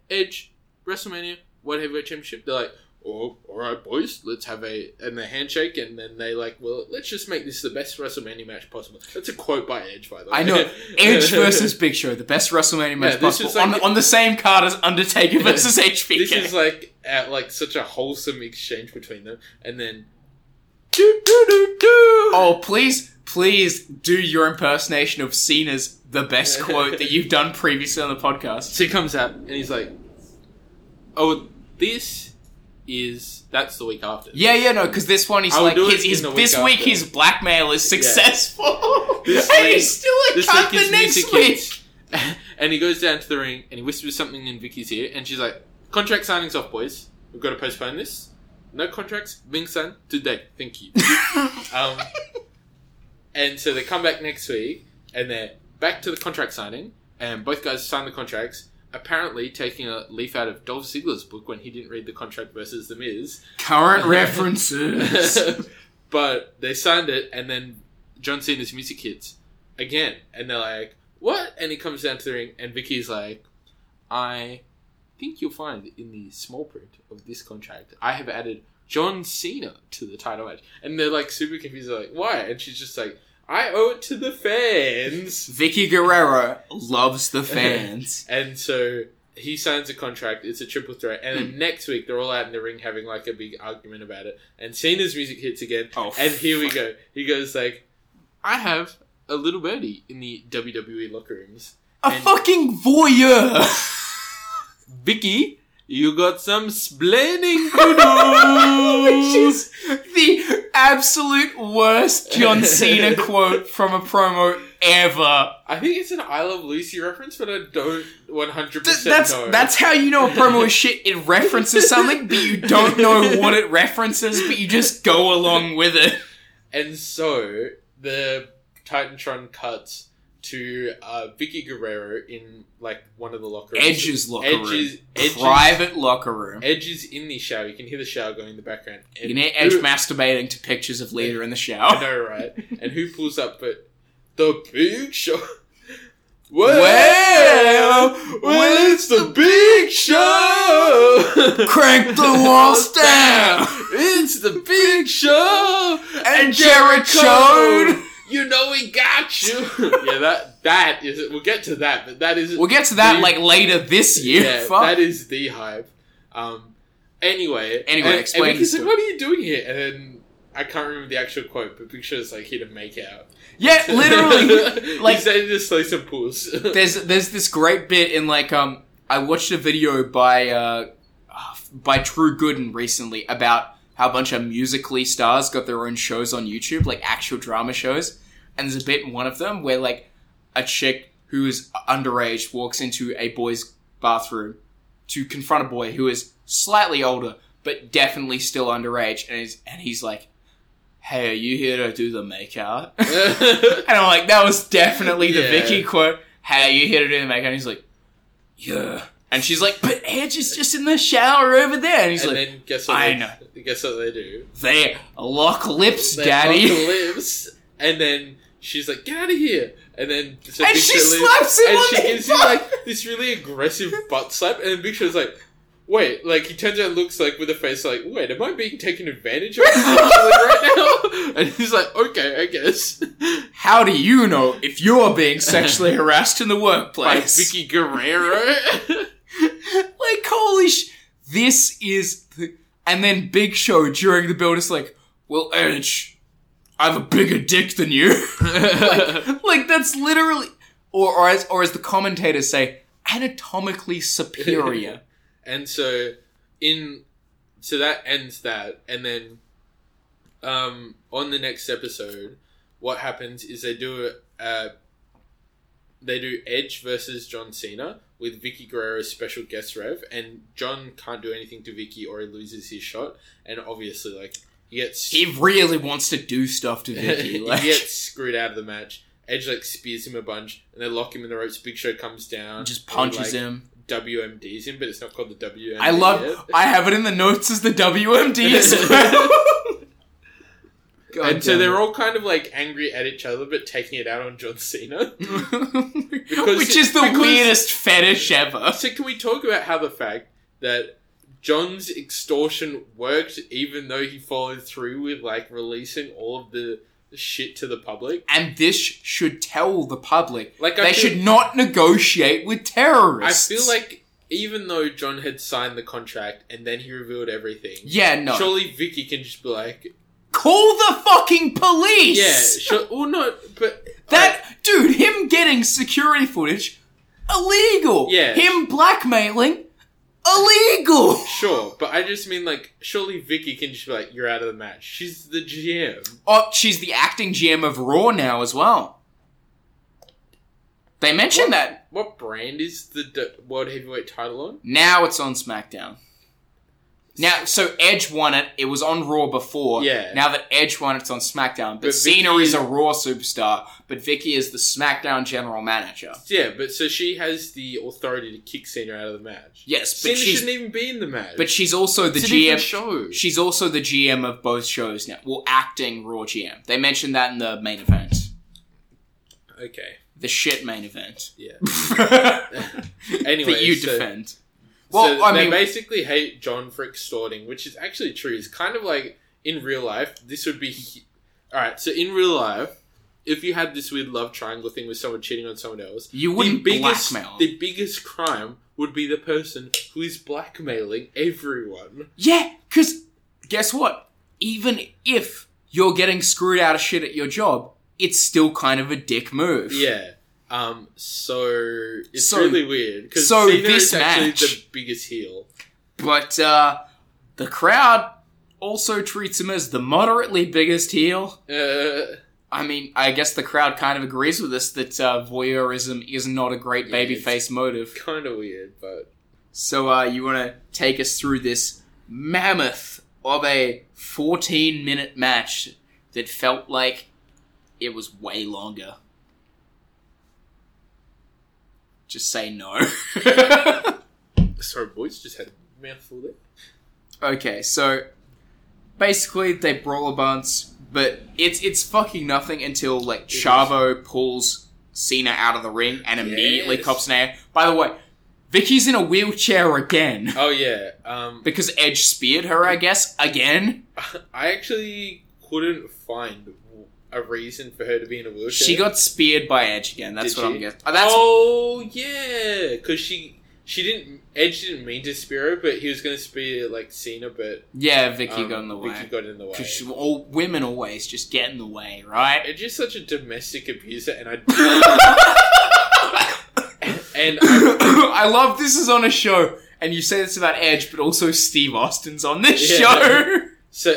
[SPEAKER 3] Edge, WrestleMania, World Heavyweight Championship. They're like, oh, all right, boys, let's have a and the handshake, and then they like, well, let's just make this the best WrestleMania match possible. That's a quote by Edge, by the way.
[SPEAKER 6] I
[SPEAKER 3] [LAUGHS]
[SPEAKER 6] know Edge versus Big Show, the best WrestleMania match
[SPEAKER 3] Yeah, this is
[SPEAKER 6] possible, on,
[SPEAKER 3] like-
[SPEAKER 6] on the same card as
[SPEAKER 3] [LAUGHS]
[SPEAKER 6] Undertaker versus HBK.
[SPEAKER 3] This is like at like such a wholesome exchange between them, and then
[SPEAKER 6] Oh, please, please do your impersonation of Cena's the
[SPEAKER 3] [LAUGHS]
[SPEAKER 6] best quote that you've done previously on the podcast.
[SPEAKER 3] So he comes out and he's like, "Oh, this is that's the week after."
[SPEAKER 6] Yeah, yeah, no, because this one he's
[SPEAKER 3] I will
[SPEAKER 6] like,
[SPEAKER 3] do it
[SPEAKER 6] his,
[SPEAKER 3] in
[SPEAKER 6] his,
[SPEAKER 3] the week
[SPEAKER 6] this week
[SPEAKER 3] after.
[SPEAKER 6] his blackmail is successful,
[SPEAKER 3] This
[SPEAKER 6] [LAUGHS] and
[SPEAKER 3] week-
[SPEAKER 6] he's still a cunt the
[SPEAKER 3] is
[SPEAKER 6] next
[SPEAKER 3] music
[SPEAKER 6] week.
[SPEAKER 3] hits. [LAUGHS] and he goes down to the ring and he whispers something in Vicky's ear, and she's like, "Contract signings off, boys. We've got to postpone this. No contracts being signed today. Thank you." um, and so they come back next week, and they're back to the contract signing, and both guys sign the contracts. Apparently, taking a leaf out of Dolph Ziggler's book when he didn't read the contract versus the Miz.
[SPEAKER 6] [LAUGHS] Current references.
[SPEAKER 3] [LAUGHS] but they signed it, and then John Cena's music hits again, and they're like, "What?" And he comes down to the ring, and Vicky's like, "I think you'll find in the small print of this contract, I have added John Cena to the title match," and they're like super confused, like, "Why?" And she's just like, "I owe it to the fans."
[SPEAKER 6] Vicky Guerrero loves the fans.
[SPEAKER 3] [LAUGHS] and so he signs a contract. It's a triple threat. And
[SPEAKER 6] Hmm.
[SPEAKER 3] then next week, they're all out in the ring having like a big argument about it. And Cena's music hits again. Oh, and here we go. He goes like, "I have a little birdie in the WWE locker rooms."
[SPEAKER 6] A fucking voyeur.
[SPEAKER 3] Vicky, you got some splaining
[SPEAKER 6] [LAUGHS]
[SPEAKER 3] to
[SPEAKER 6] Which is the absolute worst John [LAUGHS] Cena quote from a promo ever.
[SPEAKER 3] I think it's an I Love Lucy reference, but I don't one hundred percent.
[SPEAKER 6] That's
[SPEAKER 3] know.
[SPEAKER 6] that's how you know a promo is shit. It references something, but you don't know [LAUGHS] what it references, but you just go along with it.
[SPEAKER 3] And so the Titantron cuts to uh, Vicky Guerrero in like one of the locker rooms.
[SPEAKER 6] Edge's locker room,
[SPEAKER 3] Edge's-
[SPEAKER 6] private locker room.
[SPEAKER 3] Edge is in the shower. You can hear the shower going in the background.
[SPEAKER 6] You can hear Edge
[SPEAKER 3] who-
[SPEAKER 6] masturbating to pictures of Lita in the
[SPEAKER 3] I
[SPEAKER 6] shower.
[SPEAKER 3] know, right? and who pulls up? But the big show. [LAUGHS]
[SPEAKER 6] Well,
[SPEAKER 3] well, it's the big show.
[SPEAKER 6] Crank the walls down.
[SPEAKER 3] It's the big show.
[SPEAKER 6] And Jericho.
[SPEAKER 3] You know we got you. [LAUGHS] yeah, that that is. We'll get to that, but that is.
[SPEAKER 6] We'll get to that
[SPEAKER 3] the-
[SPEAKER 6] like later this year.
[SPEAKER 3] Yeah,
[SPEAKER 6] Fuck.
[SPEAKER 3] that is the hype. Um. Anyway,
[SPEAKER 6] Anyway,
[SPEAKER 3] and,
[SPEAKER 6] explain
[SPEAKER 3] And Vicky
[SPEAKER 6] this
[SPEAKER 3] said,
[SPEAKER 6] to
[SPEAKER 3] "What are you doing here?" And then I can't remember the actual quote, but Big Show's like here to make out.
[SPEAKER 6] Yeah,
[SPEAKER 3] [LAUGHS]
[SPEAKER 6] literally, like-
[SPEAKER 3] he's there to slay some pools. [LAUGHS]
[SPEAKER 6] there's there's this great bit in like um I watched a video by uh by True Gooden recently about how a bunch of musically stars got their own shows on YouTube, like actual drama shows. And there's a bit in one of them where like a chick who is underage walks into a boy's bathroom to confront a boy who is slightly older but definitely still underage, and he's, and he's like. Hey, are you here to do the makeout? and I'm like, that was definitely the
[SPEAKER 3] Yeah.
[SPEAKER 6] Vicky quote. Hey, are you here to do the makeout? And he's like, yeah. And she's like, but Edge is just in the shower over there. And he's
[SPEAKER 3] and
[SPEAKER 6] like,
[SPEAKER 3] then guess what?
[SPEAKER 6] I
[SPEAKER 3] they,
[SPEAKER 6] know.
[SPEAKER 3] Guess what they do?
[SPEAKER 6] They lock lips, [LAUGHS]
[SPEAKER 3] They
[SPEAKER 6] daddy.
[SPEAKER 3] lock lips, and then she's like, "Get out of here!" And then so
[SPEAKER 6] And
[SPEAKER 3] Big
[SPEAKER 6] she
[SPEAKER 3] Show leaves,
[SPEAKER 6] slaps him
[SPEAKER 3] and
[SPEAKER 6] on
[SPEAKER 3] she
[SPEAKER 6] the
[SPEAKER 3] gives him like this really aggressive butt slap, and then Big Show's like. Wait, like he turns around, and looks like with a face like, "Wait, am I being taken advantage of sexually right now?" [LAUGHS] And he's like, "Okay, I guess."
[SPEAKER 6] How do you know if you're being
[SPEAKER 3] [LAUGHS]
[SPEAKER 6] sexually harassed in the
[SPEAKER 3] By
[SPEAKER 6] workplace?
[SPEAKER 3] Vicky Guerrero.
[SPEAKER 6] [LAUGHS] like, holy sh- This is the. And then Big Show during the build is like, well, Edge, I have a bigger dick than you. [LAUGHS]
[SPEAKER 3] [LAUGHS]
[SPEAKER 6] like, like, that's literally. Or, or, as, or as the commentators say, anatomically superior.
[SPEAKER 3] [LAUGHS] and so in so that ends that and then um on the next episode what happens is they do a uh, they do Edge versus John Cena with Vicky Guerrero as special guest rev and John can't do anything to Vicky or he loses his shot and obviously like he gets
[SPEAKER 6] he really wants to do stuff to [LAUGHS] Vicky. Like,
[SPEAKER 3] [LAUGHS] he gets screwed out of the match. Edge like spears him a bunch, and they lock him in the ropes. Big Show comes down,
[SPEAKER 6] Just punches him.
[SPEAKER 3] WMDs him, but it's not called the WMD. [LAUGHS]
[SPEAKER 6] I love. I have it in the notes as the WMD. as well. God
[SPEAKER 3] and so
[SPEAKER 6] damn
[SPEAKER 3] they're
[SPEAKER 6] it.
[SPEAKER 3] all kind of like angry at each other, but taking it out on
[SPEAKER 6] [LAUGHS]
[SPEAKER 3] John Cena,
[SPEAKER 6] [LAUGHS]
[SPEAKER 3] [LAUGHS]
[SPEAKER 6] Which is the weirdest fetish ever.
[SPEAKER 3] So can we talk about how the fact that John's extortion worked, even though he followed through with like releasing all of the shit to the public?
[SPEAKER 6] And this should tell the public
[SPEAKER 3] Like, I
[SPEAKER 6] they
[SPEAKER 3] feel-
[SPEAKER 6] should not negotiate with
[SPEAKER 3] I
[SPEAKER 6] terrorists.
[SPEAKER 3] feel like even though John had signed the contract and then he revealed everything,
[SPEAKER 6] Yeah, no.
[SPEAKER 3] surely Vicky can just be like,
[SPEAKER 6] call the fucking police.
[SPEAKER 3] yeah, sure, well, no, but uh,
[SPEAKER 6] That dude, him getting security footage, illegal.
[SPEAKER 3] Yeah.
[SPEAKER 6] Him blackmailing, illegal.
[SPEAKER 3] Sure, but I just mean like surely Vicky can just be like, "You're out of the match." She's the GM.
[SPEAKER 6] Oh, she's the acting GM of Raw now as well. They mentioned that.
[SPEAKER 3] What brand is the d- world heavyweight title on?
[SPEAKER 6] Now it's on SmackDown. Now, so Edge won it. It was on Raw before.
[SPEAKER 3] Yeah.
[SPEAKER 6] Now that Edge won, it's on SmackDown. But,
[SPEAKER 3] But
[SPEAKER 6] Cena
[SPEAKER 3] Vicky-
[SPEAKER 6] is a Raw superstar, but Vicky is the SmackDown general manager.
[SPEAKER 3] Yeah, but so she has the authority to kick Cena out of the match.
[SPEAKER 6] Yes, but
[SPEAKER 3] Cena
[SPEAKER 6] she's-
[SPEAKER 3] shouldn't even be in the match.
[SPEAKER 6] But she's also the
[SPEAKER 3] It's a
[SPEAKER 6] GM.
[SPEAKER 3] different show.
[SPEAKER 6] She's also the GM of both shows now. Well, acting Raw GM. They mentioned that in the main event.
[SPEAKER 3] okay.
[SPEAKER 6] The shit main event. [LAUGHS]
[SPEAKER 3] Yeah.
[SPEAKER 6] anyway,
[SPEAKER 3] [LAUGHS] Anyway,
[SPEAKER 6] that you
[SPEAKER 3] so-
[SPEAKER 6] defend. Well,
[SPEAKER 3] so
[SPEAKER 6] I
[SPEAKER 3] they
[SPEAKER 6] mean,
[SPEAKER 3] basically hate John for extorting, which is actually true. It's kind of like in real life. This would be all right. So in real life, if you had this weird love triangle thing with someone cheating on someone else,
[SPEAKER 6] You wouldn't
[SPEAKER 3] the biggest,
[SPEAKER 6] blackmail.
[SPEAKER 3] The biggest crime would be the person who is blackmailing everyone.
[SPEAKER 6] yeah, because guess what? Even if you're getting screwed out of shit at your job, it's still kind of a dick move.
[SPEAKER 3] Yeah. Um. So it's
[SPEAKER 6] So-
[SPEAKER 3] really weird because
[SPEAKER 6] so
[SPEAKER 3] Cena
[SPEAKER 6] this
[SPEAKER 3] is actually
[SPEAKER 6] match-
[SPEAKER 3] the biggest heel.
[SPEAKER 6] But uh, the crowd also treats him as the moderately biggest heel.
[SPEAKER 3] Uh,
[SPEAKER 6] I mean, I guess the crowd kind of agrees with us that uh, voyeurism is not a great
[SPEAKER 3] Yeah, it's-
[SPEAKER 6] babyface motive.
[SPEAKER 3] kind of weird, but
[SPEAKER 6] So, uh, you want to take us through this mammoth of a 14 minute match that felt like it was way longer. Just say no. [LAUGHS]
[SPEAKER 3] sorry, boys, just had a mouthful there.
[SPEAKER 6] okay, so basically they brawl a bunch, but it's it's fucking nothing until like Chavo pulls Cena out of the ring and immediately
[SPEAKER 3] Yes.
[SPEAKER 6] cops Nair. By the way, Vicky's in a wheelchair again.
[SPEAKER 3] Oh yeah. Um.
[SPEAKER 6] Because Edge speared her, I guess, again.
[SPEAKER 3] I actually couldn't find a reason for her to be in a wheelchair.
[SPEAKER 6] She got speared by Edge again. That's
[SPEAKER 3] Did
[SPEAKER 6] what
[SPEAKER 3] she?
[SPEAKER 6] I'm guessing. That's
[SPEAKER 3] oh yeah, because she she didn't Edge didn't mean to spear her, but he was going to spear like Cena, but
[SPEAKER 6] yeah. Vicky
[SPEAKER 3] um,
[SPEAKER 6] got in the way.
[SPEAKER 3] Vicky got in the way.
[SPEAKER 6] 'Cause she- all women always just get in the way, right?
[SPEAKER 3] Edge is such a domestic
[SPEAKER 6] [LAUGHS]
[SPEAKER 3] abuser, and I [LAUGHS] and I,
[SPEAKER 6] [COUGHS] I love this is on a show, and you say this about Edge, but also Steve Austin's on this
[SPEAKER 3] Yeah.
[SPEAKER 6] show.
[SPEAKER 3] so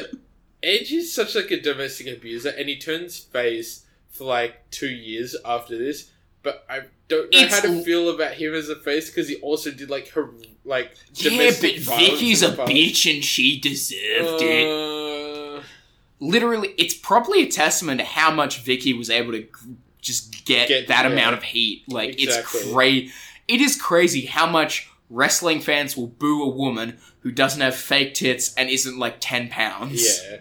[SPEAKER 3] Edge is such like a domestic abuser, and he turns face for like two years after this. But I don't know
[SPEAKER 6] It's
[SPEAKER 3] how to
[SPEAKER 6] l-
[SPEAKER 3] feel about him as a face because he also did like her like
[SPEAKER 6] Yeah, but
[SPEAKER 3] [LAUGHS] domestic violence
[SPEAKER 6] Vicky's
[SPEAKER 3] in
[SPEAKER 6] a
[SPEAKER 3] the past.
[SPEAKER 6] bitch, and she deserved it.
[SPEAKER 3] Uh,
[SPEAKER 6] Literally, it's probably a testament to how much Vicky was able to g- just get,
[SPEAKER 3] Get-
[SPEAKER 6] that
[SPEAKER 3] yeah.
[SPEAKER 6] amount of heat. Like it's
[SPEAKER 3] Exactly.
[SPEAKER 6] crazy. It is crazy how much wrestling fans will boo a woman who doesn't have fake tits and isn't like ten pounds.
[SPEAKER 3] yeah,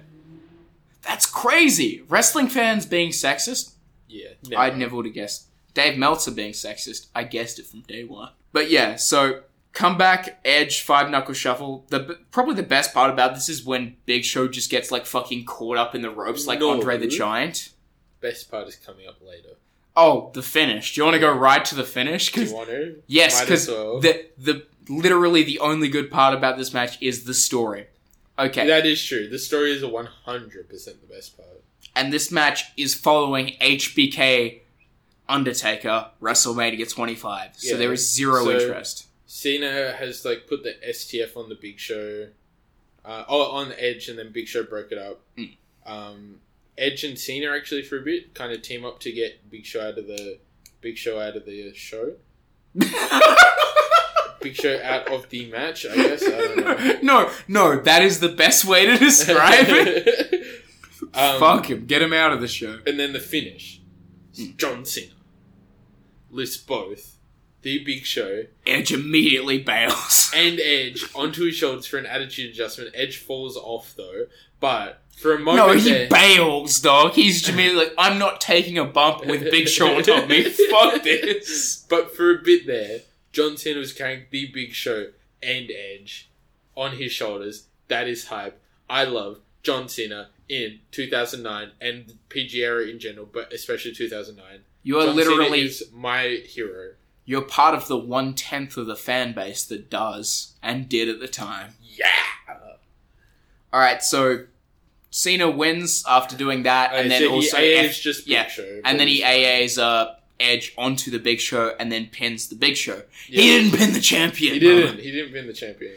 [SPEAKER 6] That's crazy. Wrestling fans being sexist?
[SPEAKER 3] yeah.
[SPEAKER 6] I never would have guessed. Dave Meltzer being sexist? I guessed it from day one. But yeah, so comeback, Edge, five knuckle shuffle. The probably the best part about this is when Big Show just gets like fucking caught up in the ropes, like
[SPEAKER 3] No.
[SPEAKER 6] Andre the Giant.
[SPEAKER 3] Best part is coming up later.
[SPEAKER 6] Oh, the finish. Do you want to go right to the finish?
[SPEAKER 3] Do
[SPEAKER 6] 'Cause-
[SPEAKER 3] you want to?
[SPEAKER 6] Yes,
[SPEAKER 3] Might
[SPEAKER 6] because
[SPEAKER 3] as well.
[SPEAKER 6] the the literally the only good part about this match is the story. Okay,
[SPEAKER 3] that is true. The story is one hundred percent the best part.
[SPEAKER 6] and this match is following HBK Undertaker WrestleMania 25. So
[SPEAKER 3] Yeah.
[SPEAKER 6] there is zero
[SPEAKER 3] So-
[SPEAKER 6] interest.
[SPEAKER 3] Cena has like put the STF on the Big Show, uh, oh, on Edge, and then Big Show broke it up. Um, Edge and Cena actually for a bit kind of team up to get Big Show out of the Big Show out of the show. Big Show out of the match, I guess. I don't know.
[SPEAKER 6] [LAUGHS] No, no, that is the best way to describe it.
[SPEAKER 3] [LAUGHS] Um,
[SPEAKER 6] Fuck him, get him out of the show.
[SPEAKER 3] And then the finish. John Cena lists both the Big Show
[SPEAKER 6] Edge immediately bails.
[SPEAKER 3] and Edge onto his shoulders for an attitude adjustment. Edge falls off though, but For a moment,
[SPEAKER 6] No, he
[SPEAKER 3] there-
[SPEAKER 6] bails, dog. He's immediately like, I'm not taking a bump with Big Show on top of
[SPEAKER 3] [LAUGHS]
[SPEAKER 6] me. Fuck this.
[SPEAKER 3] But for a bit there, John Cena was carrying the Big Show and Edge on his shoulders. That is hype. I love John Cena in 2009 and the PG era in general, but especially 2009.
[SPEAKER 6] You are
[SPEAKER 3] John
[SPEAKER 6] literally-
[SPEAKER 3] Cena is my hero.
[SPEAKER 6] You're part of the one tenth of the fan base that does and did at the time.
[SPEAKER 3] Yeah.
[SPEAKER 6] All right, so Cena wins after doing that, and
[SPEAKER 3] Uh,
[SPEAKER 6] then
[SPEAKER 3] so he
[SPEAKER 6] also
[SPEAKER 3] AAs
[SPEAKER 6] F-
[SPEAKER 3] just Big
[SPEAKER 6] yeah,
[SPEAKER 3] Show.
[SPEAKER 6] and then he AA's uh, Edge onto the Big Show, and then pins the Big Show. He didn't pin the champion.
[SPEAKER 3] He didn't.
[SPEAKER 6] Roman.
[SPEAKER 3] He didn't win the champion.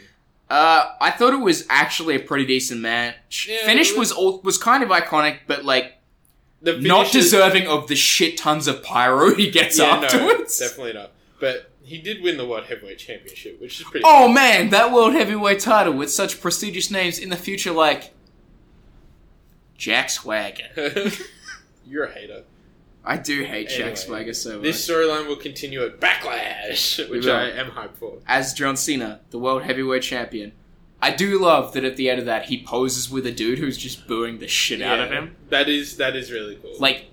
[SPEAKER 6] Uh, I thought it was actually a pretty decent match.
[SPEAKER 3] Yeah,
[SPEAKER 6] finish
[SPEAKER 3] it
[SPEAKER 6] was all, was kind of iconic, but like
[SPEAKER 3] The
[SPEAKER 6] not
[SPEAKER 3] finish is-
[SPEAKER 6] deserving of the shit tons of pyro [LAUGHS] he gets
[SPEAKER 3] Yeah, no,
[SPEAKER 6] afterwards.
[SPEAKER 3] definitely not. But he did win the World Heavyweight Championship, which is pretty.
[SPEAKER 6] Oh man, that world heavyweight title with such prestigious names in the future like Jack Swagger.
[SPEAKER 3] [LAUGHS] You're a hater.
[SPEAKER 6] I do hate
[SPEAKER 3] Anyway,
[SPEAKER 6] Jack Swagger so much.
[SPEAKER 3] This storyline will continue at Backlash, which
[SPEAKER 6] We will.
[SPEAKER 3] I am hyped for.
[SPEAKER 6] As John Cena, the world heavyweight champion, I do love that at the end of that he poses with a dude who's just booing the shit out of
[SPEAKER 3] Yeah,
[SPEAKER 6] him.
[SPEAKER 3] That is that is really cool.
[SPEAKER 6] Like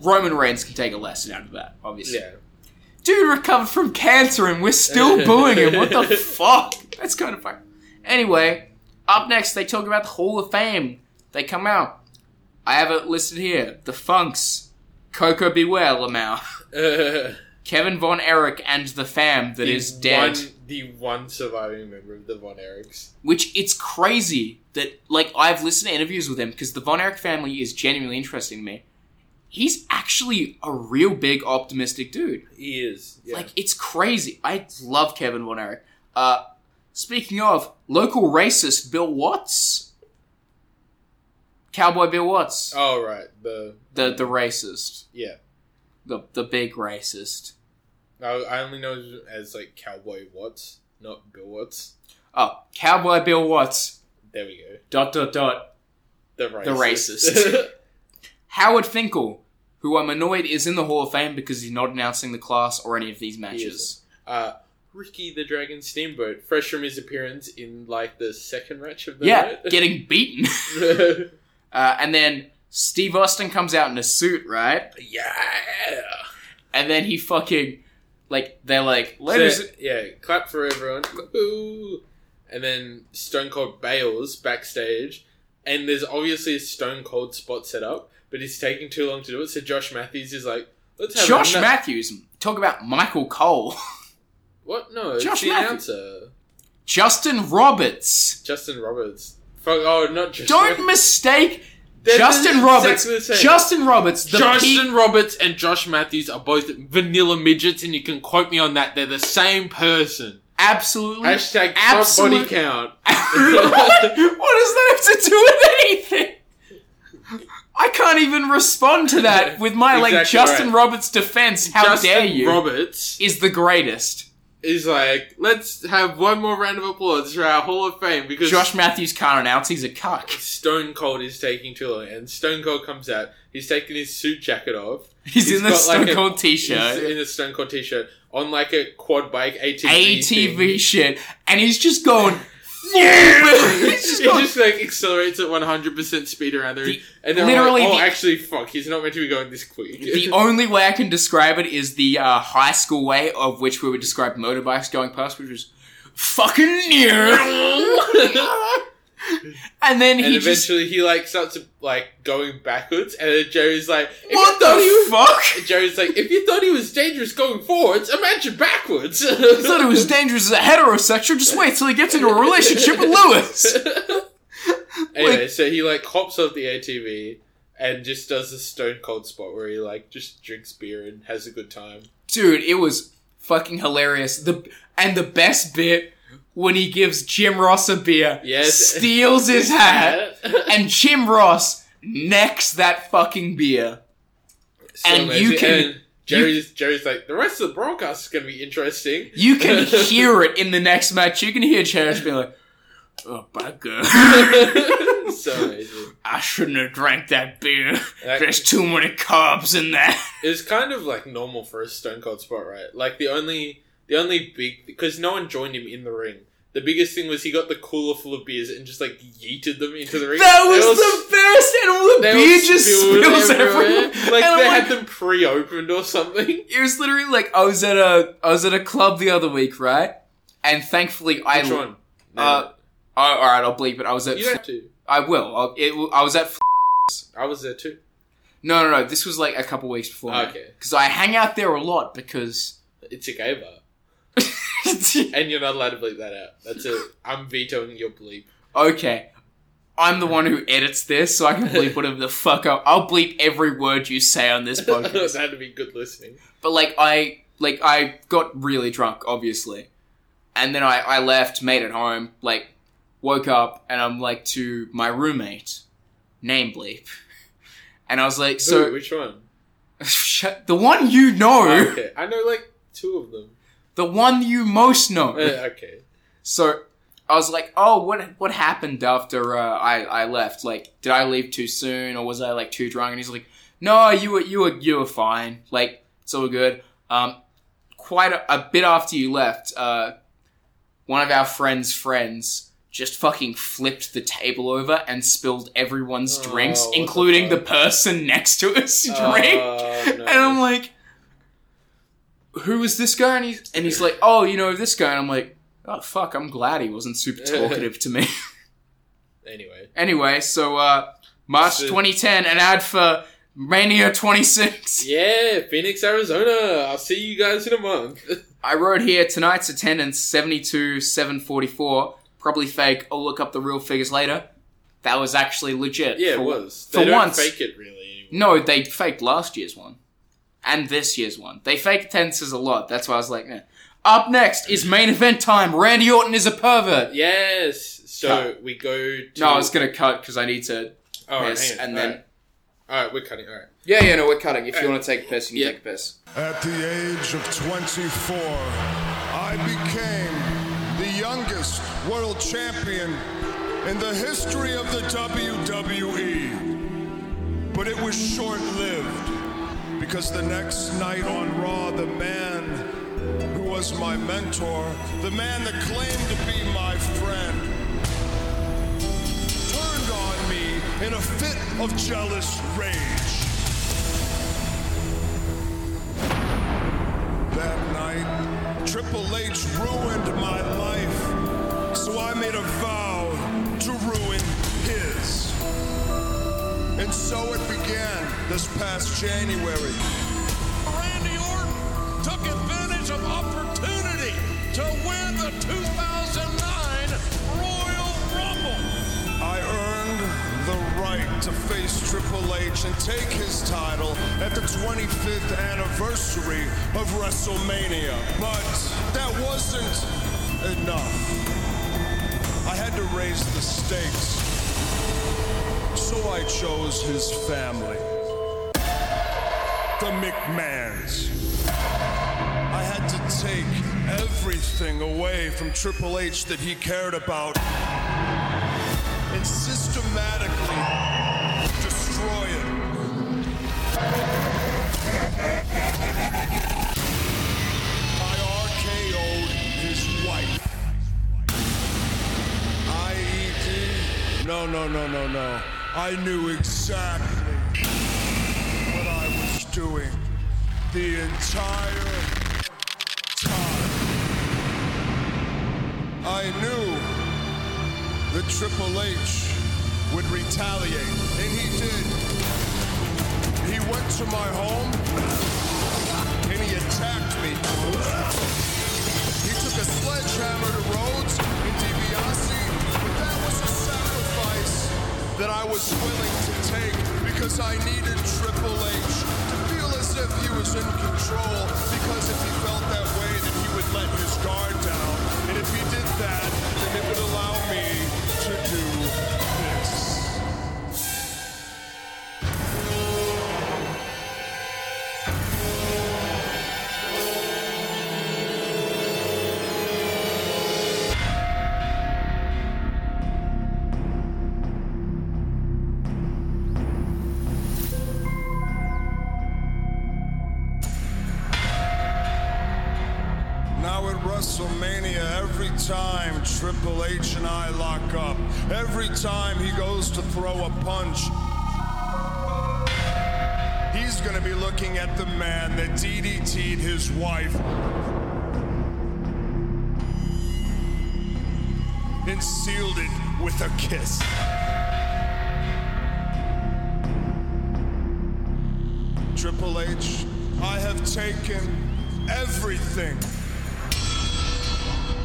[SPEAKER 6] Roman Reigns can take a lesson out of that, obviously.
[SPEAKER 3] Yeah.
[SPEAKER 6] Dude recovered from cancer and we're still booing him. What the fuck? That's kind of fuck. Anyway, up next they talk about the Hall of Fame. They come out. I have it listed here. The Funks, Coco Beware Lamau, Kevin Von Erich, and the fam that
[SPEAKER 3] the [LAUGHS]
[SPEAKER 6] is dead.
[SPEAKER 3] One, the one surviving member of the Von Erichs.
[SPEAKER 6] Which it's crazy that like I've listened to interviews with him because the Von Erich family is genuinely interesting to me. He's actually a real big optimistic dude.
[SPEAKER 3] He is. Yeah.
[SPEAKER 6] Like it's crazy. I love Kevin Von Erich. Uh, speaking of local racist Bill Watts, Cowboy Bill Watts,
[SPEAKER 3] Oh right. The
[SPEAKER 6] the the racist,
[SPEAKER 3] yeah.
[SPEAKER 6] the the big racist.
[SPEAKER 3] I, I only know him as like Cowboy Watts, not Bill Watts.
[SPEAKER 6] Oh, Cowboy Bill Watts.
[SPEAKER 3] There we go.
[SPEAKER 6] Dot dot dot.
[SPEAKER 3] The racist.
[SPEAKER 6] The
[SPEAKER 3] [LAUGHS]
[SPEAKER 6] racist. Howard Finkel, who I'm annoyed is in the Hall of Fame because he's not announcing the class or any of these matches.
[SPEAKER 3] uh, Ricky the Dragon Steamboat, fresh from his appearance in like the second match of the
[SPEAKER 6] Yeah,
[SPEAKER 3] night.
[SPEAKER 6] getting beaten. [LAUGHS] uh, and then Steve Austin comes out in a suit, right?
[SPEAKER 3] [LAUGHS] Yeah.
[SPEAKER 6] And then he fucking like they're like, ladies,
[SPEAKER 3] So, yeah, clap for everyone. Woo! And then Stone Cold bails backstage, and there's obviously a Stone Cold spot set up, but it's taking too long to do it. So Josh Matthews is like, "Let's have
[SPEAKER 6] Josh
[SPEAKER 3] ano-
[SPEAKER 6] Matthews. Talk about Michael Cole, [LAUGHS]
[SPEAKER 3] What? No,
[SPEAKER 6] Josh
[SPEAKER 3] Josh the
[SPEAKER 6] Matthews.
[SPEAKER 3] announcer,
[SPEAKER 6] Justin Roberts.
[SPEAKER 3] Justin Roberts. Fuck! Oh, not Josh
[SPEAKER 6] Don't mistake
[SPEAKER 3] They're
[SPEAKER 6] Justin
[SPEAKER 3] exactly
[SPEAKER 6] Roberts.
[SPEAKER 3] the same.
[SPEAKER 6] Justin Roberts. The
[SPEAKER 3] Justin
[SPEAKER 6] peak-
[SPEAKER 3] Roberts and Josh Matthews are both vanilla midgets, and you can quote me on that. They're the same person.
[SPEAKER 6] absolutely
[SPEAKER 3] Mm-hmm. Hashtag
[SPEAKER 6] absolute-
[SPEAKER 3] top body [LAUGHS] count.
[SPEAKER 6] what? what does that have to do with anything? I can't even respond to that with my like
[SPEAKER 3] Exactly
[SPEAKER 6] Justin
[SPEAKER 3] right.
[SPEAKER 6] Roberts defense. How
[SPEAKER 3] Justin
[SPEAKER 6] dare you?
[SPEAKER 3] Roberts
[SPEAKER 6] is the greatest.
[SPEAKER 3] Is like, let's have one more round of applause for our Hall of Fame because
[SPEAKER 6] Josh Matthews can't announce he's a cuck.
[SPEAKER 3] Stone Cold is taking too long, and Stone Cold comes out. He's taking his suit jacket [LAUGHS] off.
[SPEAKER 6] He's in the
[SPEAKER 3] got,
[SPEAKER 6] Stone Cold t-shirt.
[SPEAKER 3] He's in a Stone Cold t-shirt on like a quad bike ATV. thing.
[SPEAKER 6] ATV shit, and he's just going.
[SPEAKER 3] [LAUGHS]
[SPEAKER 6] [LAUGHS] he's just
[SPEAKER 3] he
[SPEAKER 6] going
[SPEAKER 3] just like accelerates at one hundred percent speed around there, and they're
[SPEAKER 6] literally
[SPEAKER 3] literally like, "Oh,
[SPEAKER 6] the-
[SPEAKER 3] actually, fuck, he's not meant to be going this quick." [LAUGHS]
[SPEAKER 6] the only way I can describe it is the uh, high school way of which we would describe motorbikes going past, which was fucking
[SPEAKER 3] [LAUGHS]
[SPEAKER 6] near. and then he
[SPEAKER 3] and
[SPEAKER 6] just
[SPEAKER 3] eventually he like starts like going backwards, and then Jerry's like, "If
[SPEAKER 6] What
[SPEAKER 3] you thought
[SPEAKER 6] the
[SPEAKER 3] he was- [LAUGHS]
[SPEAKER 6] fuck?"
[SPEAKER 3] Jerry's like, "If you thought he was dangerous going forwards, imagine backwards." [LAUGHS] I
[SPEAKER 6] I thought it was dangerous as a heterosexual. Just wait till he gets into a relationship with
[SPEAKER 3] [LAUGHS]
[SPEAKER 6] Lewis.
[SPEAKER 3] Anyway, so he like hops off the ATV and just does a stone cold spot where he like just drinks beer and has a good time.
[SPEAKER 6] Dude, it was fucking hilarious. The and the best bit when he gives Jim Ross a beer,
[SPEAKER 3] Yes.
[SPEAKER 6] steals his
[SPEAKER 3] [LAUGHS]
[SPEAKER 6] hat, and Jim Ross necks that fucking beer.
[SPEAKER 3] So
[SPEAKER 6] and you
[SPEAKER 3] amazing.
[SPEAKER 6] can
[SPEAKER 3] And Jerry's Jerry's like the rest of the broadcast is going to be interesting.
[SPEAKER 6] You
[SPEAKER 3] [LAUGHS]
[SPEAKER 6] can hear it in the next match. You can hear Cherish being like, "Oh, bugger,
[SPEAKER 3] so amazing.
[SPEAKER 6] I shouldn't have drank that beer.
[SPEAKER 3] That-
[SPEAKER 6] There's too many carbs in there."
[SPEAKER 3] It's kind of like normal for a Stone Cold spot, right? Like the only the only big because no one joined him in the ring. The biggest thing was he got the cooler full of beers and just like yeeted them into the ring.
[SPEAKER 6] That was
[SPEAKER 3] They all
[SPEAKER 6] the best, and all the
[SPEAKER 3] They all
[SPEAKER 6] beer just
[SPEAKER 3] spilled
[SPEAKER 6] spills everywhere. And
[SPEAKER 3] Like
[SPEAKER 6] I'm
[SPEAKER 3] they
[SPEAKER 6] like-
[SPEAKER 3] had them pre-opened or something.
[SPEAKER 6] It was literally like I was at a I was at a club the other week, right? And thankfully, I
[SPEAKER 3] Which one?
[SPEAKER 6] Uh, oh, all right, I'll bleep it. I was at.
[SPEAKER 3] You don't have to.
[SPEAKER 6] I will. I'll, it, w- I was at.
[SPEAKER 3] I was there too.
[SPEAKER 6] No, no, no. This was like a couple weeks before.
[SPEAKER 3] Okay.
[SPEAKER 6] Because I hang out there a lot because [LAUGHS]
[SPEAKER 3] It's a gay bar. and you're not allowed to bleep that out. That's it. I'm vetoing your bleep.
[SPEAKER 6] okay, I'm the one who edits this, so I can bleep whatever the fuck I, I'll bleep every word you say on this
[SPEAKER 3] [LAUGHS]
[SPEAKER 6] podcast.
[SPEAKER 3] That'd be good listening.
[SPEAKER 6] But like I like I got really drunk, obviously. And then I, I left, made it home, like woke up and I'm like to my roommate, name bleep. And I was like,
[SPEAKER 3] Ooh,
[SPEAKER 6] so
[SPEAKER 3] which one?
[SPEAKER 6] [LAUGHS]
[SPEAKER 3] Ah,
[SPEAKER 6] shut the one you know
[SPEAKER 3] Okay, I know like two of them.
[SPEAKER 6] the one you most know.
[SPEAKER 3] [LAUGHS] Uh, okay.
[SPEAKER 6] So I was like, oh, what what happened after uh, I I left? Like, did I leave too soon, or was I like too drunk? And he's like, no, you were you were you were fine. Like, it's all good. Um, quite a, a bit after you left, uh, one of our friends' friends just fucking flipped the table over and spilled everyone's drinks,
[SPEAKER 3] Oh, what the
[SPEAKER 6] including the, person next to us
[SPEAKER 3] Oh,
[SPEAKER 6] drink. And I'm like, who is this guy? And he's, and he's like, oh, you know, this guy. And I'm like, oh, fuck, I'm glad he wasn't
[SPEAKER 3] [LAUGHS]
[SPEAKER 6] super talkative to me. [LAUGHS]
[SPEAKER 3] Anyway,
[SPEAKER 6] anyway, so uh, March
[SPEAKER 3] So-
[SPEAKER 6] 2010, an ad for Mania 26.
[SPEAKER 3] Yeah, Phoenix, Arizona. I'll see you guys in a month. [LAUGHS]
[SPEAKER 6] I wrote here tonight's attendance 72, 744. Probably fake. I'll look up the real figures later. That was actually legit.
[SPEAKER 3] Yeah,
[SPEAKER 6] for-
[SPEAKER 3] it was.
[SPEAKER 6] For
[SPEAKER 3] They don't
[SPEAKER 6] once,
[SPEAKER 3] fake it really.
[SPEAKER 6] No, they faked last year's one. And this year's one. They fake attendances a lot. That's why I was like, eh. Up next is main event time. Randy Orton is a pervert.
[SPEAKER 3] Yes. So
[SPEAKER 6] Cut.
[SPEAKER 3] we go. to...
[SPEAKER 6] No, I was going to cut because I need to
[SPEAKER 3] All right,
[SPEAKER 6] piss.
[SPEAKER 3] hang on.
[SPEAKER 6] and
[SPEAKER 3] All
[SPEAKER 6] then.
[SPEAKER 3] right. All right, we're cutting. All right.
[SPEAKER 6] Yeah, yeah, no, we're cutting. If you
[SPEAKER 3] All
[SPEAKER 6] want to take a piss, you can take a piss.
[SPEAKER 5] At the age of 24, I became the youngest world champion in the history of the WWE. But it was short lived because the next night on Raw, the man who was my mentor, the man that claimed to be my friend, turned on me in a fit of jealous rage. That night, Triple H ruined my life, so I made a vow to ruin his. And so it began this past January.
[SPEAKER 8] Randy Orton took advantage of opportunity to win the 2009 Royal Rumble.
[SPEAKER 5] I earned the right to face Triple H and take his title at the 25th anniversary of WrestleMania. But that wasn't enough. I had to raise the stakes. So I chose his family, the McMahons. I had to take everything away from Triple H that he cared about and systematically destroy it. I RKO'd his wife. IED? No, no, no, no, no. I knew exactly what I was doing the entire time. I knew the Triple H would retaliate, and he did. He went to my home and he attacked me. He took a sledgehammer to Rhodes and DiBiase, but that was a sacrifice that I was willing to take because I needed Triple H to feel as if he was in control. Because if he felt that way, then he would let his guard down, and if he did that, then it would allow me to do this.
[SPEAKER 9] Now at WrestleMania, every time Triple H and I lock up, every time he goes to throw a punch, he's going to be looking at the man that DDT'd his wife. And sealed it with a kiss. Triple H, I have taken everything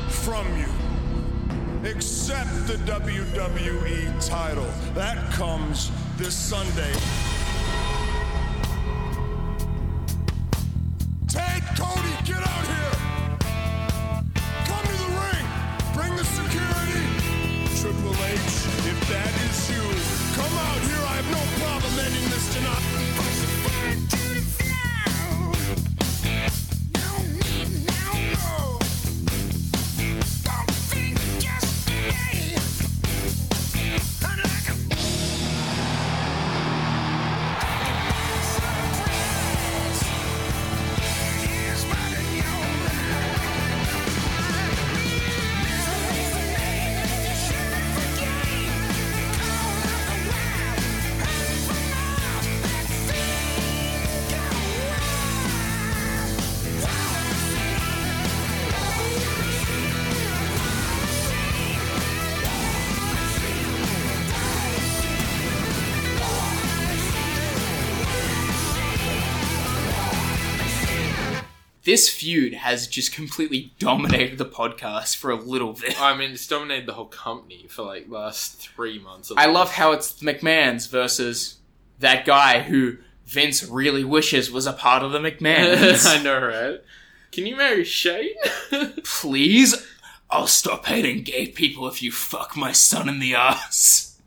[SPEAKER 9] from you except the WWE title. That comes this Sunday. Ted Cody, get out here! Come to the ring! Bring the security! Triple H, if that is you, come out here. I have no problem ending this tonight.
[SPEAKER 6] This feud has just completely [LAUGHS] dominated the podcast for a little bit.
[SPEAKER 3] I mean, it's dominated the whole company for like last three months.
[SPEAKER 6] I love how it's McMahon's versus that guy who Vince really wishes was a part of [LAUGHS] the McMahons.
[SPEAKER 3] [LAUGHS] I know, right? Can you marry [LAUGHS] Shane?
[SPEAKER 6] Please? I'll stop hating gay people if you fuck my son in the ass.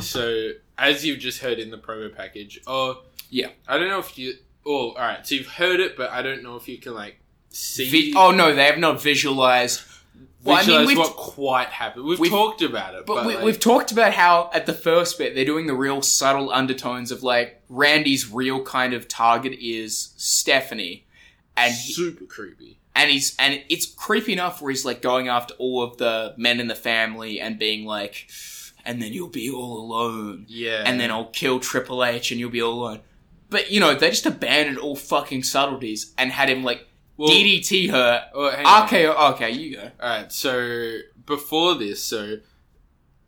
[SPEAKER 3] so, as you've just heard in the promo package, oh
[SPEAKER 6] yeah,
[SPEAKER 3] I don't know if you. Oh, all right. So you've heard it, but I don't know if you can like see.
[SPEAKER 6] Vi- oh no, they have not visualized. Well, I mean,
[SPEAKER 3] visualize
[SPEAKER 6] we've-
[SPEAKER 3] what quite happened. We've,
[SPEAKER 6] we've-
[SPEAKER 3] talked about it,
[SPEAKER 6] But,
[SPEAKER 3] but,
[SPEAKER 6] we,
[SPEAKER 3] like,
[SPEAKER 6] we've talked about how at the first bit they're doing the real subtle undertones of like Randy's real kind of target is Stephanie, and he-
[SPEAKER 3] super creepy.
[SPEAKER 6] and he's and it's creepy enough where he's like going after all of the men in the family and being like, and then you'll be all alone,
[SPEAKER 3] Yeah.
[SPEAKER 6] and then I'll kill Triple H and you'll be all alone. But you know they just abandoned all fucking subtleties and had him like DDT her.
[SPEAKER 3] Oh, hang on.
[SPEAKER 6] RKO. Okay, you go.
[SPEAKER 3] All right. So before this, so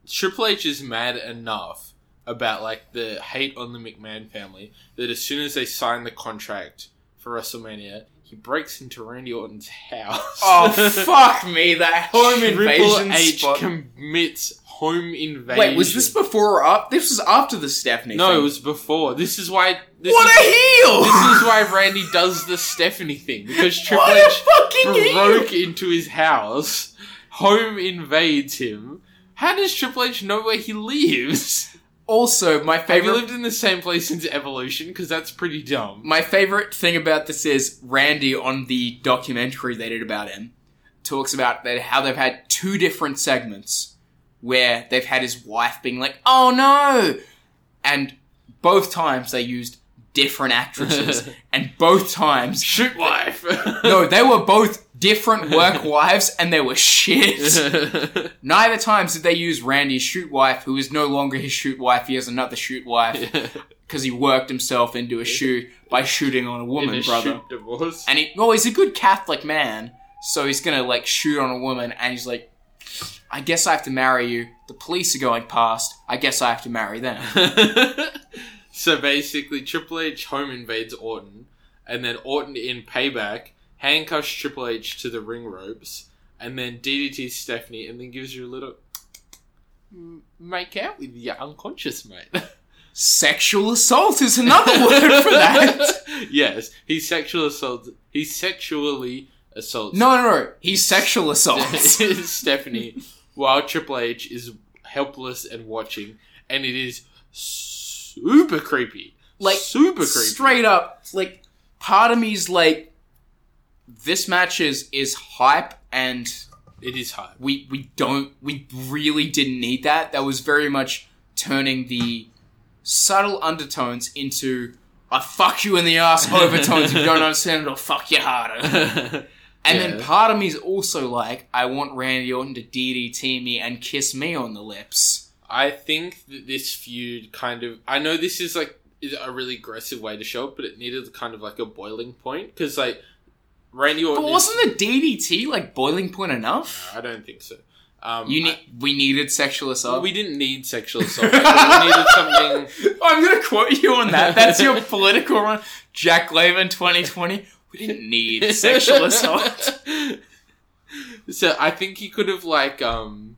[SPEAKER 3] Triple H is mad enough about like the hate on the McMahon family that as soon as they sign the contract for WrestleMania, he breaks into Randy Orton's house. [LAUGHS]
[SPEAKER 6] Oh fuck me! That home invasion
[SPEAKER 3] Triple H
[SPEAKER 6] spot.
[SPEAKER 3] commits home invasion.
[SPEAKER 6] Wait, was this before or up? This was after the Stephanie.
[SPEAKER 3] No,
[SPEAKER 6] thing.
[SPEAKER 3] it was before. This is why. This
[SPEAKER 6] What
[SPEAKER 3] is,
[SPEAKER 6] a heel!
[SPEAKER 3] This is why Randy does the Stephanie thing because Triple
[SPEAKER 6] What a
[SPEAKER 3] H
[SPEAKER 6] fucking heel!
[SPEAKER 3] broke into his house, home invades him. How does Triple H know where
[SPEAKER 6] [LAUGHS]
[SPEAKER 3] he lives?
[SPEAKER 6] [LAUGHS] Also, my
[SPEAKER 3] Have you
[SPEAKER 6] favorite
[SPEAKER 3] lived in the same place since Evolution? Because that's pretty dumb.
[SPEAKER 6] my favorite thing about this is Randy on the documentary they did about him talks about that how they've had two different segments where they've had his wife being like, "Oh no," and both times they used different
[SPEAKER 3] [LAUGHS]
[SPEAKER 6] actresses, and both times [LAUGHS]
[SPEAKER 3] shoot wife. [LAUGHS]
[SPEAKER 6] no, they were both different work wives, and they were
[SPEAKER 3] [LAUGHS]
[SPEAKER 6] shit. Neither times did they use Randy's shoot wife, who is no longer his shoot wife. He has another shoot wife because he worked himself into a shoot by shooting on a woman,
[SPEAKER 3] In a
[SPEAKER 6] brother.
[SPEAKER 3] shoot divorce.
[SPEAKER 6] And he, well, he's a good Catholic man, so he's gonna like shoot on a woman, and he's like, I guess I have to marry you. The police are going past. I guess I have to marry
[SPEAKER 3] [LAUGHS]
[SPEAKER 6] them.
[SPEAKER 3] So basically, Triple H home invades Orton, and then Orton in payback handcuffs Triple H to the ring ropes, and then DDTs Stephanie, and then gives you a little Mm, make out with your unconscious [LAUGHS] mate.
[SPEAKER 6] Sexual assault is another [LAUGHS] word for that.
[SPEAKER 3] yes, he sexual assaults. He sexually assaults.
[SPEAKER 6] No, no, no. He's sexual assaults.
[SPEAKER 3] [LAUGHS] Stephanie, while Triple H is helpless and watching, and it is super creepy.
[SPEAKER 6] like
[SPEAKER 3] super creepy.
[SPEAKER 6] straight up like part of me's like this match is is hype and
[SPEAKER 3] it is hype
[SPEAKER 6] we we don't we really didn't need that that was very much turning the subtle undertones [LAUGHS] into i fuck you in the ass overtones if you don't understand it i'll fuck you harder And then part of me is also like, I want Randy Orton to DDT me and kiss me on the lips.
[SPEAKER 3] I think that this feud kind of. I know this is like is a really aggressive way to show it, but it needed kind of like a boiling point because like Randy Orton.
[SPEAKER 6] But
[SPEAKER 3] is-
[SPEAKER 6] wasn't the DDT like boiling point enough?
[SPEAKER 3] [LAUGHS] I don't think so. Um,
[SPEAKER 6] you need. we needed sexual assault.
[SPEAKER 3] We didn't
[SPEAKER 6] [LAUGHS]
[SPEAKER 3] need sexual assault. I think we needed something.
[SPEAKER 6] I'm gonna quote you on that. That's your [LAUGHS] political run. Jack Lavin 2020. We didn't
[SPEAKER 3] [LAUGHS]
[SPEAKER 6] need [LAUGHS] sexual assault.
[SPEAKER 3] So I think he could have like um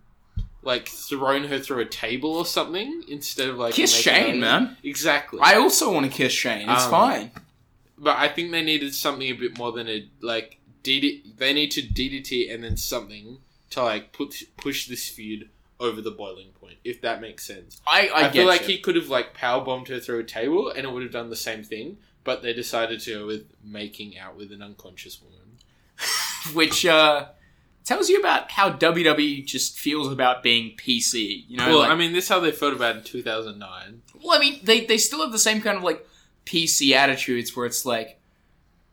[SPEAKER 3] like thrown her through a table or something instead of like
[SPEAKER 6] Kiss
[SPEAKER 3] making
[SPEAKER 6] Shane,
[SPEAKER 3] her-
[SPEAKER 6] man.
[SPEAKER 3] Exactly.
[SPEAKER 6] I also want to kiss Shane. It's
[SPEAKER 3] Um,
[SPEAKER 6] fine.
[SPEAKER 3] But I think they needed something a bit more than a like DD. They need to DDT and then something to like push push this feud over the boiling point, if that makes sense.
[SPEAKER 6] I- I
[SPEAKER 3] feel
[SPEAKER 6] get
[SPEAKER 3] like
[SPEAKER 6] you.
[SPEAKER 3] he could have like power bombed her through a table and it would have done the same thing, but they decided to go with making out with an unconscious woman.
[SPEAKER 6] Which uh, tells you about how WWE just feels about being PC. You know,
[SPEAKER 3] well,
[SPEAKER 6] like-
[SPEAKER 3] I mean, this is how they felt about it in two thousand nine.
[SPEAKER 6] Well, I mean, they, they still have the same kind of like PC attitudes where it's like,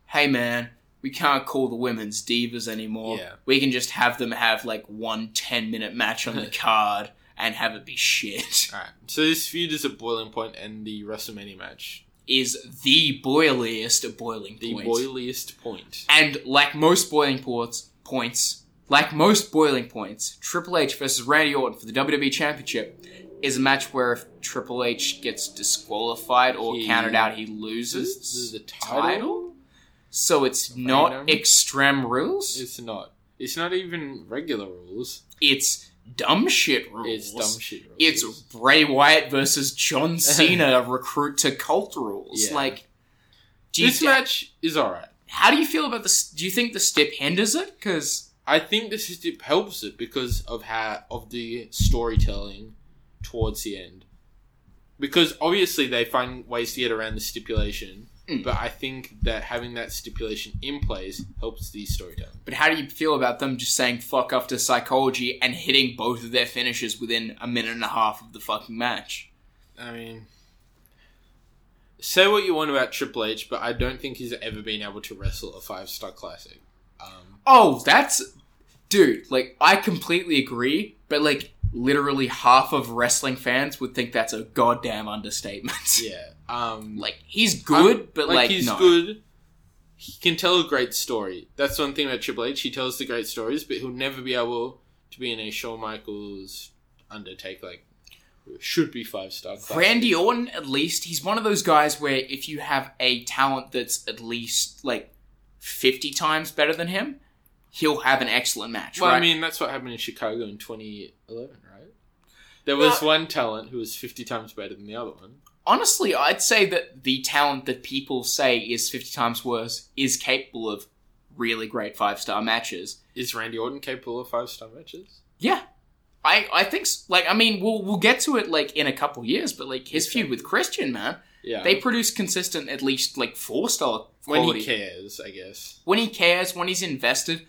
[SPEAKER 6] hey man, we can't call the women's divas anymore.
[SPEAKER 3] Yeah.
[SPEAKER 6] We can just have them have like one 10 minute match
[SPEAKER 3] [LAUGHS]
[SPEAKER 6] on the card and have it be shit.
[SPEAKER 3] Alright. So this feud is a boiling point, and the WrestleMania match
[SPEAKER 6] Is the boiliest boiling
[SPEAKER 3] the
[SPEAKER 6] point.
[SPEAKER 3] boiliest point.
[SPEAKER 6] and like most boiling ports, points, like most boiling points, Triple H versus Randy Orton for the WWE Championship is a match where if Triple H gets disqualified or
[SPEAKER 3] He
[SPEAKER 6] counted out, he loses
[SPEAKER 3] the title?
[SPEAKER 6] So it's not extreme rules.
[SPEAKER 3] It's not. It's not even regular rules.
[SPEAKER 6] It's dumb shit rules.
[SPEAKER 3] Oh, It's dumb shit rules.
[SPEAKER 6] It's Bray Wyatt versus
[SPEAKER 3] [LAUGHS]
[SPEAKER 6] John Cena recruit to cult rules.
[SPEAKER 3] Yeah.
[SPEAKER 6] Like,
[SPEAKER 3] This match is alright.
[SPEAKER 6] How do you feel about this? Do you think the stip hinders it? Because
[SPEAKER 3] I think this is, it helps it because of how of the storytelling towards the end. Because obviously they find ways to get around the stipulation, but I think that having that stipulation in place helps the storytelling.
[SPEAKER 6] But how do you feel about them just saying fuck off to psychology and hitting both of their finishes within a minute and a half of the fucking match?
[SPEAKER 3] I mean, say what you want about Triple H, but I don't think he's ever been able to wrestle a five star classic.
[SPEAKER 6] Oh, that's. Dude, like, I completely agree, but like, literally half of wrestling fans would think that's a goddamn understatement.
[SPEAKER 3] Yeah.
[SPEAKER 6] [LAUGHS]
[SPEAKER 3] Um,
[SPEAKER 6] like, he's good,
[SPEAKER 3] I'm-
[SPEAKER 6] but like,
[SPEAKER 3] he's
[SPEAKER 6] no.
[SPEAKER 3] good. He can tell a great story. That's one thing about Triple H. He tells the great stories, but he'll never be able to be in a Shawn Michaels undertake like should be five star.
[SPEAKER 6] Randy Orton, at least, he's one of those guys where if you have a talent that's at least like 50 times better than him, he'll have an excellent match,
[SPEAKER 3] Well,
[SPEAKER 6] right?
[SPEAKER 3] I mean, that's what happened in Chicago in 2011, right? There was one talent who was 50 times better than the other one.
[SPEAKER 6] honestly, I'd say that the talent that people say is 50 times worse is capable of really great five star matches.
[SPEAKER 3] Is Randy Orton capable of five star matches?
[SPEAKER 6] Yeah. I, I think, s- like, I mean, we'll, we'll get to it, like, in a couple years, but, like, his feud with Christian, man,
[SPEAKER 3] Yeah.
[SPEAKER 6] they produce consistent, at least, like, four star
[SPEAKER 3] When
[SPEAKER 6] quality.
[SPEAKER 3] he cares, I guess.
[SPEAKER 6] When he cares, when he's invested.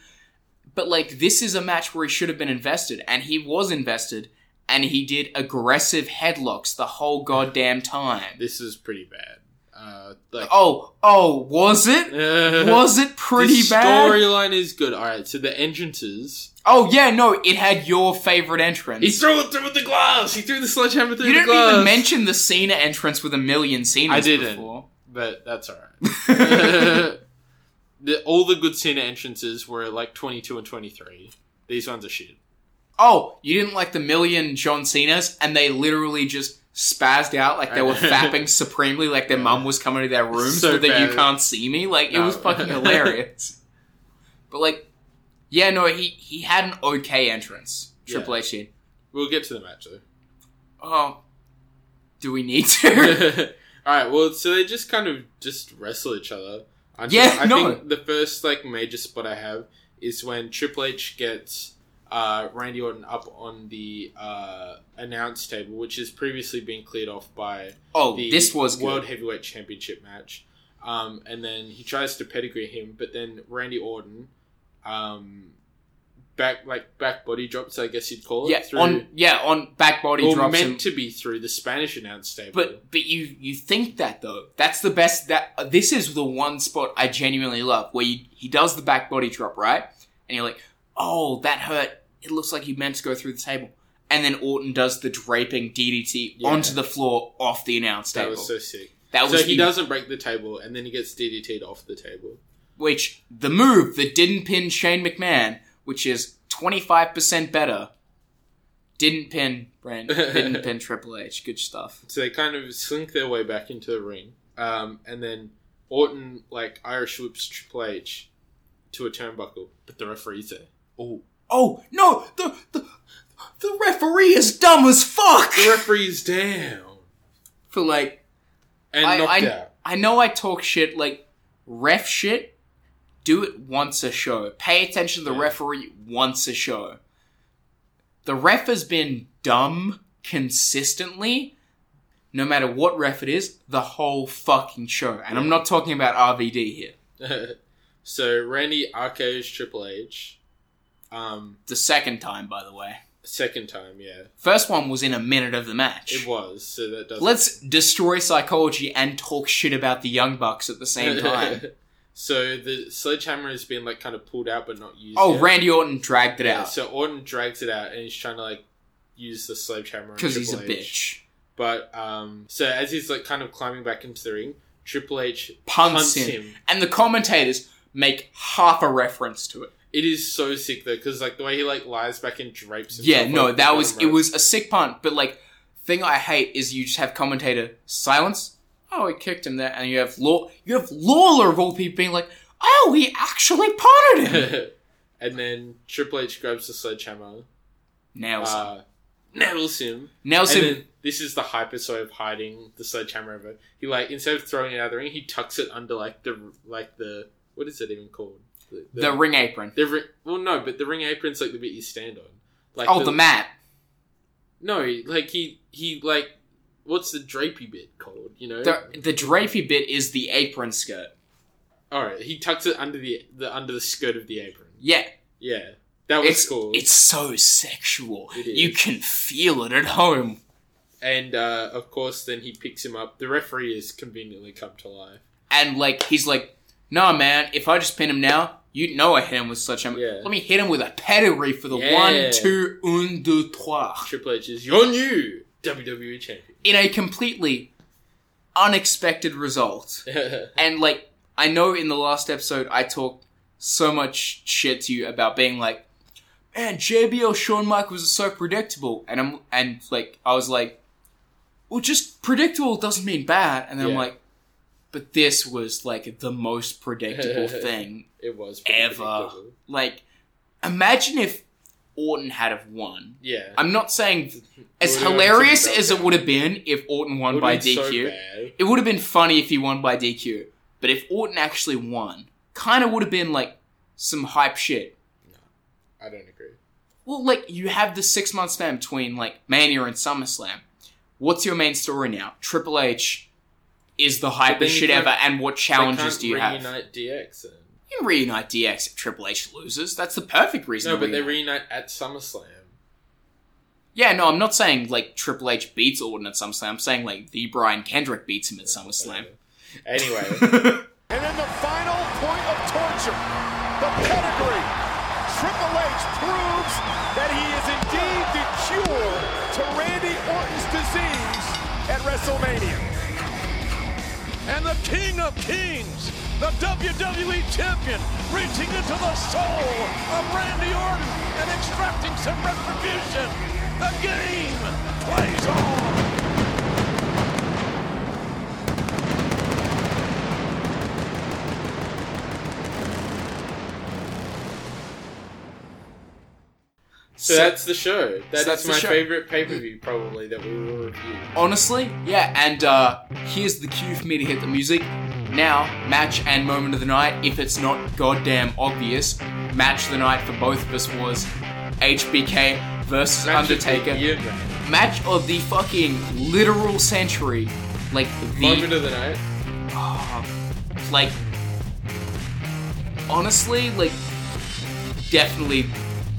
[SPEAKER 6] But, like, this is a match where he should have been invested, and he was invested, and he did aggressive headlocks the whole goddamn time.
[SPEAKER 3] This is pretty bad. Uh, like,
[SPEAKER 6] Oh, oh, was it?
[SPEAKER 3] [LAUGHS]
[SPEAKER 6] was it pretty
[SPEAKER 3] the
[SPEAKER 6] bad?
[SPEAKER 3] Storyline is good. All right, so the entrances.
[SPEAKER 6] Oh yeah, no, it had your favorite entrance.
[SPEAKER 3] He threw it through the glass. He threw the sledgehammer through
[SPEAKER 6] you
[SPEAKER 3] the
[SPEAKER 6] didn't
[SPEAKER 3] glass.
[SPEAKER 6] even mention the Cena entrance with a million Cenas
[SPEAKER 3] I didn't,
[SPEAKER 6] before.
[SPEAKER 3] but that's all [LAUGHS] right. the, all the good Cena entrances were like twenty two and twenty three. These ones are shit.
[SPEAKER 6] Oh, you didn't like the million John Cenas, and they literally just spazzed out like they
[SPEAKER 3] [LAUGHS]
[SPEAKER 6] were fapping supremely, like their mum was coming to their room so,
[SPEAKER 3] So
[SPEAKER 6] that you
[SPEAKER 3] bad.
[SPEAKER 6] can't see me. Like it
[SPEAKER 3] No.
[SPEAKER 6] was
[SPEAKER 3] [LAUGHS]
[SPEAKER 6] fucking hilarious. but like, yeah, no, he he had an okay entrance. Triple H did.
[SPEAKER 3] We'll get to the match though.
[SPEAKER 6] Oh, do we need
[SPEAKER 3] [LAUGHS]
[SPEAKER 6] to?
[SPEAKER 3] All right. Well, so they just kind of just wrestle each other. Until,
[SPEAKER 6] Yeah,
[SPEAKER 3] I
[SPEAKER 6] no.
[SPEAKER 3] think the first like major spot I have is when Triple H gets uh, Randy Orton up on the uh, announce table, which has previously been cleared off by
[SPEAKER 6] Oh,
[SPEAKER 3] the
[SPEAKER 6] this was good.
[SPEAKER 3] World Heavyweight Championship match. Um, and then he tries to pedigree him, but then Randy Orton um, back like back body drops, I guess you'd call it.
[SPEAKER 6] Yeah, on yeah on back body
[SPEAKER 3] or
[SPEAKER 6] drops.
[SPEAKER 3] meant
[SPEAKER 6] and-
[SPEAKER 3] to be through the Spanish announce table.
[SPEAKER 6] But but you you think that though. That's the best. That this is the one spot I genuinely love where you, he does the back body drop right, and you're like, oh, that hurt. It looks like he meant to go through the table, and then Orton does the draping DDT
[SPEAKER 3] Yeah.
[SPEAKER 6] onto the floor off the announce
[SPEAKER 3] that
[SPEAKER 6] table.
[SPEAKER 3] was so sick.
[SPEAKER 6] That
[SPEAKER 3] so
[SPEAKER 6] was
[SPEAKER 3] he
[SPEAKER 6] in-
[SPEAKER 3] doesn't break the table, and then he gets DDT'd off the table.
[SPEAKER 6] Which the move that didn't pin Shane McMahon, which is 25% better, didn't pin Brand,
[SPEAKER 3] [LAUGHS]
[SPEAKER 6] didn't pin Triple H. Good stuff.
[SPEAKER 3] So they kind of slink their way back into the ring, um, and then Orton like Irish whips Triple H to a turnbuckle, but the referee's there. Oh,
[SPEAKER 6] Oh no, the the the referee is dumb as fuck. The
[SPEAKER 3] referee's down
[SPEAKER 6] for like,
[SPEAKER 3] and
[SPEAKER 6] I,
[SPEAKER 3] knocked
[SPEAKER 6] I,
[SPEAKER 3] out.
[SPEAKER 6] I know I talk shit like ref shit. Do it once a show. Pay attention to the referee once a show. The ref has been dumb consistently, no matter what ref it is, the whole fucking show. And I'm not talking about RVD here.
[SPEAKER 3] [LAUGHS] so Randy RKO's Triple H. Um,
[SPEAKER 6] the second time, by the way.
[SPEAKER 3] Second time, yeah.
[SPEAKER 6] First one was in a minute of the match.
[SPEAKER 3] It was. So that does. [LAUGHS]
[SPEAKER 6] Let's destroy psychology and talk shit about the Young Bucks at the
[SPEAKER 3] [LAUGHS]
[SPEAKER 6] same time.
[SPEAKER 3] so the sledgehammer has been like kind of pulled out but not used.
[SPEAKER 6] oh,
[SPEAKER 3] yet.
[SPEAKER 6] Randy Orton dragged it
[SPEAKER 3] Yeah,
[SPEAKER 6] out.
[SPEAKER 3] So Orton drags it out and he's trying to like use the sledgehammer on
[SPEAKER 6] 'Cause he's
[SPEAKER 3] Triple
[SPEAKER 6] a
[SPEAKER 3] H. But um, so as he's like kind of climbing back into the ring, Triple H
[SPEAKER 6] punts him. And the commentators make half a reference to it.
[SPEAKER 3] It is so sick though, because like the way he like lies back and drapes. Himself
[SPEAKER 6] Yeah, no,
[SPEAKER 3] over
[SPEAKER 6] that
[SPEAKER 3] the
[SPEAKER 6] was it
[SPEAKER 3] bottom rope.
[SPEAKER 6] was a sick punt, but like thing I hate is you just have commentator silence. Oh, he kicked him there, and you have Law you have Lawler of all people being like, Oh, he actually punted
[SPEAKER 3] [LAUGHS]
[SPEAKER 6] him.
[SPEAKER 3] and then Triple H grabs the sledgehammer,
[SPEAKER 6] Nails him.
[SPEAKER 3] uh, nails him,
[SPEAKER 6] Nails
[SPEAKER 3] and
[SPEAKER 6] him.
[SPEAKER 3] then This is the hypest way of hiding the sledgehammer over. He like instead of throwing it out of the ring, he tucks it under like the like the what is it even called?
[SPEAKER 6] The ring apron.
[SPEAKER 3] The ri- well, no, but the ring apron's like the bit you stand on. Like
[SPEAKER 6] oh, the, mat.
[SPEAKER 3] No, like he he like what's the drapey bit called? You know,
[SPEAKER 6] The the drapey bit is the apron skirt.
[SPEAKER 3] all right. He tucks it under the the under the skirt of the apron.
[SPEAKER 6] Yeah.
[SPEAKER 3] Yeah, that was
[SPEAKER 6] it's,
[SPEAKER 3] cool.
[SPEAKER 6] It's so sexual.
[SPEAKER 3] It is.
[SPEAKER 6] You can feel it at home.
[SPEAKER 3] And uh, of course, then he picks him up. The referee is conveniently come to life.
[SPEAKER 6] And like he's like, nah man, if I just pin him now, you know I hit him with such a let me hit him with a pedigree for the
[SPEAKER 3] Yeah.
[SPEAKER 6] one, two, un, deux, trois.
[SPEAKER 3] Triple H is your new WWE champion. [LAUGHS]
[SPEAKER 6] In a completely unexpected result. and like I know in the last episode I talked so much shit to you about being like, man, JBL Shawn Michaels is so predictable, and I'm and like I was like, well, just predictable doesn't mean bad, and then I'm
[SPEAKER 3] Yeah.
[SPEAKER 6] like, but this was like the most
[SPEAKER 3] [LAUGHS]
[SPEAKER 6] predictable thing
[SPEAKER 3] it was pretty
[SPEAKER 6] ever.
[SPEAKER 3] predictable.
[SPEAKER 6] Like, imagine if Orton had have won.
[SPEAKER 3] Yeah,
[SPEAKER 6] I'm not saying as
[SPEAKER 3] Orton would've
[SPEAKER 6] hilarious
[SPEAKER 3] been
[SPEAKER 6] as it would have been if Orton won
[SPEAKER 3] Would've
[SPEAKER 6] by
[SPEAKER 3] been so
[SPEAKER 6] DQ.
[SPEAKER 3] bad.
[SPEAKER 6] it would have been funny if he won by DQ, but if Orton actually won, kind of would have been like some hype shit.
[SPEAKER 3] I don't agree.
[SPEAKER 6] Well, like you have the six month span between like Mania and SummerSlam. What's your main story now? Triple H is the
[SPEAKER 3] But then
[SPEAKER 6] hypest
[SPEAKER 3] you
[SPEAKER 6] shit
[SPEAKER 3] can't-
[SPEAKER 6] ever, and what
[SPEAKER 3] they
[SPEAKER 6] challenges
[SPEAKER 3] can't
[SPEAKER 6] do you have?
[SPEAKER 3] Reunite DX. Then.
[SPEAKER 6] You can reunite DX if Triple H loses. That's the perfect reason.
[SPEAKER 3] No,
[SPEAKER 6] to
[SPEAKER 3] but they
[SPEAKER 6] reunite.
[SPEAKER 3] reunite at SummerSlam.
[SPEAKER 6] Yeah, no, I'm not saying like Triple H beats Orton at SummerSlam. I'm saying like the Brian Kendrick beats him at SummerSlam. [LAUGHS]
[SPEAKER 3] Anyway,
[SPEAKER 5] And then the final point of torture, the pedigree. Triple H proves that he is indeed the cure to Randy Orton's disease at WrestleMania. And the King of Kings, the WWE Champion, reaching into the soul of Randy Orton and extracting some retribution. The game plays on.
[SPEAKER 3] so, that's the show. That's
[SPEAKER 6] that's the
[SPEAKER 3] my
[SPEAKER 6] show.
[SPEAKER 3] favorite pay per view, probably that we will review.
[SPEAKER 6] Honestly, yeah, and uh, here's the cue for me to hit the music. Now, match and moment of the night, if it's not goddamn obvious, match of the night for both of us was HBK versus
[SPEAKER 3] Match of the
[SPEAKER 6] Undertaker.
[SPEAKER 3] year, man.
[SPEAKER 6] match of the fucking literal century. Like the
[SPEAKER 3] Moment of the night.
[SPEAKER 6] Ah, like honestly, like definitely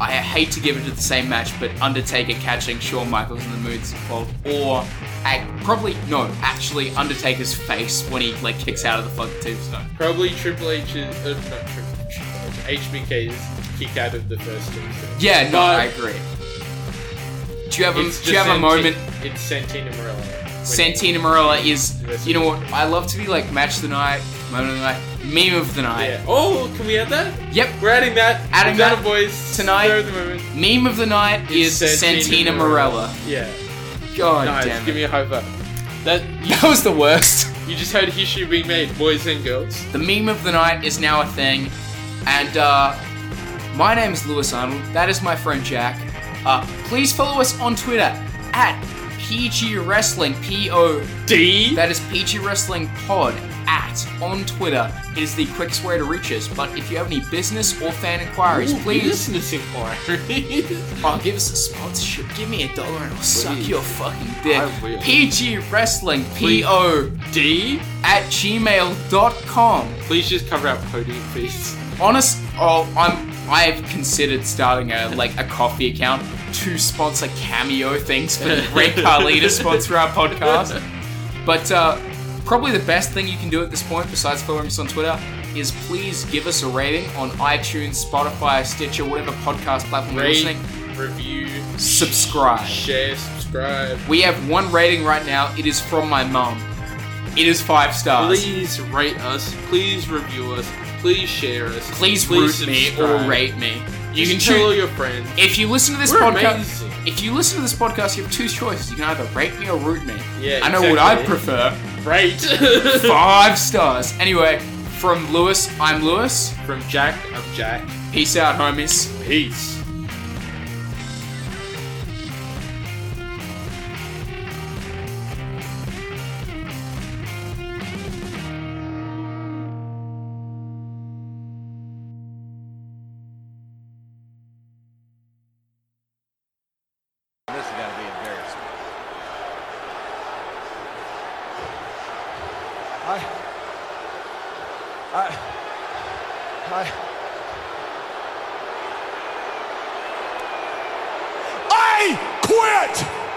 [SPEAKER 6] I hate to give it to the same match, but Undertaker catching Shawn Michaels in the moonsault, or ac- probably no, actually Undertaker's face when he like kicks out of the fucking tombstone.
[SPEAKER 3] Probably Triple H's, uh, not Triple H, HBK's kick out of the first tombstone.
[SPEAKER 6] Yeah, no, I agree. Do you have a,
[SPEAKER 3] It's
[SPEAKER 6] do you have a
[SPEAKER 3] Santi-
[SPEAKER 6] moment?
[SPEAKER 3] It's Santina Morella.
[SPEAKER 6] Santina Marella is, you know what? I love to be like match of the night, moment of the night, meme of the night.
[SPEAKER 3] Yeah. Oh, can we add that?
[SPEAKER 6] Yep,
[SPEAKER 3] we're adding that.
[SPEAKER 6] Adding
[SPEAKER 3] We've done
[SPEAKER 6] that
[SPEAKER 3] it, boys.
[SPEAKER 6] tonight.
[SPEAKER 3] Throw the moment.
[SPEAKER 6] Meme of the night is, Santina Marella.
[SPEAKER 3] Yeah.
[SPEAKER 6] God
[SPEAKER 3] nice.
[SPEAKER 6] damn it.
[SPEAKER 3] Give me a high five. That
[SPEAKER 6] That was the worst.
[SPEAKER 3] you just heard history being made, boys and girls.
[SPEAKER 6] The meme of the night is now a thing, and uh, my name is Lewis Arnold. That is my friend Jack. Uh, please follow us on Twitter at PG Wrestling P O D. That is PG Wrestling Pod at on Twitter. It is the quickest way to reach us. But if you have any business or fan inquiries,
[SPEAKER 3] Ooh,
[SPEAKER 6] please
[SPEAKER 3] business inquiries.
[SPEAKER 6] Oh, give us a sponsorship. Give me a dollar and I'll suck
[SPEAKER 3] Please.
[SPEAKER 6] your fucking
[SPEAKER 3] I will.
[SPEAKER 6] dick. PG Wrestling P O D at gmail.com.
[SPEAKER 3] [LAUGHS] Please just cover up podium fees.
[SPEAKER 6] Honest, oh, I'm I've considered starting a like a coffee account to sponsor cameo things [LAUGHS] for Greg Carly to sponsor our podcast. But uh, probably the best thing you can do at this point, besides following us on Twitter, is please give us a rating on iTunes, Spotify, Stitcher, whatever podcast platform you're
[SPEAKER 3] Rate,
[SPEAKER 6] listening.
[SPEAKER 3] review,
[SPEAKER 6] Subscribe.
[SPEAKER 3] share, subscribe.
[SPEAKER 6] We have one rating right now. It is from my mum. It is five stars.
[SPEAKER 3] Please rate us. Please review us. Please share us.
[SPEAKER 6] Please, root me
[SPEAKER 3] subscribe.
[SPEAKER 6] or rate me. You
[SPEAKER 3] Just
[SPEAKER 6] can
[SPEAKER 3] tell
[SPEAKER 6] choose-
[SPEAKER 3] all your friends.
[SPEAKER 6] If you listen to this
[SPEAKER 3] We're
[SPEAKER 6] podcast,
[SPEAKER 3] amazing.
[SPEAKER 6] if you listen to this podcast, you have two choices. You can either rate me or root me.
[SPEAKER 3] Yeah,
[SPEAKER 6] I know what I
[SPEAKER 3] exactly.
[SPEAKER 6] prefer.
[SPEAKER 3] Rate.
[SPEAKER 6] [LAUGHS] five stars. Anyway, from Lewis, I'm Lewis.
[SPEAKER 3] From Jack, I'm Jack.
[SPEAKER 6] Peace out, homies.
[SPEAKER 3] Peace.
[SPEAKER 1] This has got to be embarrassing.
[SPEAKER 13] I. I. I.
[SPEAKER 9] I quit!